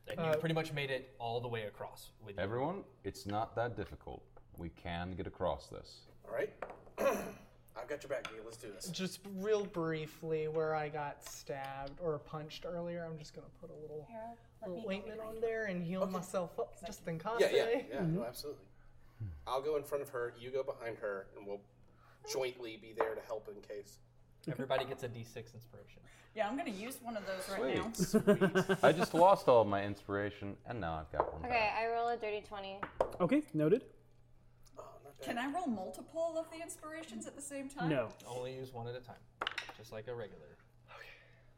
[SPEAKER 3] athletics. And you pretty much made it all the way across with your-
[SPEAKER 8] Everyone, it's not that difficult. We can get across this.
[SPEAKER 6] All right. I've got your back, Gabe. Let's do this.
[SPEAKER 11] Just real briefly, where I got stabbed or punched earlier, I'm just gonna put a little, little ointment on there and heal myself up just in case.
[SPEAKER 6] Yeah, yeah, yeah.
[SPEAKER 11] Mhm.
[SPEAKER 6] No, absolutely. I'll go in front of her. You go behind her, and we'll jointly be there to help in case.
[SPEAKER 3] Everybody gets a D6 inspiration.
[SPEAKER 5] Yeah, I'm gonna use one of those right now.
[SPEAKER 8] I just lost all of my inspiration, and now I've got one. back.
[SPEAKER 7] Okay, I roll a dirty twenty.
[SPEAKER 2] Okay, noted.
[SPEAKER 5] Can I roll multiple of the inspirations at the same time?
[SPEAKER 3] Only use one at a time, just like a regular.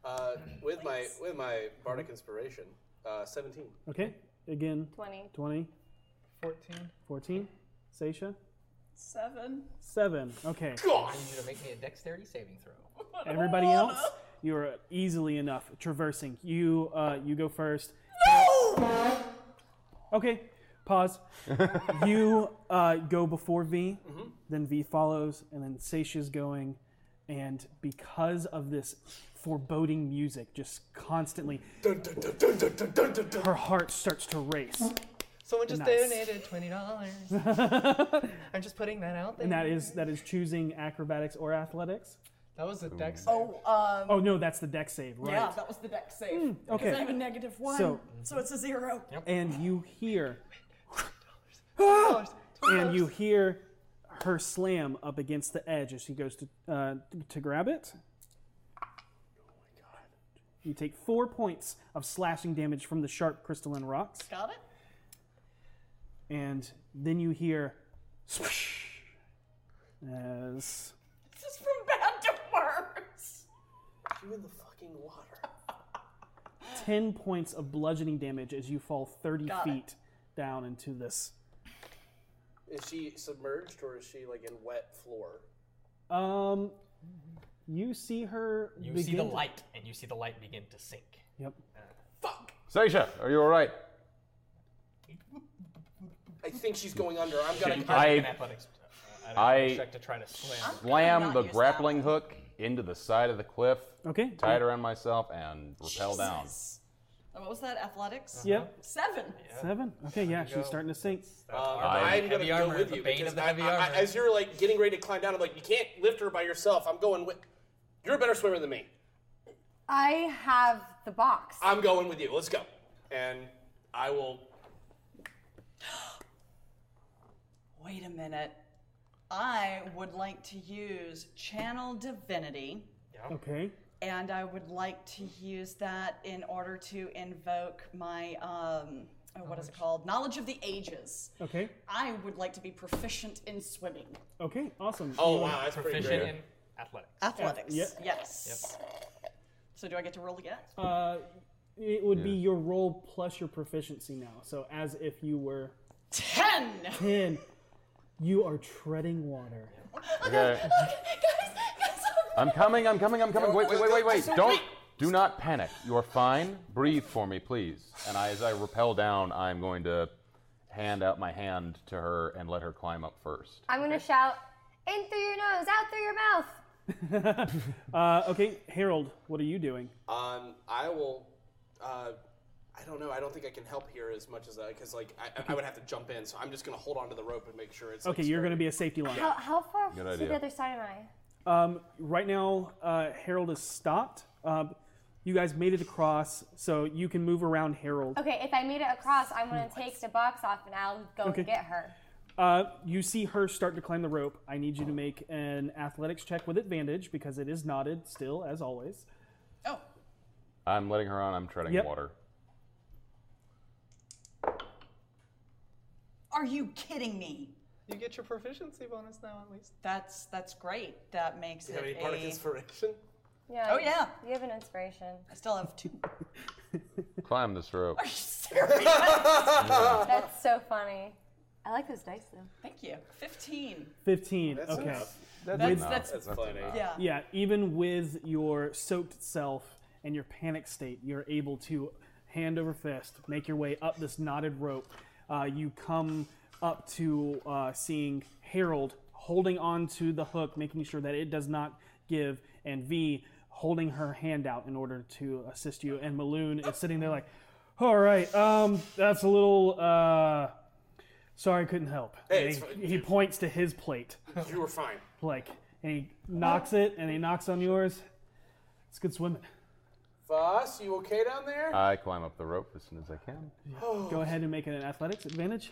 [SPEAKER 6] Uh, with my with my bardic inspiration, uh, seventeen.
[SPEAKER 2] Okay, again.
[SPEAKER 7] 20.
[SPEAKER 2] 20.
[SPEAKER 11] 14.
[SPEAKER 2] 14. Seisha.
[SPEAKER 5] Seven.
[SPEAKER 2] 7. Okay.
[SPEAKER 3] I need you to make me a dexterity saving throw.
[SPEAKER 2] Everybody else, you are easily enough traversing. You uh, you go first. Okay, pause. you uh, go before V,
[SPEAKER 5] Mm-hmm.
[SPEAKER 2] then V follows, and then Seisha's going. And because of this foreboding music, just constantly, her heart starts to race.
[SPEAKER 11] Someone just
[SPEAKER 2] Nice.
[SPEAKER 11] donated twenty dollars. I'm just putting that out there.
[SPEAKER 2] And that is that is choosing acrobatics or athletics.
[SPEAKER 11] That was a dex.
[SPEAKER 5] Oh, um.
[SPEAKER 2] Oh no, that's the deck save, right? Hmm,
[SPEAKER 5] Yeah, that was the deck save.
[SPEAKER 2] okay.
[SPEAKER 5] Because I have a negative one, so,
[SPEAKER 2] So-
[SPEAKER 5] it's a zero.
[SPEAKER 2] and you hear Ah! and you hear her slam up against the edge as she goes to uh, to grab
[SPEAKER 6] Oh
[SPEAKER 2] it. You take four points of slashing damage from the sharp crystalline rocks,
[SPEAKER 5] Got it.
[SPEAKER 2] and then you hear swish as
[SPEAKER 5] This is from bad to worse.
[SPEAKER 6] You in the fucking water.
[SPEAKER 2] ten points of bludgeoning damage as you fall thirty
[SPEAKER 6] Got it.
[SPEAKER 2] feet down into this.
[SPEAKER 6] Is she submerged or is she like in wet floor?
[SPEAKER 2] Um, you see her.
[SPEAKER 3] You
[SPEAKER 2] begin
[SPEAKER 3] see the
[SPEAKER 2] to-
[SPEAKER 3] light, and you see the light begin to sink.
[SPEAKER 2] Yep.
[SPEAKER 8] Seisha, are you all right?
[SPEAKER 6] I think she's going under. I'm gonna.
[SPEAKER 8] Shit,
[SPEAKER 6] I,
[SPEAKER 8] I-
[SPEAKER 3] Make an athletics. uh, I,
[SPEAKER 8] I
[SPEAKER 3] check to try to slam.
[SPEAKER 8] slam the grappling hook into the side of the cliff.
[SPEAKER 2] Okay.
[SPEAKER 8] Tie it around myself and rappel down.
[SPEAKER 5] And what was that? Athletics.
[SPEAKER 2] Uh-huh. Yep.
[SPEAKER 5] Seven.
[SPEAKER 2] Seven. Okay, yeah, she's starting to sink.
[SPEAKER 6] I'm gonna go
[SPEAKER 3] armor,
[SPEAKER 6] with
[SPEAKER 3] the
[SPEAKER 6] you
[SPEAKER 3] bane
[SPEAKER 6] because
[SPEAKER 3] of the
[SPEAKER 6] I-
[SPEAKER 3] heavy
[SPEAKER 6] I- I-
[SPEAKER 3] armor.
[SPEAKER 6] as you're like getting ready to climb down, I'm like, you can't lift her by yourself. I'm going with. You're a better swimmer than me.
[SPEAKER 7] I have the box.
[SPEAKER 6] I'm going with you. Let's go. And I will.
[SPEAKER 5] Wait a minute. I would like to use Channel Divinity,
[SPEAKER 2] Okay.
[SPEAKER 5] and I would like to use that in order to invoke my um, oh, what is it called? Knowledge of the ages.
[SPEAKER 2] Okay.
[SPEAKER 5] I would like to be proficient in swimming.
[SPEAKER 2] Okay. Awesome.
[SPEAKER 6] Oh,
[SPEAKER 2] You-
[SPEAKER 6] wow, that's pretty
[SPEAKER 3] Proficient in
[SPEAKER 6] great.
[SPEAKER 3] athletics.
[SPEAKER 5] Athletics.
[SPEAKER 2] Yeah.
[SPEAKER 5] Yes. So do I get to roll again?
[SPEAKER 2] Uh, it would be your roll plus your proficiency now. So as if you were
[SPEAKER 5] ten.
[SPEAKER 2] Ten. You are treading water.
[SPEAKER 8] Okay. I'm coming, I'm coming, I'm coming. Wait, wait, wait, wait, wait. Don't do not panic. You are fine. Breathe for me, please. And I, as I rappel down, I'm going to hand out my hand to her and let her climb up first.
[SPEAKER 7] I'm gonna shout in through your nose, out through your mouth.
[SPEAKER 2] Uh, okay, Harold, what are you doing?
[SPEAKER 6] Um, I will. Uh, I don't know. I don't think I can help here as much as I because like I, I would have to jump in. So I'm just gonna hold onto the rope and make sure it's.
[SPEAKER 2] okay, you're going to be a safety line.
[SPEAKER 7] How, how far
[SPEAKER 2] Good
[SPEAKER 7] to
[SPEAKER 2] idea.
[SPEAKER 7] the other side am I?
[SPEAKER 2] Um, right now, uh, Harold is stopped. Um, you guys made it across, so you can move around Harold.
[SPEAKER 7] Okay, if I made it across, I'm gonna take the box off and I'll go
[SPEAKER 2] Okay.
[SPEAKER 7] and get her.
[SPEAKER 2] Uh, you see her start to climb the rope. I need you to make an athletics check with advantage because it is knotted still, as always.
[SPEAKER 8] I'm letting her on. I'm treading
[SPEAKER 2] Yep.
[SPEAKER 8] water.
[SPEAKER 5] Are you kidding me?
[SPEAKER 11] You get your proficiency bonus now at least.
[SPEAKER 5] That's that's great. That makes
[SPEAKER 11] Do you have
[SPEAKER 5] it
[SPEAKER 11] any part
[SPEAKER 5] a
[SPEAKER 11] of
[SPEAKER 6] inspiration.
[SPEAKER 7] Yeah.
[SPEAKER 5] Oh, yeah.
[SPEAKER 7] You have an inspiration.
[SPEAKER 5] I still have two.
[SPEAKER 8] Climb this rope.
[SPEAKER 7] That's so funny. I like those dice though.
[SPEAKER 5] Thank you. Fifteen.
[SPEAKER 2] 15.
[SPEAKER 5] That's
[SPEAKER 2] okay.
[SPEAKER 5] enough. That's That's- enough. that's-
[SPEAKER 6] That's funny.
[SPEAKER 5] Yeah.
[SPEAKER 2] Yeah, even with your soaked self and your panic state, you're able to hand over fist make your way up this knotted rope. Uh, you come up to uh, seeing Harold holding on to the hook, making sure that it does not give, and V holding her hand out in order to assist you. And Maloon is sitting there like, all right, um, that's a little. Uh, sorry, I couldn't help.
[SPEAKER 6] Hey, it's
[SPEAKER 2] And he, he points to his plate
[SPEAKER 6] You were fine.
[SPEAKER 2] like and he knocks it and he knocks on yours it's good swimming
[SPEAKER 6] Voss, you okay down there?
[SPEAKER 3] Uh,
[SPEAKER 8] I climb up the rope as soon as I can.
[SPEAKER 6] Oh.
[SPEAKER 2] go ahead and make an athletics advantage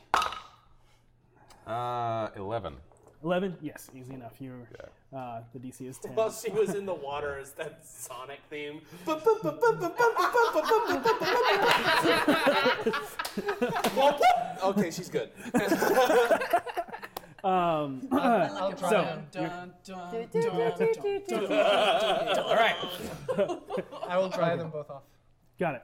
[SPEAKER 8] Uh, 11.
[SPEAKER 2] 11 yes easy enough you're uh, the dc is 10
[SPEAKER 6] While she was in the water, is that Sonic theme? okay, she's good.
[SPEAKER 2] um,
[SPEAKER 5] I'll
[SPEAKER 2] so,
[SPEAKER 5] Dun, dun, dun,
[SPEAKER 11] Do, do,
[SPEAKER 5] dun,
[SPEAKER 11] do,
[SPEAKER 5] dun,
[SPEAKER 11] do, do,
[SPEAKER 5] dun, dun,
[SPEAKER 11] do.
[SPEAKER 5] dun.
[SPEAKER 11] All I will dry
[SPEAKER 2] Okay.
[SPEAKER 11] them both off.
[SPEAKER 2] got it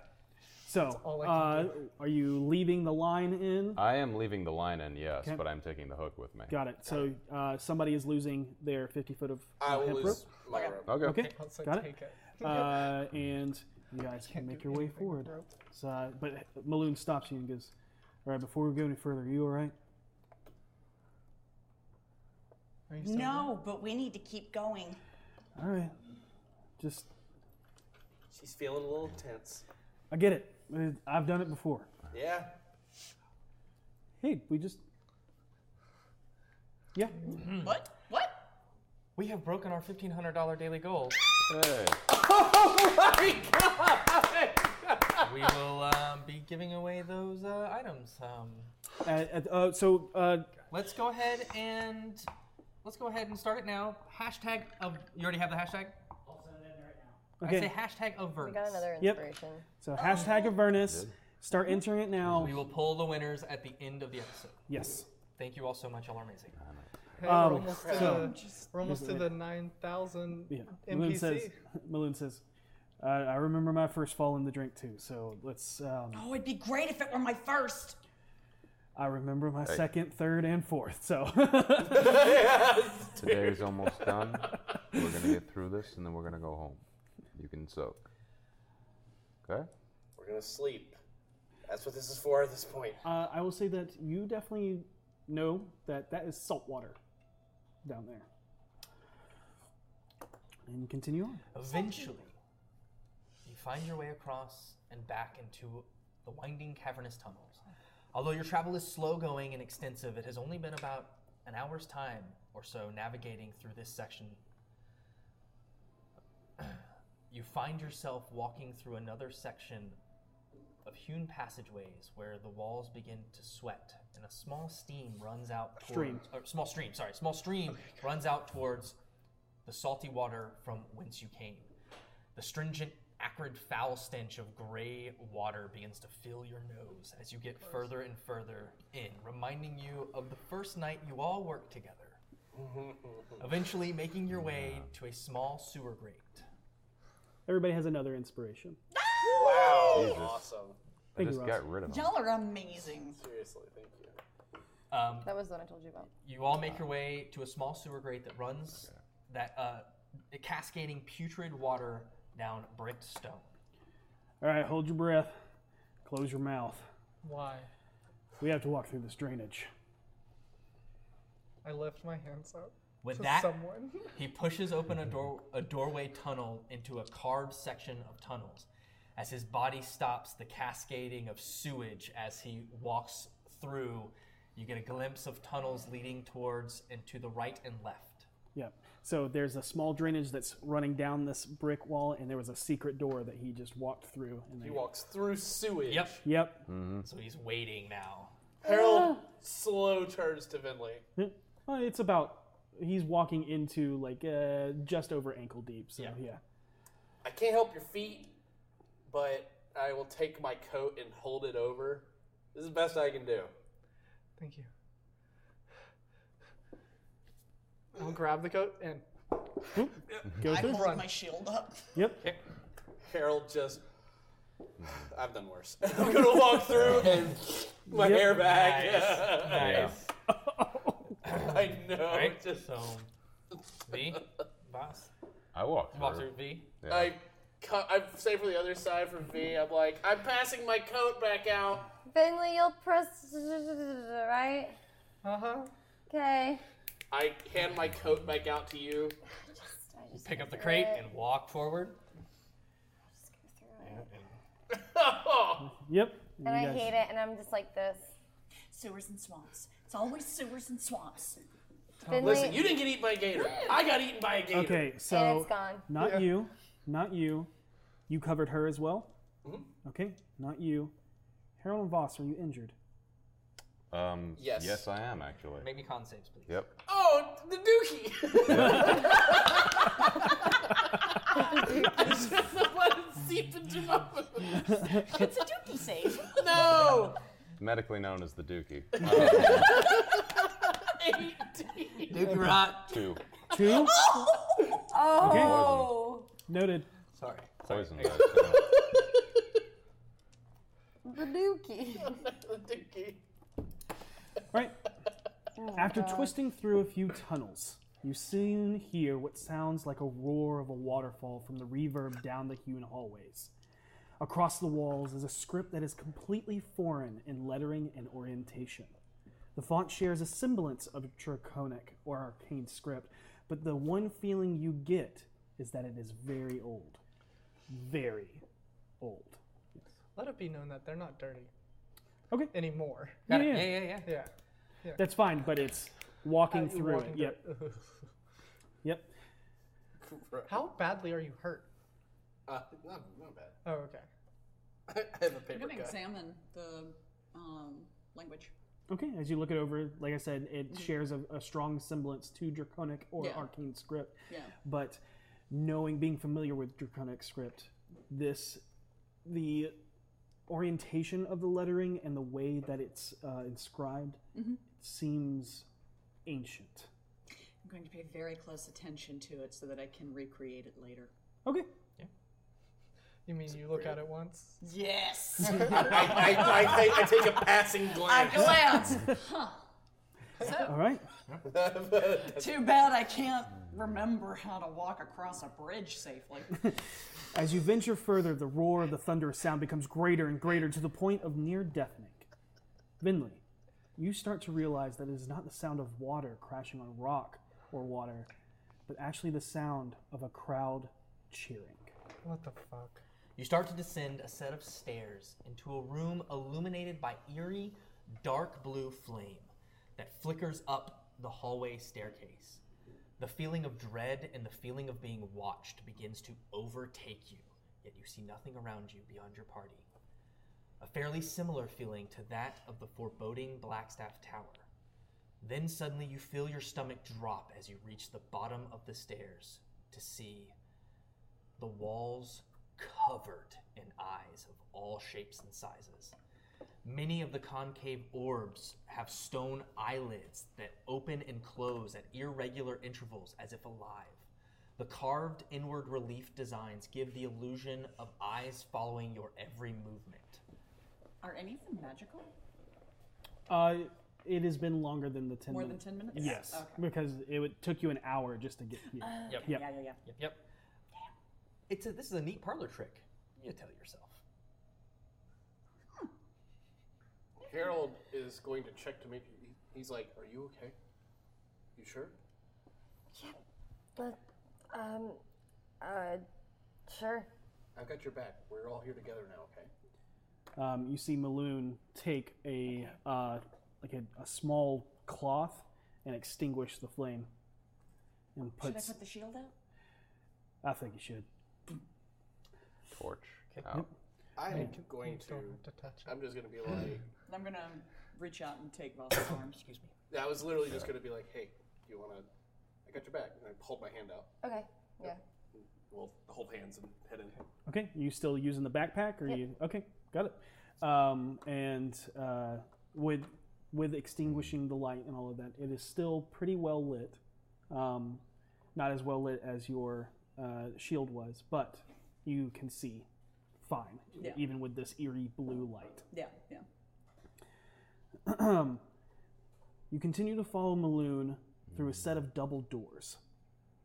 [SPEAKER 2] so uh, are you leaving the line in
[SPEAKER 8] I am leaving the line in, yes,
[SPEAKER 2] Okay.
[SPEAKER 8] but I'm taking the hook with me.
[SPEAKER 2] got it so uh, somebody is losing their 50 foot of
[SPEAKER 8] I
[SPEAKER 2] uh,
[SPEAKER 8] will
[SPEAKER 2] hemp
[SPEAKER 8] lose
[SPEAKER 2] rope
[SPEAKER 8] my Okay. rope. Okay.
[SPEAKER 2] okay
[SPEAKER 8] I'll say
[SPEAKER 2] got
[SPEAKER 8] take
[SPEAKER 2] it uh, and you guys can make your way forward so, uh, but Maloon stops you and goes all right before we go any further are you all right
[SPEAKER 5] No, but we need to keep going.
[SPEAKER 2] All right. Just,
[SPEAKER 6] She's feeling a little tense.
[SPEAKER 2] I get it. Uh, I've done it before.
[SPEAKER 6] Yeah.
[SPEAKER 2] Hey, we just. Yeah.
[SPEAKER 5] What? What?
[SPEAKER 3] Mm-hmm. We have broken our $1,500 daily Oh goal.
[SPEAKER 8] Hey.
[SPEAKER 3] we will um, be giving away those uh, items. Um,
[SPEAKER 2] Uh, uh, uh, so, uh,
[SPEAKER 3] let's go ahead and let's go ahead and start it now. Hashtag of you already have the hashtag.
[SPEAKER 2] Okay.
[SPEAKER 3] I say hashtag avert.
[SPEAKER 7] got another
[SPEAKER 2] Yep. so hashtag Avernus. Start entering it now.
[SPEAKER 3] We will pull the winners at the end of the episode.
[SPEAKER 2] Yes.
[SPEAKER 3] Thank you all so much. Y'all are amazing.
[SPEAKER 11] Hey,
[SPEAKER 2] Um,
[SPEAKER 11] we're almost, to,
[SPEAKER 2] so-
[SPEAKER 11] we're almost to the 9,000 NPC.
[SPEAKER 2] says, Maloon says, uh, I remember my first fall in the drink too, so let's. Um,
[SPEAKER 5] Oh, it'd be great if it were my first.
[SPEAKER 2] I remember my
[SPEAKER 8] Hey.
[SPEAKER 2] second, third, and fourth, so.
[SPEAKER 8] Today's almost done. We're going to get through this and then we're going to go home. You can soak. Okay?
[SPEAKER 6] We're gonna sleep. That's what this is for at this point.
[SPEAKER 2] Uh, I will say that you definitely know that that is salt water down there. And continue on.
[SPEAKER 3] Eventually, you find your way across and back into the winding cavernous tunnels. Although your travel is slow going and extensive, it has only been about an hour's time or so navigating through this section. You find yourself walking through another section of hewn passageways where the walls begin to sweat and a small steam runs out towards,
[SPEAKER 2] Stream.
[SPEAKER 3] or small stream sorry small stream runs out towards the salty water from whence you came the stringent acrid foul stench of gray water begins to fill your nose as you get further and further in reminding you of the first night you all worked together eventually making your way to a small sewer grate
[SPEAKER 2] Everybody has another inspiration.
[SPEAKER 6] Wow.
[SPEAKER 5] Oh,
[SPEAKER 2] Jesus.
[SPEAKER 6] Awesome.
[SPEAKER 2] I Thank you, just Ross. got rid of 'em.
[SPEAKER 5] Y'all are amazing.
[SPEAKER 6] Seriously, thank you.
[SPEAKER 3] um,
[SPEAKER 7] That was the one I told you about.
[SPEAKER 3] You all make your way to a small sewer grate that runs that uh, cascading putrid water down brick stone.
[SPEAKER 2] All right, hold your breath. Close your mouth.
[SPEAKER 11] Why?
[SPEAKER 2] We have to walk through this drainage.
[SPEAKER 11] I left my hands up.
[SPEAKER 3] With
[SPEAKER 11] to
[SPEAKER 3] that,
[SPEAKER 11] someone.
[SPEAKER 3] he pushes open a door a doorway tunnel into a carved section of tunnels. As his body stops the cascading of sewage as he walks through, you get a glimpse of tunnels leading towards and to the right and left.
[SPEAKER 2] Yep. So there's a small drainage that's running down this brick wall, and there was a secret door that he just walked through. And
[SPEAKER 6] He
[SPEAKER 2] then-
[SPEAKER 6] walks through sewage.
[SPEAKER 3] Yep.
[SPEAKER 2] Yep.
[SPEAKER 6] Mm-hmm.
[SPEAKER 3] So he's waiting now.
[SPEAKER 6] Harold slow turns to Vinley.
[SPEAKER 2] Yeah. Well, Uh, it's about he's walking into like uh, just over ankle deep. So yeah.
[SPEAKER 6] I can't help your feet, but I will take my coat and hold it over. This is the best I can do.
[SPEAKER 11] Thank you. I'll grab the coat and
[SPEAKER 2] Go
[SPEAKER 5] I
[SPEAKER 2] through.
[SPEAKER 5] hold my shield up.
[SPEAKER 2] Yep.
[SPEAKER 6] Harold just. I've done worse. I'm gonna walk through and my
[SPEAKER 3] Yep.
[SPEAKER 6] hair back.
[SPEAKER 3] Nice,
[SPEAKER 6] I know.
[SPEAKER 3] Oh. Right,
[SPEAKER 6] Just
[SPEAKER 3] so V, boss.
[SPEAKER 8] I walked.
[SPEAKER 3] Walk
[SPEAKER 8] through.
[SPEAKER 3] through V.
[SPEAKER 8] Yeah.
[SPEAKER 6] I cut. I'm safe for the other side from V. I'm like, I'm passing my coat back out.
[SPEAKER 7] Finley, you'll press right.
[SPEAKER 11] Uh
[SPEAKER 5] Uh-huh.
[SPEAKER 11] huh.
[SPEAKER 7] Okay.
[SPEAKER 6] I hand my coat back out to you.
[SPEAKER 3] Pick up the crate and walk forward.
[SPEAKER 2] Yep.
[SPEAKER 7] And I hate it, and I'm just like this.
[SPEAKER 5] Sewers and swamps. It's always sewers and swamps.
[SPEAKER 7] Finley-
[SPEAKER 6] Listen, you didn't get eaten by a gator. I got eaten by a gator.
[SPEAKER 2] Okay. So not you, not you. You covered her as well.
[SPEAKER 6] Mhm.
[SPEAKER 2] Okay. Not you. Harold and Voss, are you injured?
[SPEAKER 8] Um,
[SPEAKER 6] Yes.
[SPEAKER 8] Yes, I am actually.
[SPEAKER 3] Make me con saves, please.
[SPEAKER 8] Yep.
[SPEAKER 6] Oh, the dookie! I just let it seep into my
[SPEAKER 5] it's a dookie save.
[SPEAKER 6] No!
[SPEAKER 8] Medically known as the Dookie. Uh,
[SPEAKER 3] Dookie rot.
[SPEAKER 8] Two.
[SPEAKER 2] Two.
[SPEAKER 7] Oh.
[SPEAKER 2] Noted.
[SPEAKER 3] Sorry.
[SPEAKER 8] Poison.
[SPEAKER 7] The dookie.
[SPEAKER 6] the dookie.
[SPEAKER 2] Right.
[SPEAKER 7] Oh,
[SPEAKER 2] After
[SPEAKER 7] God.
[SPEAKER 2] twisting through a few tunnels, you soon hear what sounds like a roar of a waterfall from the reverb down the hewn hallways. Across the walls is a script that is completely foreign in lettering and orientation. The font shares a semblance of draconic or arcane script, but the one feeling you get is that it is very old. Very old.
[SPEAKER 11] let it be known that they're not dirty.
[SPEAKER 2] Okay.
[SPEAKER 11] Anymore.
[SPEAKER 2] Got it. Yeah, Yeah,
[SPEAKER 11] yeah, yeah. Yeah.
[SPEAKER 2] That's fine, but it's walking
[SPEAKER 11] Uh,
[SPEAKER 2] through
[SPEAKER 11] walking
[SPEAKER 2] it. Yep. Yep.
[SPEAKER 11] How badly are you hurt?
[SPEAKER 6] Uh, not, not bad.
[SPEAKER 11] Oh, okay.
[SPEAKER 6] I have a
[SPEAKER 5] I'm
[SPEAKER 6] paper
[SPEAKER 5] gonna
[SPEAKER 6] cut.
[SPEAKER 5] examine the um, language.
[SPEAKER 2] Okay, as you look it over, like I said, it shares a, a strong semblance to draconic or
[SPEAKER 5] Mm-hmm. Yeah.
[SPEAKER 2] arcane script.
[SPEAKER 5] Yeah.
[SPEAKER 2] But knowing, being familiar with draconic script, this, the orientation of the lettering and the way that it's uh, inscribed
[SPEAKER 5] Mhm.
[SPEAKER 2] seems ancient.
[SPEAKER 5] I'm going to pay very close attention to it so that I can recreate it later.
[SPEAKER 2] Okay.
[SPEAKER 11] You mean you look at it once?
[SPEAKER 5] Yes.
[SPEAKER 6] I, I, I, I take a passing glance.
[SPEAKER 5] A glance. huh. So,
[SPEAKER 2] All right.
[SPEAKER 5] too bad I can't remember how to walk across a bridge safely.
[SPEAKER 2] As you venture further, the roar of the thunderous sound becomes greater and greater to the point of near deafening. Vinley, you start to realize that it is not the sound of water crashing on rock or water, but actually the sound of a crowd cheering.
[SPEAKER 11] What the fuck?
[SPEAKER 3] You start to descend a set of stairs into a room illuminated by eerie, dark blue flame that flickers up the hallway staircase. The feeling of dread and the feeling of being watched begins to overtake you, yet you see nothing around you beyond your party. a fairly similar feeling to that of the foreboding Blackstaff Tower. Then suddenly you feel your stomach drop as you reach the bottom of the stairs to see the walls covered in eyes of all shapes and sizes. Many of the concave orbs have stone eyelids that open and close at irregular intervals as if alive. The carved inward relief designs give the illusion of eyes following your every movement.
[SPEAKER 5] Are any of them magical?
[SPEAKER 2] Uh, it has been longer than the ten.
[SPEAKER 5] More
[SPEAKER 2] minutes.
[SPEAKER 5] than 10 minutes?
[SPEAKER 2] Yes,
[SPEAKER 5] Okay.
[SPEAKER 2] because it would, took you an hour just to get here.
[SPEAKER 5] Uh,
[SPEAKER 3] Yep.
[SPEAKER 5] Yeah, yeah, yeah.
[SPEAKER 3] Yep. Yep. It's a, this is a neat parlor trick. You tell yourself.
[SPEAKER 6] Harold is going to check to make. he- He's like, "Are you okay? You sure?"
[SPEAKER 7] But, um, uh, sure.
[SPEAKER 6] I've got your back. We're all here together now, okay?
[SPEAKER 2] um, you see Maloon take a uh, like a, a small cloth and extinguish the flame, and
[SPEAKER 5] Should I
[SPEAKER 2] puts.
[SPEAKER 5] put the shield out?
[SPEAKER 2] I think you should.
[SPEAKER 8] Torch.
[SPEAKER 6] I'm going to. I'm just going to be like.
[SPEAKER 5] I'm going to reach out and take Val's arm. Excuse me.
[SPEAKER 6] I was literally just going to be like, "Hey, do you want to? I got your back." And I hold my hand out.
[SPEAKER 7] Okay, yeah.
[SPEAKER 6] We'll hold hands and head in.
[SPEAKER 2] Okay, you still using the backpack, or you? Okay, got it. Um, and uh, with with extinguishing the light and all of that, it is still pretty well lit. Um, not as well lit as your uh, shield was, but you can see fine,
[SPEAKER 5] Yeah.
[SPEAKER 2] even with this eerie blue light.
[SPEAKER 5] Yeah, yeah.
[SPEAKER 2] you continue to follow Maloon through a set of double doors.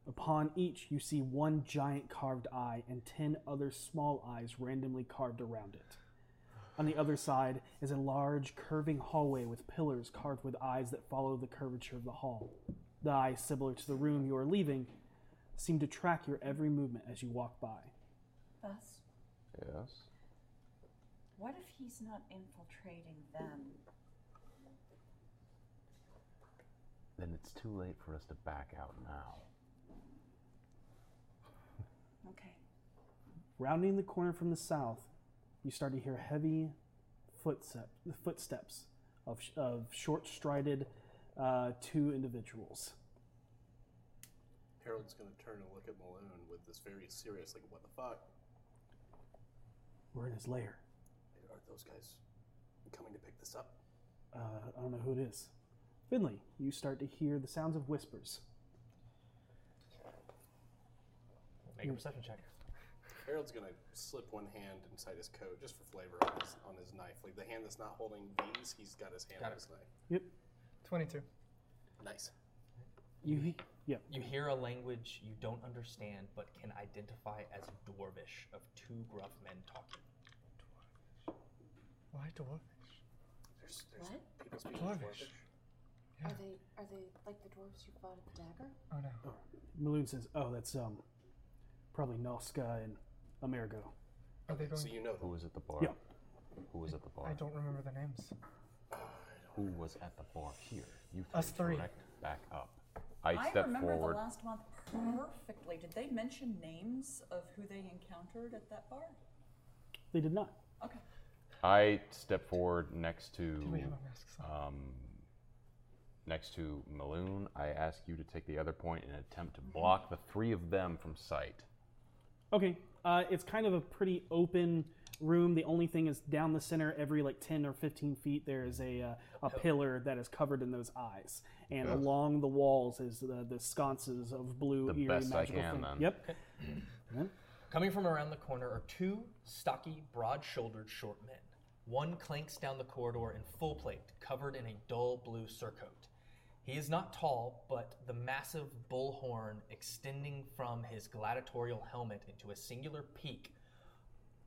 [SPEAKER 2] Upon each, you see one giant carved eye and ten other small eyes randomly carved around it. On the other side is a large, curving hallway with pillars carved with eyes that follow the curvature of the hall. The eyes, similar to the room you are leaving, seem to track your every movement as you walk by.
[SPEAKER 5] Thus,
[SPEAKER 8] Yes.
[SPEAKER 5] what if he's not infiltrating them?
[SPEAKER 10] Then it's too late for us to back out now.
[SPEAKER 5] Okay.
[SPEAKER 2] Rounding the corner from the south, you start to hear heavy footstep, footsteps of, sh- of short strided uh, two individuals.
[SPEAKER 6] Harold's going to turn and look at Malone with this very serious, like, "What the fuck?
[SPEAKER 2] We're in his lair.
[SPEAKER 6] Are those guys coming to pick this up?"
[SPEAKER 2] Uh, I don't know who it is. Finley, you start to hear the sounds of whispers.
[SPEAKER 3] Make a perception check.
[SPEAKER 6] Harold's gonna slip one hand inside his coat just for flavor on his, on his knife. Like the hand that's not holding these, he's got his hand on his knife.
[SPEAKER 2] Yep.
[SPEAKER 11] 22.
[SPEAKER 6] Nice.
[SPEAKER 2] You yeah.
[SPEAKER 3] You hear a language you don't understand but can identify as dwarvish of two gruff men talking.
[SPEAKER 11] Why dwarf?
[SPEAKER 6] There's,
[SPEAKER 11] What?
[SPEAKER 6] people
[SPEAKER 11] speaking Dwarvish.
[SPEAKER 18] Are they are they like the dwarves you fought at the dagger?
[SPEAKER 11] Oh no.
[SPEAKER 2] Maloon says, "Oh, that's um, probably Noska and Amerigo."
[SPEAKER 11] Are Oh, they going?
[SPEAKER 6] you know
[SPEAKER 8] who was at the bar.
[SPEAKER 2] Yeah.
[SPEAKER 8] Who was at the bar?
[SPEAKER 11] I don't remember the names.
[SPEAKER 8] Who was at the bar here? You
[SPEAKER 11] Us
[SPEAKER 8] three.
[SPEAKER 11] three.
[SPEAKER 8] Direct back up. I
[SPEAKER 5] I
[SPEAKER 8] step
[SPEAKER 5] remember
[SPEAKER 8] forward.
[SPEAKER 5] the last month perfectly. Did they mention names of who they encountered at that bar?
[SPEAKER 2] They did not.
[SPEAKER 8] I step forward next to
[SPEAKER 11] we have our masks
[SPEAKER 8] um, next to Maloon. I ask you to take the other point and attempt to block the three of them from sight.
[SPEAKER 2] Okay, uh, it's kind of a pretty open room. The only thing is down the center, every like ten or fifteen feet, there is a uh, a pillar that is covered in those eyes, and
[SPEAKER 8] Okay.
[SPEAKER 2] along the walls is the, the sconces of blue
[SPEAKER 8] The
[SPEAKER 2] eerie
[SPEAKER 8] best I
[SPEAKER 2] magical
[SPEAKER 8] can,
[SPEAKER 2] thing.
[SPEAKER 8] then.
[SPEAKER 2] Yep.
[SPEAKER 3] Coming from around the corner are two stocky, broad shouldered short men. One clanks down the corridor in full plate, covered in a dull blue surcoat. He is not tall, but the massive bullhorn extending from his gladiatorial helmet into a singular peak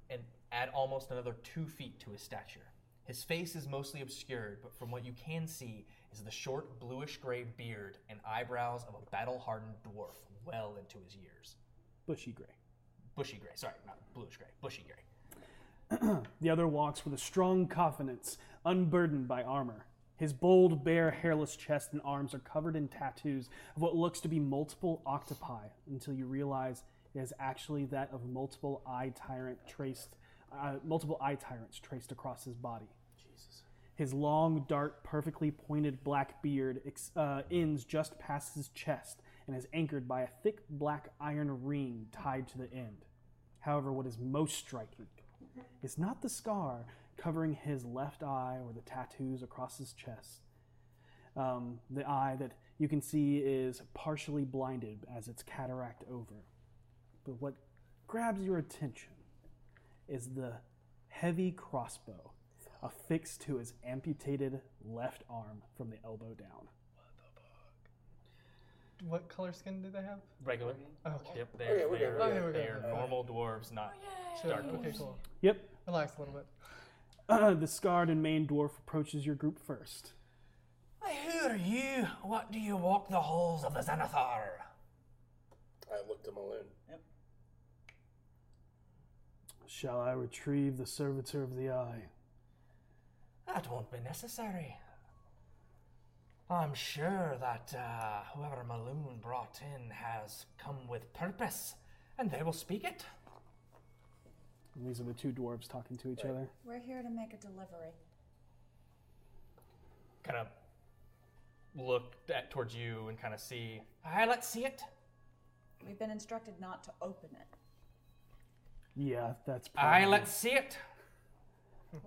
[SPEAKER 3] and add almost another two feet to his stature. His face is mostly obscured, but from what you can see is the short bluish gray beard and eyebrows of a battle hardened dwarf well into his years
[SPEAKER 2] Bushy gray.
[SPEAKER 3] bushy gray. Sorry, not bluish gray, bushy gray.
[SPEAKER 2] The other walks with a strong confidence, unburdened by armor. His bold, bare, hairless chest and arms are covered in tattoos of what looks to be multiple octopi until you realize it is actually that of multiple eye tyrant traced uh, multiple eye tyrants traced across his body. Jesus. His long, dark, perfectly pointed black beard ex- uh, ends just past his chest and is anchored by a thick black iron ring tied to the end. However, what is most striking is not the scar covering his left eye or the tattoos across his chest. Um, the eye that you can see is partially blinded as it's cataract over. But what grabs your attention is the heavy crossbow affixed to his amputated left arm from the elbow down.
[SPEAKER 11] What color skin do they have? Oh,
[SPEAKER 3] Regular.
[SPEAKER 11] Okay.
[SPEAKER 3] Yep, they're,
[SPEAKER 11] Okay, we're
[SPEAKER 3] they're,
[SPEAKER 11] good, we're good, we're
[SPEAKER 3] they're
[SPEAKER 11] good.
[SPEAKER 3] normal dwarves, not
[SPEAKER 7] Oh,
[SPEAKER 3] dark dwarves.
[SPEAKER 11] Okay, cool.
[SPEAKER 2] Yep. Uh,
[SPEAKER 11] Relax a little bit.
[SPEAKER 2] the scarred and maned dwarf approaches your group first.
[SPEAKER 12] Who are you? What do you walk the halls of the Xanathar?
[SPEAKER 6] I looked him all in.
[SPEAKER 2] Shall I retrieve the servitor of the eye?
[SPEAKER 12] That won't be necessary. I'm sure that uh, whoever Maloon brought in has come with purpose, and they will speak it.
[SPEAKER 2] And these are the two dwarves talking to each other.
[SPEAKER 5] We're here to make a delivery.
[SPEAKER 3] Kind of look at, towards you and kind of see.
[SPEAKER 5] Alright, let's see it. We've been instructed not to open it.
[SPEAKER 2] Yeah, that's.
[SPEAKER 3] Aye, let's see it.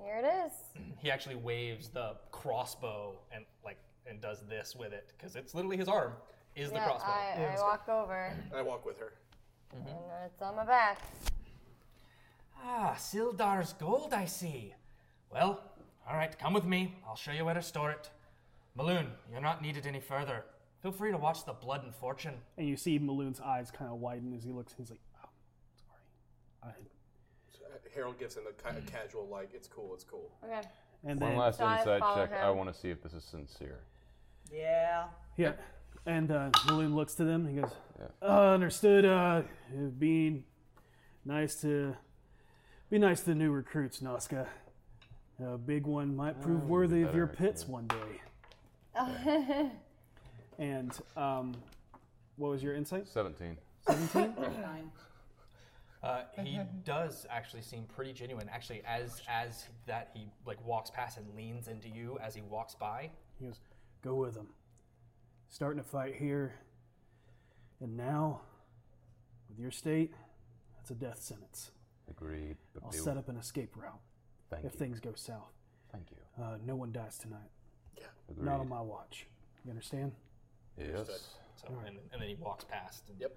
[SPEAKER 7] Here it is.
[SPEAKER 3] He actually waves the crossbow and like and does this with it because it's literally his arm is the
[SPEAKER 7] yeah,
[SPEAKER 3] crossbow.
[SPEAKER 7] I, I walk over,
[SPEAKER 3] I walk with her.
[SPEAKER 7] and it's on my back.
[SPEAKER 12] Ah, Sildar's gold, I see. Well, all right, come with me. I'll show you where to store it. Maloon, you're not needed any further. Feel free to watch the Blood and Fortune.
[SPEAKER 2] And you see Maloon's eyes kind of widen as he looks. He's like, oh, sorry. I
[SPEAKER 6] Harold gives him a kind of casual, like, it's cool, it's cool.
[SPEAKER 7] Okay.
[SPEAKER 2] And
[SPEAKER 8] Mm. One
[SPEAKER 2] then-
[SPEAKER 8] last
[SPEAKER 7] So I
[SPEAKER 8] insight
[SPEAKER 7] follow
[SPEAKER 8] check. I
[SPEAKER 7] him.
[SPEAKER 8] want to see if this is sincere.
[SPEAKER 5] Yeah.
[SPEAKER 2] Yeah. And uh, William looks to them and he goes, uh, Understood. Uh, it'd be nice to be nice to the new recruits, Noska. A big one might prove
[SPEAKER 17] Oh,
[SPEAKER 2] worthy of
[SPEAKER 17] better,
[SPEAKER 2] your pits one day. And um, what was your insight?
[SPEAKER 8] 17.
[SPEAKER 2] 17?
[SPEAKER 3] Uh, he does actually seem pretty genuine. Actually, as as that he like walks past and leans into you as he walks by.
[SPEAKER 2] He goes, Go with them. Starting a fight here and now with your state, that's a death sentence.
[SPEAKER 8] Agreed. but
[SPEAKER 2] I'll
[SPEAKER 8] do-
[SPEAKER 2] set up an escape route
[SPEAKER 8] Thank
[SPEAKER 2] if
[SPEAKER 8] you.
[SPEAKER 2] things go south.
[SPEAKER 8] Thank you.
[SPEAKER 2] Uh, no one dies tonight. Not on
[SPEAKER 8] Agreed.
[SPEAKER 2] my watch. You understand?
[SPEAKER 3] Understood. So, and, and then he walks past. And, uh, yep.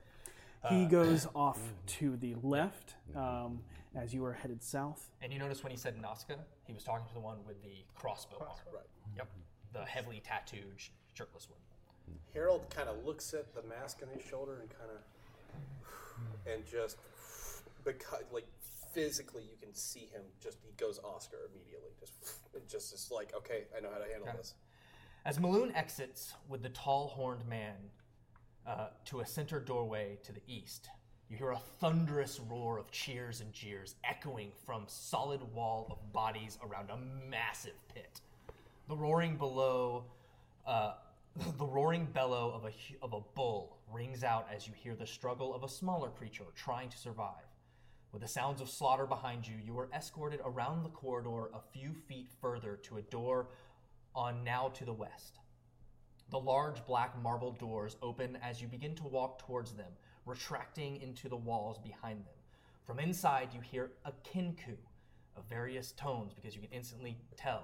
[SPEAKER 6] Uh,
[SPEAKER 2] he goes off
[SPEAKER 8] Mm-hmm.
[SPEAKER 2] to the left um, as you are headed south.
[SPEAKER 3] And you notice when he said Nazca, he was talking to the one with the crossbow, arm. Right. Yep. The heavily tattooed, sh- shirtless one.
[SPEAKER 6] Harold kind of looks at the mask on his shoulder and kind of, and just because like physically you can see him just he goes Oscar immediately just and just is like okay I know how to handle
[SPEAKER 3] Okay.
[SPEAKER 6] this.
[SPEAKER 3] As Maloon exits with the tall horned man uh, to a center doorway to the east, you hear a thunderous roar of cheers and jeers echoing from solid wall of bodies around a massive pit. The roaring below, uh, the roaring bellow of a hu- of a bull rings out as you hear the struggle of a smaller creature trying to survive. With the sounds of slaughter behind you, you are escorted around the corridor a few feet further to a door on now to the west. The large black marble doors open as you begin to walk towards them, retracting into the walls behind them. From inside, you hear a kinku of various tones because you can instantly tell,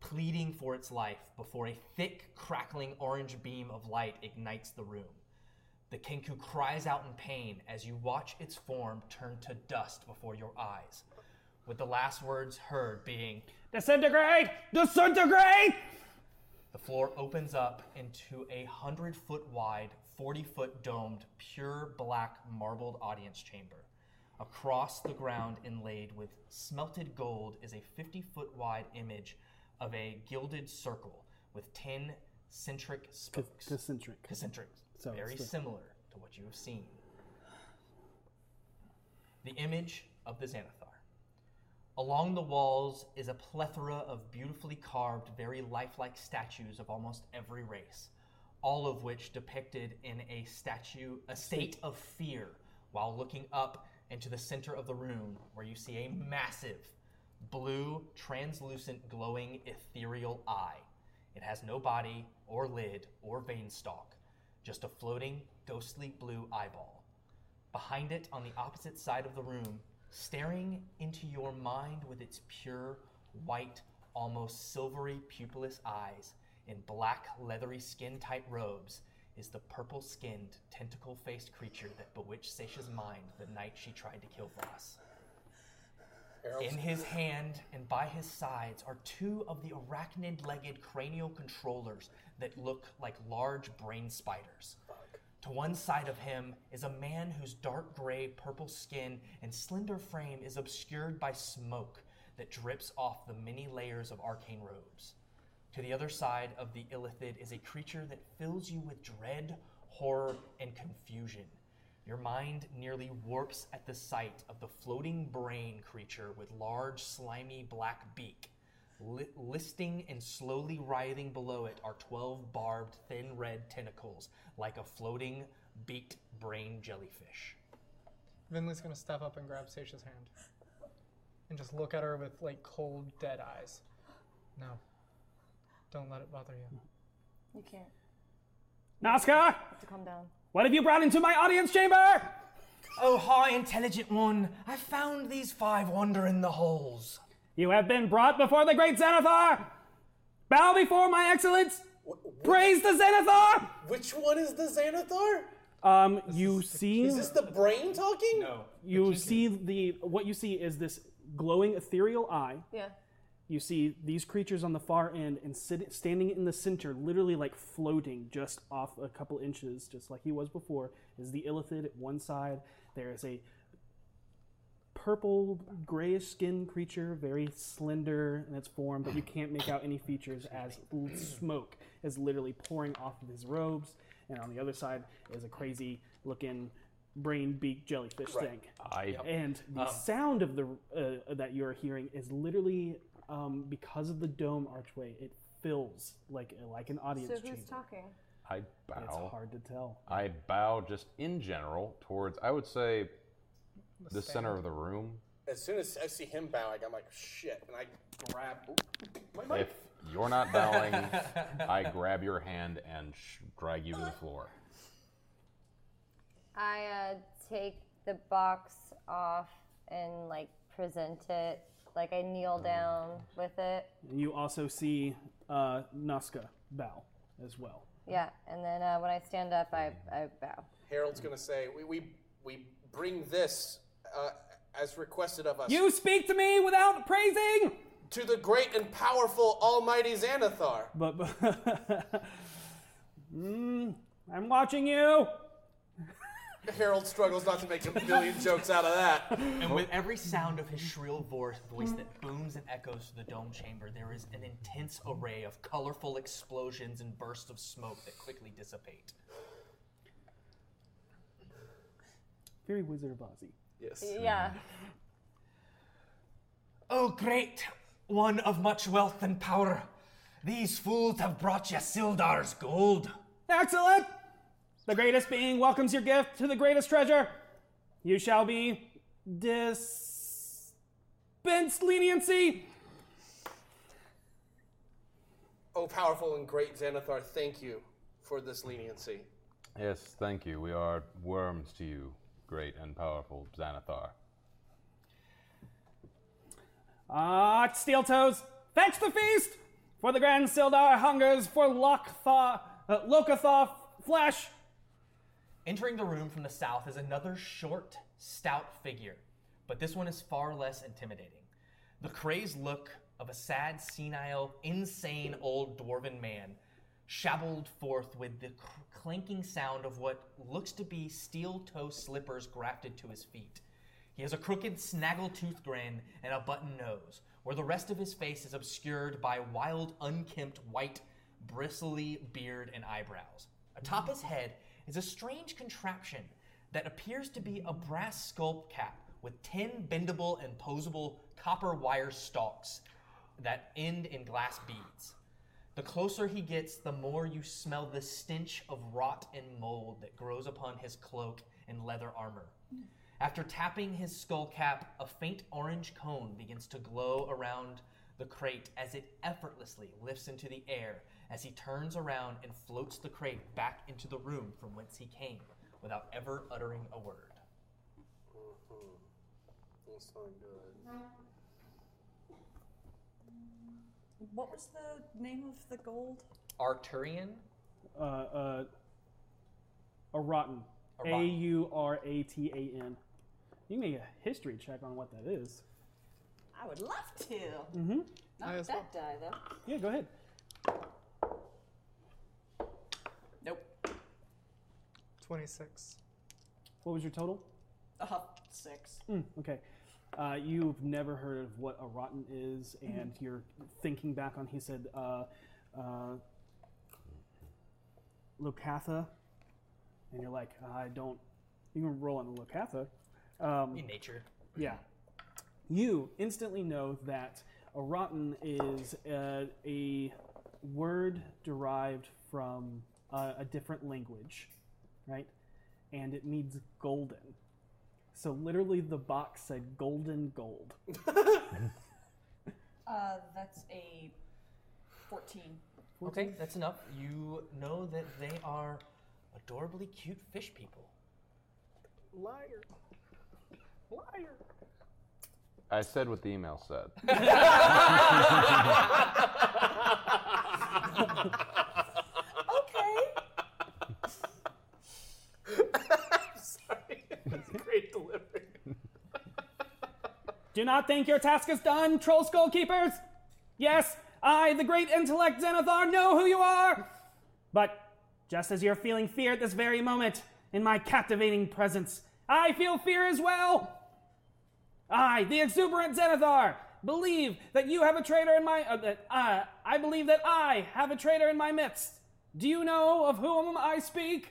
[SPEAKER 3] pleading for its life before a thick, crackling orange beam of light ignites the room. The kinku cries out in pain as you watch its form turn to dust before your eyes, with the last words heard being,
[SPEAKER 2] Disintegrate! Disintegrate!
[SPEAKER 3] The floor opens up into a hundred foot wide, 40 foot domed, pure black marbled audience chamber. Across the ground, inlaid with smelted gold, is a 50 foot wide image of a gilded circle with 10 centric
[SPEAKER 2] Ca-
[SPEAKER 3] spokes.
[SPEAKER 2] Concentric.
[SPEAKER 3] Concentric.
[SPEAKER 2] So
[SPEAKER 3] Very
[SPEAKER 2] it's the-
[SPEAKER 3] similar to what you have seen. The image of the Xanathar. Along the walls is a plethora of beautifully carved, very lifelike statues of almost every race, all of which depicted in a statue, a state of fear, while looking up and to the center of the room, where you see a massive blue, translucent, glowing, ethereal eye. It has no body, or lid, or vein stalk, just a floating, ghostly blue eyeball. Behind it, on the opposite side of the room, staring into your mind with its pure, white, almost silvery pupilless eyes, in black, leathery skin tight robes, is the purple skinned, tentacle faced creature that bewitched Seisha's mind the night she tried to kill Voss. In his hand and by his sides are two of the arachnid legged cranial controllers that look like large brain spiders. To one side of him is a man whose dark gray, purple skin and slender frame is obscured by smoke that drips off the many layers of arcane robes. To the other side of the illithid is a creature that fills you with dread, horror, and confusion. Your mind nearly warps at the sight of the floating brain creature with large, slimy black beak. Li- listing and slowly writhing below it are 12 barbed, thin red tentacles like a floating, beaked brain jellyfish.
[SPEAKER 11] Vinley's gonna step up and grab Seisha's hand and just look at her with like cold, dead eyes. No, don't let it bother you.
[SPEAKER 18] You can't.
[SPEAKER 2] Nazca,
[SPEAKER 18] You have to calm down.
[SPEAKER 2] what have you brought into my audience chamber?
[SPEAKER 12] Oh, high intelligent one, I found these five wandering the halls.
[SPEAKER 2] You have been brought before the great Xanathar. Bow before my excellence. Praise the Xanathar.
[SPEAKER 6] Which one is the Xanathar?
[SPEAKER 2] Um, you see.
[SPEAKER 6] Is this the brain talking? No.
[SPEAKER 2] you see the what you see is this glowing ethereal eye.
[SPEAKER 18] Yeah.
[SPEAKER 2] You see these creatures on the far end and sit, standing in the center, literally like floating just off a couple inches, just like he was before, is the Illithid at one side. There is a purple, grayish skinned creature, very slender in its form, but you can't make out any features as l- smoke is literally pouring off of his robes. And on the other side is a crazy looking brain beak jellyfish
[SPEAKER 8] Right.
[SPEAKER 2] thing.
[SPEAKER 8] I- Yep.
[SPEAKER 2] And the
[SPEAKER 8] Um,
[SPEAKER 2] sound of the uh, that you're hearing is literally um, because of the dome archway. It fills like like an audience
[SPEAKER 18] So who's
[SPEAKER 2] chamber.
[SPEAKER 18] talking?
[SPEAKER 8] I bow.
[SPEAKER 2] It's hard to tell.
[SPEAKER 8] I bow just in general towards, I would say, the, center of the room.
[SPEAKER 6] As soon as I see him bow, I'm like, shit. And I grab. Oop, my mic.
[SPEAKER 8] If you're not bowing, I grab your hand and sh- drag you to the floor.
[SPEAKER 7] I uh, take the box off and like present it. Like I kneel down with it.
[SPEAKER 2] And you also see uh, Nazca bow as well.
[SPEAKER 7] Yeah, and then uh, when I stand up, I, I bow.
[SPEAKER 6] Harold's gonna say, we we, we bring this uh, as requested of us.
[SPEAKER 2] You speak to me without praising.
[SPEAKER 6] to the great and powerful Almighty Xanathar.
[SPEAKER 2] But, but mm, I'm watching you.
[SPEAKER 6] Harold struggles not to make a million jokes out of that.
[SPEAKER 3] And with every sound of his shrill voice, voice that booms and echoes through the dome chamber, there is an intense array of colorful explosions and bursts of smoke that quickly dissipate.
[SPEAKER 2] Very Wizard of Ozzy.
[SPEAKER 6] Yes.
[SPEAKER 7] Yeah.
[SPEAKER 12] Oh, great one of much wealth and power. These fools have brought you Sildar's gold.
[SPEAKER 2] Excellent. The greatest being welcomes your gift to the greatest treasure. You shall be dispensed leniency.
[SPEAKER 6] Oh, powerful and great Xanathar, thank you for this leniency.
[SPEAKER 8] Yes, thank you. We are worms to you, great and powerful Xanathar.
[SPEAKER 2] Ah, steel toes, fetch the feast! For the grand Sildar hungers for Lokatha, uh, Lokatha flesh.
[SPEAKER 3] Entering the room from the south is another short, stout figure, but this one is far less intimidating. The crazed look of a sad, senile, insane old dwarven man, shabbled forth with the cr- clanking sound of what looks to be steel toe slippers grafted to his feet. He has a crooked, snaggletooth grin and a button nose, where the rest of his face is obscured by wild, unkempt, white, bristly beard and eyebrows. Atop his head is a strange contraption that appears to be a brass sculpt cap with 10 bendable and posable copper wire stalks that end in glass beads. The closer he gets, the more you smell the stench of rot and mold that grows upon his cloak and leather armor. After tapping his skull cap, a faint orange cone begins to glow around the crate as it effortlessly lifts into the air as he turns around and floats the crate back into the room from whence he came without ever uttering a word.
[SPEAKER 6] That's not good.
[SPEAKER 5] What was the name of the gold?
[SPEAKER 3] Arturian?
[SPEAKER 2] Uh, uh, a rotten. A
[SPEAKER 3] Aratan.
[SPEAKER 2] U R A T A N. You make a history check on what that is.
[SPEAKER 5] I would love to.
[SPEAKER 2] Mm-hmm.
[SPEAKER 5] Not that die though.
[SPEAKER 2] Yeah, go ahead.
[SPEAKER 5] Nope.
[SPEAKER 11] 26.
[SPEAKER 2] What was your total?
[SPEAKER 5] Uh, six.
[SPEAKER 2] Mm, okay. Uh, you've never heard of what a rotten is, and you're thinking back on, he said, uh, uh, Locatha. And you're like, I don't. You can roll on the Locatha. Um,
[SPEAKER 3] In nature.
[SPEAKER 2] Yeah. You instantly know that a rotten is uh, a word derived from uh, a different language, right? And it means golden. So literally, the box said golden gold.
[SPEAKER 5] Uh, that's a fourteen.
[SPEAKER 3] Okay, that's enough. You know that they are adorably cute fish people.
[SPEAKER 11] Liar. Liar.
[SPEAKER 8] I said what the email said.
[SPEAKER 6] Sorry, that's great delivery.
[SPEAKER 2] Do not think your task is done, troll skull keepers! Yes, I, the great intellect Xenothar, know who you are! But just as you're feeling fear at this very moment, in my captivating presence, I feel fear as well! I, the exuberant Xenothar, believe that you have a traitor in my. Uh, that, uh, I believe that I have a traitor in my midst. Do you know of whom I speak?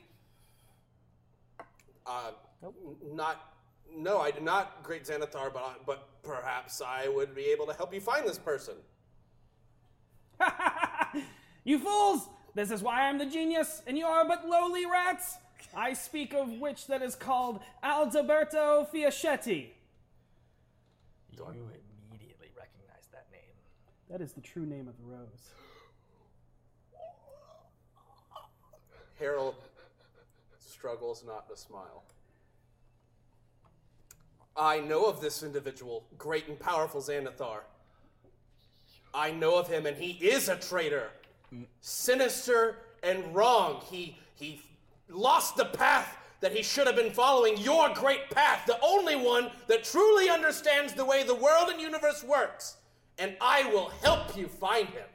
[SPEAKER 6] Uh, n- Not. No, I do not, Great Xanathar, but, I, but perhaps I would be able to help you find this person.
[SPEAKER 2] You fools! This is why I'm the genius, and you are but lowly rats! I speak of which that is called Alberto Fiaschetti.
[SPEAKER 3] You immediately recognize that name.
[SPEAKER 2] That is the true name of the rose.
[SPEAKER 6] Harold struggles not to smile. I know of this individual, great and powerful Xanathar. I know of him, and he is a traitor. Sinister and wrong. He he lost the path that he should have been following, your great path, the only one that truly understands the way the world and universe works. And I will help you find him.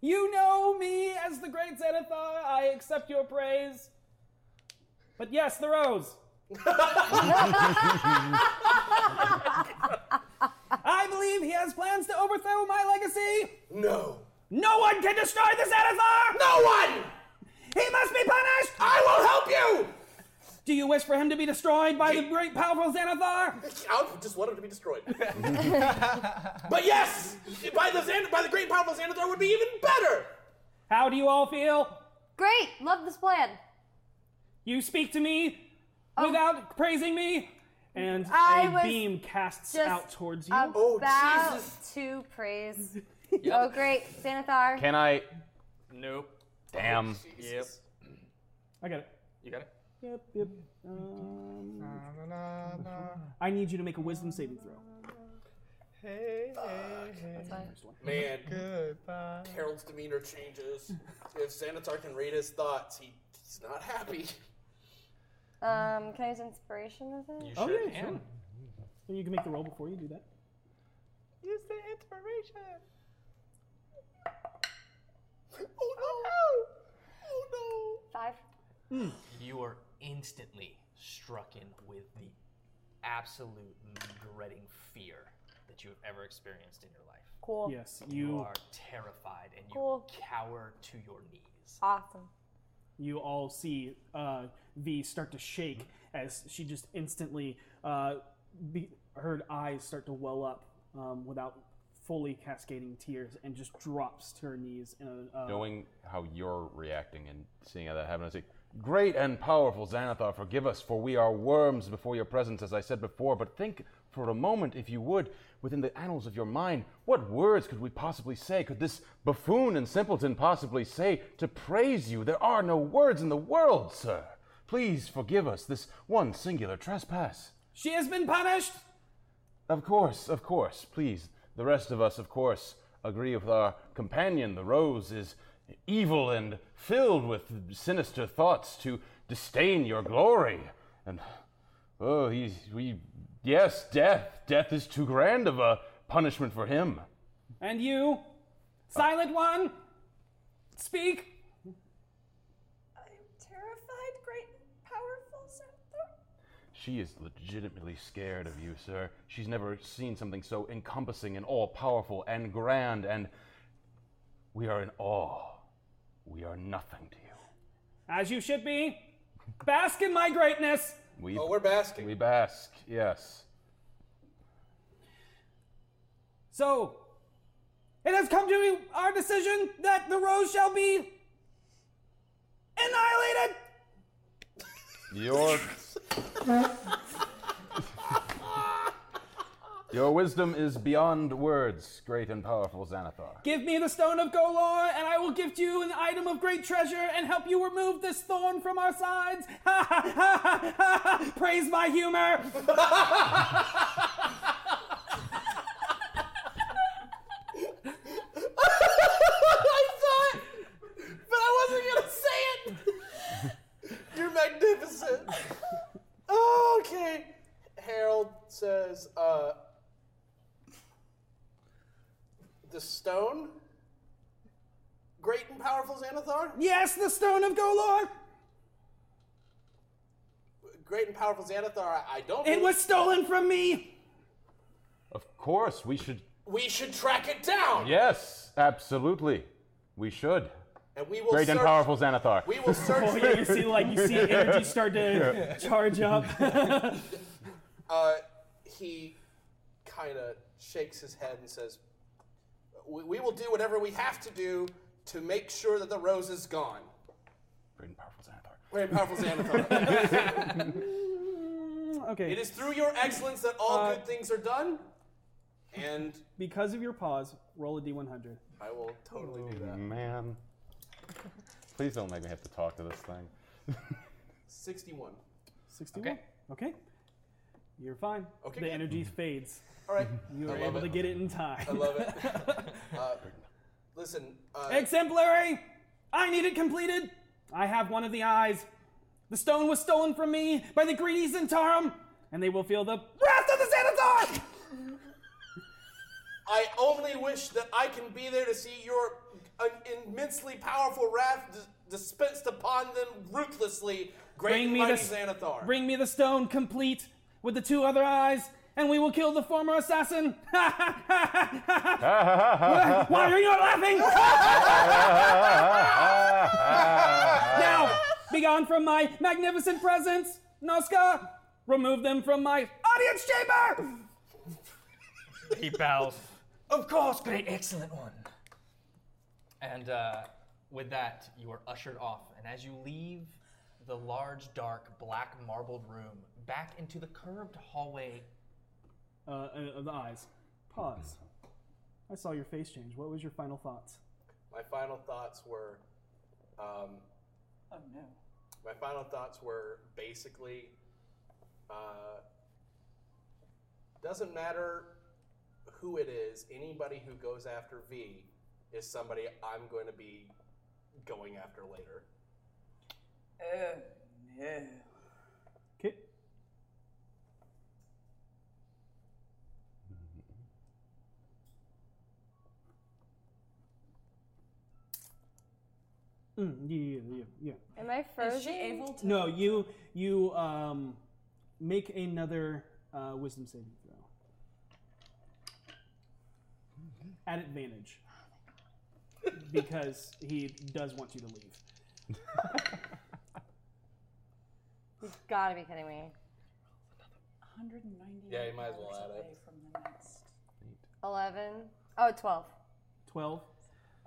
[SPEAKER 2] You know me as the great Xanathar. I accept your praise. But yes, the rose. I believe he has plans to overthrow my legacy.
[SPEAKER 6] No.
[SPEAKER 2] No one can destroy the Xanathar.
[SPEAKER 6] No one.
[SPEAKER 2] He must be punished.
[SPEAKER 6] I will help you.
[SPEAKER 2] Do you wish for him to be destroyed by the great powerful Xanathar?
[SPEAKER 6] I just want him to be destroyed. but yes, by the Xan- by the great powerful Xanathar would be even better.
[SPEAKER 2] How do you all feel?
[SPEAKER 7] Great, love this plan.
[SPEAKER 2] You speak to me without praising me, and
[SPEAKER 7] I
[SPEAKER 2] a
[SPEAKER 7] was
[SPEAKER 2] beam casts
[SPEAKER 7] just
[SPEAKER 2] out towards you.
[SPEAKER 7] About
[SPEAKER 6] Oh,
[SPEAKER 7] to praise. Oh great, Xanathar.
[SPEAKER 8] Can I?
[SPEAKER 3] Nope. Oh,
[SPEAKER 8] Damn.
[SPEAKER 3] Yep.
[SPEAKER 2] I got it.
[SPEAKER 3] You got it?
[SPEAKER 2] Yep, yep. Um, I need you to make a wisdom saving throw.
[SPEAKER 11] Hey, hey, hey.
[SPEAKER 6] Man,
[SPEAKER 11] Goodbye.
[SPEAKER 6] Harold's demeanor changes. if Xanathar can read his thoughts, he, he's not happy.
[SPEAKER 7] Um, can I use inspiration with it?
[SPEAKER 2] oh, yeah, sure. So you can make the roll before you do that.
[SPEAKER 11] Use the inspiration.
[SPEAKER 7] Oh no! Oh no! Five.
[SPEAKER 3] Hmm. You are instantly strucken with the absolute dreading fear that you have ever experienced in your life.
[SPEAKER 7] Cool.
[SPEAKER 2] Yes, you-
[SPEAKER 3] are terrified and you cower to your knees.
[SPEAKER 7] Awesome.
[SPEAKER 2] You all see uh, V start to shake as she just instantly, uh, be, her eyes start to well up um, without fully cascading tears and just drops to her knees in a. Uh,
[SPEAKER 8] Knowing how you're reacting and seeing how that happened, I say, Great and powerful Xanathar, forgive us, for we are worms before your presence, as I said before. But think for a moment, if you would, within the annals of your mind, what words could we possibly say? Could this buffoon and simpleton possibly say to praise you? There are no words in the world, sir. Please forgive us this one singular trespass.
[SPEAKER 9] She has been punished?
[SPEAKER 8] Of course, of course. Please, the rest of us, of course, agree with our companion. The rose is evil and filled with sinister thoughts to disdain your glory. And oh, he's we yes, death. Death is too grand of a punishment for him.
[SPEAKER 9] And you, Silent One, speak.
[SPEAKER 19] Terrified, great, and powerful Xanathar.
[SPEAKER 8] She is legitimately scared of you, sir. She's never seen something so encompassing and all powerful and grand, and we are in awe. We are nothing to you.
[SPEAKER 9] As you should be. Bask in my greatness.
[SPEAKER 8] We,
[SPEAKER 6] Oh, we're basking.
[SPEAKER 8] We bask, yes.
[SPEAKER 9] So, it has come to our decision that the rose shall be annihilated.
[SPEAKER 8] Your, your wisdom is beyond words, great and powerful Xanathar.
[SPEAKER 9] Give me the stone of Golor, and I will gift you an item of great treasure and help you remove this thorn from our sides. Ha ha ha ha ha! ha. Praise my humor.
[SPEAKER 4] I saw it, but I wasn't gonna say it. You're magnificent.
[SPEAKER 6] okay. Harold says, uh, the stone? Great and powerful Xanathar?
[SPEAKER 9] yes, the stone of Golor.
[SPEAKER 6] Great and powerful Xanathar, I, I don't
[SPEAKER 9] It
[SPEAKER 6] believe-
[SPEAKER 9] was stolen from me.
[SPEAKER 8] Of course, we should.
[SPEAKER 6] We should track it down!
[SPEAKER 8] Yes, absolutely. We should.
[SPEAKER 6] And we will
[SPEAKER 8] Great and
[SPEAKER 6] search-
[SPEAKER 8] powerful Xanathar.
[SPEAKER 6] We will search-
[SPEAKER 9] Oh yeah, you see like you see energy start
[SPEAKER 8] Yeah.
[SPEAKER 9] to charge up.
[SPEAKER 6] Uh, he kind of shakes his head and says, we, we will do whatever we have to do to make sure that the rose is gone.
[SPEAKER 8] Great and powerful Xanathar.
[SPEAKER 6] Great and powerful Xanathar.
[SPEAKER 9] okay.
[SPEAKER 6] It is through your excellence that all
[SPEAKER 9] Uh,
[SPEAKER 6] good things are done. And
[SPEAKER 9] because of your pause, roll a d100.
[SPEAKER 6] I will totally do that.
[SPEAKER 8] Man. Please don't make me have to talk to this thing.
[SPEAKER 6] 61.
[SPEAKER 9] 61. Okay. You're fine.
[SPEAKER 6] Okay,
[SPEAKER 9] The
[SPEAKER 6] good.
[SPEAKER 9] energy fades.
[SPEAKER 6] All right.
[SPEAKER 9] You
[SPEAKER 6] I
[SPEAKER 9] were
[SPEAKER 6] love
[SPEAKER 9] able
[SPEAKER 6] it.
[SPEAKER 9] to get it in time.
[SPEAKER 6] I love it. Uh, listen, uh,
[SPEAKER 9] Exemplary! I need it completed! I have one of the eyes. The stone was stolen from me by the greedy Zentarum, and they will feel the wrath of the Xanathar!
[SPEAKER 6] I only wish that I can be there to see your uh, immensely powerful wrath dis- dispensed upon them ruthlessly. Great and mighty
[SPEAKER 9] s-
[SPEAKER 6] Xanathar.
[SPEAKER 9] Bring me the stone complete with the two other eyes, and we will kill the former assassin! why, why are you not laughing? now, begone from my magnificent presence, Noska! Remove them from my audience chamber!
[SPEAKER 12] He bows. Of course, great, excellent one.
[SPEAKER 3] And uh, with that, you are ushered off. And as you leave the large, dark, black marbled room, back into the curved hallway,
[SPEAKER 9] Uh, uh, the eyes. Pause. I saw your face change. What was your final thoughts?
[SPEAKER 6] My final thoughts were, um,
[SPEAKER 5] Oh no.
[SPEAKER 6] my final thoughts were basically, uh, doesn't matter who it is. Anybody who goes after V is somebody I'm going to be going after later.
[SPEAKER 5] Oh no.
[SPEAKER 9] Mm, yeah, yeah, yeah, yeah.
[SPEAKER 7] Am I frozen?
[SPEAKER 5] Is she able to?
[SPEAKER 9] No, you you um, make another uh, wisdom saving throw at advantage because he does want you to leave.
[SPEAKER 7] You've gotta be kidding me.
[SPEAKER 5] 190.
[SPEAKER 6] Yeah, you might as well add it.
[SPEAKER 5] From the next.
[SPEAKER 7] 11. Oh, 12.
[SPEAKER 9] 12.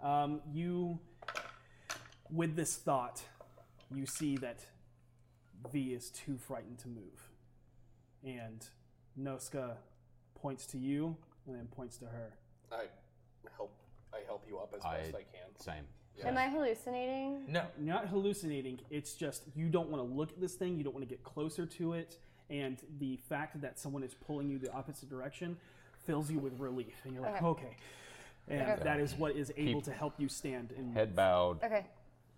[SPEAKER 9] Um, you, with this thought,
[SPEAKER 2] you see that V is too frightened to move. And Noska points to you and then points to her.
[SPEAKER 6] I help. I help you up as
[SPEAKER 2] I-
[SPEAKER 6] best I can.
[SPEAKER 8] Same.
[SPEAKER 7] Am I hallucinating?
[SPEAKER 2] No. Not hallucinating. It's just you don't want to look at this thing, you don't want to get closer to it, and the fact that someone is pulling you the opposite direction fills you with relief. And you're like, okay.
[SPEAKER 7] Okay.
[SPEAKER 2] And
[SPEAKER 7] Okay.
[SPEAKER 2] that is what is able
[SPEAKER 8] Keep-
[SPEAKER 2] to help you stand and
[SPEAKER 8] Head bowed.
[SPEAKER 7] Okay.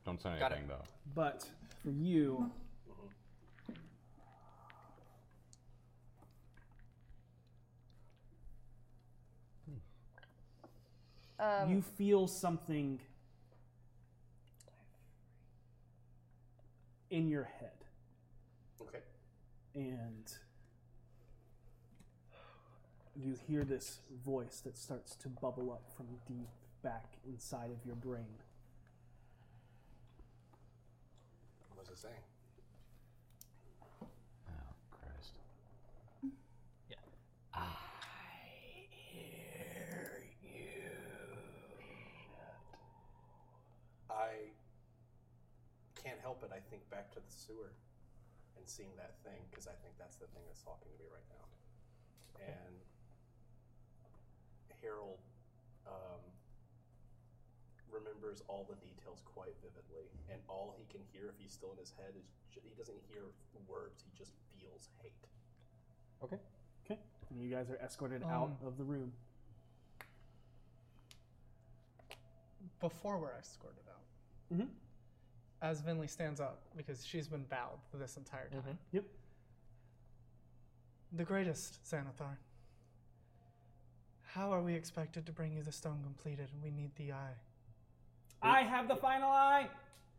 [SPEAKER 8] Don't say
[SPEAKER 2] Got
[SPEAKER 8] anything, though.
[SPEAKER 2] But for you,
[SPEAKER 7] Um,
[SPEAKER 2] you feel something in your head.
[SPEAKER 6] Okay.
[SPEAKER 2] And you hear this voice that starts to bubble up from deep back inside of your brain.
[SPEAKER 6] What was it saying?
[SPEAKER 8] Oh, Christ.
[SPEAKER 5] Ah.
[SPEAKER 6] I can't help it. I think back to the sewer and seeing that thing because I think that's the thing that's talking to me right now. And Harold um, remembers all the details quite vividly, and all he can hear if he's still in his head is ju- he doesn't hear words. He just feels hate.
[SPEAKER 2] Okay. Okay. And you guys are escorted
[SPEAKER 11] Um,
[SPEAKER 2] out of the room.
[SPEAKER 11] Before we're escorted out,
[SPEAKER 2] Mhm.
[SPEAKER 11] as Vinley stands up because she's been bowed this entire time.
[SPEAKER 2] Mm-hmm. Yep.
[SPEAKER 11] The greatest, Xanathar. How are we expected to bring you the stone completed and we need the eye?
[SPEAKER 2] I have the final eye.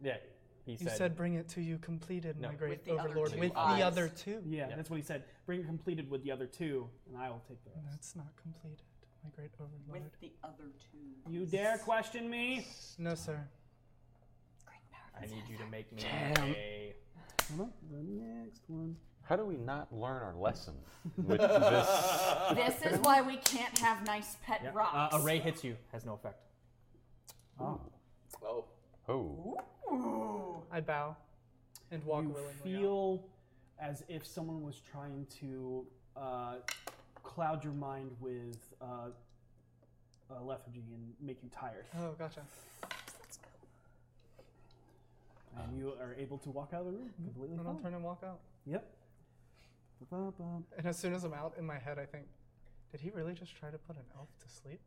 [SPEAKER 3] Yeah, he
[SPEAKER 11] you
[SPEAKER 3] said.
[SPEAKER 11] said bring it to you completed,
[SPEAKER 3] No.
[SPEAKER 11] my great
[SPEAKER 3] With the other
[SPEAKER 11] overlord.
[SPEAKER 3] two
[SPEAKER 11] with
[SPEAKER 3] eyes.
[SPEAKER 11] the other two.
[SPEAKER 2] Yeah, that's what he said. Bring it completed with the other two, and I will take the rest.
[SPEAKER 11] That's not completed, my great overlord.
[SPEAKER 5] With the other two.
[SPEAKER 2] You dare question me?
[SPEAKER 11] No, sir.
[SPEAKER 3] I need you to make me
[SPEAKER 8] Damn.
[SPEAKER 3] a.
[SPEAKER 2] The next one.
[SPEAKER 8] How do we not learn our lesson with this?
[SPEAKER 5] This is why we can't have nice pet
[SPEAKER 3] Yeah,
[SPEAKER 5] rocks.
[SPEAKER 3] Uh, a ray hits you, has no effect.
[SPEAKER 2] Oh.
[SPEAKER 6] Oh.
[SPEAKER 8] Oh.
[SPEAKER 11] I bow and walk
[SPEAKER 2] you
[SPEAKER 11] willingly.
[SPEAKER 2] feel as if someone was trying to uh, cloud your mind with uh, uh, lethargy and make you tired.
[SPEAKER 11] Oh, gotcha.
[SPEAKER 2] And you are able to walk out of the room completely
[SPEAKER 11] And Mm-hmm. I'll
[SPEAKER 2] fine.
[SPEAKER 11] turn and walk out.
[SPEAKER 2] Yep. Ba-ba-ba.
[SPEAKER 11] And as soon as I'm out, in my head, I think, did he really just try to put an elf to sleep?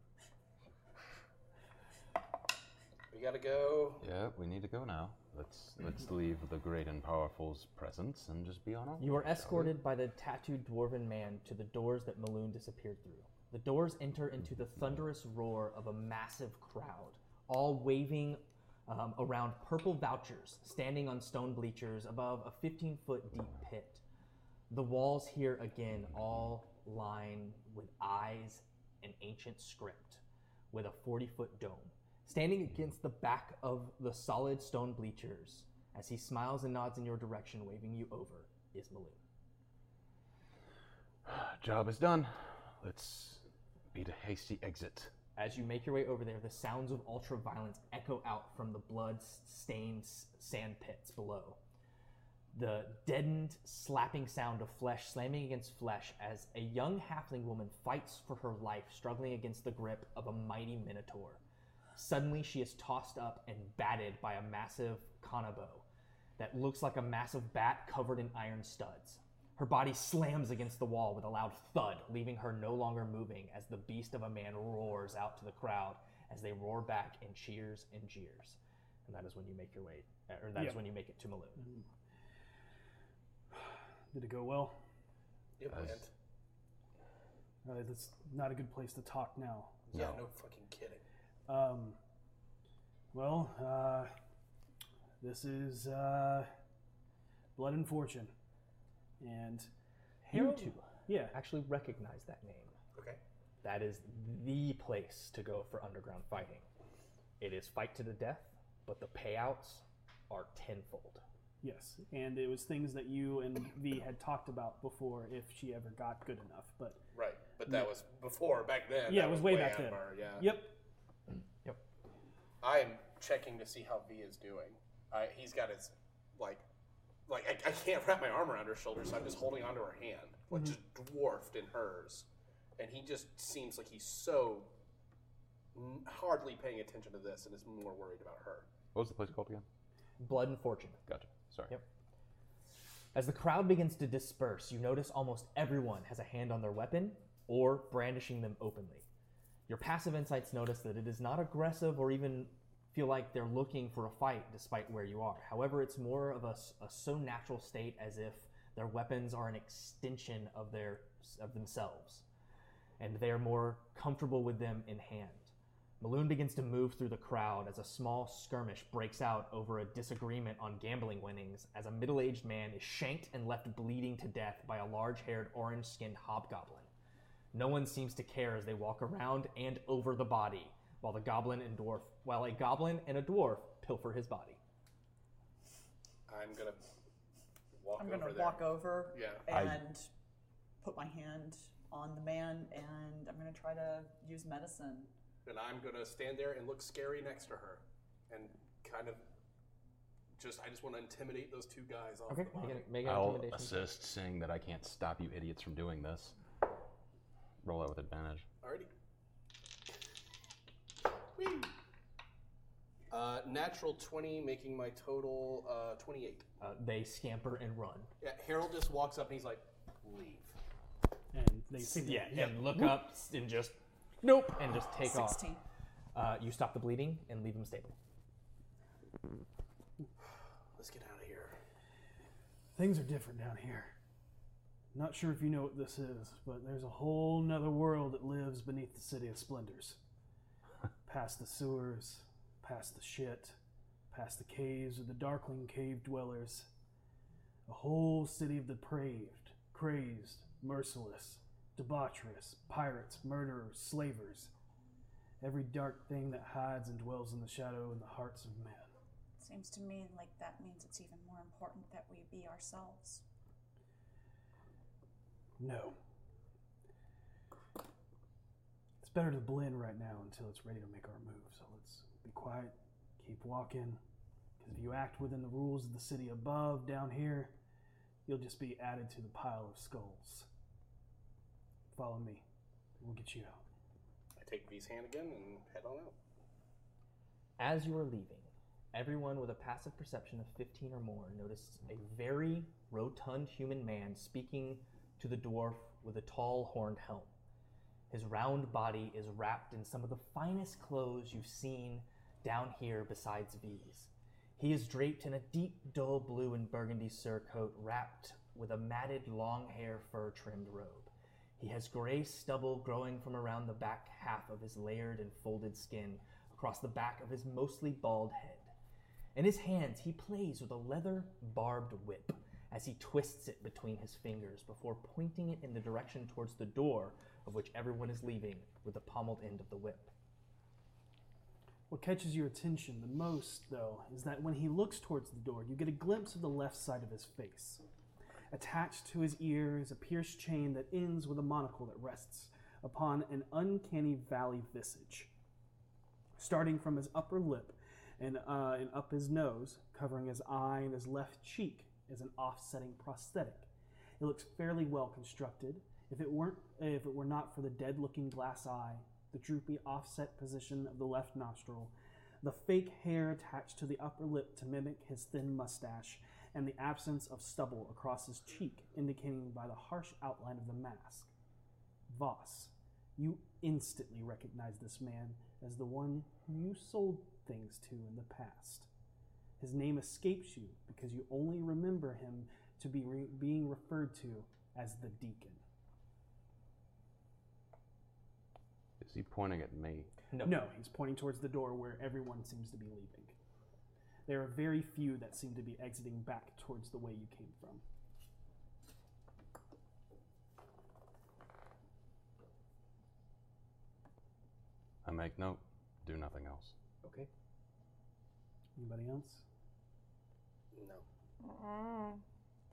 [SPEAKER 6] We gotta go.
[SPEAKER 8] yeah, we need to go now. Let's let's leave the great and powerful's presence and just be on our.
[SPEAKER 3] You
[SPEAKER 8] way,
[SPEAKER 3] are
[SPEAKER 8] shall we?
[SPEAKER 3] escorted by the tattooed dwarven man to the doors that Maloon disappeared through. The doors enter into the thunderous roar of a massive crowd, all waving um, around purple vouchers, standing on stone bleachers above a 15 foot deep pit. The walls here again all lined with eyes and ancient script, with a 40 foot dome. Standing against the back of the solid stone bleachers, as he smiles and nods in your direction, waving you over, is Maloon.
[SPEAKER 8] Job is done. Let's beat a hasty exit.
[SPEAKER 3] As you make your way over there, the sounds of ultraviolence echo out from the blood-stained s- sand pits below. The deadened, slapping sound of flesh slamming against flesh as a young halfling woman fights for her life, struggling against the grip of a mighty minotaur. Suddenly, she is tossed up and batted by a massive conibo that looks like a massive bat covered in iron studs. Her body slams against the wall with a loud thud, leaving her no longer moving as the beast of a man roars out to the crowd as they roar back in cheers and jeers. And that is when you make your way, or that is
[SPEAKER 2] Yeah.
[SPEAKER 3] when you make it to Maloon.
[SPEAKER 2] Did it go well?
[SPEAKER 6] It
[SPEAKER 2] As-
[SPEAKER 6] went.
[SPEAKER 2] Uh, that's not a good place to talk now.
[SPEAKER 6] Yeah, no fucking kidding.
[SPEAKER 2] Um, well, uh, this is uh, Blood and Fortune. And
[SPEAKER 3] You
[SPEAKER 2] Harold.
[SPEAKER 3] two
[SPEAKER 2] yeah.
[SPEAKER 3] actually recognize that name.
[SPEAKER 6] Okay.
[SPEAKER 3] That is the place to go for underground fighting. It is fight to the death, but the payouts are tenfold.
[SPEAKER 2] Yes, and it was things that you and V had talked about before if she ever got good enough. But
[SPEAKER 6] Right, but that was before back then.
[SPEAKER 2] yeah,
[SPEAKER 6] that
[SPEAKER 2] it was way, back
[SPEAKER 6] out of
[SPEAKER 2] then.
[SPEAKER 6] our- yeah.
[SPEAKER 2] Yep.
[SPEAKER 6] I am checking to see how V is doing. I, he's got his like, like I, I can't wrap my arm around her shoulder, so I'm just holding onto her hand, like
[SPEAKER 2] Mhm.
[SPEAKER 6] just dwarfed in hers, and he just seems like he's so n- hardly paying attention to this and is more worried about her.
[SPEAKER 8] What was the place called again?
[SPEAKER 3] Blood and Fortune.
[SPEAKER 8] Gotcha. Sorry.
[SPEAKER 3] Yep. As the crowd begins to disperse, you notice almost everyone has a hand on their weapon or brandishing them openly. Your passive insights notice that it is not aggressive or even feel like they're looking for a fight despite where you are. However, it's more of a, s- a so natural state as if their weapons are an extension of their of themselves and they are more comfortable with them in hand. Maloon begins to move through the crowd as a small skirmish breaks out over a disagreement on gambling winnings as a middle aged man is shanked and left bleeding to death by a large haired, orange skinned hobgoblin. No one seems to care as they walk around and over the body while the goblin and dwarf while a goblin and a dwarf pilfer his body.
[SPEAKER 6] I'm gonna walk
[SPEAKER 5] I'm gonna
[SPEAKER 6] over there.
[SPEAKER 5] walk over
[SPEAKER 6] Yeah.
[SPEAKER 5] and put my hand on the man, and I'm gonna try to use medicine.
[SPEAKER 6] and I'm gonna stand there and look scary next to her, and kind of just I just want to intimidate those two guys off
[SPEAKER 3] Okay,
[SPEAKER 6] the body.
[SPEAKER 3] make it- make it
[SPEAKER 8] I'll
[SPEAKER 3] intimidation.
[SPEAKER 8] assist, saying that I can't stop you idiots from doing this. Roll out with advantage.
[SPEAKER 6] Alrighty. Whee! Uh, natural twenty, making my total uh, twenty-eight.
[SPEAKER 3] Uh, they scamper and run.
[SPEAKER 6] Yeah, Harold just walks up and he's like, "Leave."
[SPEAKER 2] And they
[SPEAKER 3] yeah,
[SPEAKER 2] yeah.
[SPEAKER 3] and look
[SPEAKER 2] Whoop.
[SPEAKER 3] up and just nope and just take off.
[SPEAKER 5] 16.
[SPEAKER 3] Uh, you stop the bleeding and leave him stable.
[SPEAKER 6] Let's get out of here.
[SPEAKER 2] Things are different down here. Not sure if you know what this is, but there's a whole nother world that lives beneath the City of Splendors. past the sewers, past the shit, past the caves of the Darkling Cave Dwellers. A whole city of the depraved, crazed, merciless, debaucherous, pirates, murderers, slavers. Every dark thing that hides and dwells in the shadow in the hearts of men.
[SPEAKER 20] Seems to me like that means it's even more important that we be ourselves.
[SPEAKER 2] No. It's better to blend right now until it's ready to make our move. So let's be quiet, keep walking. Because if you act within the rules of the city above, down here, you'll just be added to the pile of skulls. Follow me. We'll get you out.
[SPEAKER 6] I take V's hand again and head on out.
[SPEAKER 3] As you are leaving, everyone with a passive perception of 15 or more noticed a very rotund human man speaking to the dwarf with a tall horned helm. His round body is wrapped in some of the finest clothes you've seen down here besides V's. He is draped in a deep, dull blue and burgundy surcoat wrapped with a matted long hair fur trimmed robe. He has gray stubble growing from around the back half of his layered and folded skin across the back of his mostly bald head. In his hands, he plays with a leather barbed whip as he twists it between his fingers before pointing it in the direction towards the door of which everyone is leaving with the pommeled end of the whip.
[SPEAKER 2] What catches your attention the most, though, is that when he looks towards the door, you get a glimpse of the left side of his face. Attached to his ear is a pierced chain that ends with a monocle that rests upon an uncanny valley visage. Starting from his upper lip and, uh, and up his nose, covering his eye and his left cheek, is an offsetting prosthetic. It looks fairly well constructed. If it weren't, if it were not for the dead-looking glass eye, the droopy offset position of the left nostril, the fake hair attached to the upper lip to mimic his thin mustache, and the absence of stubble across his cheek, indicating by the harsh outline of the mask. Voss, you instantly recognize this man as the one who you sold things to in the past. His name escapes you because you only remember him to be re- being referred to as the deacon.
[SPEAKER 8] Is he pointing at me?
[SPEAKER 2] he's pointing towards the door where everyone seems to be leaving. There are very few that seem to be exiting back towards the way you came from.
[SPEAKER 8] I make note. Do nothing else.
[SPEAKER 3] Okay.
[SPEAKER 2] Anybody else?
[SPEAKER 6] No.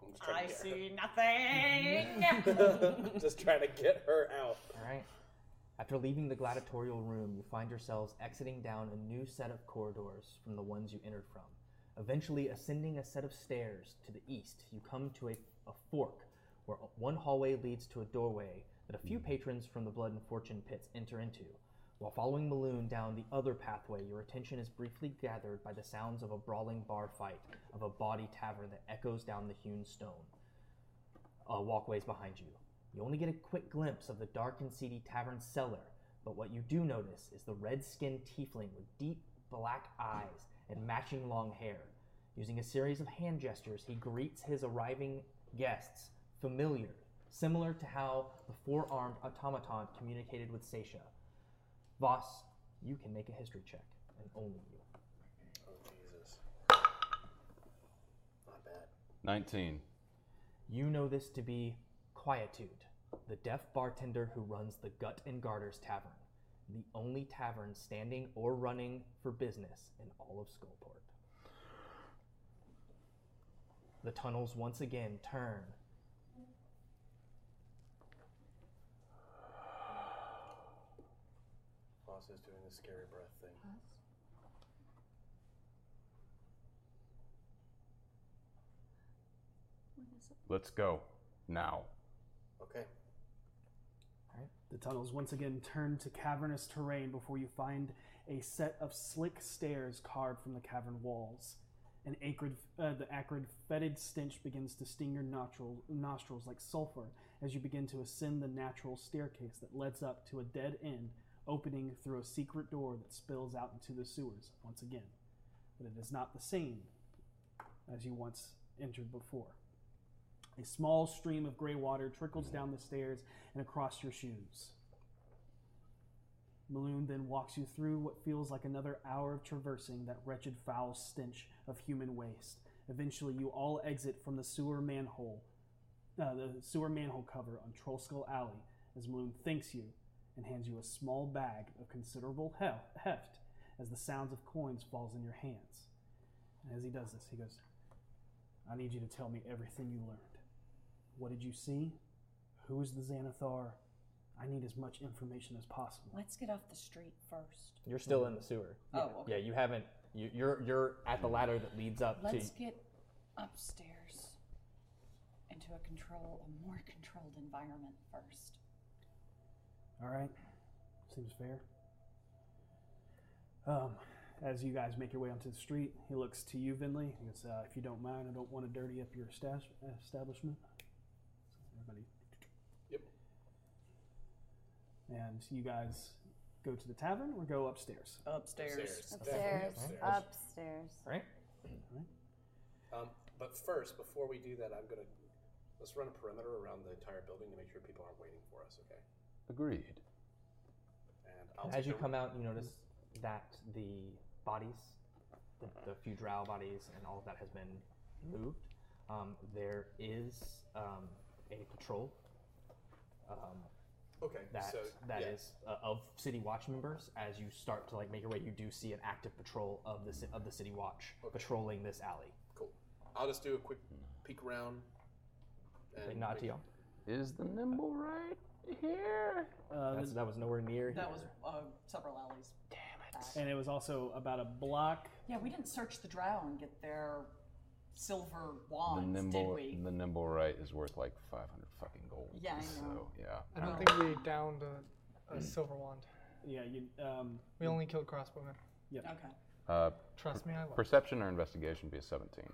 [SPEAKER 6] I'm just
[SPEAKER 5] Mm-hmm.
[SPEAKER 6] trying
[SPEAKER 5] I
[SPEAKER 6] to get
[SPEAKER 5] see
[SPEAKER 3] Oh,
[SPEAKER 6] her-
[SPEAKER 5] nothing.
[SPEAKER 6] just trying to get her out.
[SPEAKER 3] All right. After leaving the gladiatorial room, you find yourselves exiting down a new set of corridors from the ones you entered from. Eventually, ascending a set of stairs to the east, you come to a, a fork where one hallway leads to a doorway that a few patrons from the Blood and Fortune pits enter into. While following Maloon down the other pathway, your attention is briefly gathered by the sounds of a brawling bar fight of a body tavern that echoes down the hewn stone uh, walkways behind you. You only get a quick glimpse of the dark and seedy tavern cellar, but what you do notice is the red skinned tiefling with deep black eyes and matching long hair. Using a series of hand gestures, he greets his arriving guests, familiar, similar to how the four armed automaton communicated with Seisha. Voss, you can make a history check, and only you.
[SPEAKER 6] Oh, Jesus. Not bad.
[SPEAKER 10] 19.
[SPEAKER 3] You know this to be Quietude, the deaf bartender who runs the Gut and Garters Tavern, the only tavern standing or running for business in all of Skullport. The tunnels once again turn.
[SPEAKER 6] Boss is doing the scary breath thing.
[SPEAKER 10] Let's go. Now.
[SPEAKER 6] Okay.
[SPEAKER 2] The tunnels once again turn to cavernous terrain before you find a set of slick stairs carved from the cavern walls. An acrid, uh, the acrid, fetid stench begins to sting your nostril, nostrils like sulfur as you begin to ascend the natural staircase that leads up to a dead end, opening through a secret door that spills out into the sewers once again. But it is not the same as you once entered before. A small stream of gray water trickles down the stairs and across your shoes. Maloon then walks you through what feels like another hour of traversing that wretched foul stench of human waste. Eventually, you all exit from the sewer manhole, uh, the sewer manhole cover on Trollskull Alley, as Maloon thanks you and hands you a small bag of considerable hef- heft as the sounds of coins falls in your hands. And as he does this, he goes, I need you to tell me everything you learned. What did you see? Who is the Xanathar? I need as much information as possible.
[SPEAKER 5] Let's get off the street first.
[SPEAKER 3] You're still in the sewer.
[SPEAKER 5] Oh,
[SPEAKER 3] Yeah.
[SPEAKER 5] okay.
[SPEAKER 3] Yeah, you haven't. You, you're you're at the ladder that leads up
[SPEAKER 5] Let's
[SPEAKER 3] to.
[SPEAKER 5] get upstairs into a control, a more controlled environment first.
[SPEAKER 2] All right. Seems fair. Um, as you guys make your way onto the street, he looks to you, Vinley. He goes, uh, "If you don't mind, I don't want to dirty up your stash- establishment." So everybody. Yep. And you guys go to the tavern or go upstairs.
[SPEAKER 5] Upstairs.
[SPEAKER 7] Upstairs. Upstairs.
[SPEAKER 3] Right.
[SPEAKER 6] Um, but first, before we do that, I'm gonna let's run a perimeter around the entire building to make sure people aren't waiting for us. Okay.
[SPEAKER 10] Agreed.
[SPEAKER 6] And I'll
[SPEAKER 3] As
[SPEAKER 6] take
[SPEAKER 3] you
[SPEAKER 6] the-
[SPEAKER 3] come out, you notice that the bodies, the, the few drow bodies, and all of that has been moved. Um, there is um, a patrol. Um,
[SPEAKER 6] Okay,
[SPEAKER 3] That
[SPEAKER 6] so,
[SPEAKER 3] that
[SPEAKER 6] yeah.
[SPEAKER 3] is, uh, of city watch members. As you start to like make your way, you do see an active patrol of the ci- of the city watch patrolling this alley.
[SPEAKER 6] Cool. I'll just do a quick peek around.
[SPEAKER 3] They nod to you.
[SPEAKER 10] Is the nimble
[SPEAKER 6] Uh,
[SPEAKER 10] right here?
[SPEAKER 3] Uh, That's- that was nowhere near.
[SPEAKER 5] That was
[SPEAKER 3] here.
[SPEAKER 5] uh, several alleys. Damn it.
[SPEAKER 2] And it was also about a block.
[SPEAKER 5] Yeah, we didn't search the drow and get their silver
[SPEAKER 10] The
[SPEAKER 5] wands, did
[SPEAKER 10] nimble,
[SPEAKER 5] we?
[SPEAKER 10] the nimble right is worth like 500 fucking gold.
[SPEAKER 5] Yeah, I know.
[SPEAKER 10] So, yeah.
[SPEAKER 11] I don't think we downed a, a silver wand.
[SPEAKER 2] Yeah, you. Um,
[SPEAKER 11] we only killed crossbowmen.
[SPEAKER 2] Yep.
[SPEAKER 5] Okay.
[SPEAKER 10] Uh,
[SPEAKER 11] Trust me, I will.
[SPEAKER 10] Perception or investigation be a 17.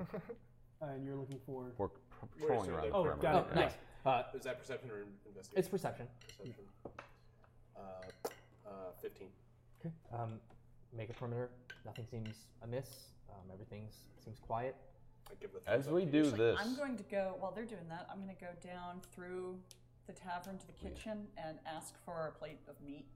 [SPEAKER 2] Uh, and you're looking for.
[SPEAKER 10] We're p- patrolling around the perimeter.
[SPEAKER 8] Oh,
[SPEAKER 10] yeah.
[SPEAKER 6] is that perception or in- investigation?
[SPEAKER 3] Oh, Uh, it's perception.
[SPEAKER 6] Perception. Uh, uh, 15.
[SPEAKER 3] Okay. Um, make a perimeter. Nothing seems amiss. Um, everything seems quiet.
[SPEAKER 6] I give the
[SPEAKER 10] As we do this,
[SPEAKER 5] I'm going to go, while they're doing that, I'm going to go down through the tavern to the kitchen and ask for a plate of meat.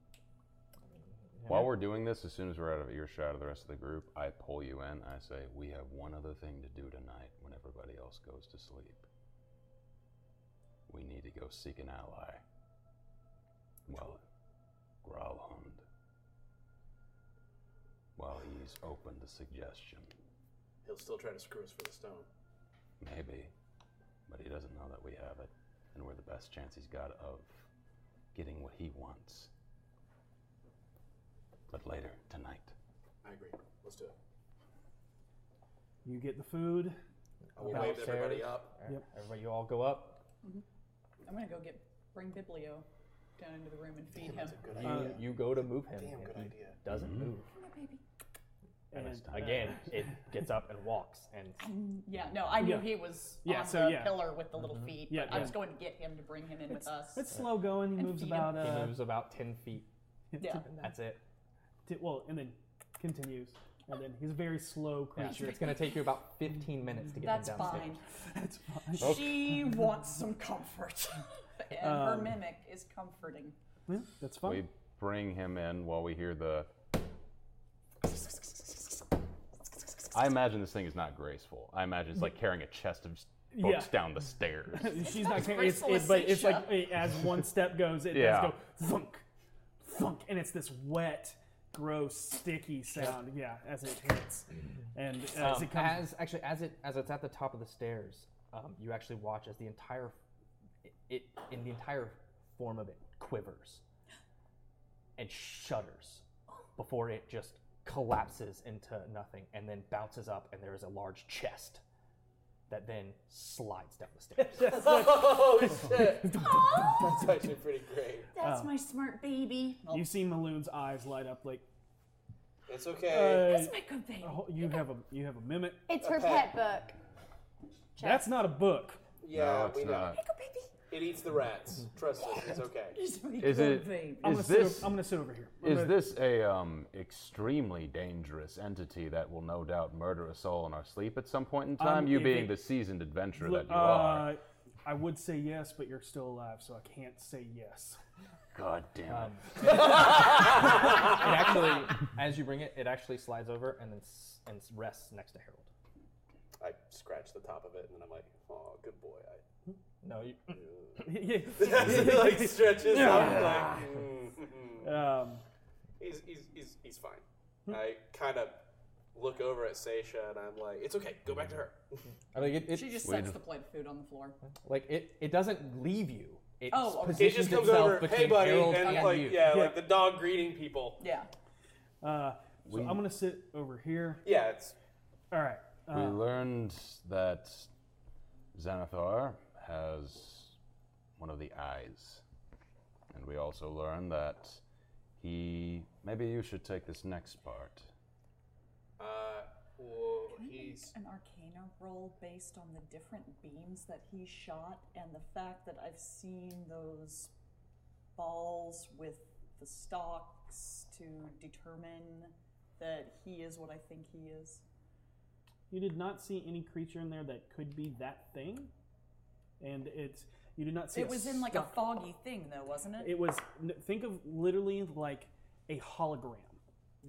[SPEAKER 10] while we're doing this, as soon as we're out of earshot of the rest of the group, I pull you in. I say, We have one other thing to do tonight when everybody else goes to sleep. We need to go seek an ally. Well, Growlhund. While he's open to suggestion,
[SPEAKER 6] He'll still try to screw us for the stone.
[SPEAKER 10] maybe, but he doesn't know that we have it, and we're the best chance he's got of getting what he wants. But later, tonight.
[SPEAKER 6] I agree. Let's do it.
[SPEAKER 2] You get the food.
[SPEAKER 6] We'll
[SPEAKER 2] About-
[SPEAKER 6] wave everybody up.
[SPEAKER 2] Yep.
[SPEAKER 3] Everybody, you all go up.
[SPEAKER 5] I'm gonna go get bring Biblio down into the room and feed him.
[SPEAKER 3] You, Uh, you go to move him.
[SPEAKER 5] Damn
[SPEAKER 3] and
[SPEAKER 5] good
[SPEAKER 3] he Doesn't move. And,
[SPEAKER 2] And,
[SPEAKER 3] it's- again, it gets up and walks and
[SPEAKER 5] Mm, Yeah, no, I kknew
[SPEAKER 2] Yeah.
[SPEAKER 5] he was
[SPEAKER 2] Yeah,
[SPEAKER 5] on
[SPEAKER 2] so
[SPEAKER 5] the
[SPEAKER 2] yeah.
[SPEAKER 5] pillar with the little feet.
[SPEAKER 2] Yeah,
[SPEAKER 5] but I
[SPEAKER 2] yeah.
[SPEAKER 5] was going to get him to bring him in with us.
[SPEAKER 2] It's slow going. He
[SPEAKER 5] And
[SPEAKER 2] moves
[SPEAKER 5] feed
[SPEAKER 2] about.
[SPEAKER 5] him.
[SPEAKER 2] Uh,
[SPEAKER 3] he moves about ten feet.
[SPEAKER 5] Yeah.
[SPEAKER 3] That's it.
[SPEAKER 2] t- well, and then continues, and then he's a very slow
[SPEAKER 3] Yeah,
[SPEAKER 2] creature.
[SPEAKER 3] it's going to take you about 15 minutes to get
[SPEAKER 5] That's
[SPEAKER 3] him downstairs.
[SPEAKER 5] fine.
[SPEAKER 2] That's fine.
[SPEAKER 5] She wants some comfort, and her
[SPEAKER 8] Um,
[SPEAKER 5] mimic is comforting.
[SPEAKER 2] Yeah, that's fine.
[SPEAKER 8] We bring him in while we hear the. I imagine this thing is not graceful. I imagine it's like carrying a chest of s-
[SPEAKER 2] Yeah.
[SPEAKER 8] books down the stairs.
[SPEAKER 2] She's not carrying it's, it, but it's like it, as one step goes, it
[SPEAKER 8] Yeah.
[SPEAKER 2] does go thunk, thunk, and it's this wet, gross, sticky sound. Yeah, as it hits, and as
[SPEAKER 3] Um,
[SPEAKER 2] it comes,
[SPEAKER 3] as- actually as it as it's at the top of the stairs, um, you actually watch as the entire it, it in the entire form of it quivers and shudders before it just collapses into nothing and then bounces up and there is a large chest that then slides down the stairs.
[SPEAKER 6] oh shit!
[SPEAKER 5] Oh.
[SPEAKER 6] That's actually pretty great.
[SPEAKER 9] That's
[SPEAKER 2] Oh.
[SPEAKER 9] my smart baby.
[SPEAKER 5] Oh.
[SPEAKER 2] you see Maloon's eyes light up like.
[SPEAKER 6] It's
[SPEAKER 2] uh,
[SPEAKER 9] That's my good baby.
[SPEAKER 2] oh, you have a you have a mimic.
[SPEAKER 7] It's her pet book.
[SPEAKER 2] That's not a book.
[SPEAKER 6] Yeah,
[SPEAKER 8] No, it's
[SPEAKER 6] we know.
[SPEAKER 8] not.
[SPEAKER 6] It eats the rats. Trust us, it's okay.
[SPEAKER 8] Is it?
[SPEAKER 2] I'm gonna
[SPEAKER 8] Is
[SPEAKER 2] sit
[SPEAKER 8] this?
[SPEAKER 2] over- I'm gonna sit over here. I'm
[SPEAKER 8] Is
[SPEAKER 2] gonna-
[SPEAKER 8] this a um, extremely dangerous entity that will no doubt murder us all in our sleep at some point in time?
[SPEAKER 2] Um,
[SPEAKER 8] you
[SPEAKER 2] if
[SPEAKER 8] being
[SPEAKER 2] it-
[SPEAKER 8] the seasoned adventurer
[SPEAKER 2] Look,
[SPEAKER 8] that you are.
[SPEAKER 2] uh, I would say yes, but you're still alive, so I can't say yes. Um,
[SPEAKER 8] God damn it.
[SPEAKER 3] it Um, actually, as you bring it, it actually slides over and then s- and rests next to Harold.
[SPEAKER 6] I scratch the top of it and then I'm like, oh, good boy. I...
[SPEAKER 3] No, you.
[SPEAKER 6] he like stretches out.
[SPEAKER 2] Yeah.
[SPEAKER 6] Like, mm, mm.
[SPEAKER 2] Um,
[SPEAKER 6] he's, he's, he's, he's fine. I kind of look over at Seisha and I'm like, it's okay. Go back to her.
[SPEAKER 3] I mean, it, it,
[SPEAKER 5] She just sets the plate of food on the floor.
[SPEAKER 3] Like it, it doesn't leave you. It
[SPEAKER 5] Oh, okay.
[SPEAKER 3] positions
[SPEAKER 6] He just comes
[SPEAKER 3] itself
[SPEAKER 6] over,
[SPEAKER 3] between
[SPEAKER 6] hey buddy,
[SPEAKER 3] Harold
[SPEAKER 6] and
[SPEAKER 3] and
[SPEAKER 6] like
[SPEAKER 3] you.
[SPEAKER 6] yeah, like the dog greeting people.
[SPEAKER 5] Yeah.
[SPEAKER 2] Uh, so
[SPEAKER 8] We-
[SPEAKER 2] I'm gonna sit over here.
[SPEAKER 6] Yeah, it's.
[SPEAKER 2] All right.
[SPEAKER 8] we
[SPEAKER 2] Uh,
[SPEAKER 8] learned that Xanathar has one of the eyes. And we also learned that he. Maybe you should take this next part.
[SPEAKER 6] Uh, well,
[SPEAKER 5] Can I make
[SPEAKER 6] he's.
[SPEAKER 5] an arcana roll based on the different beams that he shot and the fact that I've seen those balls with the stalks to determine that he is what I think he is?
[SPEAKER 2] you did not see any creature in there that could be that thing, and it's you did not see.
[SPEAKER 5] It was in like a
[SPEAKER 2] stuck-
[SPEAKER 5] foggy thing, though, wasn't it?
[SPEAKER 2] It was. n- Think of literally like a hologram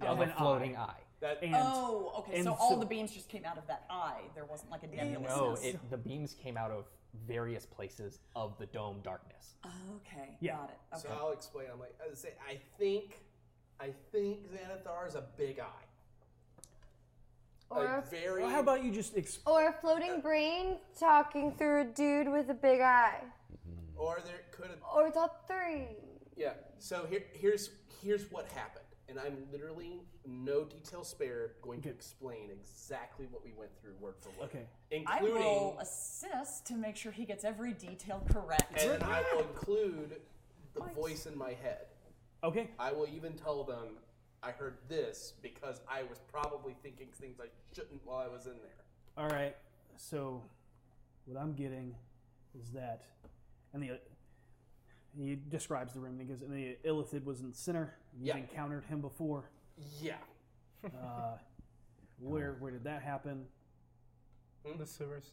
[SPEAKER 3] Yeah,
[SPEAKER 2] of
[SPEAKER 3] the
[SPEAKER 2] an
[SPEAKER 3] floating
[SPEAKER 2] eye.
[SPEAKER 3] eye.
[SPEAKER 6] That,
[SPEAKER 2] and-
[SPEAKER 5] oh, okay.
[SPEAKER 2] and
[SPEAKER 5] So all the beams just came out of that eye. There wasn't like a nebulous.
[SPEAKER 3] No, it, the beams came out of various places of the dome darkness.
[SPEAKER 5] Okay,
[SPEAKER 3] Yeah.
[SPEAKER 5] got it. Okay.
[SPEAKER 6] So I'll explain. I'm like, I, say, I think, I think Xanathar is a big eye.
[SPEAKER 7] Or-
[SPEAKER 6] like very.
[SPEAKER 2] Well, how about you just explain?
[SPEAKER 7] Or a floating brain talking through a dude with a big eye.
[SPEAKER 6] Or there could have.
[SPEAKER 7] Or top three.
[SPEAKER 6] Yeah. So here, here's here's what happened, and I'm literally no detail spare going to explain exactly what we went through word for word.
[SPEAKER 2] Okay.
[SPEAKER 5] I
[SPEAKER 6] Including.
[SPEAKER 5] will assist to make sure he gets every detail correct.
[SPEAKER 6] and I will include the voice in my head.
[SPEAKER 2] Okay.
[SPEAKER 6] I will even tell them I heard this because I was probably thinking things I shouldn't while I was in there.
[SPEAKER 2] All right. So, what I'm getting is that, and the he describes the room and he gives, and the Illithid was in the center. You've
[SPEAKER 6] Yeah.
[SPEAKER 2] encountered him before.
[SPEAKER 6] Yeah.
[SPEAKER 2] Uh, where where did that happen?
[SPEAKER 6] Hmm?
[SPEAKER 21] The sewers.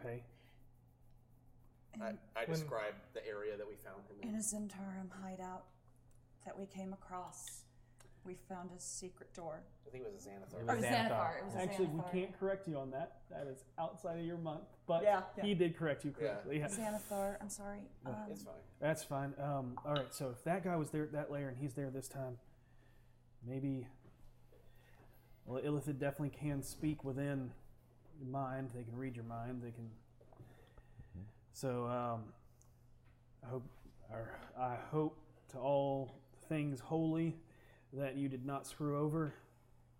[SPEAKER 2] Okay.
[SPEAKER 6] I, I
[SPEAKER 21] When-
[SPEAKER 6] described the area that we found him
[SPEAKER 5] In
[SPEAKER 6] in.
[SPEAKER 5] a Zentarum hideout that we came across, we found a secret door.
[SPEAKER 6] I think it was a Xanathar.
[SPEAKER 5] Or Xanathar. Oh, It was a
[SPEAKER 2] Actually,
[SPEAKER 5] Xanathar.
[SPEAKER 2] we can't correct you on that. That is outside of your month. But
[SPEAKER 5] Yeah, yeah.
[SPEAKER 2] he did correct you
[SPEAKER 6] Yeah.
[SPEAKER 2] correctly. yeah.
[SPEAKER 5] Xanathar, I'm sorry. Um,
[SPEAKER 2] Yeah.
[SPEAKER 6] Oh, It's fine.
[SPEAKER 2] That's fine. Um, all right. So if that guy was there at that layer and he's there this time, maybe. Well, Illithid definitely can speak within your mind. They can read your mind. They can. So um, I hope, or I hope to all things holy, that you did not screw over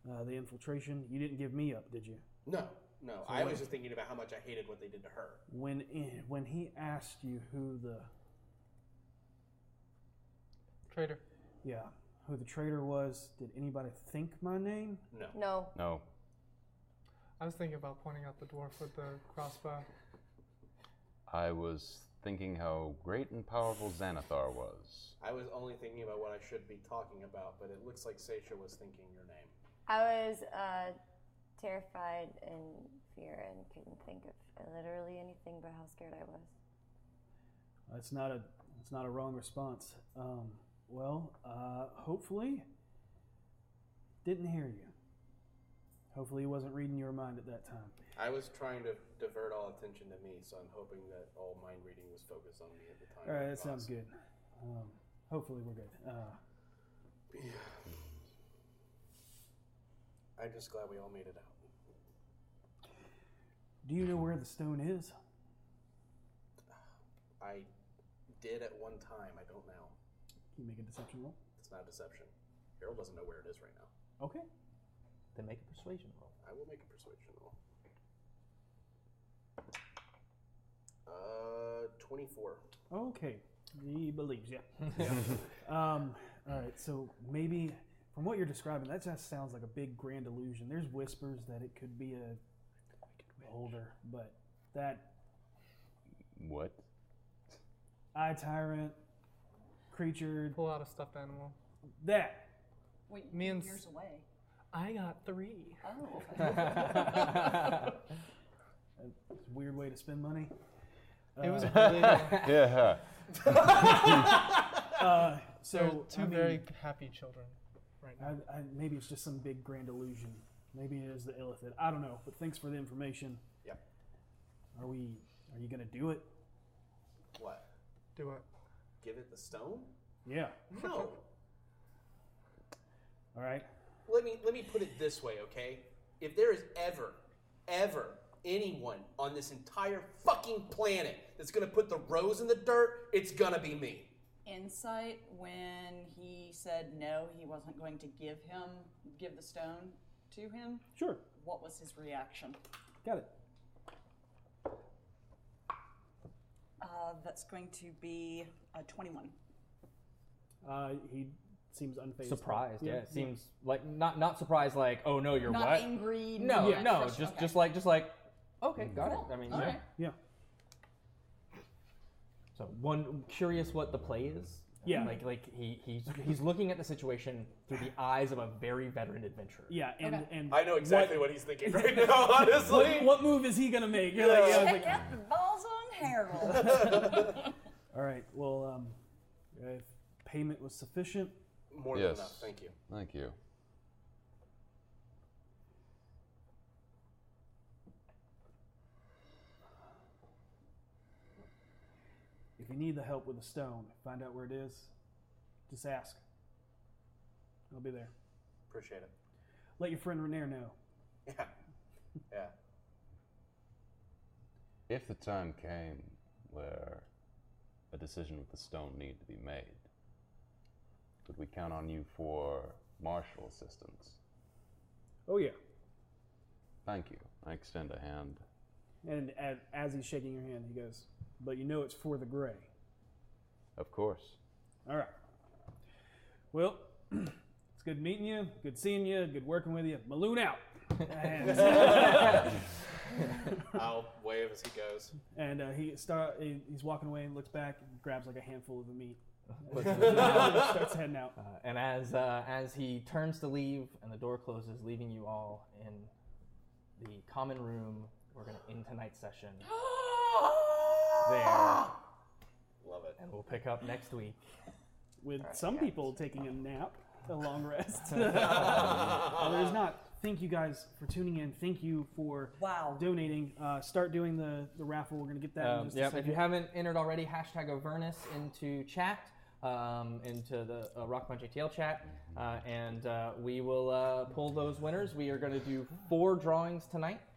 [SPEAKER 2] uh, the infiltration. You didn't give me up, did you?
[SPEAKER 6] No, no.
[SPEAKER 2] So
[SPEAKER 6] I
[SPEAKER 2] what-
[SPEAKER 6] was just thinking about how much I hated what they did to her.
[SPEAKER 2] When i- when he asked you who the
[SPEAKER 11] traitor,
[SPEAKER 2] yeah, who the traitor was, did anybody think my name?
[SPEAKER 6] No.
[SPEAKER 7] No.
[SPEAKER 8] No.
[SPEAKER 11] I was thinking about pointing out the dwarf with the crossbow.
[SPEAKER 8] I was thinking how great and powerful Xanathar was.
[SPEAKER 6] I was only thinking about what I should be talking about, but it looks like Seisha was thinking your name.
[SPEAKER 7] I was uh, terrified and fear and couldn't think of literally anything but how scared I was.
[SPEAKER 2] That's not a that's not a wrong response. Um, well, uh, hopefully didn't hear you. Hopefully he wasn't reading your mind at that time.
[SPEAKER 6] I was trying to divert all attention to me, so I'm hoping that all mind reading was focused on me at the time.
[SPEAKER 2] All right, that sounds good. Um, hopefully we're good. Uh,
[SPEAKER 6] I'm just glad we all made it out.
[SPEAKER 2] do you know where the stone is?
[SPEAKER 6] I did at one time. I don't now.
[SPEAKER 2] Can you make a deception roll?
[SPEAKER 6] It's not a deception. Harold doesn't know where it is right now.
[SPEAKER 2] Okay.
[SPEAKER 3] Then make a persuasion roll.
[SPEAKER 6] I will make a persuasion roll. Uh, 24.
[SPEAKER 2] Okay, he believes you. um, all right, so maybe from what you're describing, that just sounds like a big grand illusion. There's whispers that it could be a older, but that
[SPEAKER 8] What?
[SPEAKER 2] eye tyrant creature.
[SPEAKER 11] Pull out a stuffed animal.
[SPEAKER 2] That.
[SPEAKER 5] Wait,
[SPEAKER 11] Me and
[SPEAKER 5] years
[SPEAKER 11] s-
[SPEAKER 5] away.
[SPEAKER 11] I got three.
[SPEAKER 5] Oh.
[SPEAKER 2] It's a weird way to spend money.
[SPEAKER 11] It was
[SPEAKER 2] Uh,
[SPEAKER 11] brilliant.
[SPEAKER 8] Yeah.
[SPEAKER 2] uh, so
[SPEAKER 11] They're two
[SPEAKER 2] I mean,
[SPEAKER 11] very happy children.
[SPEAKER 2] I, I, maybe it's just some big grand illusion. Maybe it is the illithid. I don't know. But thanks for the information.
[SPEAKER 6] Yep.
[SPEAKER 2] Are we? Are you gonna do it?
[SPEAKER 6] What?
[SPEAKER 11] Do what?
[SPEAKER 6] Give it the stone?
[SPEAKER 2] Yeah.
[SPEAKER 6] No.
[SPEAKER 2] All right.
[SPEAKER 6] let me let me put it this way, okay? If there is ever, ever anyone on this entire fucking planet that's gonna put the rose in the dirt, it's gonna be me.
[SPEAKER 5] Insight when he said no, he wasn't going to give him give the stone to him.
[SPEAKER 2] Sure.
[SPEAKER 5] What was his reaction?
[SPEAKER 2] Got it.
[SPEAKER 5] Uh, that's going to be a twenty-one.
[SPEAKER 2] Uh, he seems unfazed.
[SPEAKER 3] Surprised, yeah. It seems like not not surprised, like oh no, you're
[SPEAKER 5] Not
[SPEAKER 3] what?
[SPEAKER 5] angry,
[SPEAKER 3] No,
[SPEAKER 5] not
[SPEAKER 3] no,
[SPEAKER 5] frustrated.
[SPEAKER 3] just
[SPEAKER 5] Okay.
[SPEAKER 3] just like just like okay, got it. I mean,
[SPEAKER 5] All
[SPEAKER 3] yeah.
[SPEAKER 5] right.
[SPEAKER 2] Yeah.
[SPEAKER 3] So one curious what the play is.
[SPEAKER 2] Yeah.
[SPEAKER 3] Like like he he's he's looking at the situation through the eyes of a very veteran adventurer.
[SPEAKER 2] Yeah, and, and
[SPEAKER 3] I know exactly
[SPEAKER 6] what he's thinking
[SPEAKER 3] right now, honestly.
[SPEAKER 2] what, what move is he gonna make? You're like,
[SPEAKER 3] Oh
[SPEAKER 2] yeah, I was
[SPEAKER 5] Check
[SPEAKER 2] like,
[SPEAKER 5] out the balls on Harold.
[SPEAKER 2] all right, well, um, if payment was sufficient,
[SPEAKER 6] More
[SPEAKER 8] yes.
[SPEAKER 6] than enough, thank you.
[SPEAKER 8] Thank you.
[SPEAKER 2] If you need the help with the stone, find out where it is. Just ask. I'll be there.
[SPEAKER 6] Appreciate it.
[SPEAKER 2] Let your friend Renair know.
[SPEAKER 6] Yeah. Yeah.
[SPEAKER 8] If the time came where a decision with the stone needed to be made, could we count on you for martial assistance?
[SPEAKER 2] Oh yeah.
[SPEAKER 8] Thank you. I extend a hand.
[SPEAKER 2] And as, as he's shaking your hand, he goes, "But you know it's for the gray."
[SPEAKER 8] Of course.
[SPEAKER 2] All right. Well, it's good meeting you. Good seeing you. Good working with you. Maloon out. And-
[SPEAKER 6] I'll wave as he goes.
[SPEAKER 2] And uh, he start he, he's walking away and looks back and grabs like a handful of the meat.
[SPEAKER 3] Puts it in his mouth.
[SPEAKER 2] starts heading out.
[SPEAKER 3] Uh, and as uh, as he turns to leave and the door closes, leaving you all in the common room, we're gonna end tonight's session there.
[SPEAKER 6] Love it.
[SPEAKER 3] And we'll pick up next week.
[SPEAKER 2] With some people taking a nap, a long rest. Others not. Thank you guys for tuning in. Thank you for
[SPEAKER 5] wow
[SPEAKER 2] donating. Uh, start doing the, the raffle. We're gonna get that. in
[SPEAKER 3] Um,
[SPEAKER 2] just a
[SPEAKER 3] yep. If
[SPEAKER 2] second.
[SPEAKER 3] you haven't entered already, hashtag Avernus into chat, um, into the uh, Rock Punch ATL chat, uh, and uh, we will uh, pull those winners. We are going to do four drawings tonight.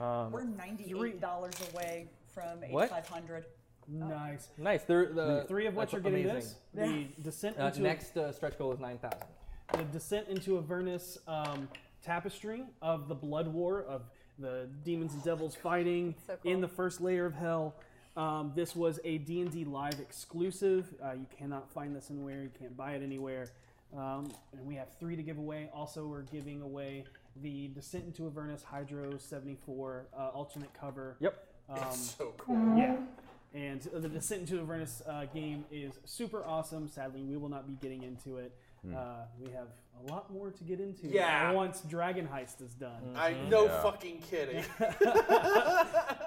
[SPEAKER 3] Um,
[SPEAKER 5] We're ninety-eight dollars away from
[SPEAKER 3] What?
[SPEAKER 5] eighty-five hundred.
[SPEAKER 2] Nice.
[SPEAKER 3] nice. They're, the
[SPEAKER 2] The three of which
[SPEAKER 3] that's
[SPEAKER 2] are getting
[SPEAKER 3] amazing.
[SPEAKER 2] this. The descent
[SPEAKER 3] Uh,
[SPEAKER 2] into
[SPEAKER 3] next uh, stretch goal is nine thousand.
[SPEAKER 2] the descent into Avernus um, tapestry of the blood war of the demons and devils
[SPEAKER 6] Oh
[SPEAKER 2] fighting in the first layer of hell. Um, this was a D&D Live exclusive. Uh, you cannot find this anywhere. You can't buy it anywhere. Um, and we have three to give away. Also, we're giving away the Descent into Avernus Hydro 74 uh, alternate cover. Um,
[SPEAKER 3] Yep.
[SPEAKER 6] It's so cool.
[SPEAKER 2] Yeah. And the Descent into Avernus uh, game is super awesome. Sadly, we will not be getting into it.
[SPEAKER 6] Hmm.
[SPEAKER 2] Uh, we have a lot more to get into
[SPEAKER 6] Yeah.
[SPEAKER 2] once Dragon Heist is done.
[SPEAKER 8] Mm-hmm.
[SPEAKER 6] I'm no fucking kidding.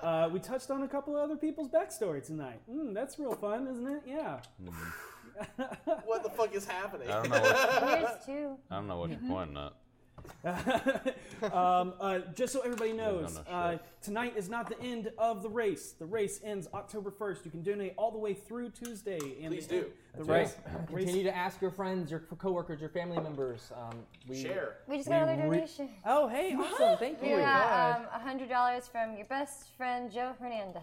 [SPEAKER 2] Uh, we touched on a couple of other people's backstory tonight. Mm, that's real fun, isn't it? Yeah.
[SPEAKER 6] what the fuck is happening?
[SPEAKER 8] I don't know what-
[SPEAKER 7] Yours too.
[SPEAKER 8] I don't know what you're
[SPEAKER 2] Mhm.
[SPEAKER 8] pointing at.
[SPEAKER 2] um, uh, just so everybody knows,
[SPEAKER 8] no shit.
[SPEAKER 2] uh, tonight is not the end of the race. The race ends October 1st. You can donate all the way through Tuesday. And
[SPEAKER 3] Please
[SPEAKER 2] the-
[SPEAKER 3] do.
[SPEAKER 2] The
[SPEAKER 3] That's
[SPEAKER 2] race,
[SPEAKER 3] right.
[SPEAKER 2] race-
[SPEAKER 3] Continue to ask your friends, your coworkers, your family members. Um, we,
[SPEAKER 6] Share.
[SPEAKER 7] We just got another
[SPEAKER 3] re-
[SPEAKER 7] donation.
[SPEAKER 3] Oh, hey, awesome! Thank
[SPEAKER 7] We
[SPEAKER 3] you.
[SPEAKER 7] got um, $100 from your best friend, Joe Hernandez.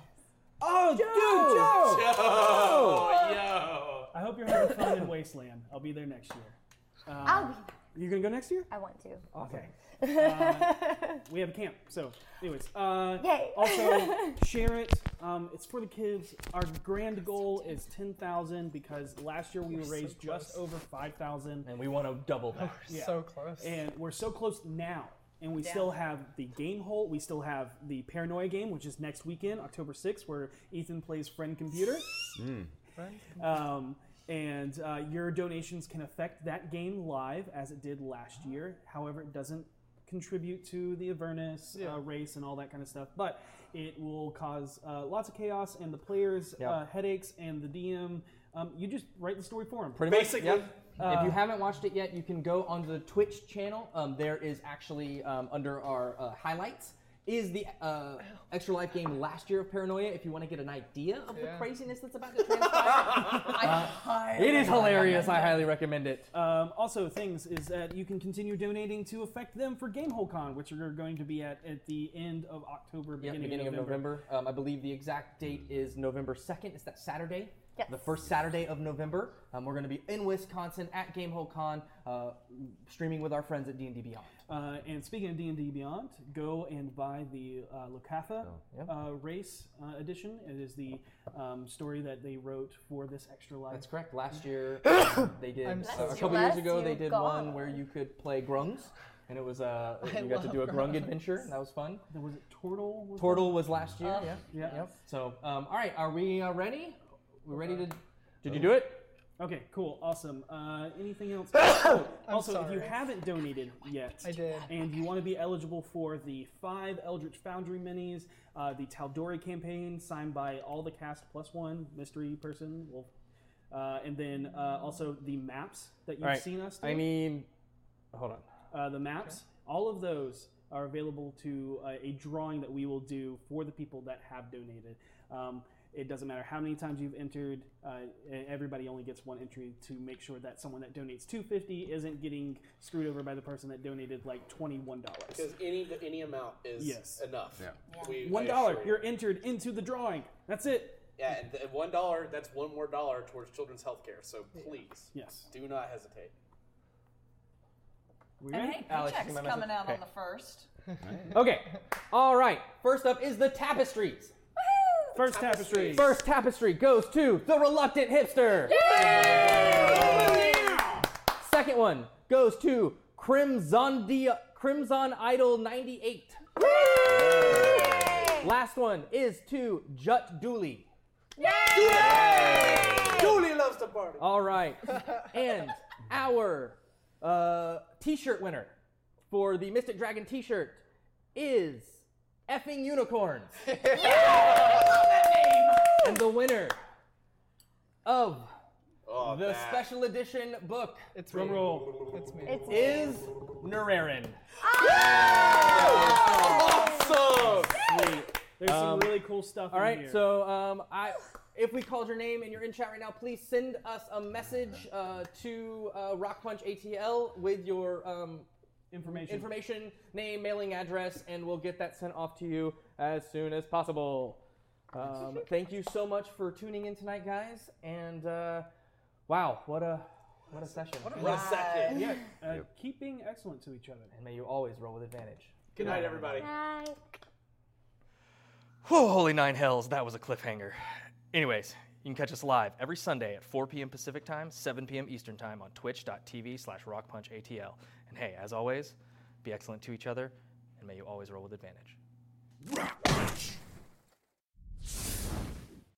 [SPEAKER 2] Oh, dude, Joe!
[SPEAKER 3] Oh,
[SPEAKER 7] Joe!
[SPEAKER 2] I hope you're having fun in Wasteland. I'll be there next year. Um,
[SPEAKER 7] I'll be
[SPEAKER 2] You're going to go next year?
[SPEAKER 7] I want to.
[SPEAKER 2] Okay. Uh, we have a camp. So, anyways, uh,
[SPEAKER 7] Yay.
[SPEAKER 2] also share it. Um, it's for the kids. Our grand goal is ten thousand because last year we
[SPEAKER 3] We're so
[SPEAKER 2] raised just over five thousand,
[SPEAKER 3] and we want to double that.
[SPEAKER 9] so close.
[SPEAKER 2] And we're so close now, and we
[SPEAKER 9] Yeah.
[SPEAKER 2] still have the game hole. We still have the paranoia game, which is next weekend, October sixth, where Ethan plays friend computer. Um, and uh, your donations can affect that game live as it did last year. However, it doesn't contribute to the Avernus
[SPEAKER 3] Yeah.
[SPEAKER 2] uh, race and all that kind of stuff, but it will cause uh, lots of chaos and the players'
[SPEAKER 3] Yep.
[SPEAKER 2] uh, headaches and the DM. Um, you just write the story for uh, them.
[SPEAKER 3] Pretty much. yep. if you haven't watched it yet, you can go onto the Twitch channel. Um, there is actually um, under our uh, highlights is the uh, extra life game last year of Paranoia. If you want to get an idea of the craziness that's about to transpire, Uh, it is hilarious. I highly recommend it.
[SPEAKER 2] Um, also, things is that you can continue donating to affect them for Gamehole Con, which are going to be at at the end of October,
[SPEAKER 3] Yeah,
[SPEAKER 2] beginning,
[SPEAKER 3] beginning, of November. Um, I believe the exact date is November 2nd. It's that Saturday. The first Saturday of November. Um, we're going to be in Wisconsin at Gamehole Con, uh, streaming with our friends at D&D Beyond.
[SPEAKER 2] Uh, and speaking of D and D Beyond, go and buy the uh,
[SPEAKER 3] Oh,
[SPEAKER 2] Locatha uh, Race uh, edition. It is the um, story that they wrote for this extra life.
[SPEAKER 3] That's correct. Last year um, they did
[SPEAKER 2] I'm
[SPEAKER 3] uh,
[SPEAKER 2] so
[SPEAKER 3] a couple
[SPEAKER 2] sorry.
[SPEAKER 3] years ago
[SPEAKER 2] Bless
[SPEAKER 3] they
[SPEAKER 2] you,
[SPEAKER 3] did
[SPEAKER 2] God.
[SPEAKER 3] one where you could play grungs, and it was uh,
[SPEAKER 2] I
[SPEAKER 3] you got to
[SPEAKER 2] love
[SPEAKER 3] do a grung
[SPEAKER 2] grungs.
[SPEAKER 3] adventure. and That was fun.
[SPEAKER 2] There was it Tortle. Was
[SPEAKER 3] Tortle
[SPEAKER 2] one?
[SPEAKER 3] was last year.
[SPEAKER 2] Oh,
[SPEAKER 3] yeah.
[SPEAKER 2] yeah.
[SPEAKER 3] So um, all right, are we uh, ready? We ready to? Did you do it?
[SPEAKER 2] Okay, cool, awesome. Uh, anything else? Oh,
[SPEAKER 9] I'm
[SPEAKER 2] also, if you
[SPEAKER 9] sorry.
[SPEAKER 2] haven't donated yet, I did, and you want to be eligible for the five Eldritch Foundry minis, uh, the Taldori campaign signed by all the cast plus one mystery person, Wolf, uh, and then uh, also the maps that you've
[SPEAKER 3] All right.
[SPEAKER 2] seen us. Do.
[SPEAKER 3] I mean, hold on.
[SPEAKER 2] uh, the maps, all of those are available to uh, a drawing that we will do for the people that have donated. Um, it doesn't matter how many times you've entered. Uh, e- everybody only gets one entry to make sure that someone that donates 250 isn't getting screwed over by the person that donated like $21.
[SPEAKER 6] Because any any amount is
[SPEAKER 2] Yes.
[SPEAKER 6] enough.
[SPEAKER 2] Yeah.
[SPEAKER 6] We- I
[SPEAKER 2] One dollar,
[SPEAKER 6] assure you.
[SPEAKER 2] you're entered into the drawing. That's it.
[SPEAKER 6] Yeah, and th- one dollar. That's one more dollar towards children's health care. So please,
[SPEAKER 2] Yes.
[SPEAKER 6] do not hesitate.
[SPEAKER 2] We
[SPEAKER 5] And hey,
[SPEAKER 3] Alex, you
[SPEAKER 5] paycheck's
[SPEAKER 3] might message-
[SPEAKER 5] coming out
[SPEAKER 3] okay.
[SPEAKER 5] on the first.
[SPEAKER 3] Okay. All right. First up is the tapestries.
[SPEAKER 2] First tapestry.
[SPEAKER 3] First tapestry goes to the reluctant hipster. Second one goes to Crimson Crimson Idol 98. Last one is to Jut Dooley.
[SPEAKER 6] Julie loves to party.
[SPEAKER 3] All right. And our uh, t shirt winner for the Mystic Dragon t shirt is effing unicorns. And the winner of the
[SPEAKER 22] that.
[SPEAKER 3] special edition book it's drum
[SPEAKER 22] me.
[SPEAKER 3] roll
[SPEAKER 22] It's me.
[SPEAKER 3] It's is Nererin.
[SPEAKER 6] Awesome.
[SPEAKER 2] There's some
[SPEAKER 3] Um,
[SPEAKER 2] really cool stuff.
[SPEAKER 3] All right,
[SPEAKER 2] in here.
[SPEAKER 3] so um, I, if we called your name and you're in chat right now, please send us a message uh, to uh, Rock Punch ATL with your um,
[SPEAKER 2] information,
[SPEAKER 3] information, name, mailing address, and we'll get that sent off to you as soon as possible. Um, thank you so much for tuning in tonight, guys, and uh, wow, what a
[SPEAKER 1] What a session.
[SPEAKER 2] What a
[SPEAKER 1] What
[SPEAKER 2] ride.
[SPEAKER 1] a session.
[SPEAKER 2] Yeah, uh, keep being excellent to each other.
[SPEAKER 1] And may you always roll with advantage.
[SPEAKER 6] Good night, everybody.
[SPEAKER 3] Whew, holy nine hells, that was a cliffhanger. Anyways, you can catch us live every Sunday at 4 p.m. Pacific time, 7 p.m. Eastern time on twitch.tv slash rockpunchatl. And hey, as always, be excellent to each other, and may you always roll with advantage.